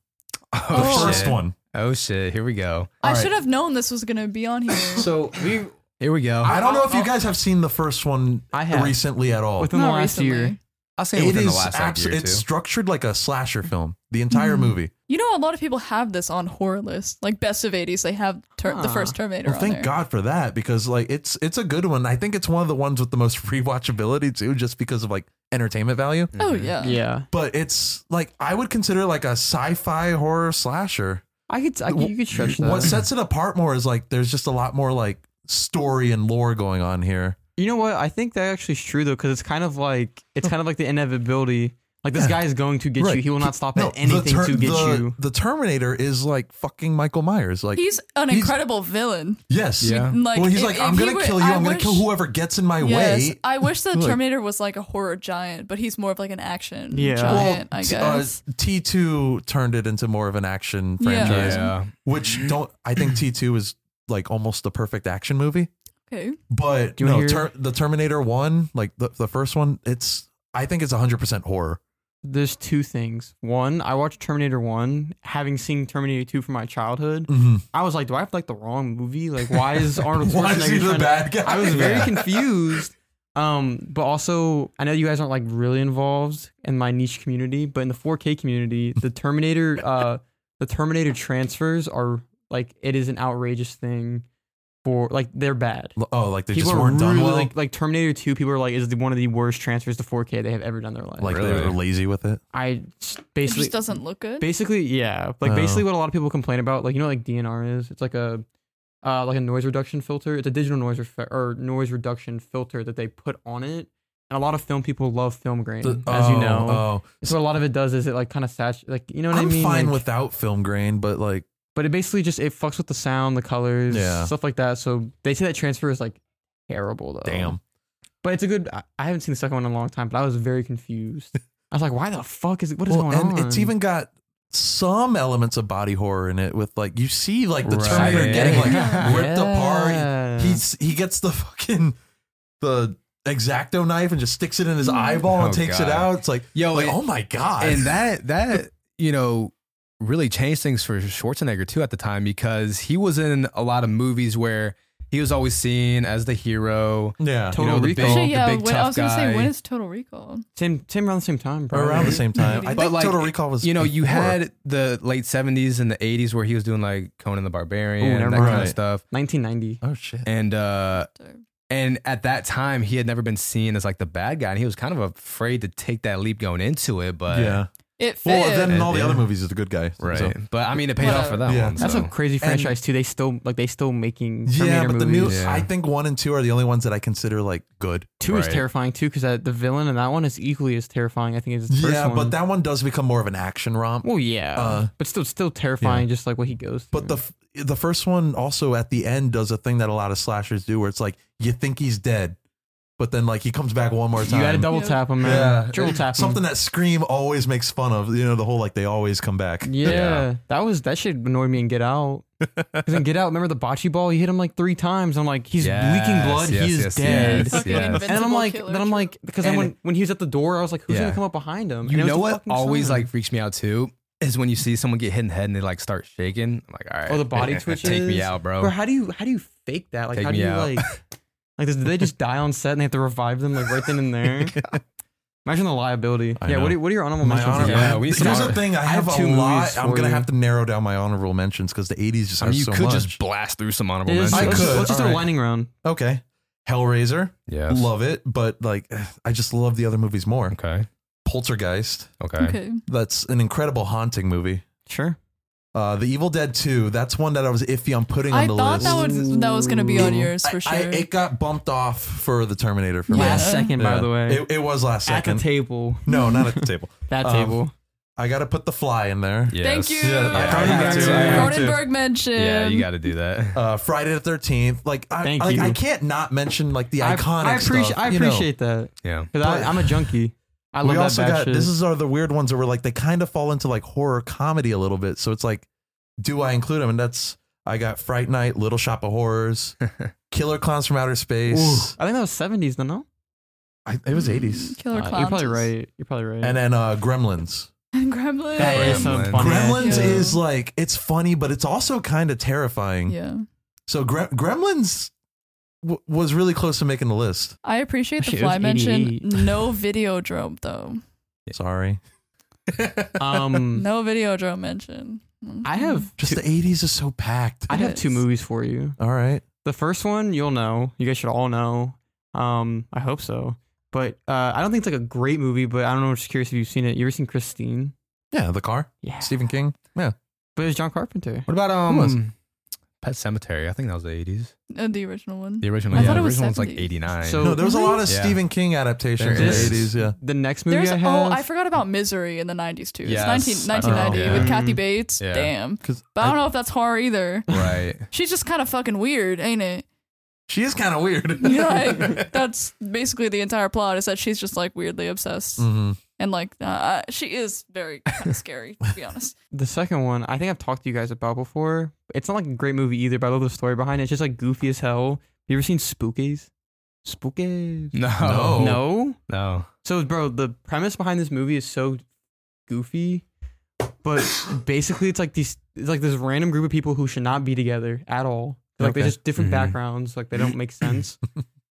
Speaker 1: Oh,
Speaker 4: the first
Speaker 1: shit.
Speaker 4: one.
Speaker 1: Oh shit! Here we go.
Speaker 3: I
Speaker 4: All right.
Speaker 3: should have known this was gonna be on here.
Speaker 1: So we here we go.
Speaker 4: I don't know if you
Speaker 2: I'll-
Speaker 4: guys have seen the first one
Speaker 2: I have.
Speaker 4: recently at all.
Speaker 2: Within the
Speaker 3: Not
Speaker 2: last year.
Speaker 3: recently.
Speaker 1: I'll say
Speaker 4: It
Speaker 1: within the
Speaker 4: is
Speaker 1: last like,
Speaker 4: abs-
Speaker 1: year or
Speaker 4: it's
Speaker 1: two. Mm-hmm.
Speaker 4: structured like a slasher film. The entire
Speaker 3: Mhm.
Speaker 4: movie.
Speaker 3: You know, a lot of people have this on horror lists, like best of '80s. They have ter- the
Speaker 2: Huh.
Speaker 3: first Terminator.
Speaker 4: Well,
Speaker 3: on
Speaker 4: thank
Speaker 3: there.
Speaker 4: God for that because like it's it's a good one. I think it's one of the ones with the most [LAUGHS] rewatchability too, just because of like entertainment value.
Speaker 3: Oh
Speaker 1: Mhm.
Speaker 3: yeah.
Speaker 2: Yeah,
Speaker 4: But it's like I would consider it like a sci-fi horror slasher.
Speaker 2: I could. I, could- you could stretch that.
Speaker 1: Uh, [CLEARS THROAT]
Speaker 4: What sets it apart more is like there's just a lot more like story and lore going on here.
Speaker 2: You know what? I think that actually is true though, because it's kind of like it's kind of like the inevitability. Like this guy is going to get you.
Speaker 4: Right.
Speaker 2: He will not stop
Speaker 4: No,
Speaker 2: at anything
Speaker 4: Ter-
Speaker 2: to get
Speaker 4: the-
Speaker 2: you.
Speaker 4: The Terminator is like fucking Michael Myers. Like
Speaker 3: He's an
Speaker 4: He's-
Speaker 3: incredible villain.
Speaker 4: yes,
Speaker 1: Yeah.
Speaker 3: Like,
Speaker 4: well, he's
Speaker 3: if-
Speaker 4: like
Speaker 3: if
Speaker 4: I'm
Speaker 3: he
Speaker 4: gonna
Speaker 3: were-
Speaker 4: kill you.
Speaker 3: I
Speaker 4: I'm gonna
Speaker 3: wish-
Speaker 4: kill whoeever gets in my
Speaker 3: Yes,
Speaker 4: way.
Speaker 3: I wish the
Speaker 4: [LAUGHS] Like-
Speaker 3: Terminator was like a horror giant, but he's more of like an action
Speaker 2: Yeah.
Speaker 3: giant, I
Speaker 4: t- uh,
Speaker 3: guess.
Speaker 4: T2 turned it into more of an action
Speaker 3: Yeah.
Speaker 4: franchise.
Speaker 1: Yeah.
Speaker 4: which don't I think T two is like almost the perfect action movie.
Speaker 3: okay,
Speaker 4: But
Speaker 2: Do you
Speaker 4: no,
Speaker 2: wanna hear-
Speaker 4: ter- the Terminator one, like the the first one, it's I think it's hundred percent horror.
Speaker 2: There's two things. One, I watched Terminator One, having seen Terminator Two from my childhood. I was like, do I have like the wrong movie? Like, why is Arnold
Speaker 4: [LAUGHS] Why is
Speaker 2: Schwarzenegger
Speaker 4: he the
Speaker 2: trying to
Speaker 4: bad guy?
Speaker 2: I was very
Speaker 4: [LAUGHS] Yeah.
Speaker 2: confused. Um, but also, I know you guys aren't like really involved in my niche community, but in the 4K community, the
Speaker 4: [LAUGHS]
Speaker 2: Terminator, uh, the Terminator transfers are like it is an outrageous thing for like they're bad.
Speaker 4: Oh, like they
Speaker 2: people
Speaker 4: just
Speaker 2: are
Speaker 4: weren't
Speaker 2: really
Speaker 4: done well.
Speaker 2: like like Terminator 2. People are like, is the, one of the worst transfers to 4K they have ever done in their life.
Speaker 4: Like they
Speaker 1: Really?
Speaker 4: were lazy with it.
Speaker 2: I
Speaker 3: it
Speaker 2: basically
Speaker 3: just doesn't look good.
Speaker 2: Basically, yeah. Like
Speaker 4: Oh.
Speaker 2: basically what a lot of people complain about, like you know what, like DNR is, it's like a uh, like a noise reduction filter. It's a digital noise ref- or noise reduction filter that they put on it. And a lot of film people love film grain,
Speaker 4: The-
Speaker 2: as you
Speaker 4: oh,
Speaker 2: know.
Speaker 4: oh.
Speaker 2: so a lot of it does is it like kind of sat like you know what
Speaker 4: I'm
Speaker 2: I mean.
Speaker 4: fine
Speaker 2: Like,
Speaker 4: without film grain, but like
Speaker 2: but it basically just it fucks with the sound, the colors,
Speaker 4: Yeah.
Speaker 2: stuff like that. So they say that transfer is like terrible though.
Speaker 4: damn. [LAUGHS]
Speaker 2: But it's a good. I- I haven't seen the second one in a long time, but I was very confused. I was like, why the fuck is it? What is
Speaker 4: Well,
Speaker 2: going
Speaker 4: and
Speaker 2: on?
Speaker 4: it's even got some elements of body horror in it with like you see like the
Speaker 1: Right.
Speaker 4: Terminator getting like
Speaker 2: Yeah.
Speaker 4: ripped apart.
Speaker 2: Yeah.
Speaker 4: He's he gets the fucking the exacto knife and just sticks it in
Speaker 2: Mm.
Speaker 4: his eyeball
Speaker 1: Oh,
Speaker 4: and takes
Speaker 1: God.
Speaker 4: it out. It's like,
Speaker 1: Yo,
Speaker 4: like,
Speaker 1: and-
Speaker 4: oh my god.
Speaker 1: and that that you know really changed things for Schwarzenegger too at the time because he was in a lot of movies where he was always seen as the hero.
Speaker 4: yeah.
Speaker 2: Total
Speaker 1: you know, the
Speaker 2: Recall.
Speaker 1: big,
Speaker 2: Actually,
Speaker 1: the
Speaker 3: yeah,
Speaker 1: big
Speaker 3: when,
Speaker 1: tough
Speaker 3: I was gonna
Speaker 1: guy.
Speaker 3: say when is Total Recall?
Speaker 2: same same around the same time, bro.
Speaker 4: Around the same time. I
Speaker 3: But,
Speaker 4: think
Speaker 1: like,
Speaker 4: Total Recall was
Speaker 1: you know, you
Speaker 4: before.
Speaker 1: had the late seventies and the eighties where he was doing like Conan the
Speaker 2: Ooh,
Speaker 1: Barbarian
Speaker 2: never
Speaker 1: and that kind
Speaker 4: mind.
Speaker 1: of stuff.
Speaker 2: 1990.
Speaker 4: Oh shit.
Speaker 1: And uh and at that time he had never been seen as like the bad guy and he was kind of afraid to take that leap going into it, but
Speaker 4: yeah.
Speaker 3: It fit.
Speaker 4: Well, then in all the
Speaker 1: Yeah.
Speaker 4: other movies is the good guy.
Speaker 1: Right.
Speaker 4: So-
Speaker 1: But I mean it paid off for that
Speaker 4: Yeah.
Speaker 1: one.
Speaker 2: That's
Speaker 1: so.
Speaker 2: a crazy franchise too. They still like they still making Terminator
Speaker 4: Yeah, but the new
Speaker 2: movies.
Speaker 1: Yeah.
Speaker 4: I think one and two are the only ones that I consider like good.
Speaker 2: Two is
Speaker 1: Right.
Speaker 2: terrifying too because the villain in that one is equally as terrifying. I think as the first
Speaker 4: yeah,
Speaker 2: one.
Speaker 4: but that one does become more of an action romp.
Speaker 2: Well, yeah,
Speaker 4: Uh,
Speaker 2: but still, still terrifying. Just like what he goes.
Speaker 4: But the
Speaker 2: through.
Speaker 4: f- the first one also at the end does a thing that a lot of slashers do, where it's like you think he's dead, but then like he comes back one more time.
Speaker 2: you got to double
Speaker 3: Yeah.
Speaker 2: tap him, man.
Speaker 4: yeah,
Speaker 2: triple tap him.
Speaker 4: something that Scream always makes fun of. You know the whole like they always come back.
Speaker 2: [LAUGHS] Yeah, that was that shit annoyed me in Get
Speaker 4: [LAUGHS]
Speaker 2: Out. Cause in Get Out, remember the bocce ball? He hit him like three times. I'm like, he's
Speaker 1: Yes,
Speaker 2: leaking blood.
Speaker 1: yes,
Speaker 2: he is
Speaker 1: yes,
Speaker 2: dead.
Speaker 1: yes,
Speaker 3: Fucking
Speaker 1: yes.
Speaker 2: And then I'm
Speaker 3: Invincible
Speaker 2: like,
Speaker 3: killer
Speaker 2: then I'm like, because then
Speaker 1: And-
Speaker 2: when when he was at the door, I was like, who's
Speaker 1: Yeah.
Speaker 2: gonna come up behind him?
Speaker 1: You
Speaker 2: And it was
Speaker 1: know
Speaker 2: the
Speaker 1: what
Speaker 2: fucking
Speaker 1: always
Speaker 2: son.
Speaker 1: like freaks me out too is when you see someone get hit in the head and they like start shaking. I'm like, all right,
Speaker 2: Oh, the body
Speaker 1: [LAUGHS]
Speaker 2: twitches.
Speaker 1: Take me out,
Speaker 4: oh.
Speaker 1: bro.
Speaker 2: Bro, how do you how do you fake that? Like,
Speaker 1: Take
Speaker 2: how do
Speaker 1: me
Speaker 2: you
Speaker 1: out.
Speaker 2: like like? Does, do they just die on set and they have to revive them like right then and
Speaker 4: [LAUGHS]
Speaker 2: there? Imagine the liability.
Speaker 4: Oh I
Speaker 2: yeah. What
Speaker 4: know.
Speaker 2: are, what are your honorable
Speaker 4: My
Speaker 2: mentions?
Speaker 4: honor,
Speaker 1: Yeah, we need some
Speaker 4: here's
Speaker 1: honor-
Speaker 2: [LAUGHS]
Speaker 4: the thing. I
Speaker 2: I have
Speaker 4: have,
Speaker 2: two
Speaker 4: a
Speaker 2: movies
Speaker 4: lot. I'm
Speaker 2: for
Speaker 4: gonna
Speaker 2: you.
Speaker 4: have to narrow down my honorable mentions because the '80s just
Speaker 1: I
Speaker 4: have
Speaker 1: mean, you
Speaker 4: so
Speaker 1: could
Speaker 4: much.
Speaker 1: just blast through some honorable
Speaker 2: Let's-
Speaker 1: mentions.
Speaker 4: I
Speaker 2: let's,
Speaker 4: could,
Speaker 2: Let's just do a
Speaker 4: alright.
Speaker 2: lightning round.
Speaker 4: okay, Hellraiser,
Speaker 1: Yes.
Speaker 4: love it, but like I just love the other movies more.
Speaker 1: Okay.
Speaker 4: Poltergeist,
Speaker 1: Okay.
Speaker 3: okay.
Speaker 4: that's an incredible haunting movie.
Speaker 2: Sure.
Speaker 4: Uh, the Evil Dead 2, that's one that I was iffy on putting
Speaker 3: I
Speaker 4: on the
Speaker 3: thought
Speaker 4: list.
Speaker 3: that was that was gonna be on
Speaker 4: Ooh.
Speaker 3: yours for sure.
Speaker 4: I, it got bumped off for the Terminator for me.
Speaker 3: Yeah.
Speaker 2: Last second, by
Speaker 4: Yeah.
Speaker 2: the way.
Speaker 4: It, it was last
Speaker 2: At
Speaker 4: second.
Speaker 2: the table.
Speaker 4: no, not
Speaker 2: [LAUGHS]
Speaker 4: at the table.
Speaker 2: That
Speaker 4: Um,
Speaker 2: table.
Speaker 4: I got to put the fly in there.
Speaker 1: Yes.
Speaker 3: Thank you.
Speaker 1: Yeah.
Speaker 4: I had to, I had to.
Speaker 3: Cronenberg mention.
Speaker 1: Yeah, you got to do [LAUGHS] that.
Speaker 4: Uh, Friday the 13th. Like, I,
Speaker 2: Thank
Speaker 4: like,
Speaker 2: you.
Speaker 4: I can't not mention like the
Speaker 2: I,
Speaker 4: iconic
Speaker 2: I appreciate
Speaker 4: stuff,
Speaker 2: I
Speaker 4: you know.
Speaker 2: appreciate that
Speaker 1: Yeah.
Speaker 2: because
Speaker 4: But-
Speaker 2: I'm a junkie. I love
Speaker 4: we
Speaker 2: that
Speaker 4: also
Speaker 2: bad
Speaker 4: got
Speaker 2: shit.
Speaker 4: this is are the weird ones that were like they kind of fall into like horror comedy a little bit. So it's like, do I include them? And that's I got Fright Night, Little Shop of [LAUGHS] Horrors, Killer Clowns from Outer
Speaker 2: Ooh,
Speaker 4: Space.
Speaker 2: I think that was 70s, though, no?
Speaker 4: I, it was eighties.
Speaker 3: Killer
Speaker 2: Uh,
Speaker 3: clowns.
Speaker 2: you're probably right. You're probably right.
Speaker 4: And then uh, Gremlins.
Speaker 3: And [LAUGHS] Gremlins.
Speaker 2: that is some
Speaker 1: Gremlins.
Speaker 2: funny ass
Speaker 4: Gremlins
Speaker 2: shit.
Speaker 3: Yeah.
Speaker 4: is like it's funny, but it's also kind of terrifying.
Speaker 3: Yeah.
Speaker 4: So Gre- Gremlins w- was really close to making the list.
Speaker 3: I appreciate the
Speaker 2: Shit, it
Speaker 3: fly
Speaker 2: was
Speaker 3: mention.
Speaker 2: 88.
Speaker 3: No videodrome though.
Speaker 4: Sorry,
Speaker 2: [LAUGHS]
Speaker 4: Mm.
Speaker 2: Um,
Speaker 4: [LAUGHS]
Speaker 3: No videodrome mention.
Speaker 2: I
Speaker 3: [LAUGHS]
Speaker 2: have
Speaker 4: just
Speaker 2: two,
Speaker 4: the eighties is so packed.
Speaker 2: I have two
Speaker 3: Yes.
Speaker 2: movies for you.
Speaker 4: All right,
Speaker 2: The first one you'll know. You guys should all know. Um, I hope so. But uh, I don't think it's like a great movie. But I don't know. I'm just curious if you've seen it. You ever seen Christine?
Speaker 4: yeah, the car,
Speaker 2: Yeah.
Speaker 4: Stephen King. Yeah,
Speaker 2: But it's John Carpenter.
Speaker 1: What about
Speaker 4: Who was-
Speaker 1: um Pet Cemetery? I think that was the 80s.
Speaker 3: Uh, the original one.
Speaker 1: The original.
Speaker 3: I
Speaker 1: yeah,
Speaker 3: thought
Speaker 1: the
Speaker 3: it was
Speaker 1: original one's like
Speaker 3: 70s.
Speaker 1: 89.
Speaker 2: So-
Speaker 4: no, there was a lot of
Speaker 1: Really?
Speaker 4: Stephen King adaptations in the
Speaker 1: There is.
Speaker 4: eighties. Yeah,
Speaker 2: The next movie
Speaker 3: There's
Speaker 2: I have.
Speaker 3: oh I forgot about Misery in the 90s too.
Speaker 1: Yes.
Speaker 3: It's 19, 1990
Speaker 1: Oh, yeah.
Speaker 3: with Kathy Bates.
Speaker 1: Yeah.
Speaker 3: Damn.
Speaker 4: 'Cause
Speaker 3: But I don't
Speaker 4: Mm-hmm. I-
Speaker 3: know if that's horror either.
Speaker 1: right. [LAUGHS]
Speaker 3: She's just kind of fucking weird, ain't
Speaker 4: [LAUGHS]
Speaker 3: it? [LAUGHS]
Speaker 4: she is kind of weird.
Speaker 3: You know,
Speaker 4: [LAUGHS]
Speaker 3: like, that's basically the entire plot is that she's just like weirdly obsessed
Speaker 1: Mm.
Speaker 2: Mm-hmm.
Speaker 4: Mhm.
Speaker 3: and like uh, she is very kind of scary to be honest. [LAUGHS]
Speaker 2: The second one, I think I've talked to you guys about before. It's not like a great movie either, but I love the story behind it. It's just like goofy as hell. You ever seen Spookies? Spookies?
Speaker 1: No.
Speaker 4: No.
Speaker 2: No.
Speaker 1: No.
Speaker 2: So, bro, the premise behind this movie is so goofy, but basically, it's like these, it's like this random group of people who should not be together at all. Like they're
Speaker 4: Okay.
Speaker 2: just different
Speaker 1: Mhm.
Speaker 2: backgrounds, like they don't make sense.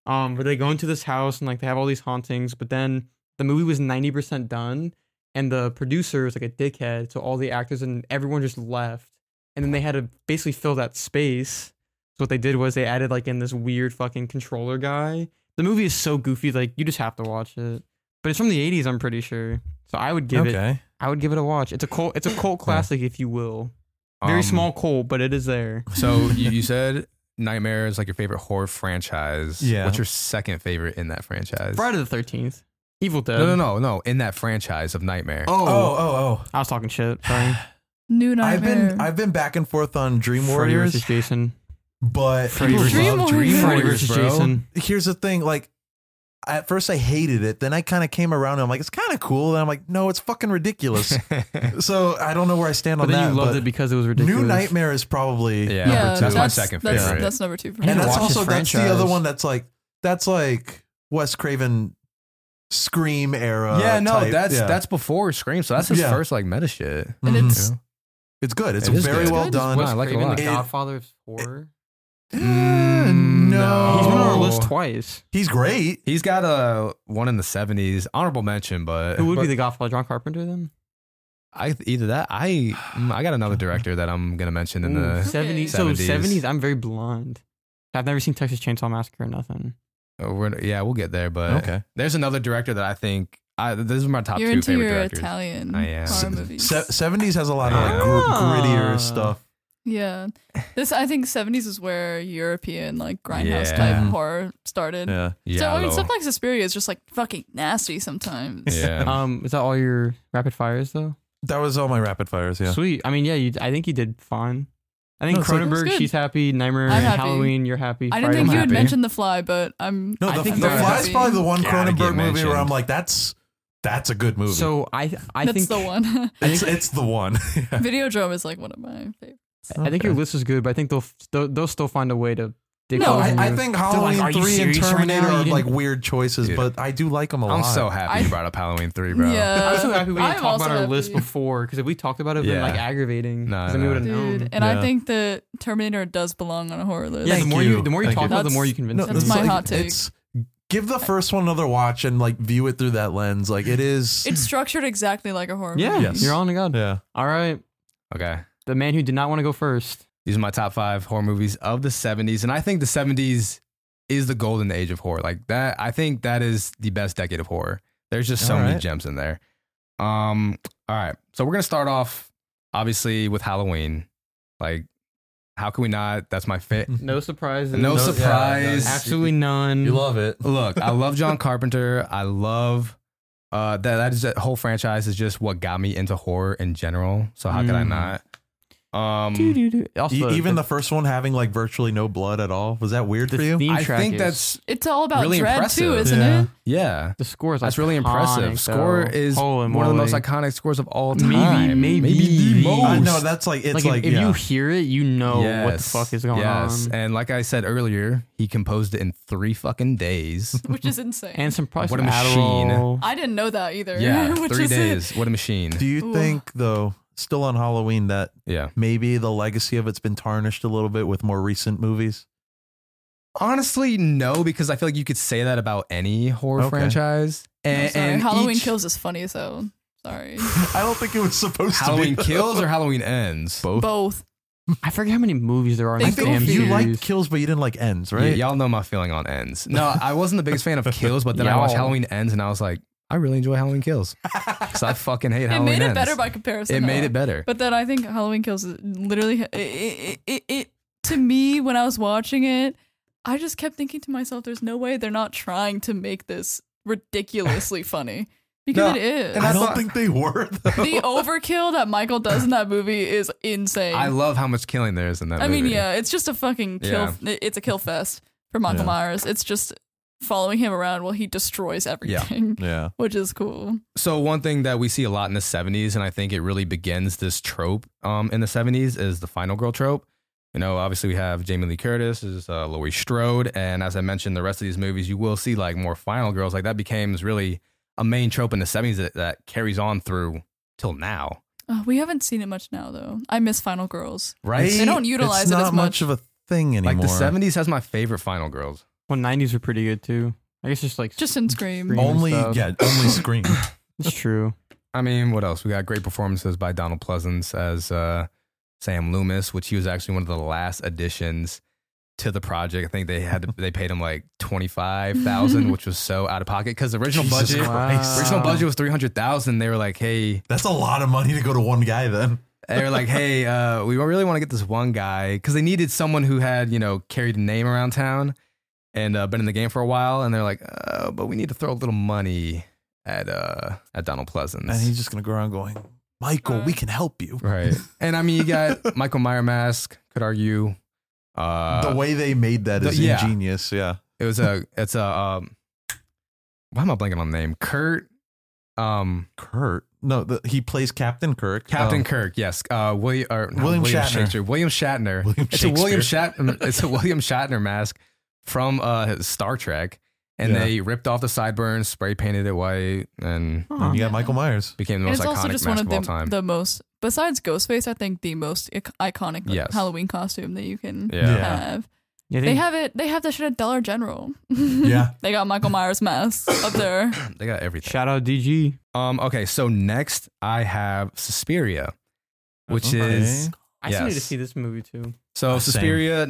Speaker 2: um, but they go into this house and like they have all these hauntings, but then the movie was ninety percent done, and the producer was like a dickhead, so all the actors and everyone just left, and then they had to basically fill that space. So what they did was they added like in this weird fucking controller guy. The movie is so goofy, like you just have to watch it. But it's from the '80s, I'm pretty sure. So I would give it,
Speaker 4: Okay,
Speaker 2: I would give it a watch. It's a cult, it's a cult classic, if you will. Very
Speaker 1: Um,
Speaker 2: small cult, but it is there.
Speaker 1: [LAUGHS] So you, you said Nightmare is like your favorite horror franchise.
Speaker 4: Yeah.
Speaker 1: What's your second favorite in that franchise?
Speaker 2: Friday the Thirteenth, Evil Dead.
Speaker 1: No, no, no, no. In that franchise of Nightmare. [LAUGHS]
Speaker 4: oh, oh, oh.
Speaker 2: I was talking
Speaker 1: [SIGHS]
Speaker 2: shit. Sorry.
Speaker 3: New nightmare.
Speaker 4: I've been I've been back and forth on Dream
Speaker 2: Freddy
Speaker 4: Warriors,
Speaker 2: versus Jason.
Speaker 4: but
Speaker 2: Freddy
Speaker 4: people
Speaker 2: versus-
Speaker 3: Dream
Speaker 4: love Dream
Speaker 3: Warriors.
Speaker 2: Freddy
Speaker 1: Warriors,
Speaker 2: versus
Speaker 1: bro.
Speaker 2: Jason.
Speaker 4: here's the thing like at first I hated it. Then I kind of came around and I'm like, it's kind of cool. And I'm like, no, it's
Speaker 2: [LAUGHS]
Speaker 4: fucking ridiculous. so I don't know where I stand
Speaker 2: But
Speaker 4: on
Speaker 2: then
Speaker 4: that.
Speaker 2: you loved
Speaker 4: but
Speaker 2: it because it was ridiculous.
Speaker 4: New Nightmare is probably
Speaker 1: Yeah.
Speaker 4: number
Speaker 1: That's
Speaker 4: two.
Speaker 1: my
Speaker 3: that's-
Speaker 1: second
Speaker 3: that's,
Speaker 4: favorite.
Speaker 3: That's number two for
Speaker 2: And
Speaker 3: me.
Speaker 4: and that's
Speaker 2: watch his
Speaker 4: also that's the
Speaker 2: franchise.
Speaker 4: other one that's like that's like Wes Craven Scream era.
Speaker 1: yeah, no,
Speaker 4: Uh, type.
Speaker 1: that's
Speaker 4: Yeah.
Speaker 1: that's before Scream, so that's his
Speaker 4: Yeah.
Speaker 1: first like meta shit.
Speaker 3: and
Speaker 4: Mhm.
Speaker 3: it's-
Speaker 1: you know?
Speaker 4: it's good. It's
Speaker 1: It is
Speaker 4: very
Speaker 1: good.
Speaker 4: well
Speaker 3: It's
Speaker 4: done.
Speaker 1: Wes I like it a
Speaker 2: Craven,
Speaker 1: lot.
Speaker 2: the
Speaker 4: It-
Speaker 2: Godfather of horror.
Speaker 4: Eh,
Speaker 1: Mm,
Speaker 4: no,
Speaker 2: He's been on our
Speaker 1: Oh.
Speaker 2: list twice.
Speaker 4: He's great.
Speaker 1: He's got a one in the seventies, honorable mention, but
Speaker 2: Who would
Speaker 1: but
Speaker 2: be the Godfather? John Carpenter then?
Speaker 1: I either that I mm, I got another director that I'm gonna mention in
Speaker 2: Ooh,
Speaker 1: the
Speaker 2: 70s. So
Speaker 1: 70s.
Speaker 2: 70s, I'm very blind. I've never seen Texas Chainsaw Massacre or nothing.
Speaker 1: oh, we're- yeah we'll get there, but
Speaker 4: Okay.
Speaker 1: there's another director that I think I this is my top
Speaker 3: You're
Speaker 1: two
Speaker 3: into
Speaker 1: favorite
Speaker 3: your
Speaker 1: directors.
Speaker 3: Italian
Speaker 1: I am.
Speaker 3: horror
Speaker 1: S-
Speaker 3: movies.
Speaker 4: Seventies has a lot of like gr-
Speaker 2: Ah.
Speaker 4: grittier stuff.
Speaker 3: yeah, this I think seventies is where European like grindhouse
Speaker 1: Yeah.
Speaker 3: type horror started.
Speaker 4: Yeah,
Speaker 1: Yeah,
Speaker 3: so I mean,
Speaker 1: hello.
Speaker 3: stuff like Suspiria is just like fucking nasty sometimes.
Speaker 2: [LAUGHS]
Speaker 1: yeah.
Speaker 2: Um, is that all your rapid fires though?
Speaker 4: that was all my rapid fires. Yeah,
Speaker 2: Sweet. I mean, yeah, you, I think you did fine. I think
Speaker 4: No, it's like-
Speaker 2: Cronenberg,
Speaker 3: It's good.
Speaker 2: she's happy. Nightmare,
Speaker 3: I'm happy.
Speaker 2: Halloween, you're happy.
Speaker 3: I didn't
Speaker 2: Friday,
Speaker 3: think
Speaker 2: I'm
Speaker 3: you had
Speaker 2: happy.
Speaker 3: mentioned The Fly, but I'm
Speaker 4: no,
Speaker 2: I
Speaker 4: the,
Speaker 2: think
Speaker 4: the
Speaker 2: that's-
Speaker 4: Fly is probably the one
Speaker 1: Gotta get
Speaker 4: Cronenberg movie
Speaker 1: mentioned.
Speaker 4: where I'm like, that's that's a good movie.
Speaker 2: So I, I
Speaker 3: that's
Speaker 2: think
Speaker 1: [LAUGHS]
Speaker 3: the one. [LAUGHS]
Speaker 4: it's it's the one. Yeah.
Speaker 3: Videodrome is like one of my favorites.
Speaker 2: I think your list is good, but I think they'll they'll, they'll still find a way to. dig
Speaker 3: No,
Speaker 2: holes
Speaker 4: I,
Speaker 2: in
Speaker 4: I
Speaker 2: your-
Speaker 4: think
Speaker 2: They're like,
Speaker 4: Halloween
Speaker 2: "Are you
Speaker 4: three and
Speaker 2: serious right now?
Speaker 4: Terminator
Speaker 2: You
Speaker 4: are
Speaker 2: didn't-
Speaker 4: like weird choices,
Speaker 1: Dude.
Speaker 4: but I do like them a lot.
Speaker 1: I'm so happy you brought up Halloween three, bro.
Speaker 3: Yeah,
Speaker 2: I'm so happy we didn't
Speaker 3: I'm
Speaker 2: talk
Speaker 3: also
Speaker 2: about our
Speaker 3: happy.
Speaker 2: list before because if we talked about it, it'd been
Speaker 1: Yeah.
Speaker 2: like aggravating.
Speaker 1: No,
Speaker 2: 'cause then we
Speaker 1: no.
Speaker 2: would have known.
Speaker 3: Dude, and
Speaker 4: Yeah.
Speaker 3: I think that Terminator does belong on a horror list.
Speaker 2: yeah, the
Speaker 4: Thank
Speaker 2: more you,
Speaker 4: you.
Speaker 2: the more you
Speaker 4: Thank
Speaker 2: talk
Speaker 4: you.
Speaker 2: about, it, the more
Speaker 3: That's-
Speaker 2: you convince.
Speaker 3: that's
Speaker 2: me.
Speaker 3: my hot take.
Speaker 4: It's, give the first one another watch and like view it through that lens. Like it is.
Speaker 3: It's structured exactly like a horror
Speaker 2: Yeah,
Speaker 3: movie.
Speaker 4: Yes.
Speaker 2: you're on to God.
Speaker 4: yeah.
Speaker 2: All right,
Speaker 1: Okay.
Speaker 2: the man who did not want to go first.
Speaker 1: These are my top five horror movies of the 70s. And I think the 70s is the golden age of horror. Like that, I think that is the best decade of horror. There's just so
Speaker 4: All
Speaker 1: many
Speaker 4: right.
Speaker 1: gems in there. Um, all right. So we're gonna start off obviously with Halloween. Like, how can we not? That's my
Speaker 4: Mm.
Speaker 1: fit.
Speaker 2: No surprises.
Speaker 1: No
Speaker 4: yeah,
Speaker 1: surprise.
Speaker 4: no,
Speaker 2: Absolutely none.
Speaker 4: You love it.
Speaker 1: Look, I love
Speaker 4: [LAUGHS]
Speaker 1: John Carpenter. I love uh that that is that whole franchise is just what got me into horror in general. So how could I
Speaker 2: Mm.
Speaker 1: not? Um
Speaker 2: Doo-doo-doo. Also,
Speaker 4: E- even the first one having like virtually no blood at all was that weird for
Speaker 2: the
Speaker 4: you?
Speaker 2: theme
Speaker 1: I
Speaker 2: track
Speaker 1: think
Speaker 2: is-
Speaker 1: that's
Speaker 3: It's all about
Speaker 1: Really
Speaker 3: dread too,
Speaker 1: impressive.
Speaker 3: isn't
Speaker 4: Yeah.
Speaker 3: it? [LAUGHS]
Speaker 1: yeah.
Speaker 2: the score is.
Speaker 1: That's really impressive.
Speaker 2: iconic,
Speaker 1: Score
Speaker 2: though.
Speaker 1: is
Speaker 2: Holy
Speaker 1: one of the most
Speaker 2: moly.
Speaker 1: iconic scores of all
Speaker 2: Maybe-
Speaker 1: time.
Speaker 2: maybe
Speaker 1: the
Speaker 2: the-
Speaker 1: most.
Speaker 4: I know that's like it's
Speaker 2: Like,
Speaker 4: like,
Speaker 2: if, if
Speaker 4: yeah.
Speaker 2: you hear it, you know what the
Speaker 1: Yes,
Speaker 2: fuck is going
Speaker 1: yes.
Speaker 2: on.
Speaker 1: and like I said earlier, he composed it in three fucking
Speaker 2: [LAUGHS]
Speaker 1: days.
Speaker 3: Which is insane.
Speaker 2: And some probably
Speaker 1: What
Speaker 2: some
Speaker 1: a machine.
Speaker 2: Adderall.
Speaker 3: I didn't know that
Speaker 2: [LAUGHS]
Speaker 3: either.
Speaker 1: yeah,
Speaker 3: [LAUGHS] which
Speaker 1: three
Speaker 3: is
Speaker 1: days. What a machine.
Speaker 4: do you
Speaker 3: Ooh.
Speaker 4: think though, still on Halloween, that
Speaker 1: Yeah.
Speaker 4: maybe the legacy of it's been tarnished a little bit with more recent [SIGHS] movies?
Speaker 1: Honestly, no, because I feel like you could say that about any horror
Speaker 4: Okay.
Speaker 1: franchise.
Speaker 3: It.
Speaker 1: And,
Speaker 3: I'm sorry.
Speaker 1: and
Speaker 3: Halloween
Speaker 1: each-
Speaker 3: Kills is funny as hell.
Speaker 1: [LAUGHS]
Speaker 3: Sorry.
Speaker 4: I don't think it was supposed
Speaker 1: Halloween
Speaker 4: to be.
Speaker 1: kills or
Speaker 4: [LAUGHS]
Speaker 1: Halloween ends. Both.
Speaker 3: Both.
Speaker 2: I forget how many movies there are in
Speaker 3: They
Speaker 2: this
Speaker 3: go
Speaker 2: damn
Speaker 3: for
Speaker 4: you
Speaker 2: series.
Speaker 4: liked kills, but you didn't like ends,
Speaker 1: Right.
Speaker 4: right?
Speaker 1: y'all know my feeling on ends. No, I wasn't the biggest fan of kills, but then I
Speaker 2: Y'all.
Speaker 1: watched Halloween ends and I was like, I really enjoy Halloween kills. Because I fucking hate
Speaker 3: It
Speaker 1: Halloween
Speaker 3: made it
Speaker 1: ends.
Speaker 3: better by comparison.
Speaker 1: it made
Speaker 3: huh?
Speaker 1: it better.
Speaker 3: But then I think Halloween Kills is literally it, it, it, it to me when I was watching it, I just kept thinking to myself, "There's no way they're not trying to make this
Speaker 1: [LAUGHS]
Speaker 3: ridiculously funny because
Speaker 1: No,
Speaker 3: it is."
Speaker 1: and
Speaker 4: I
Speaker 1: thought-
Speaker 4: don't think they were.
Speaker 1: [LAUGHS]
Speaker 4: Though.
Speaker 3: [LAUGHS] the overkill that Michael does in that movie is insane.
Speaker 1: I
Speaker 3: I,
Speaker 1: love how much killing there is in that movie.
Speaker 3: mean, yeah, it's just a fucking kill. It's a kill fest for Michael
Speaker 4: Yeah.
Speaker 3: Myers. It's just following him around while he destroys everything, [LAUGHS]
Speaker 4: Yeah.
Speaker 3: which is cool.
Speaker 1: So one thing that we see a lot in the 70s, and I think it really begins this trope um, in the 70s, is the final girl trope. You know, obviously we have Jamie Lee Curtis, is uh, Louis Strode, and as I mentioned, the rest of these movies, you will see like more final girls. Like that becomes really a main trope in the 70s that, that carries on through till now,
Speaker 3: Uh, we haven't seen it much now, though. I miss Final Girls.
Speaker 1: right?
Speaker 3: They don't utilize
Speaker 4: it's
Speaker 3: it
Speaker 4: not
Speaker 3: as
Speaker 4: much
Speaker 3: much.
Speaker 4: of a thing anymore.
Speaker 1: like the 70s has my favorite final girls.
Speaker 2: Well, nineties were pretty good too. I guess just like
Speaker 3: Just in Scream.
Speaker 2: Scream.
Speaker 4: Only
Speaker 2: stuff.
Speaker 4: yeah, only Scream.
Speaker 2: it's true.
Speaker 1: I mean, what else? We got great performances by Donald Pleasance as uh, Sam Loomis, which he was actually one of the last additions to the project. I think they had
Speaker 4: [LAUGHS]
Speaker 1: to, they paid him like twenty five thousand, which was so out of pocket because the [LAUGHS] original
Speaker 4: Jesus
Speaker 1: budget
Speaker 4: Christ.
Speaker 1: original budget was three hundred thousand. They were like, hey,
Speaker 4: That's a lot of money to go to one guy then.
Speaker 1: they were like, hey, uh, we really want to get this one guy because they needed someone who had you know carried a name around town and uh, been in the game for a while, and they're like, uh, but we need to throw a little money at uh, at Donald Pleasance.
Speaker 4: And he's just gonna go around going, Michael, we can help you.
Speaker 1: Uh,
Speaker 4: [LAUGHS]
Speaker 1: Right. And I mean, you got Michael Meyer mask, could argue. Uh,
Speaker 4: the way they made that
Speaker 1: the-
Speaker 4: is
Speaker 1: yeah.
Speaker 4: ingenious. Yeah.
Speaker 1: it was a, it's a, um, why am I blanking on the name? Kurt, um,
Speaker 4: Kurt. No, the, he plays Captain Kirk.
Speaker 1: Captain
Speaker 4: Um,
Speaker 1: Kirk. Yes, uh, William or not
Speaker 4: William Shatner.
Speaker 1: Shakespeare. William Shatner.
Speaker 4: William
Speaker 1: it's a William
Speaker 4: [LAUGHS]
Speaker 1: Shatner. It's a William Shatner mask from uh Star Trek, and
Speaker 4: Yeah.
Speaker 1: they ripped off the sideburns, spray painted it white, and
Speaker 2: Huh.
Speaker 4: You got Michael Myers.
Speaker 1: became the most
Speaker 3: And it's also
Speaker 1: iconic
Speaker 3: just
Speaker 1: mask
Speaker 3: one
Speaker 1: of,
Speaker 3: of
Speaker 1: all
Speaker 3: the,
Speaker 1: time.
Speaker 3: the most, besides Ghostface, I think the most I- iconic like,
Speaker 1: Yes.
Speaker 3: Halloween costume that you can
Speaker 1: yeah.
Speaker 4: Yeah.
Speaker 3: have.
Speaker 2: Yeah,
Speaker 3: They have it. They have that shit at Dollar General. [LAUGHS]
Speaker 4: Yeah.
Speaker 3: they got Michael
Speaker 1: [COUGHS]
Speaker 3: Myers masks up there.
Speaker 1: they got everything.
Speaker 2: shout out DG.
Speaker 1: Um, okay, so next I have Suspiria, which
Speaker 4: Okay.
Speaker 1: is
Speaker 2: I still need to
Speaker 1: Yes.
Speaker 2: see this movie too.
Speaker 1: so
Speaker 4: Uh, same.
Speaker 1: Suspiria,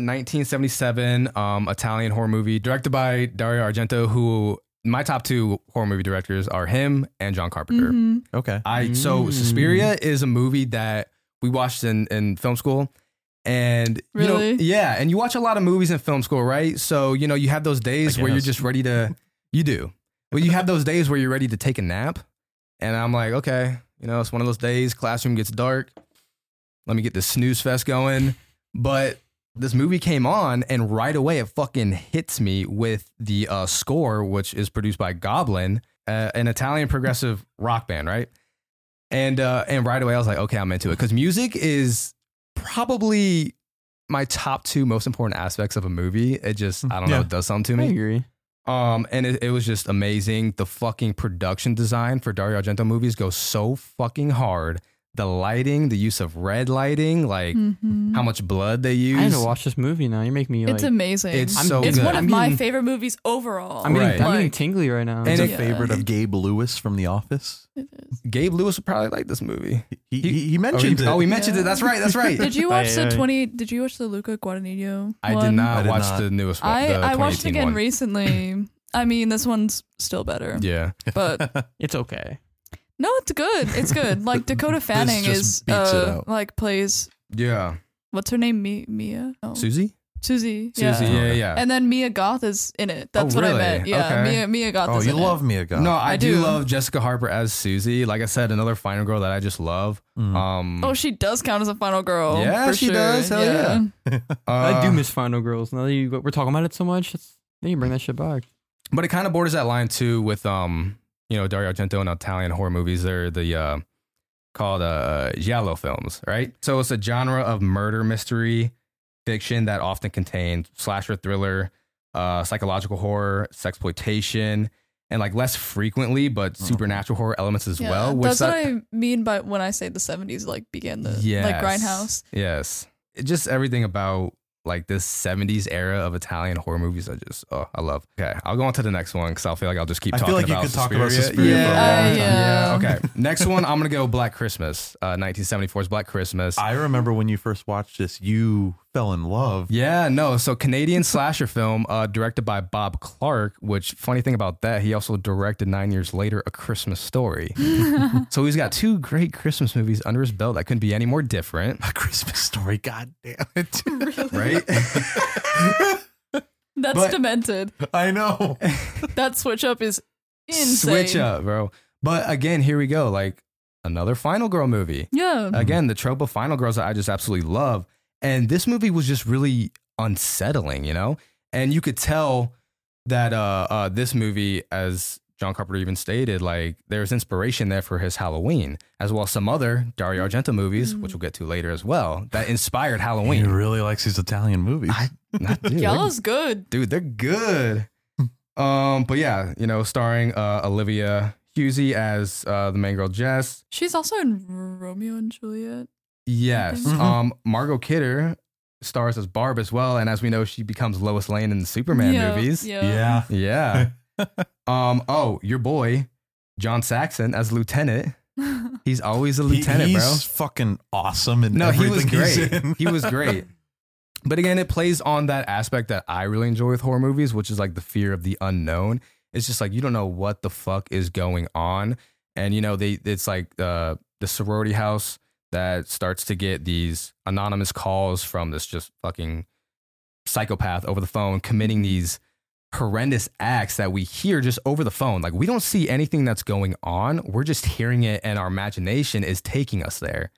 Speaker 1: 1977, um, Italian horror movie directed by Dario Argento. Who my top two horror movie directors are him and John Carpenter.
Speaker 3: Mhm.
Speaker 4: okay.
Speaker 1: I so
Speaker 2: Mm.
Speaker 1: Suspiria is a movie that we watched in in film school. And you
Speaker 3: Really?
Speaker 1: know, yeah, and you watch a lot of movies in film school, right? So you know, you have those days
Speaker 4: I
Speaker 1: where you're
Speaker 4: guess.
Speaker 1: just ready
Speaker 4: [LAUGHS]
Speaker 1: to, you do, but you have those days where you're ready to take a nap. And I'm like, okay, you know, it's one of those days. Classroom gets dark. Let me get this snooze fest going. But this movie came on, and right away it fucking hits me with the uh, score, which is produced by Goblin, uh, an Italian progressive rock band, right? And uh, and right away I was like, okay, I'm into it because music is probably my top two most important aspects of a movie. It just
Speaker 2: Mm,
Speaker 1: I don't know,
Speaker 4: Yeah.
Speaker 1: it does something to
Speaker 2: I
Speaker 1: me.
Speaker 2: agree.
Speaker 1: Um, and it, it was just amazing. The fucking production design for Dario Argento movies goes so fucking hard. The lighting, the use of red lighting, like
Speaker 3: Mhm.
Speaker 1: how much blood they
Speaker 2: Mm-hmm. I
Speaker 1: use.
Speaker 2: need to watch this movie now. You're making me like.
Speaker 3: It's amazing.
Speaker 1: It's
Speaker 3: It's,
Speaker 2: I'm-
Speaker 1: so
Speaker 2: it's
Speaker 1: good.
Speaker 3: one of
Speaker 2: I'm
Speaker 3: my
Speaker 2: getting-
Speaker 3: favorite movies overall.
Speaker 2: I'm getting,
Speaker 1: Right.
Speaker 2: I'm getting
Speaker 3: Like,
Speaker 2: tingly right now.
Speaker 1: And
Speaker 4: He's a
Speaker 1: it-
Speaker 4: favorite of Gabe Lewis from The Office.
Speaker 1: Gabe Lewis would probably like this movie. He-
Speaker 4: He he, he
Speaker 1: Oh, he,
Speaker 4: mentioned it.
Speaker 1: oh, he mentioned
Speaker 3: Yeah.
Speaker 1: it. That's right. That's right.
Speaker 3: [LAUGHS]
Speaker 1: [LAUGHS]
Speaker 3: did you
Speaker 2: Aye,
Speaker 3: watch the
Speaker 2: aye.
Speaker 3: twenty? Did you watch the Luca Guadagnino?
Speaker 1: I did
Speaker 3: one?
Speaker 1: not
Speaker 4: I did
Speaker 1: watch
Speaker 4: not.
Speaker 1: the newest one.
Speaker 3: I,
Speaker 1: the
Speaker 3: I watched
Speaker 1: 2018
Speaker 3: it again
Speaker 1: one.
Speaker 3: recently. I mean, this one's still better,
Speaker 1: Yeah.
Speaker 3: but
Speaker 2: It's okay.
Speaker 3: no, it's good. It's good.
Speaker 1: [LAUGHS]
Speaker 3: Like Dakota Fanning
Speaker 4: just
Speaker 3: is
Speaker 4: beats it
Speaker 3: uh,
Speaker 4: out.
Speaker 3: like plays
Speaker 1: Yeah.
Speaker 3: what's her name? Mi- Mia? Oh.
Speaker 1: Susie?
Speaker 3: Susie. Yeah.
Speaker 1: Susie, yeah, yeah.
Speaker 3: And then Mia Goth is in it. That's what I
Speaker 1: Oh, really?
Speaker 3: meant. Yeah,
Speaker 1: Okay.
Speaker 3: Mia Mia Goth.
Speaker 4: Oh,
Speaker 3: is
Speaker 4: you
Speaker 3: in it.
Speaker 4: love Mia Goth.
Speaker 1: no, I,
Speaker 3: I
Speaker 1: do.
Speaker 3: do.
Speaker 1: love Jessica Harper as Susie. Like I said, another final girl that I just love.
Speaker 4: Mm.
Speaker 1: Um
Speaker 3: Oh, she does count as a final girl.
Speaker 1: Yeah,
Speaker 3: for
Speaker 1: she
Speaker 3: sure.
Speaker 1: does. Hell yeah.
Speaker 2: I do
Speaker 1: uh,
Speaker 2: miss Final Girls. Now that you, we're talking about it so much, it's, then you bring that shit back.
Speaker 1: But it kind of borders that line too with um you know Dario Argento and Italian horror movies. They're the uh, called uh giallo films, right? So it's a genre of murder mystery fiction that often contains slasher thriller, uh, psychological horror, sexploitation, and like less frequently but
Speaker 4: Mhm.
Speaker 1: supernatural horror elements as
Speaker 3: Yeah,
Speaker 1: well. Which
Speaker 3: that's
Speaker 1: that-
Speaker 3: what I mean by when I say the seventies like began the like
Speaker 1: Yes.
Speaker 3: Grindhouse.
Speaker 1: Yes. It- just everything about like this 70s era of Italian horror movies. I just, oh, I love. Okay. I'll go on to the next one because I feel like I'll just keep
Speaker 4: I feel
Speaker 1: talking
Speaker 4: like you
Speaker 1: about
Speaker 4: could talk about
Speaker 1: Suspiria
Speaker 4: Suspiria
Speaker 1: yeah.
Speaker 4: for a
Speaker 3: long time. Uh, yeah.
Speaker 1: Yeah. Okay. next one, I'm going to go Black Christmas, uh, 1974's Black Christmas.
Speaker 4: I remember when you first watched this, you fell in love.
Speaker 1: Yeah, no. So Canadian slasher film uh, directed by Bob Clark, which funny thing about that, he also directed nine years later A Christmas Story. so he's got two great Christmas movies under his belt that couldn't be any more different,
Speaker 4: A Christmas story. God damn
Speaker 1: [LAUGHS]
Speaker 4: it. [LAUGHS]
Speaker 1: right?
Speaker 3: That's
Speaker 1: But- [LAUGHS]
Speaker 3: demented.
Speaker 4: I know.
Speaker 3: That switch up is insane.
Speaker 1: Switch up, bro. But again, here we go. Like another Final Girl movie.
Speaker 3: Yeah.
Speaker 1: Again, the trope of Final Girls that I just absolutely love. And this movie was just really unsettling, you know? And you could tell that uh, uh, this movie, as John Carpenter even stated, like there's inspiration there for his Halloween, as well as some other Dario Argento movies, which we'll get to later as well, that inspired
Speaker 4: He
Speaker 1: Halloween.
Speaker 4: really likes these Italian movies.
Speaker 1: I- Not- dude, they're
Speaker 3: Gallows good.
Speaker 1: dude they're good um but yeah you know starring uh olivia husey as uh the main girl jess
Speaker 3: She's also in Romeo and Juliet.
Speaker 1: yes
Speaker 4: Mhm.
Speaker 1: um margot kidder stars as barb as well and as we know she becomes lois lane in the superman
Speaker 3: Yeah,
Speaker 1: movies yeah,
Speaker 3: Yeah.
Speaker 4: yeah.
Speaker 1: um oh your boy john saxon as lieutenant
Speaker 3: [LAUGHS]
Speaker 1: he's always a
Speaker 4: He-
Speaker 1: lieutenant
Speaker 4: he's
Speaker 1: bro
Speaker 4: fucking awesome and
Speaker 1: no he was
Speaker 4: everything he's
Speaker 1: great
Speaker 4: in.
Speaker 1: he was great but again it plays on that aspect that i really enjoy with horror movies which is like the fear of the unknown it's just like you don't know what the fuck is going on and you know they it's like uh, the sorority house that starts to get these anonymous calls from this just fucking psychopath over the phone committing these horrendous acts that we hear just over the phone like we don't see anything that's going on we're just hearing it and our imagination is taking us there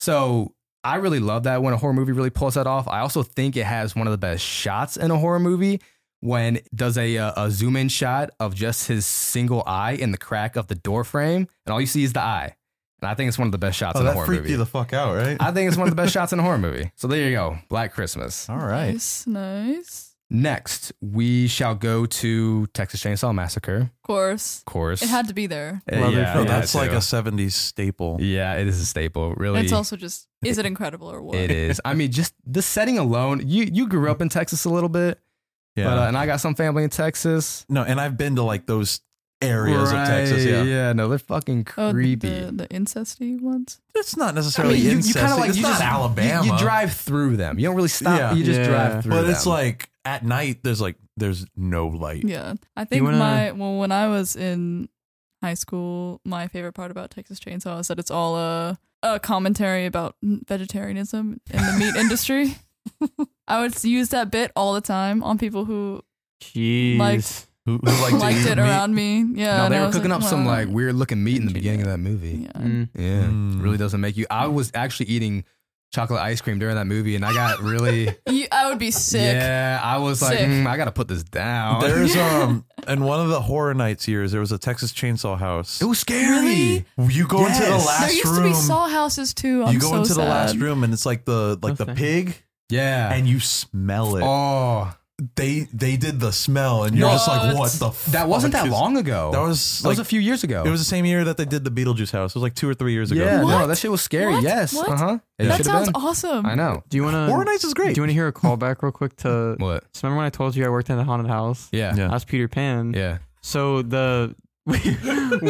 Speaker 1: so I really love that when a horror movie really pulls that off. I also think it has one of the best shots in a horror movie when it does a, uh, a zoom in shot of just his single eye in the crack of the door frame, and all you see is the eye. And I think it's one of the best shots
Speaker 4: [LAUGHS] Oh,
Speaker 1: in a
Speaker 4: that
Speaker 1: horror
Speaker 4: freaked
Speaker 1: movie.
Speaker 4: you the fuck out, right?
Speaker 1: I think it's one of the
Speaker 4: [LAUGHS]
Speaker 1: best shots in a horror movie. So there you go, Black Christmas.
Speaker 4: All right.
Speaker 3: Nice, nice.
Speaker 1: Next, we shall go to Texas Chainsaw Massacre,
Speaker 3: Of course,
Speaker 1: of course.
Speaker 3: it had to be there.
Speaker 1: Uh,
Speaker 2: Leatherface.
Speaker 1: yeah,
Speaker 4: No,
Speaker 1: it had
Speaker 4: that's like
Speaker 1: to.
Speaker 4: a 70s staple.
Speaker 1: Yeah, it is a staple. Really,
Speaker 3: It's also
Speaker 1: [LAUGHS]
Speaker 3: just is it incredible or what?
Speaker 1: it is. I mean, just the setting alone. You you grew up in Texas a little bit, but, uh, and I got some family in Texas.
Speaker 4: no, and I've been to like those areas of Texas.
Speaker 1: Right,
Speaker 4: Yeah.
Speaker 1: no, they're fucking
Speaker 3: Oh,
Speaker 1: creepy.
Speaker 3: The, the incesty ones.
Speaker 4: It's not necessarily
Speaker 1: you,
Speaker 4: incest.
Speaker 1: kind of like
Speaker 4: it's
Speaker 1: you
Speaker 4: not
Speaker 1: just
Speaker 4: Alabama.
Speaker 1: You, you drive through them. You don't really stop.
Speaker 4: Yeah.
Speaker 1: You just
Speaker 2: Yeah.
Speaker 1: drive through.
Speaker 4: but it's
Speaker 1: them.
Speaker 4: like at night, there's like, there's no light.
Speaker 3: Yeah, I think
Speaker 2: wanna-
Speaker 3: my well when I was in high school, my favorite part about Texas Chainsaw is that it's all a a commentary about vegetarianism in the
Speaker 1: [LAUGHS]
Speaker 3: meat industry. [LAUGHS] I would use that bit all the time on people who
Speaker 2: Jeez.
Speaker 3: Like-
Speaker 4: Who, who
Speaker 1: [LAUGHS]
Speaker 4: like to
Speaker 3: liked
Speaker 4: eat
Speaker 3: it
Speaker 4: meat?
Speaker 3: around me. Yeah,
Speaker 1: no,
Speaker 3: and
Speaker 1: they
Speaker 3: I
Speaker 1: were
Speaker 3: was
Speaker 1: cooking up some
Speaker 3: wow.
Speaker 1: like weird looking meat in the beginning of that movie.
Speaker 3: Yeah.
Speaker 2: Mm.
Speaker 1: Yeah,
Speaker 4: Mm.
Speaker 1: really doesn't make you. I was actually eating chocolate ice cream during that movie, and I
Speaker 3: [LAUGHS]
Speaker 1: got really.
Speaker 3: You- I would be sick.
Speaker 1: Yeah, I was like,
Speaker 3: Sick.
Speaker 1: "Mm, I gotta put this down.
Speaker 4: [LAUGHS] There's um, in one of the horror nights years, there was a Texas Chainsaw House.
Speaker 1: [LAUGHS] it was scary.
Speaker 3: Really?
Speaker 4: You go into the
Speaker 1: Yes.
Speaker 4: last
Speaker 3: There used
Speaker 4: room.
Speaker 3: to be saw houses too. Oh, I'm
Speaker 4: you go
Speaker 3: so
Speaker 4: into the
Speaker 3: sad.
Speaker 4: last room and it's like the like the
Speaker 2: Okay.
Speaker 4: pig
Speaker 1: Yeah.
Speaker 4: and you smell it.
Speaker 1: oh,
Speaker 4: They they did the smell and you're just like
Speaker 3: What?
Speaker 4: what the fuck
Speaker 1: that wasn't that
Speaker 4: is-
Speaker 1: long ago.
Speaker 4: oh, That was
Speaker 1: that
Speaker 4: like
Speaker 1: was a few years ago.
Speaker 4: it was the same year that they did the Beetlejuice house. It was like two or three years ago.
Speaker 1: yeah. No,
Speaker 3: What?
Speaker 1: that shit was scary.
Speaker 3: What?
Speaker 1: Yes.
Speaker 3: What?
Speaker 1: Uh huh.
Speaker 3: That sounds awesome.
Speaker 1: I know.
Speaker 2: Do you want
Speaker 4: Horror
Speaker 2: to?
Speaker 4: Nights is
Speaker 2: Do
Speaker 4: great.
Speaker 2: you want to hear a callback real quick
Speaker 1: [LAUGHS]
Speaker 2: to?
Speaker 1: What?
Speaker 2: So remember when I told you I worked in a haunted house?
Speaker 1: Yeah. Yeah.
Speaker 4: Yeah.
Speaker 2: I was Peter Pan.
Speaker 1: Yeah.
Speaker 2: So the [LAUGHS] we,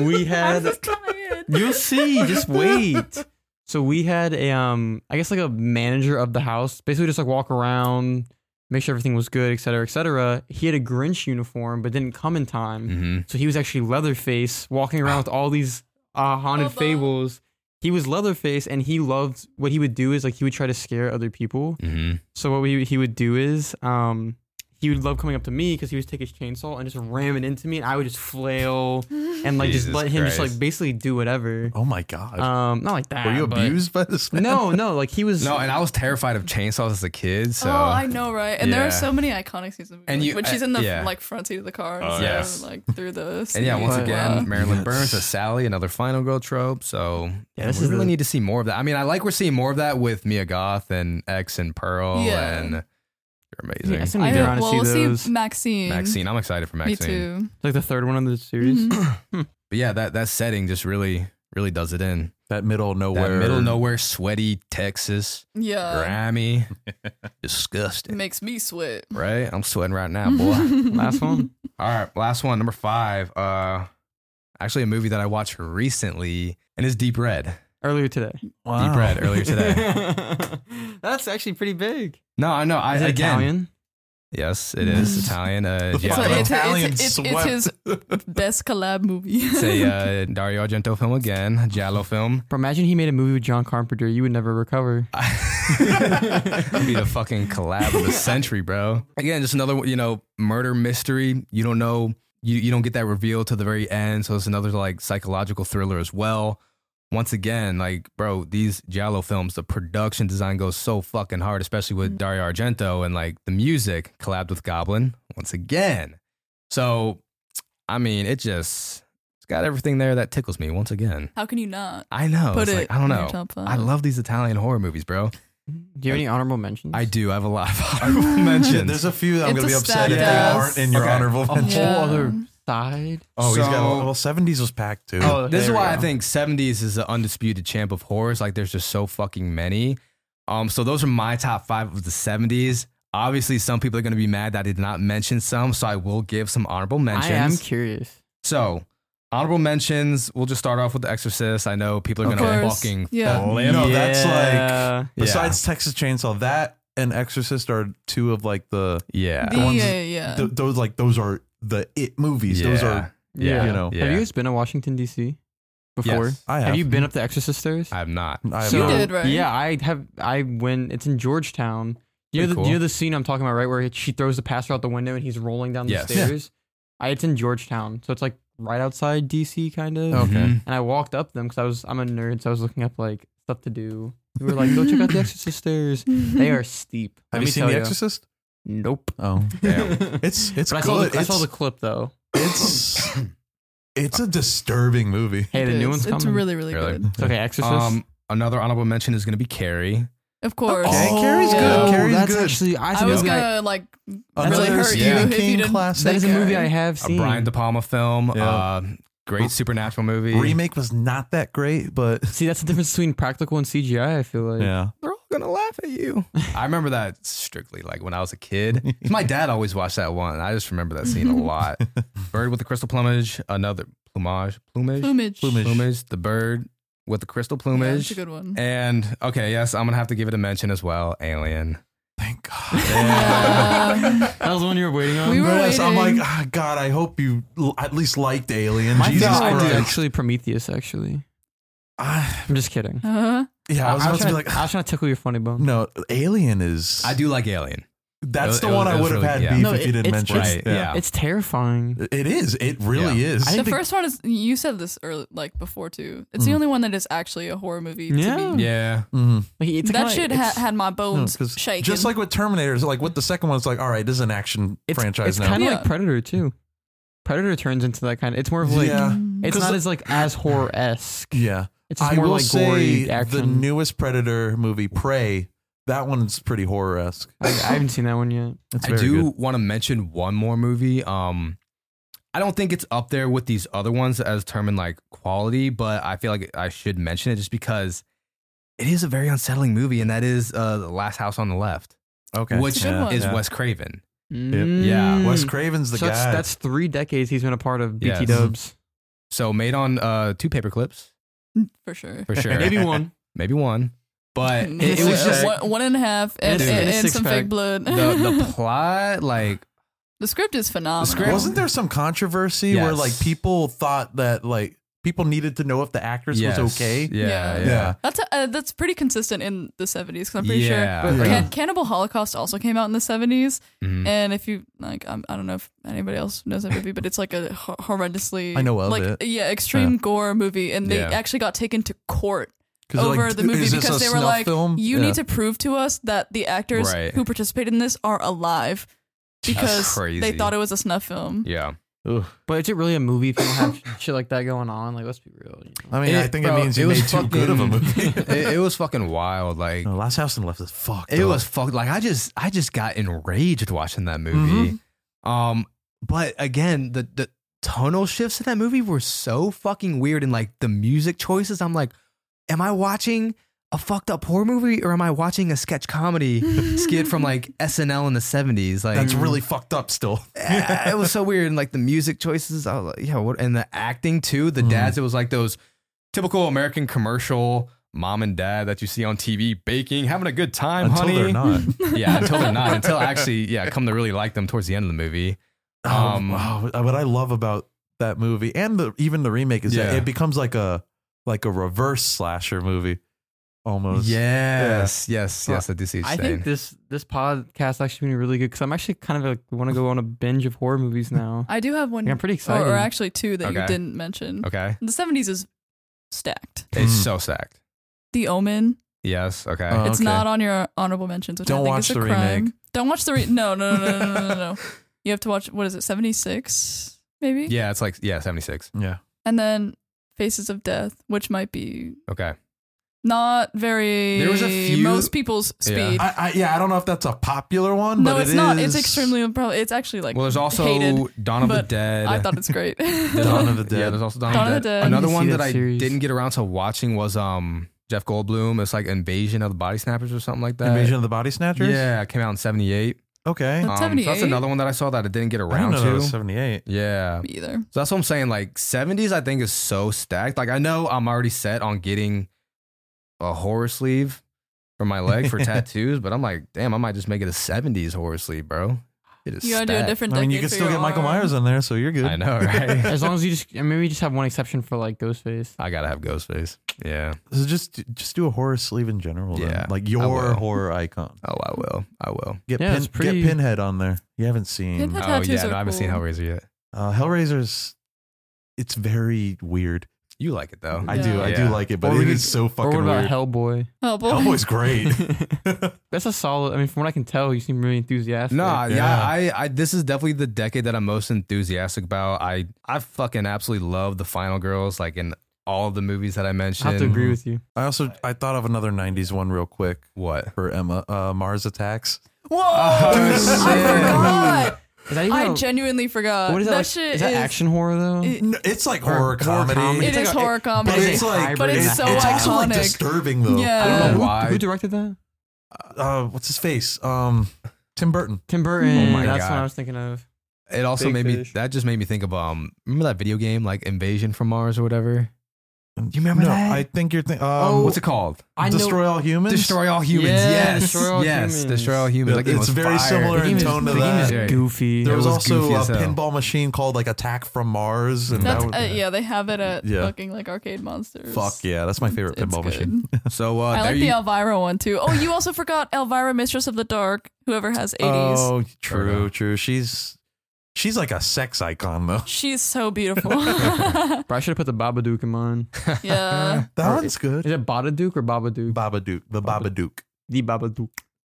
Speaker 2: we
Speaker 3: I'm
Speaker 2: had
Speaker 3: just tired.
Speaker 2: You'll see.
Speaker 1: [LAUGHS]
Speaker 2: Just wait. So we had a um, I guess like a manager of the house, basically just like walk around, make sure everything was good, et cetera, et cetera. He had a Grinch uniform, but didn't come in time,
Speaker 1: Mm-hmm.
Speaker 2: so he was actually Leatherface walking around with all these uh, haunted
Speaker 3: Bubba.
Speaker 2: fables. He was Leatherface, and he loved what he would do is like he would try to scare other people.
Speaker 1: Mm-hmm.
Speaker 2: So what we, he would do is um, he would love coming up to me because he would take his chainsaw and just ram it into me, and I would just flail and like
Speaker 1: Jesus
Speaker 2: just let him just
Speaker 1: Christ.
Speaker 2: like basically do whatever.
Speaker 4: Oh my god.
Speaker 1: Uh,
Speaker 2: Um, not like that.
Speaker 4: Were you
Speaker 2: but-
Speaker 4: abused by this?
Speaker 2: [LAUGHS]
Speaker 4: man?
Speaker 2: No, no. Like he was.
Speaker 1: No, and I was terrified of chainsaws as a kid. So
Speaker 3: oh, I know, right? And there
Speaker 1: Yeah.
Speaker 3: are so many iconic scenes. Of the movie.
Speaker 1: And
Speaker 3: Like,
Speaker 1: you-
Speaker 3: when
Speaker 1: uh,
Speaker 3: she's in the
Speaker 1: yeah.
Speaker 3: like front seat of the car, and
Speaker 4: Oh,
Speaker 3: stuff,
Speaker 1: yes.
Speaker 3: like through the.
Speaker 1: And yeah,
Speaker 3: seat.
Speaker 1: once
Speaker 2: But,
Speaker 1: again,
Speaker 3: Wow.
Speaker 1: Marilyn
Speaker 4: Yes.
Speaker 1: Burns as Sally, another final girl trope. So we
Speaker 2: Yeah, this is
Speaker 1: really
Speaker 2: the-
Speaker 1: need to see more of that. I mean, I like we're seeing more of that with Mia Goth and X and Pearl,
Speaker 3: Yeah.
Speaker 1: and they're
Speaker 2: Yeah, I
Speaker 1: amazing.
Speaker 2: still need to
Speaker 1: Yeah.
Speaker 2: honestly
Speaker 3: well, we'll
Speaker 2: see those.
Speaker 3: see Maxine.
Speaker 1: Maxine, I'm excited for
Speaker 3: Me
Speaker 1: Maxine.
Speaker 3: too.
Speaker 2: Like the third one on the series. [LAUGHS]
Speaker 1: But yeah, that that setting just really really does it in.
Speaker 4: That middle of
Speaker 1: That
Speaker 4: nowhere.
Speaker 1: middle of nowhere, sweaty Texas,
Speaker 3: Yeah,
Speaker 1: grimy, disgusting.
Speaker 3: makes me sweat.
Speaker 1: Right, I'm sweating right now, boy.
Speaker 3: [LAUGHS]
Speaker 2: Last one.
Speaker 1: All right, last one, number five. Uh, actually, a movie that I watched recently, and it's Deep Red.
Speaker 2: Earlier today.
Speaker 4: Wow.
Speaker 1: Deep
Speaker 4: [LAUGHS]
Speaker 1: Red [LAUGHS] earlier
Speaker 2: [LAUGHS]
Speaker 1: today.
Speaker 2: That's actually pretty big.
Speaker 1: no, I know. I
Speaker 2: Is it
Speaker 1: again,
Speaker 2: Italian?
Speaker 1: Yes, it is
Speaker 3: [LAUGHS]
Speaker 1: Italian. Uh,
Speaker 4: The
Speaker 1: yeah,
Speaker 4: fucking
Speaker 3: a-
Speaker 1: it's,
Speaker 3: it's-
Speaker 4: Italian
Speaker 3: it's- it's
Speaker 4: sweat.
Speaker 3: his- Best collab movie. [LAUGHS]
Speaker 1: a uh, Dario Argento film again, a Giallo film.
Speaker 2: But imagine he made a movie with John Carpenter. You would never recover.
Speaker 1: That'd be the fucking collab of the century, bro. Again, just another you know murder mystery. You don't know. You you don't get that reveal to the very end. So it's another like psychological thriller as well. Once again, like bro, these Giallo films, the production design goes so fucking hard, especially with Dario Argento and like the music collabed with Goblin once again. So, I mean, it just it's got everything there that tickles me once again.
Speaker 3: How can you not?
Speaker 1: I know.
Speaker 3: Put
Speaker 1: Oh, it's
Speaker 3: it
Speaker 1: like, I don't
Speaker 3: in your
Speaker 1: know.
Speaker 3: top five.
Speaker 1: I love these Italian horror movies, bro.
Speaker 2: Do you have any honorable mentions?
Speaker 1: I do. I have a lot of [LAUGHS]
Speaker 2: [LAUGHS]
Speaker 1: honorable mentions.
Speaker 4: There's a few that I'm
Speaker 3: It's
Speaker 4: gonna
Speaker 3: a
Speaker 4: be upset if they
Speaker 3: stack of-
Speaker 4: aren't in your
Speaker 1: Okay.
Speaker 4: honorable
Speaker 2: A whole
Speaker 4: mention.
Speaker 3: Yeah.
Speaker 2: other side.
Speaker 4: Oh, he's
Speaker 1: So-
Speaker 4: got well, seventies was packed too.
Speaker 2: Oh,
Speaker 1: this is
Speaker 2: there we
Speaker 1: why I
Speaker 2: go.
Speaker 1: think 70s is the undisputed champ of horrors. Like, there's just so fucking many. Um, so those are my top five of the 70s. Obviously, some people are going to be mad that I did not mention some, so I will give some honorable mentions.
Speaker 2: I am curious.
Speaker 1: so, honorable mentions. We'll just start off with The Exorcist. I know people are going
Speaker 3: Of
Speaker 1: to
Speaker 3: course.
Speaker 1: fucking.
Speaker 3: Yeah.
Speaker 1: flip.
Speaker 4: No, that's
Speaker 2: Yeah.
Speaker 4: like besides Texas Chainsaw, that and Exorcist are two of like the,
Speaker 1: yeah,
Speaker 3: The,
Speaker 4: ones-
Speaker 3: yeah, yeah.
Speaker 4: th- those like those are the it movies. Those
Speaker 1: Yeah.
Speaker 4: are
Speaker 1: yeah,
Speaker 4: you know.
Speaker 1: yeah.
Speaker 2: Have you guys been to Washington D.C. before?
Speaker 1: Yes.
Speaker 4: I have,
Speaker 2: Have you been up the Exorcist stairs?
Speaker 1: I'm not.
Speaker 4: I have
Speaker 3: You
Speaker 4: not.
Speaker 3: did, right?
Speaker 2: Yeah, I have. I went. It's in Georgetown. You know,
Speaker 1: Pretty
Speaker 2: the,
Speaker 1: cool.
Speaker 2: you know the scene I'm talking about, right? Where she throws the pastor out the window and he's rolling down the
Speaker 1: Yes. Yeah.
Speaker 2: stairs. I, it's in Georgetown, so it's like right outside DC, kind of.
Speaker 4: Okay.
Speaker 1: Mhm.
Speaker 2: And I walked up them because I was I'm a nerd, so I was looking up like
Speaker 3: [LAUGHS]
Speaker 2: stuff to do. We were like, go check out the Exorcist stairs. They are steep. Let
Speaker 4: Have you
Speaker 2: me
Speaker 4: seen
Speaker 2: tell
Speaker 4: The Exorcist?
Speaker 2: Nope.
Speaker 4: Oh,
Speaker 3: [LAUGHS]
Speaker 1: Damn.
Speaker 4: it's it's
Speaker 2: but I saw,
Speaker 4: good.
Speaker 2: the, I
Speaker 4: it's,
Speaker 2: saw the clip though.
Speaker 4: [COUGHS] it's it's a disturbing movie.
Speaker 2: Hey, the
Speaker 3: It
Speaker 2: new
Speaker 3: is.
Speaker 2: one's
Speaker 3: It's
Speaker 2: coming.
Speaker 3: really, really,
Speaker 1: Really?
Speaker 3: good.
Speaker 2: It's okay. Exorcist.
Speaker 1: Um, another honorable mention is going to be Carrie.
Speaker 3: Of course.
Speaker 4: Okay,
Speaker 3: Yeah.
Speaker 4: Carrie's good.
Speaker 3: Yeah.
Speaker 4: Carrie's
Speaker 2: that's
Speaker 4: good.
Speaker 2: actually. I,
Speaker 3: Um, I
Speaker 2: think
Speaker 3: was
Speaker 2: that-
Speaker 3: gonna like
Speaker 2: That's
Speaker 3: really
Speaker 4: Another
Speaker 3: hurt you
Speaker 4: Stephen
Speaker 3: if you
Speaker 4: King
Speaker 3: didn't.
Speaker 4: classic.
Speaker 2: that is a movie I have
Speaker 1: A
Speaker 2: seen.
Speaker 1: Brian De Palma film.
Speaker 4: Yeah.
Speaker 1: Uh, great supernatural movie.
Speaker 4: Remake was not that great,
Speaker 2: [LAUGHS]
Speaker 4: but
Speaker 2: See, that's the difference between practical and CGI. I feel like.
Speaker 4: yeah,
Speaker 1: They're all going to laugh at you. I remember that strictly, like when I was a kid.
Speaker 4: [LAUGHS]
Speaker 1: My dad always watched that one. I just remember that scene a lot. bird with the crystal plumage. Another plumage. Plumage.
Speaker 3: plumage.
Speaker 4: Plumage.
Speaker 1: Plumage. The bird with the crystal
Speaker 3: Yeah,
Speaker 1: plumage.
Speaker 3: that's a good one.
Speaker 1: and okay, yes, I'm going to have to give it a mention as well. Alien.
Speaker 4: thank [LAUGHS] God.
Speaker 2: [LAUGHS]
Speaker 3: Yeah.
Speaker 2: That was the one you were waiting on.
Speaker 3: We were
Speaker 4: Yes, I'm like,
Speaker 3: waiting.
Speaker 4: ah, God, I hope you l- at least liked Alien.
Speaker 2: My
Speaker 4: Jesus
Speaker 2: favorite was
Speaker 4: Christ.
Speaker 2: actually Prometheus. Actually,
Speaker 4: I,
Speaker 2: I'm just kidding.
Speaker 3: uh-huh.
Speaker 4: yeah, I was about to be
Speaker 2: trying,
Speaker 4: like,
Speaker 2: I was trying to tickle your funny bone.
Speaker 4: no, Alien is.
Speaker 1: I do like Alien.
Speaker 4: That's
Speaker 1: It
Speaker 4: the
Speaker 1: was-
Speaker 4: one
Speaker 1: it
Speaker 4: I
Speaker 1: was
Speaker 4: would have
Speaker 1: really-
Speaker 4: had
Speaker 1: yeah.
Speaker 4: beef
Speaker 2: No,
Speaker 4: if you
Speaker 2: it-
Speaker 4: didn't
Speaker 2: it's-
Speaker 4: mention.
Speaker 1: Right.
Speaker 4: it. Yeah.
Speaker 1: Yeah.
Speaker 2: It's terrifying.
Speaker 4: It is. It really
Speaker 1: Yeah.
Speaker 4: is.
Speaker 2: I
Speaker 3: The
Speaker 2: think-
Speaker 3: first one is you said this early, like before too. It's
Speaker 4: Mhm.
Speaker 3: the only one that is actually a horror movie.
Speaker 2: Yeah.
Speaker 3: To me.
Speaker 1: Yeah.
Speaker 4: Mhm.
Speaker 2: Like, it's
Speaker 3: that
Speaker 2: kinda-
Speaker 3: shit ha-
Speaker 2: it's-
Speaker 3: had my
Speaker 4: No,
Speaker 3: bones
Speaker 4: 'cause
Speaker 3: shaking.
Speaker 4: Just like with Terminators, like with the second one, it's like, all right, this is an action
Speaker 2: it's,
Speaker 4: franchise
Speaker 2: It's
Speaker 4: now.
Speaker 2: kind of
Speaker 3: Yeah.
Speaker 2: like Predator too. Predator turns into that kind. of. It's more of like
Speaker 4: Yeah.
Speaker 2: it's
Speaker 4: 'Cause
Speaker 2: not
Speaker 4: the-
Speaker 2: as like as horror esque.
Speaker 4: yeah.
Speaker 2: It's
Speaker 4: I
Speaker 2: more
Speaker 4: will
Speaker 2: like
Speaker 4: say
Speaker 2: gory
Speaker 4: the
Speaker 2: action.
Speaker 4: newest Predator movie, Prey. That one's pretty horror esque.
Speaker 2: I, I haven't seen that one yet.
Speaker 4: It's
Speaker 1: I do want to mention one more movie. Um, I don't think it's up there with these other ones as terming like quality, but I feel like I should mention it just because it is a very unsettling movie, and that is uh, the Last House on the Left
Speaker 4: Okay,
Speaker 1: Which
Speaker 3: It's a good one.
Speaker 1: is
Speaker 4: yeah.
Speaker 1: Wes Craven.
Speaker 2: Mm.
Speaker 4: Wes Craven's the
Speaker 2: so
Speaker 4: guy.
Speaker 2: that's, that's three decades he's been a part of BT
Speaker 1: Yes.
Speaker 2: Dubs
Speaker 1: So made on uh, two paper clips
Speaker 3: for sure.
Speaker 1: for
Speaker 4: [LAUGHS]
Speaker 1: sure,
Speaker 2: maybe one.
Speaker 1: maybe one,
Speaker 3: [LAUGHS]
Speaker 1: but
Speaker 3: Mm,
Speaker 1: it, it was
Speaker 3: uh,
Speaker 1: just
Speaker 3: one, one and a half and,
Speaker 2: And
Speaker 1: a-
Speaker 3: and,
Speaker 2: and a
Speaker 3: and some
Speaker 2: six-pack.
Speaker 3: fake blood.
Speaker 1: the,
Speaker 3: [LAUGHS]
Speaker 1: the plot. Like
Speaker 3: The script is phenomenal.
Speaker 1: script-
Speaker 4: Wasn't there some controversy where
Speaker 1: Yes.
Speaker 4: like people thought that like people needed to know if the actress
Speaker 1: yes.
Speaker 4: was okay?
Speaker 1: Yeah,
Speaker 3: Yeah.
Speaker 1: yeah.
Speaker 4: Yeah.
Speaker 3: That's uh that's pretty consistent in the 70s because I'm pretty
Speaker 1: Yeah.
Speaker 3: sure.
Speaker 4: Yeah.
Speaker 3: Can- Cannibal Holocaust also came out in the 70s,
Speaker 4: Mm.
Speaker 1: Mhm.
Speaker 3: and if you like, I'm, I don't know if anybody else knows that movie, but it's like a hor- horrendously
Speaker 4: I know of
Speaker 3: like
Speaker 4: it.
Speaker 3: yeah extreme gore movie, and they
Speaker 1: Yeah.
Speaker 3: actually got taken to court
Speaker 4: 'Cause they're like,
Speaker 3: over the movie
Speaker 4: "Is this
Speaker 3: because
Speaker 4: a
Speaker 3: they were
Speaker 4: snuff
Speaker 3: like,
Speaker 4: film?
Speaker 3: you
Speaker 4: Yeah.
Speaker 3: need to prove to us that the actors
Speaker 1: Right.
Speaker 3: who participated in this are alive because they
Speaker 1: crazy.
Speaker 3: thought it was a snuff film.
Speaker 1: yeah.
Speaker 2: But is it really a movie if you don't have shit like that going on? Like, let's be real. you know?
Speaker 4: I mean, I
Speaker 1: It-
Speaker 4: think
Speaker 1: bro,
Speaker 4: it means you
Speaker 1: was
Speaker 4: made too good of a
Speaker 1: fucking-
Speaker 4: movie.
Speaker 1: [LAUGHS]
Speaker 4: Oh,
Speaker 1: it, it was fucking wild. Like
Speaker 4: No, Last House on the Left is fucked.
Speaker 1: It
Speaker 4: up.
Speaker 1: was fucked. Like I just, I just got enraged watching that movie.
Speaker 4: Mm-hmm.
Speaker 1: Um, but again, the the tonal shifts in that movie were so fucking weird, and like the music choices. I'm like, am I watching a fucked up horror movie or am I watching a sketch
Speaker 4: [LAUGHS]
Speaker 1: comedy skit from like SNL in the '70s? Like
Speaker 4: That's really fucked
Speaker 1: [LAUGHS]
Speaker 4: up. Still,
Speaker 1: eh, it was so weird. And like the music choices, I was like, yeah, what? And the acting too. The
Speaker 4: Mhm.
Speaker 1: dads, it was like those typical American commercial. Mom and dad that you see on TV baking, having a good time,
Speaker 4: [LAUGHS] until
Speaker 1: honey. [LAUGHS]
Speaker 4: they're not.
Speaker 3: [LAUGHS]
Speaker 4: Um,
Speaker 1: Yeah, until they're
Speaker 4: [LAUGHS]
Speaker 1: not. Until I actually, yeah, come to really like them towards the end of the movie. Um,
Speaker 4: Um, wow, what I love about that movie and the even the remake is that
Speaker 1: Yeah.
Speaker 4: it becomes like a like a reverse slasher movie almost.
Speaker 1: Yes, yes, yes. I do see what
Speaker 2: I
Speaker 1: you're saying.
Speaker 2: think this this podcast actually been really good because I'm actually kind of like want to go on a binge of horror movies
Speaker 3: [LAUGHS]
Speaker 2: now.
Speaker 3: I do have one,
Speaker 2: Like, I'm pretty
Speaker 3: or,
Speaker 2: excited.
Speaker 3: or actually two that you
Speaker 1: Okay.
Speaker 3: didn't mention.
Speaker 1: okay,
Speaker 3: The 70s is stacked.
Speaker 1: it's
Speaker 4: Mm.
Speaker 1: so stacked.
Speaker 3: The Omen.
Speaker 1: Yes. Okay.
Speaker 4: Uh,
Speaker 3: It's
Speaker 4: Okay.
Speaker 3: not on your honorable mentions, which
Speaker 4: Don't
Speaker 3: I think
Speaker 4: watch
Speaker 3: is a
Speaker 4: the
Speaker 3: crime.
Speaker 4: remake.
Speaker 3: Don't watch the re- no, no, no, no, no, no, no, no. You have to watch what is it, seventy six, maybe?
Speaker 1: yeah, it's like yeah, seventy six.
Speaker 4: Yeah.
Speaker 3: And then Faces of Death, which might be
Speaker 1: Okay.
Speaker 3: not very
Speaker 1: There was a few-
Speaker 3: most people's
Speaker 1: Yeah.
Speaker 3: speed.
Speaker 4: I, I yeah, I don't know if that's a popular one,
Speaker 3: no,
Speaker 4: but
Speaker 3: it's
Speaker 4: it
Speaker 3: not. It's
Speaker 4: is
Speaker 3: extremely probably it's actually like
Speaker 1: Well, there's also
Speaker 3: hated.
Speaker 1: Dawn of the
Speaker 3: but
Speaker 1: Dead.
Speaker 3: I thought it's great.
Speaker 1: [LAUGHS]
Speaker 4: Dawn of the
Speaker 1: Yeah,
Speaker 4: Dead.
Speaker 1: there's also Dawn,
Speaker 3: Dawn
Speaker 1: of the Dead. Another
Speaker 2: I need to
Speaker 1: one
Speaker 2: see
Speaker 1: that,
Speaker 2: that
Speaker 1: I
Speaker 2: series.
Speaker 1: didn't get around to watching was um Jeff Goldblum. It's like Invasion of the Body Snappers or something like that.
Speaker 4: Invasion of the Body Snatchers.
Speaker 1: Yeah, it came out in seventy eight.
Speaker 4: Okay.
Speaker 3: That's
Speaker 1: Um, so that's
Speaker 3: 78?
Speaker 1: another one that I saw that I didn't get
Speaker 4: I don't
Speaker 1: around
Speaker 4: know that was
Speaker 1: to.
Speaker 4: 78.
Speaker 1: Yeah.
Speaker 3: [LAUGHS] Me either.
Speaker 1: So that's what I'm saying. Like 70s, I think is so stacked. Like I know I'm already set on getting a horror sleeve for my leg for tattoos, but I'm like, damn, I might just make it a 70s horror sleeve, bro. It is
Speaker 3: You gotta
Speaker 1: stacked.
Speaker 3: do a different
Speaker 4: I mean, you
Speaker 3: decade
Speaker 4: can
Speaker 3: for
Speaker 4: still
Speaker 3: your
Speaker 4: get Michael
Speaker 3: arm.
Speaker 4: Myers in there, so you're good.
Speaker 1: I know,
Speaker 2: [LAUGHS]
Speaker 1: right?
Speaker 2: as long as you just and maybe you just have one exception for like Ghostface.
Speaker 1: I gotta have Ghostface. Yeah.
Speaker 4: So just just do a horror sleeve in general. then.
Speaker 1: Yeah,
Speaker 4: Like
Speaker 1: I
Speaker 4: your
Speaker 1: will.
Speaker 4: horror icon.
Speaker 1: Oh, I will. I will.
Speaker 4: Get
Speaker 2: Yeah,
Speaker 4: pin,
Speaker 2: it's pretty-
Speaker 4: get Pinhead on there. You haven't seen
Speaker 3: Pinhead- The
Speaker 1: oh
Speaker 3: tattoos
Speaker 1: yeah,
Speaker 3: are
Speaker 1: no, I haven't seen
Speaker 3: cool.
Speaker 1: Hellraiser yet.
Speaker 4: uh, Hellraiser's. It's very weird.
Speaker 1: You like it though.
Speaker 4: I do. I do
Speaker 1: Yeah.
Speaker 4: like it,
Speaker 2: Or
Speaker 4: but
Speaker 2: we
Speaker 4: it
Speaker 2: could-
Speaker 4: is
Speaker 2: Or
Speaker 4: so
Speaker 2: what
Speaker 4: fucking
Speaker 2: about
Speaker 4: weird.
Speaker 2: Hellboy?
Speaker 3: Oh boy.
Speaker 2: [LAUGHS]
Speaker 4: Hellboy's great. [LAUGHS]
Speaker 2: That's a solid. I mean, from what I can tell, you seem really enthusiastic.
Speaker 1: No, yeah,
Speaker 4: Yeah.
Speaker 1: I, I this is definitely the decade that I'm most enthusiastic about. I I fucking absolutely love the Final Girls, like in all the movies that I
Speaker 2: I
Speaker 1: mentioned.
Speaker 2: have to agree with you.
Speaker 4: I also I thought of another '90s one real quick
Speaker 1: What?
Speaker 4: for Emma. Uh, Mars Attacks.
Speaker 3: Whoa!
Speaker 1: Oh,
Speaker 3: I forgot.
Speaker 2: Is that even
Speaker 3: I
Speaker 2: a-
Speaker 3: genuinely forgot.
Speaker 2: what is that?
Speaker 3: That
Speaker 2: like,
Speaker 3: shit
Speaker 2: is that
Speaker 3: is-
Speaker 2: action horror though?
Speaker 3: it-
Speaker 4: No, it's like
Speaker 2: Or
Speaker 4: horror,
Speaker 2: horror
Speaker 4: comedy.
Speaker 2: comedy.
Speaker 3: it
Speaker 2: It's
Speaker 3: is
Speaker 2: like a-
Speaker 3: horror
Speaker 4: but
Speaker 3: comedy.
Speaker 2: it's
Speaker 4: it's
Speaker 2: a
Speaker 4: like,
Speaker 2: hybrid
Speaker 3: but it's
Speaker 2: of
Speaker 3: so
Speaker 4: it's also like
Speaker 3: iconic.
Speaker 4: disturbing though.
Speaker 3: Yeah.
Speaker 1: I don't know
Speaker 2: Who-
Speaker 1: why.
Speaker 2: Who directed that?
Speaker 4: Uh, what's his face? Um, Tim Burton.
Speaker 2: Tim Burton.
Speaker 1: Oh my
Speaker 2: That's
Speaker 1: God.
Speaker 2: what I was thinking of.
Speaker 1: It also
Speaker 2: Big
Speaker 1: made me
Speaker 2: fish.
Speaker 1: that just made me think of um remember that video game like Invasion from Mars or whatever?
Speaker 4: Do
Speaker 1: you remember
Speaker 4: no,
Speaker 1: that?
Speaker 4: I think you're thinking. Um,
Speaker 2: Oh,
Speaker 1: What's it called?
Speaker 2: I
Speaker 4: Destroy all humans.
Speaker 1: Destroy all humans.
Speaker 2: Yeah,
Speaker 1: yes.
Speaker 2: Destroy All
Speaker 1: yes.
Speaker 2: Humans.
Speaker 1: Destroy all humans.
Speaker 4: Yeah,
Speaker 1: That game
Speaker 4: it's
Speaker 1: was
Speaker 4: very
Speaker 1: fire.
Speaker 4: similar
Speaker 2: The game is,
Speaker 4: tone to
Speaker 2: the game is
Speaker 1: that.
Speaker 2: goofy.
Speaker 4: There
Speaker 1: It
Speaker 4: was,
Speaker 1: was
Speaker 4: also
Speaker 1: goofy
Speaker 4: a
Speaker 1: as hell.
Speaker 4: pinball machine called like Attack from Mars, and
Speaker 3: That's
Speaker 4: that
Speaker 3: uh, yeah. They have it at
Speaker 4: Yeah.
Speaker 3: fucking like arcade monsters.
Speaker 4: fuck yeah, that's my favorite
Speaker 3: It's
Speaker 4: pinball
Speaker 3: good.
Speaker 4: machine.
Speaker 1: So uh
Speaker 3: I
Speaker 1: there
Speaker 3: like
Speaker 1: you,
Speaker 3: the Elvira one too. Oh, you also forgot Elvira, Mistress of the Dark. Whoever has eighties,
Speaker 4: Oh,
Speaker 1: Or
Speaker 4: true,
Speaker 1: not.
Speaker 4: true. She's she's like a sex
Speaker 3: [LAUGHS]
Speaker 4: icon though.
Speaker 3: she's so
Speaker 4: [LAUGHS]
Speaker 3: beautiful. [LAUGHS]
Speaker 2: Bro, I should have put the Babadook in mine.
Speaker 3: yeah.
Speaker 4: That one's good.
Speaker 2: Is it Babadook or Babadook?
Speaker 4: Babadook, the
Speaker 2: Baba-
Speaker 3: [LAUGHS]
Speaker 4: Babadook.
Speaker 2: the Babadook.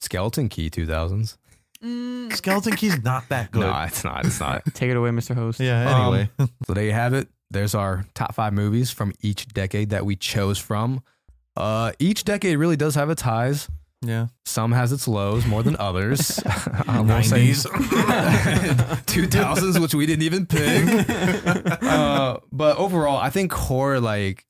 Speaker 1: Skeleton Key 2000s.
Speaker 3: Mm.
Speaker 4: Skeleton Key's not that good.
Speaker 1: No, it's not. It's not.
Speaker 2: Take it away, Mr. Host.
Speaker 4: Yeah.
Speaker 3: Um, [LAUGHS]
Speaker 4: Anyway,
Speaker 1: So there you have it. There's our top five movies from each decade that we chose from. Uh, each decade really does have its highs.
Speaker 4: [LAUGHS] yeah.
Speaker 1: Some has its lows more than others. [LAUGHS]
Speaker 4: Uh,
Speaker 1: I won't say
Speaker 4: Nineties.
Speaker 1: 2000s, which we didn't even
Speaker 4: [LAUGHS]
Speaker 1: pick. Uh, but overall, I think horror, like,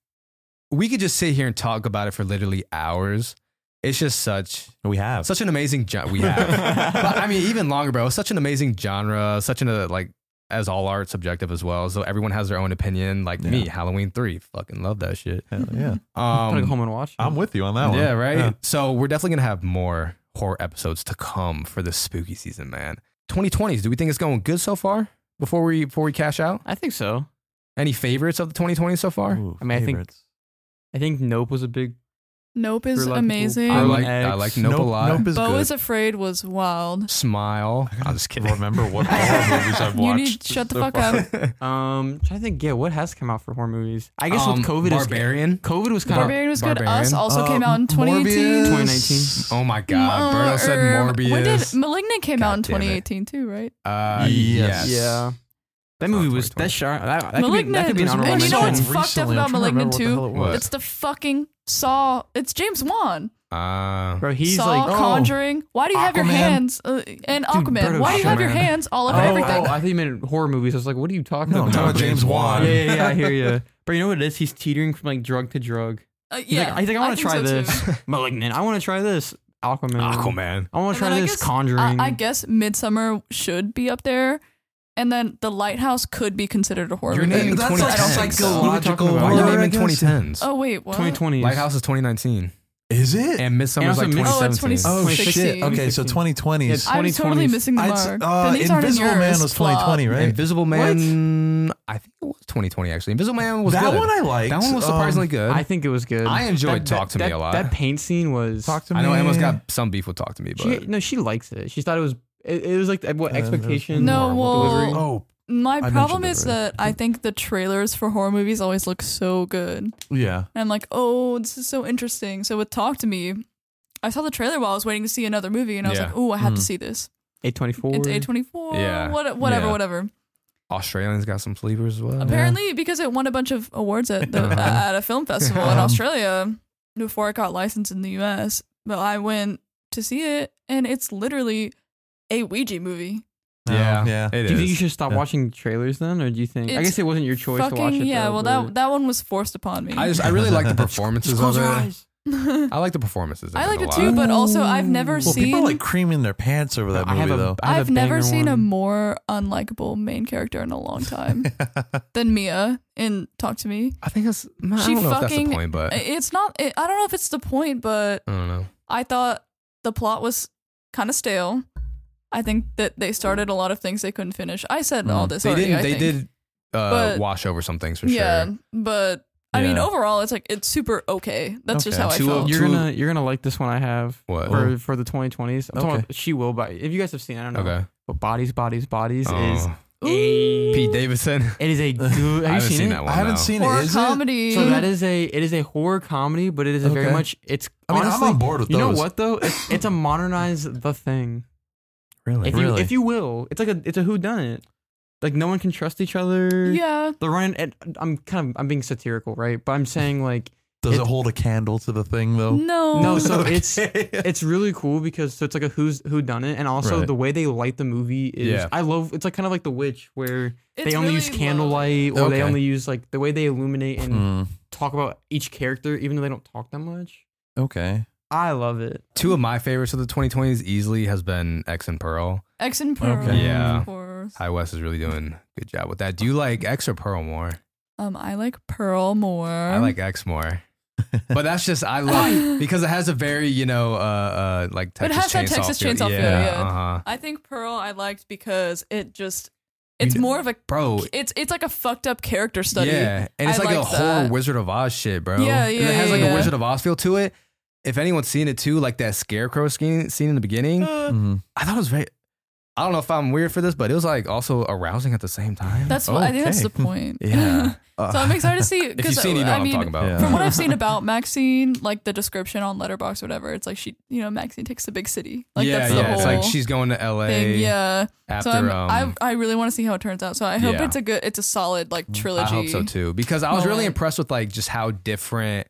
Speaker 1: we could just sit here and talk about it for literally hours. It's just such
Speaker 4: we have.
Speaker 1: such an amazing genre
Speaker 4: [LAUGHS]
Speaker 1: we have. but I mean, even longer, bro. Such an amazing genre. Such an uh, like as all art subjective as well. So everyone has their own opinion. Like me, Halloween three, fucking love that shit.
Speaker 4: Hell yeah.
Speaker 2: Gotta go
Speaker 1: Um,
Speaker 2: home and watch.
Speaker 4: I'm with you on that one.
Speaker 1: yeah, right. So we're definitely gonna have more horror episodes to come for this spooky season, man. 2020s. Do we think it's going good so far? Before we before we cash out,
Speaker 2: I think so.
Speaker 1: any favorites of the 2020s so far?
Speaker 4: Ooh,
Speaker 2: I mean, I think-
Speaker 4: favorites.
Speaker 2: I think Nope was a big.
Speaker 3: Nope is
Speaker 2: For a lot of people.
Speaker 3: amazing.
Speaker 1: I
Speaker 2: Um,
Speaker 1: like
Speaker 2: X.
Speaker 1: I like Nope, a lot.
Speaker 4: Nope is
Speaker 3: Bo
Speaker 4: good.
Speaker 3: is afraid was wild.
Speaker 1: Smile. I'm just kidding.
Speaker 4: Remember what
Speaker 3: horror
Speaker 4: movies
Speaker 3: [LAUGHS]
Speaker 4: I've
Speaker 3: You need shut the fuck up.
Speaker 1: [LAUGHS]
Speaker 2: Um, trying to think. Yeah, what has come out for horror movies? I guess
Speaker 1: Um,
Speaker 2: with COVID, is
Speaker 1: Barbarian.
Speaker 2: COVID was kind of.
Speaker 3: Barbarian was good.
Speaker 1: Barbarian.
Speaker 3: Us also
Speaker 4: Uh,
Speaker 3: came out in 2018.
Speaker 2: 2019.
Speaker 1: Oh my God, Bruno said
Speaker 3: Um,
Speaker 1: Morbius.
Speaker 3: When did Malignant came out in
Speaker 1: God damn it.
Speaker 3: 2018 too? Right?
Speaker 1: Uh,
Speaker 4: Yes.
Speaker 1: yes.
Speaker 2: Yeah. That
Speaker 1: It's
Speaker 2: movie
Speaker 1: not
Speaker 2: was
Speaker 1: 2020.
Speaker 2: that sharp. That, that, could be, that
Speaker 3: Malignant
Speaker 2: could be an
Speaker 3: was
Speaker 2: honorable
Speaker 3: And you know
Speaker 2: mention.
Speaker 3: what's fucked up about Malignant
Speaker 1: What?
Speaker 3: It's the fucking Saw. It's James Wan.
Speaker 1: Uh,
Speaker 2: Bro, he's
Speaker 3: Saw,
Speaker 2: like oh,
Speaker 3: Conjuring. Why do you have your
Speaker 4: Aquaman.
Speaker 3: hands uh, and Aquaman?
Speaker 2: Bird of
Speaker 3: Why do you have your
Speaker 2: Aquaman.
Speaker 3: hands all
Speaker 2: Oh,
Speaker 3: over everything?
Speaker 2: oh, I think you meant horror movies. I was like, what are you talking
Speaker 4: No, I'm
Speaker 2: about?
Speaker 4: talking about James Wan.
Speaker 2: Yeah, yeah, yeah, I hear you. But you know what it is? He's teetering from like drug to drug.
Speaker 3: Uh,
Speaker 2: He's
Speaker 3: yeah,
Speaker 2: like, I think I want to try
Speaker 3: think so, too.
Speaker 2: this. [LAUGHS] Malignant. I want to try this. Aquaman.
Speaker 1: Aquaman.
Speaker 2: I want
Speaker 3: And
Speaker 2: to try
Speaker 3: then I
Speaker 2: this.
Speaker 3: guess- uh,
Speaker 2: Conjuring.
Speaker 3: I, I guess Midsummer should be up there, and then The Lighthouse could be considered a horror.
Speaker 1: You're
Speaker 3: movie.
Speaker 1: naming
Speaker 4: That's
Speaker 3: I
Speaker 4: like
Speaker 3: don't think so.
Speaker 2: What are we
Speaker 4: psychological
Speaker 2: talking about?
Speaker 1: Why are you
Speaker 4: horror, I
Speaker 1: naming
Speaker 4: guess.
Speaker 1: 2010s?
Speaker 3: Oh wait, what?
Speaker 2: 2020.
Speaker 1: Lighthouse is 2019,
Speaker 4: Is it?
Speaker 1: and Midsummer's
Speaker 2: And
Speaker 1: like
Speaker 2: also Mids-
Speaker 3: Oh,
Speaker 1: 2017.
Speaker 3: it's 2016.
Speaker 4: oh shit.
Speaker 3: 16.
Speaker 4: Okay, so 2020s.
Speaker 2: Yeah,
Speaker 3: I'm totally
Speaker 2: 2020s.
Speaker 3: missing the
Speaker 4: I'd
Speaker 3: mark.
Speaker 4: s-
Speaker 3: Then
Speaker 4: uh,
Speaker 3: these aren't in
Speaker 4: Invisible
Speaker 3: yours.
Speaker 4: Man was
Speaker 3: Flop.
Speaker 4: 2020, right?
Speaker 1: Invisible Man. I think it was 2020 actually. Invisible Man was
Speaker 4: that
Speaker 1: good.
Speaker 4: one I liked.
Speaker 1: that one was
Speaker 4: Um,
Speaker 1: surprisingly good.
Speaker 2: I
Speaker 1: I,
Speaker 2: think it was good.
Speaker 1: I enjoyed Talk to Me
Speaker 2: that-
Speaker 1: a lot.
Speaker 2: That paint scene was.
Speaker 4: Talk to me.
Speaker 1: know Emma's got some beef with Talk to Me, but
Speaker 2: She, no, she likes it. She thought it was. It, it was like uh, what
Speaker 4: Uh, there was
Speaker 2: expectation.
Speaker 3: No,
Speaker 2: horrible
Speaker 3: well-
Speaker 2: delivery.
Speaker 4: Oh
Speaker 3: My
Speaker 4: mentioned
Speaker 3: problem
Speaker 4: it
Speaker 3: is that
Speaker 4: already.
Speaker 3: I think the trailers for horror movies always look so good. And
Speaker 4: yeah.
Speaker 3: I'm like, oh, this is so interesting. So with Talk to Me, I saw the trailer while I was waiting to see another movie, and I was
Speaker 1: Yeah.
Speaker 3: like, oh, I have to
Speaker 4: Mm.
Speaker 3: see this.
Speaker 2: Eight twenty four.
Speaker 3: It's A24,
Speaker 1: Yeah.
Speaker 3: what, whatever,
Speaker 1: Yeah.
Speaker 3: whatever.
Speaker 1: Australians got some sleepers as well.
Speaker 3: Apparently, because it won a bunch of awards at
Speaker 2: [LAUGHS]
Speaker 3: the at a film festival in
Speaker 2: Uh-huh.
Speaker 4: Um,
Speaker 3: Australia before it got licensed in the U.S. But I went to see it, and it's literally a Ouija movie.
Speaker 1: Yeah,
Speaker 4: Yeah.
Speaker 1: it
Speaker 2: Do you think you
Speaker 1: is.
Speaker 2: should stop
Speaker 4: Yeah.
Speaker 3: watching
Speaker 2: watching trailers then, or do you think? I
Speaker 3: It's
Speaker 2: guess it wasn't your choice to watch
Speaker 3: Fucking
Speaker 2: it.
Speaker 3: yeah. well, that that one was forced upon me.
Speaker 1: I just I really like
Speaker 4: [LAUGHS]
Speaker 1: the performances of it.
Speaker 3: [LAUGHS] I
Speaker 1: I like the performances. in
Speaker 3: like
Speaker 1: a
Speaker 3: it
Speaker 1: lot.
Speaker 3: too, but also I've never
Speaker 4: Well,
Speaker 3: seen.
Speaker 4: people are like creaming their pants over that
Speaker 2: I
Speaker 4: movie
Speaker 2: have a-
Speaker 4: though.
Speaker 2: I have
Speaker 3: I've
Speaker 2: a
Speaker 3: never
Speaker 2: banger
Speaker 3: seen a
Speaker 2: one.
Speaker 3: more unlikable main character in a long
Speaker 2: [LAUGHS]
Speaker 3: time than Mia in Talk to Me.
Speaker 1: I think that's. I don't
Speaker 3: She
Speaker 1: know if that's the
Speaker 3: fucking-
Speaker 1: point, but I
Speaker 3: It's not. It, I don't know if it's the point, but
Speaker 1: don't know.
Speaker 3: I thought the plot was kind of stale. I think that they started a lot of things they couldn't finish. I said all this.
Speaker 1: They
Speaker 3: already,
Speaker 1: didn't.
Speaker 3: I
Speaker 1: They
Speaker 3: think.
Speaker 1: did uh,
Speaker 3: But-
Speaker 1: wash over some things for
Speaker 3: Yeah,
Speaker 1: sure.
Speaker 3: but I mean,
Speaker 4: Yeah.
Speaker 3: overall, it's like it's super okay. That's just
Speaker 4: Okay.
Speaker 3: how I
Speaker 1: Two of-
Speaker 3: felt.
Speaker 2: You're
Speaker 1: Two-
Speaker 2: gonna you're gonna like this one I have
Speaker 1: What?
Speaker 2: for for the 2020s. I'm talking
Speaker 4: Okay.
Speaker 2: about She Will by if you guys have seen it, I don't know.
Speaker 1: Okay.
Speaker 2: But Bodies, Bodies, Bodies is
Speaker 1: Oh.
Speaker 2: a
Speaker 1: Pete
Speaker 3: [LAUGHS]
Speaker 1: Davidson.
Speaker 2: it is a good. Have
Speaker 1: I
Speaker 2: you
Speaker 1: haven't
Speaker 2: seen,
Speaker 1: seen,
Speaker 2: it?
Speaker 1: that one.
Speaker 4: I haven't
Speaker 1: no.
Speaker 4: seen
Speaker 3: Horror
Speaker 4: it. Is it?
Speaker 3: comedy.
Speaker 2: So that is a it is a horror comedy, but it is a very
Speaker 4: Okay.
Speaker 2: much it's.
Speaker 4: I mean,
Speaker 2: honestly,
Speaker 4: I'm on board with
Speaker 2: You know
Speaker 4: those.
Speaker 2: what though? It's,
Speaker 4: [LAUGHS]
Speaker 2: it's a modernize the thing,
Speaker 1: Really?
Speaker 2: if you
Speaker 4: Really?
Speaker 2: if you will. It's like a it's a who done it. Like no one can trust each other.
Speaker 3: yeah.
Speaker 2: they're running. And I'm kind of I'm being satirical, right? But I'm saying like
Speaker 4: Does it,
Speaker 2: It-
Speaker 4: hold a candle to the thing though?
Speaker 3: No.
Speaker 2: no. So
Speaker 4: Okay. [LAUGHS]
Speaker 2: it's it's really cool because so it's like a who's who done it, and also
Speaker 1: Right.
Speaker 2: the way they light the movie is
Speaker 1: Yeah.
Speaker 2: I love. It's like kind of like The Witch where
Speaker 3: It's
Speaker 2: they only
Speaker 3: really
Speaker 2: use
Speaker 3: low.
Speaker 2: candlelight or
Speaker 4: Okay.
Speaker 2: they only use like the way they illuminate and
Speaker 4: Hmm,
Speaker 2: talk about each character, even though they don't talk that much.
Speaker 4: okay.
Speaker 2: I love it.
Speaker 1: Two of my favorites of the 2020s easily has been X and Pearl.
Speaker 3: X and Pearl.
Speaker 4: Okay.
Speaker 1: Yeah.
Speaker 3: Of course.
Speaker 1: High West is really doing a good job with that. Do you like X or Pearl more?
Speaker 3: Um, I like Pearl more.
Speaker 1: I like X
Speaker 3: [LAUGHS]
Speaker 1: more. But that's just I love because it has a very you know uh, uh like
Speaker 3: It
Speaker 1: Texas
Speaker 3: has that
Speaker 1: chainsaw
Speaker 3: Texas
Speaker 1: feel.
Speaker 3: Chainsaw feel, yeah.
Speaker 1: uh-huh.
Speaker 3: I think Pearl I liked because it just it's
Speaker 1: You-
Speaker 3: more of a
Speaker 1: bro.
Speaker 3: it's it's like a fucked up character study.
Speaker 1: Yeah, and it's
Speaker 3: I
Speaker 1: like a
Speaker 3: liked
Speaker 1: horror
Speaker 3: that.
Speaker 1: Wizard of Oz shit, bro.
Speaker 3: Yeah,
Speaker 1: And
Speaker 3: yeah,
Speaker 1: It has like
Speaker 3: yeah,
Speaker 1: a
Speaker 3: yeah.
Speaker 1: Wizard of Oz feel to it. If anyone's seen it too, like that scarecrow scene scene in the beginning,
Speaker 4: Hmm.
Speaker 1: I thought it was very. I don't know if I'm weird for this, but it was like also arousing at the same time.
Speaker 3: That's what I think that's the
Speaker 1: Okay.
Speaker 3: point. [LAUGHS]
Speaker 1: Yeah.
Speaker 4: Uh,
Speaker 3: so I'm excited to
Speaker 1: [LAUGHS]
Speaker 3: see
Speaker 1: If you've
Speaker 3: because
Speaker 1: seen, it, you know
Speaker 3: I
Speaker 1: what I'm
Speaker 3: mean
Speaker 1: talking about.
Speaker 4: Yeah.
Speaker 3: from what I've
Speaker 1: [LAUGHS]
Speaker 3: seen about Maxine, like the description on Letterbox or whatever, it's like she you know, Maxine takes the big city. Like
Speaker 1: yeah,
Speaker 3: that's
Speaker 1: yeah.
Speaker 3: the whole
Speaker 1: it's like she's going to LA
Speaker 3: thing. Yeah.
Speaker 1: after.
Speaker 3: so I'm,
Speaker 1: um,
Speaker 3: I I really want to see how it turns out. So I hope
Speaker 1: Yeah.
Speaker 3: it's a good, it's a solid like
Speaker 1: I,
Speaker 3: trilogy.
Speaker 1: hope so too because I was really
Speaker 3: Moment.
Speaker 1: impressed with like just how different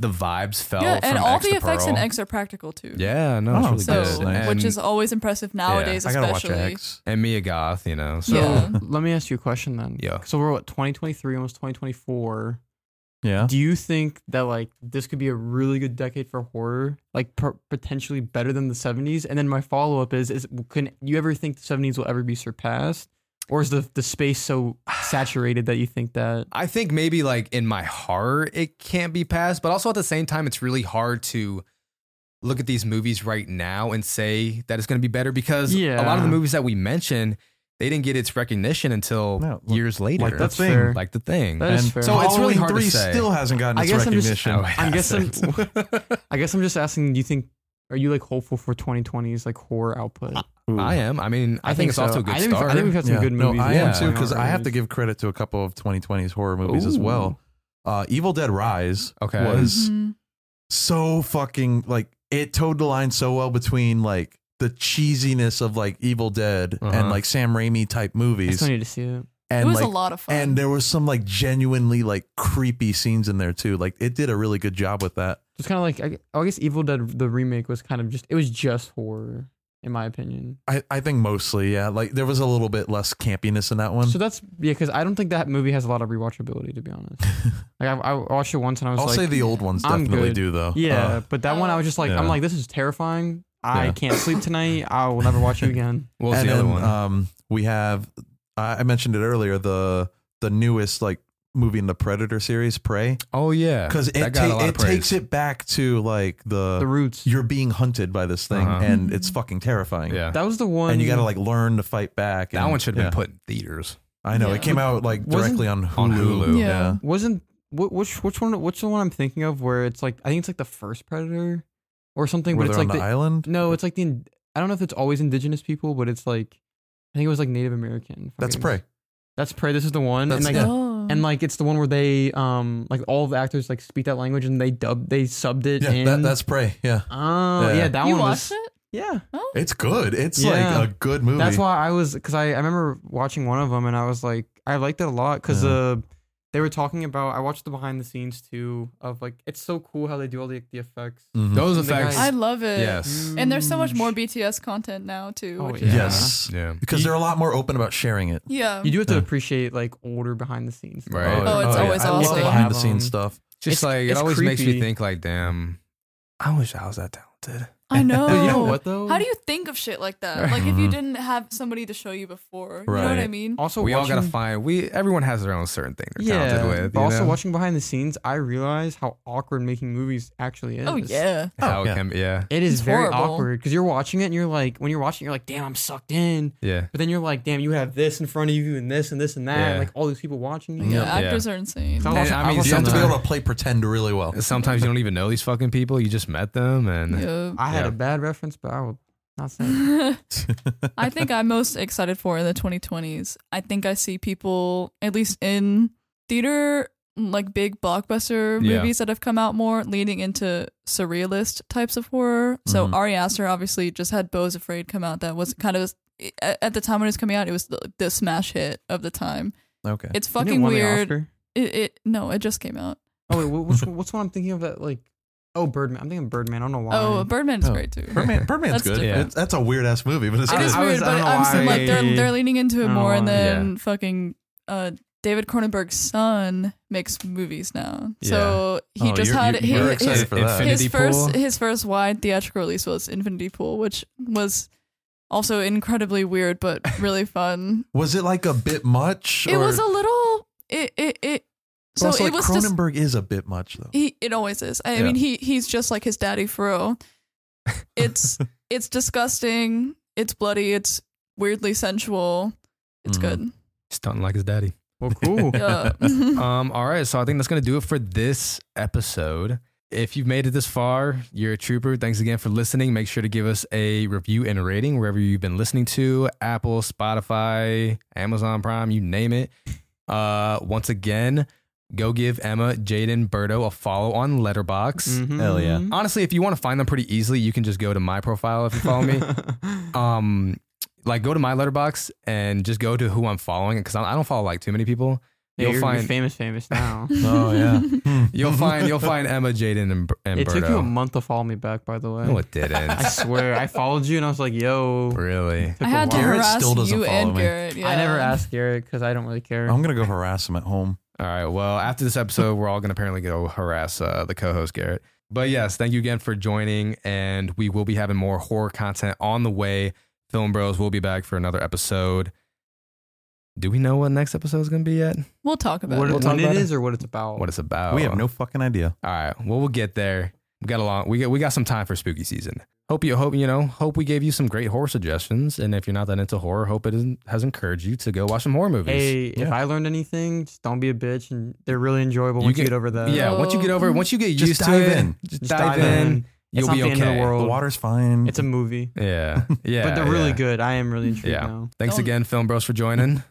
Speaker 1: the vibes felt.
Speaker 3: Yeah,
Speaker 1: from
Speaker 3: and all
Speaker 1: X
Speaker 3: the
Speaker 1: to
Speaker 3: effects in
Speaker 1: Pearl.
Speaker 3: X are practical too.
Speaker 1: Yeah, no,
Speaker 4: Oh,
Speaker 1: it's really
Speaker 3: So,
Speaker 1: good.
Speaker 4: Nice.
Speaker 1: And,
Speaker 3: which is always impressive nowadays,
Speaker 4: I gotta watch
Speaker 3: especially.
Speaker 4: X.
Speaker 1: and Mia Goth, you know. So
Speaker 3: Yeah.
Speaker 2: Let me ask you a question then.
Speaker 1: Yeah.
Speaker 2: So we're what 2023, almost 2024.
Speaker 4: Yeah.
Speaker 2: Do you think that like this could be a really good decade for horror, like per- potentially better than the 70s? And then my follow up is: is can you ever think the 70s will ever be surpassed, or is the the space so saturated that you think that?
Speaker 1: I think maybe like in my heart it can't be passed, but also at the same time it's really hard to look at these movies right now and say that it's going to be better because a lot of
Speaker 2: Yeah.
Speaker 1: the movies that we mentioned they didn't get its recognition until
Speaker 4: No, like-
Speaker 1: years later.
Speaker 4: like
Speaker 2: That's
Speaker 4: the thing.
Speaker 2: fair.
Speaker 1: Like the thing.
Speaker 2: That is
Speaker 4: And
Speaker 2: fair.
Speaker 1: So it's really
Speaker 4: Halloween
Speaker 1: hard to
Speaker 4: three
Speaker 1: say.
Speaker 4: still hasn't gotten
Speaker 2: I
Speaker 4: its
Speaker 2: guess I'm just-
Speaker 4: recognition.
Speaker 1: Oh, yeah,
Speaker 4: [LAUGHS]
Speaker 2: I guess I'm-
Speaker 1: that's it. [LAUGHS]
Speaker 2: I guess I'm just asking. Do you think are you like hopeful for 2020s like horror output?
Speaker 4: Ooh.
Speaker 1: I am. I mean, I, think, it's
Speaker 2: so.
Speaker 1: off to a good
Speaker 2: I think we've-
Speaker 1: start.
Speaker 2: I think we've had some
Speaker 4: Yeah.
Speaker 2: good movies.
Speaker 4: No, I
Speaker 1: Yeah.
Speaker 4: am too because I have to
Speaker 2: give.
Speaker 4: give credit to a couple of 2020s horror movies as well. Uh, Evil Dead Rise
Speaker 1: Okay.
Speaker 2: Mm-hmm.
Speaker 4: was
Speaker 3: Mhm.
Speaker 4: so fucking like it towed the line so well between like the cheesiness of like Evil Dead
Speaker 1: Uh-huh.
Speaker 4: and like Sam Raimi type
Speaker 2: I
Speaker 4: movies,
Speaker 2: still need to see it.
Speaker 4: and
Speaker 3: It was
Speaker 4: like
Speaker 3: a lot of fun.
Speaker 4: and there was some like genuinely like creepy scenes in there too. Like it did a really good job with that.
Speaker 2: It's kind of like I, I guess Evil Dead the remake was kind of just it was just horror in my opinion.
Speaker 4: I, I think mostly yeah. Like there was a little bit less campiness in that one.
Speaker 2: So that's yeah, because I don't think that movie has a lot of rewatchability to be honest. like I, I watched it once and I was
Speaker 4: [LAUGHS] I'll
Speaker 2: like,
Speaker 4: say the old ones
Speaker 2: I'm
Speaker 4: definitely
Speaker 2: good.
Speaker 4: do though.
Speaker 2: yeah,
Speaker 4: Uh,
Speaker 2: but that one I was just like,
Speaker 4: Yeah.
Speaker 2: I'm like, this is terrifying. I
Speaker 4: Yeah.
Speaker 2: can't sleep tonight. I will never watch it again.
Speaker 4: [LAUGHS]
Speaker 1: what was
Speaker 4: and
Speaker 1: the other
Speaker 4: then,
Speaker 1: one?
Speaker 4: Um, we have I I mentioned it earlier the the newest like movie in the Predator series, Prey,
Speaker 1: oh yeah,
Speaker 4: because
Speaker 1: That
Speaker 4: it
Speaker 1: got a
Speaker 4: ta-
Speaker 1: lot of
Speaker 4: it takes
Speaker 1: praise.
Speaker 4: it back to like the,
Speaker 2: The Roots.
Speaker 4: Uh, you're being hunted by this thing
Speaker 1: Uh-huh.
Speaker 4: and it's fucking terrifying.
Speaker 1: Yeah,
Speaker 2: That was the one.
Speaker 4: And you got to like learn to fight back.
Speaker 1: that
Speaker 4: and-
Speaker 1: one should have
Speaker 4: yeah.
Speaker 1: been put in theaters.
Speaker 4: I know
Speaker 3: Yeah.
Speaker 4: it came out like
Speaker 2: Wasn't-
Speaker 4: directly on Hulu.
Speaker 1: On Hulu.
Speaker 3: Yeah.
Speaker 2: wasn't wh- which which one which the one I'm thinking of where it's like I think it's like the first Predator or something,
Speaker 4: Were
Speaker 2: but it's
Speaker 4: they on
Speaker 2: like
Speaker 4: the island?
Speaker 2: No, it's like the. in- I don't know if it's always indigenous people, but it's like I think it was like Native American. if I'm
Speaker 4: That's
Speaker 2: getting
Speaker 4: Prey.
Speaker 2: this- That's prey. This is the one, and
Speaker 4: That's-
Speaker 2: like
Speaker 4: yeah.
Speaker 3: Oh.
Speaker 2: and like it's the one where they um like all the actors like speak that language and they dub they subbed it.
Speaker 4: Yeah,
Speaker 2: in.
Speaker 4: that, that's Prey. Yeah,
Speaker 2: oh yeah,
Speaker 4: Yeah.
Speaker 2: that
Speaker 3: you
Speaker 2: one
Speaker 3: watched
Speaker 2: was
Speaker 3: it?
Speaker 2: yeah.
Speaker 3: Oh,
Speaker 4: it's good. It's
Speaker 2: Yeah.
Speaker 4: like a good movie.
Speaker 2: That's why I was because I, I remember watching one of them and I was like I liked it a lot because
Speaker 4: Yeah.
Speaker 2: uh they were talking about I watched the behind the scenes too of like it's so cool how they do all the the effects.
Speaker 4: Mhm.
Speaker 1: Those
Speaker 2: And the
Speaker 1: effects,
Speaker 2: guy-
Speaker 3: I love it.
Speaker 1: yes,
Speaker 3: And there's so much more
Speaker 2: Huge.
Speaker 3: BTS content now too.
Speaker 2: Oh,
Speaker 3: which
Speaker 2: yeah.
Speaker 3: is-
Speaker 4: Yes,
Speaker 1: Mm. yeah.
Speaker 4: because they're a lot more open about sharing it.
Speaker 3: Yeah.
Speaker 2: You do have to
Speaker 4: Yeah.
Speaker 2: appreciate like older behind the scenes. stuff.
Speaker 1: Right. Oh,
Speaker 3: it's always
Speaker 4: I
Speaker 3: awesome.
Speaker 4: love behind the
Speaker 2: Have
Speaker 4: scenes
Speaker 2: them.
Speaker 4: stuff.
Speaker 1: just
Speaker 2: It's-
Speaker 1: like it
Speaker 2: it's
Speaker 1: always makes me
Speaker 2: creepy.
Speaker 1: think like damn i wish i was that talented
Speaker 3: I know.
Speaker 2: But you know what though?
Speaker 3: Oh. How do you think of shit like that? Like if you
Speaker 4: Mhm.
Speaker 3: didn't have somebody to show you before, you know what I
Speaker 4: Right.
Speaker 3: mean?
Speaker 2: also
Speaker 1: we all gotta
Speaker 2: watching-
Speaker 1: find we everyone has their own certain thing they're talented with
Speaker 2: but
Speaker 1: you
Speaker 2: also
Speaker 1: know?
Speaker 2: watching behind the scenes, I realize how awkward making movies actually is.
Speaker 3: Oh yeah.
Speaker 1: how
Speaker 4: Oh,
Speaker 1: it
Speaker 4: yeah.
Speaker 1: can be- yeah
Speaker 2: it is
Speaker 3: It's
Speaker 2: very awkward
Speaker 3: horrible.
Speaker 2: 'cause awkward because you're watching it and you're like, when you're watching, it, you're like, damn, I'm sucked in.
Speaker 1: yeah
Speaker 2: But then you're like, damn, you have this in front of you and this and this and that,
Speaker 1: Yeah.
Speaker 2: and like all these people watching you.
Speaker 3: Yeah,
Speaker 1: Yeah.
Speaker 3: actors are insane.
Speaker 2: So-
Speaker 1: And,
Speaker 2: also-
Speaker 1: i
Speaker 2: I've
Speaker 1: mean
Speaker 2: also
Speaker 4: You have to be
Speaker 1: sometimes,
Speaker 4: able to play pretend really well.
Speaker 1: sometimes you don't even know these fucking people you just met them and
Speaker 3: Yeah.
Speaker 2: I
Speaker 1: Yeah.
Speaker 2: had a bad reference, but I will Not
Speaker 3: [LAUGHS]
Speaker 2: saying.
Speaker 3: I think I'm most excited for in the 2020s. I think I see people, at least in theater, like big blockbuster
Speaker 1: Yeah.
Speaker 3: movies that have come out more, leaning into surrealist types of horror. So
Speaker 4: Mhm.
Speaker 3: Ari Aster obviously just had Bo's Afraid come out. That was kind of a- at the time when it was coming out, it was the, the smash hit of the time.
Speaker 4: Okay.
Speaker 2: Didn't
Speaker 3: It's
Speaker 2: it
Speaker 3: fucking
Speaker 2: won the
Speaker 3: weird.
Speaker 2: Oscar?
Speaker 3: It, it no, it just came out.
Speaker 2: Oh wait, what,
Speaker 1: [LAUGHS]
Speaker 2: what's what's one I'm thinking of that like? Oh, Birdman. I'm thinking Birdman. I don't know why.
Speaker 3: Oh, Birdman is
Speaker 4: Oh.
Speaker 3: great too.
Speaker 4: Birdman, Birdman's
Speaker 3: That's
Speaker 4: good.
Speaker 3: different.
Speaker 4: It's, that's a weird ass movie, but it's
Speaker 3: It
Speaker 4: good.
Speaker 3: is
Speaker 2: I
Speaker 3: weird,
Speaker 2: was- I
Speaker 3: but
Speaker 2: don't know
Speaker 3: I'm saying
Speaker 2: why-
Speaker 3: like they're they're leaning into
Speaker 2: I
Speaker 3: it
Speaker 2: don't
Speaker 3: more,
Speaker 2: know
Speaker 3: and
Speaker 2: why.
Speaker 3: then fucking uh, David Cronenberg's son makes movies now. So he
Speaker 4: Oh,
Speaker 3: just
Speaker 4: you're-
Speaker 3: had
Speaker 4: you're- you're
Speaker 3: his,
Speaker 4: excited
Speaker 3: his,
Speaker 4: for that.
Speaker 1: Infinity
Speaker 3: his first
Speaker 1: Pool.
Speaker 3: his first wide theatrical release was Infinity Pool, which was also incredibly weird but really fun.
Speaker 4: Was it like a bit much?
Speaker 3: it
Speaker 4: or-
Speaker 3: was a little it it, it
Speaker 4: But
Speaker 3: so
Speaker 4: also,
Speaker 3: it
Speaker 4: like,
Speaker 3: was just
Speaker 4: Cronenberg is a bit much though.
Speaker 3: [LAUGHS] he it always is. I, I
Speaker 4: Yeah.
Speaker 3: mean he he's just like his daddy Fro.
Speaker 4: [LAUGHS]
Speaker 3: It's it's disgusting. It's bloody. It's weirdly sensual. It's
Speaker 4: Mhm. [LAUGHS]
Speaker 3: good.
Speaker 1: Stunting like his daddy.
Speaker 2: well, cool.
Speaker 3: [LAUGHS] Yeah.
Speaker 1: um, all right, so I think that's gonna do it for this episode. If you've made it this far, you're a trooper. Thanks again for listening. Make sure to give us a review and a rating wherever you've been listening to Apple, Spotify, Amazon Prime, you name it. Uh, once again, go give Emma, Jaden, Berto a follow on Letterbox.
Speaker 2: Mhm.
Speaker 4: Hell yeah.
Speaker 1: Honestly, if you want to find them pretty easily, you can just go to my profile if you
Speaker 2: Mm-hmm.
Speaker 1: follow
Speaker 2: [LAUGHS]
Speaker 1: me. um like go to my letterbox and just go to who I'm following because I I don't follow like too many people.
Speaker 2: Yeah,
Speaker 1: You'll
Speaker 2: you're,
Speaker 1: find
Speaker 2: you're famous, famous now.
Speaker 4: Oh yeah. [LAUGHS] Hmm.
Speaker 1: you'll find you'll find Emma, Jaden, and, Br- and
Speaker 2: [LAUGHS] it took
Speaker 1: Berto.
Speaker 2: you a month to follow me back, by the way.
Speaker 1: no, it didn't.
Speaker 2: [LAUGHS] I swear, I followed you and I was like, "Yo."
Speaker 1: really?
Speaker 2: Took
Speaker 3: I
Speaker 2: a
Speaker 3: had to
Speaker 2: while.
Speaker 4: Garrett
Speaker 3: harass
Speaker 4: still doesn't
Speaker 3: you
Speaker 4: follow
Speaker 3: and
Speaker 4: me.
Speaker 3: Garrett. Yeah.
Speaker 2: I never asked Garrett because I don't really care.
Speaker 4: I'm gonna go harass him at home.
Speaker 1: All right. Well, after this episode, we're all gonna apparently go harass uh, the co-host Garrett. But yes, thank you again for joining, and we will be having more horror content on the way. Film Bros will be back for another episode. Do we know what next episode is gonna be yet?
Speaker 3: We'll talk about
Speaker 2: what
Speaker 3: it.
Speaker 1: We'll talk
Speaker 2: when
Speaker 1: about
Speaker 2: it
Speaker 1: it.
Speaker 2: is or what it's about.
Speaker 1: What it's about?
Speaker 4: We have no fucking idea.
Speaker 1: All right. Well, we'll get there. We got a long. We got we got some time for spooky season. Hope you hope you know. Hope we gave you some great horror suggestions. And if you're not that into horror, hope it is- has encouraged you to go watch some horror movies.
Speaker 2: hey, if
Speaker 4: Yeah.
Speaker 2: I learned anything, just don't be a bitch, and they're really enjoyable
Speaker 1: You
Speaker 2: once you
Speaker 1: get-
Speaker 2: get over that.
Speaker 1: yeah. Once you get over, it, once you get
Speaker 4: Just
Speaker 1: used to
Speaker 4: dive
Speaker 1: it,
Speaker 4: in.
Speaker 1: just,
Speaker 2: um, Just
Speaker 1: dive, in.
Speaker 2: It's
Speaker 1: You'll
Speaker 2: not
Speaker 1: be
Speaker 2: the
Speaker 1: okay.
Speaker 2: end of the world.
Speaker 4: The water's fine.
Speaker 2: It's a movie,
Speaker 1: [LAUGHS] Yeah. Yeah.
Speaker 2: [LAUGHS] but they're really
Speaker 1: yeah.
Speaker 2: good. I am really intrigued
Speaker 1: Yeah.
Speaker 2: now.
Speaker 1: Thanks
Speaker 3: Don't-
Speaker 1: again, Film Bros, for joining.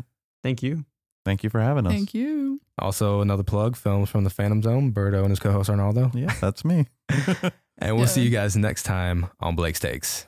Speaker 2: Thank you.
Speaker 4: Thank you for having us.
Speaker 3: Thank you.
Speaker 1: Also, another plug: films from the Phantom Zone. Birdo and his co-host Arnaldo.
Speaker 2: [LAUGHS]
Speaker 4: Yeah, that's me.
Speaker 1: And we'll see
Speaker 3: Yeah.
Speaker 1: you guys next time on Blake's Takes.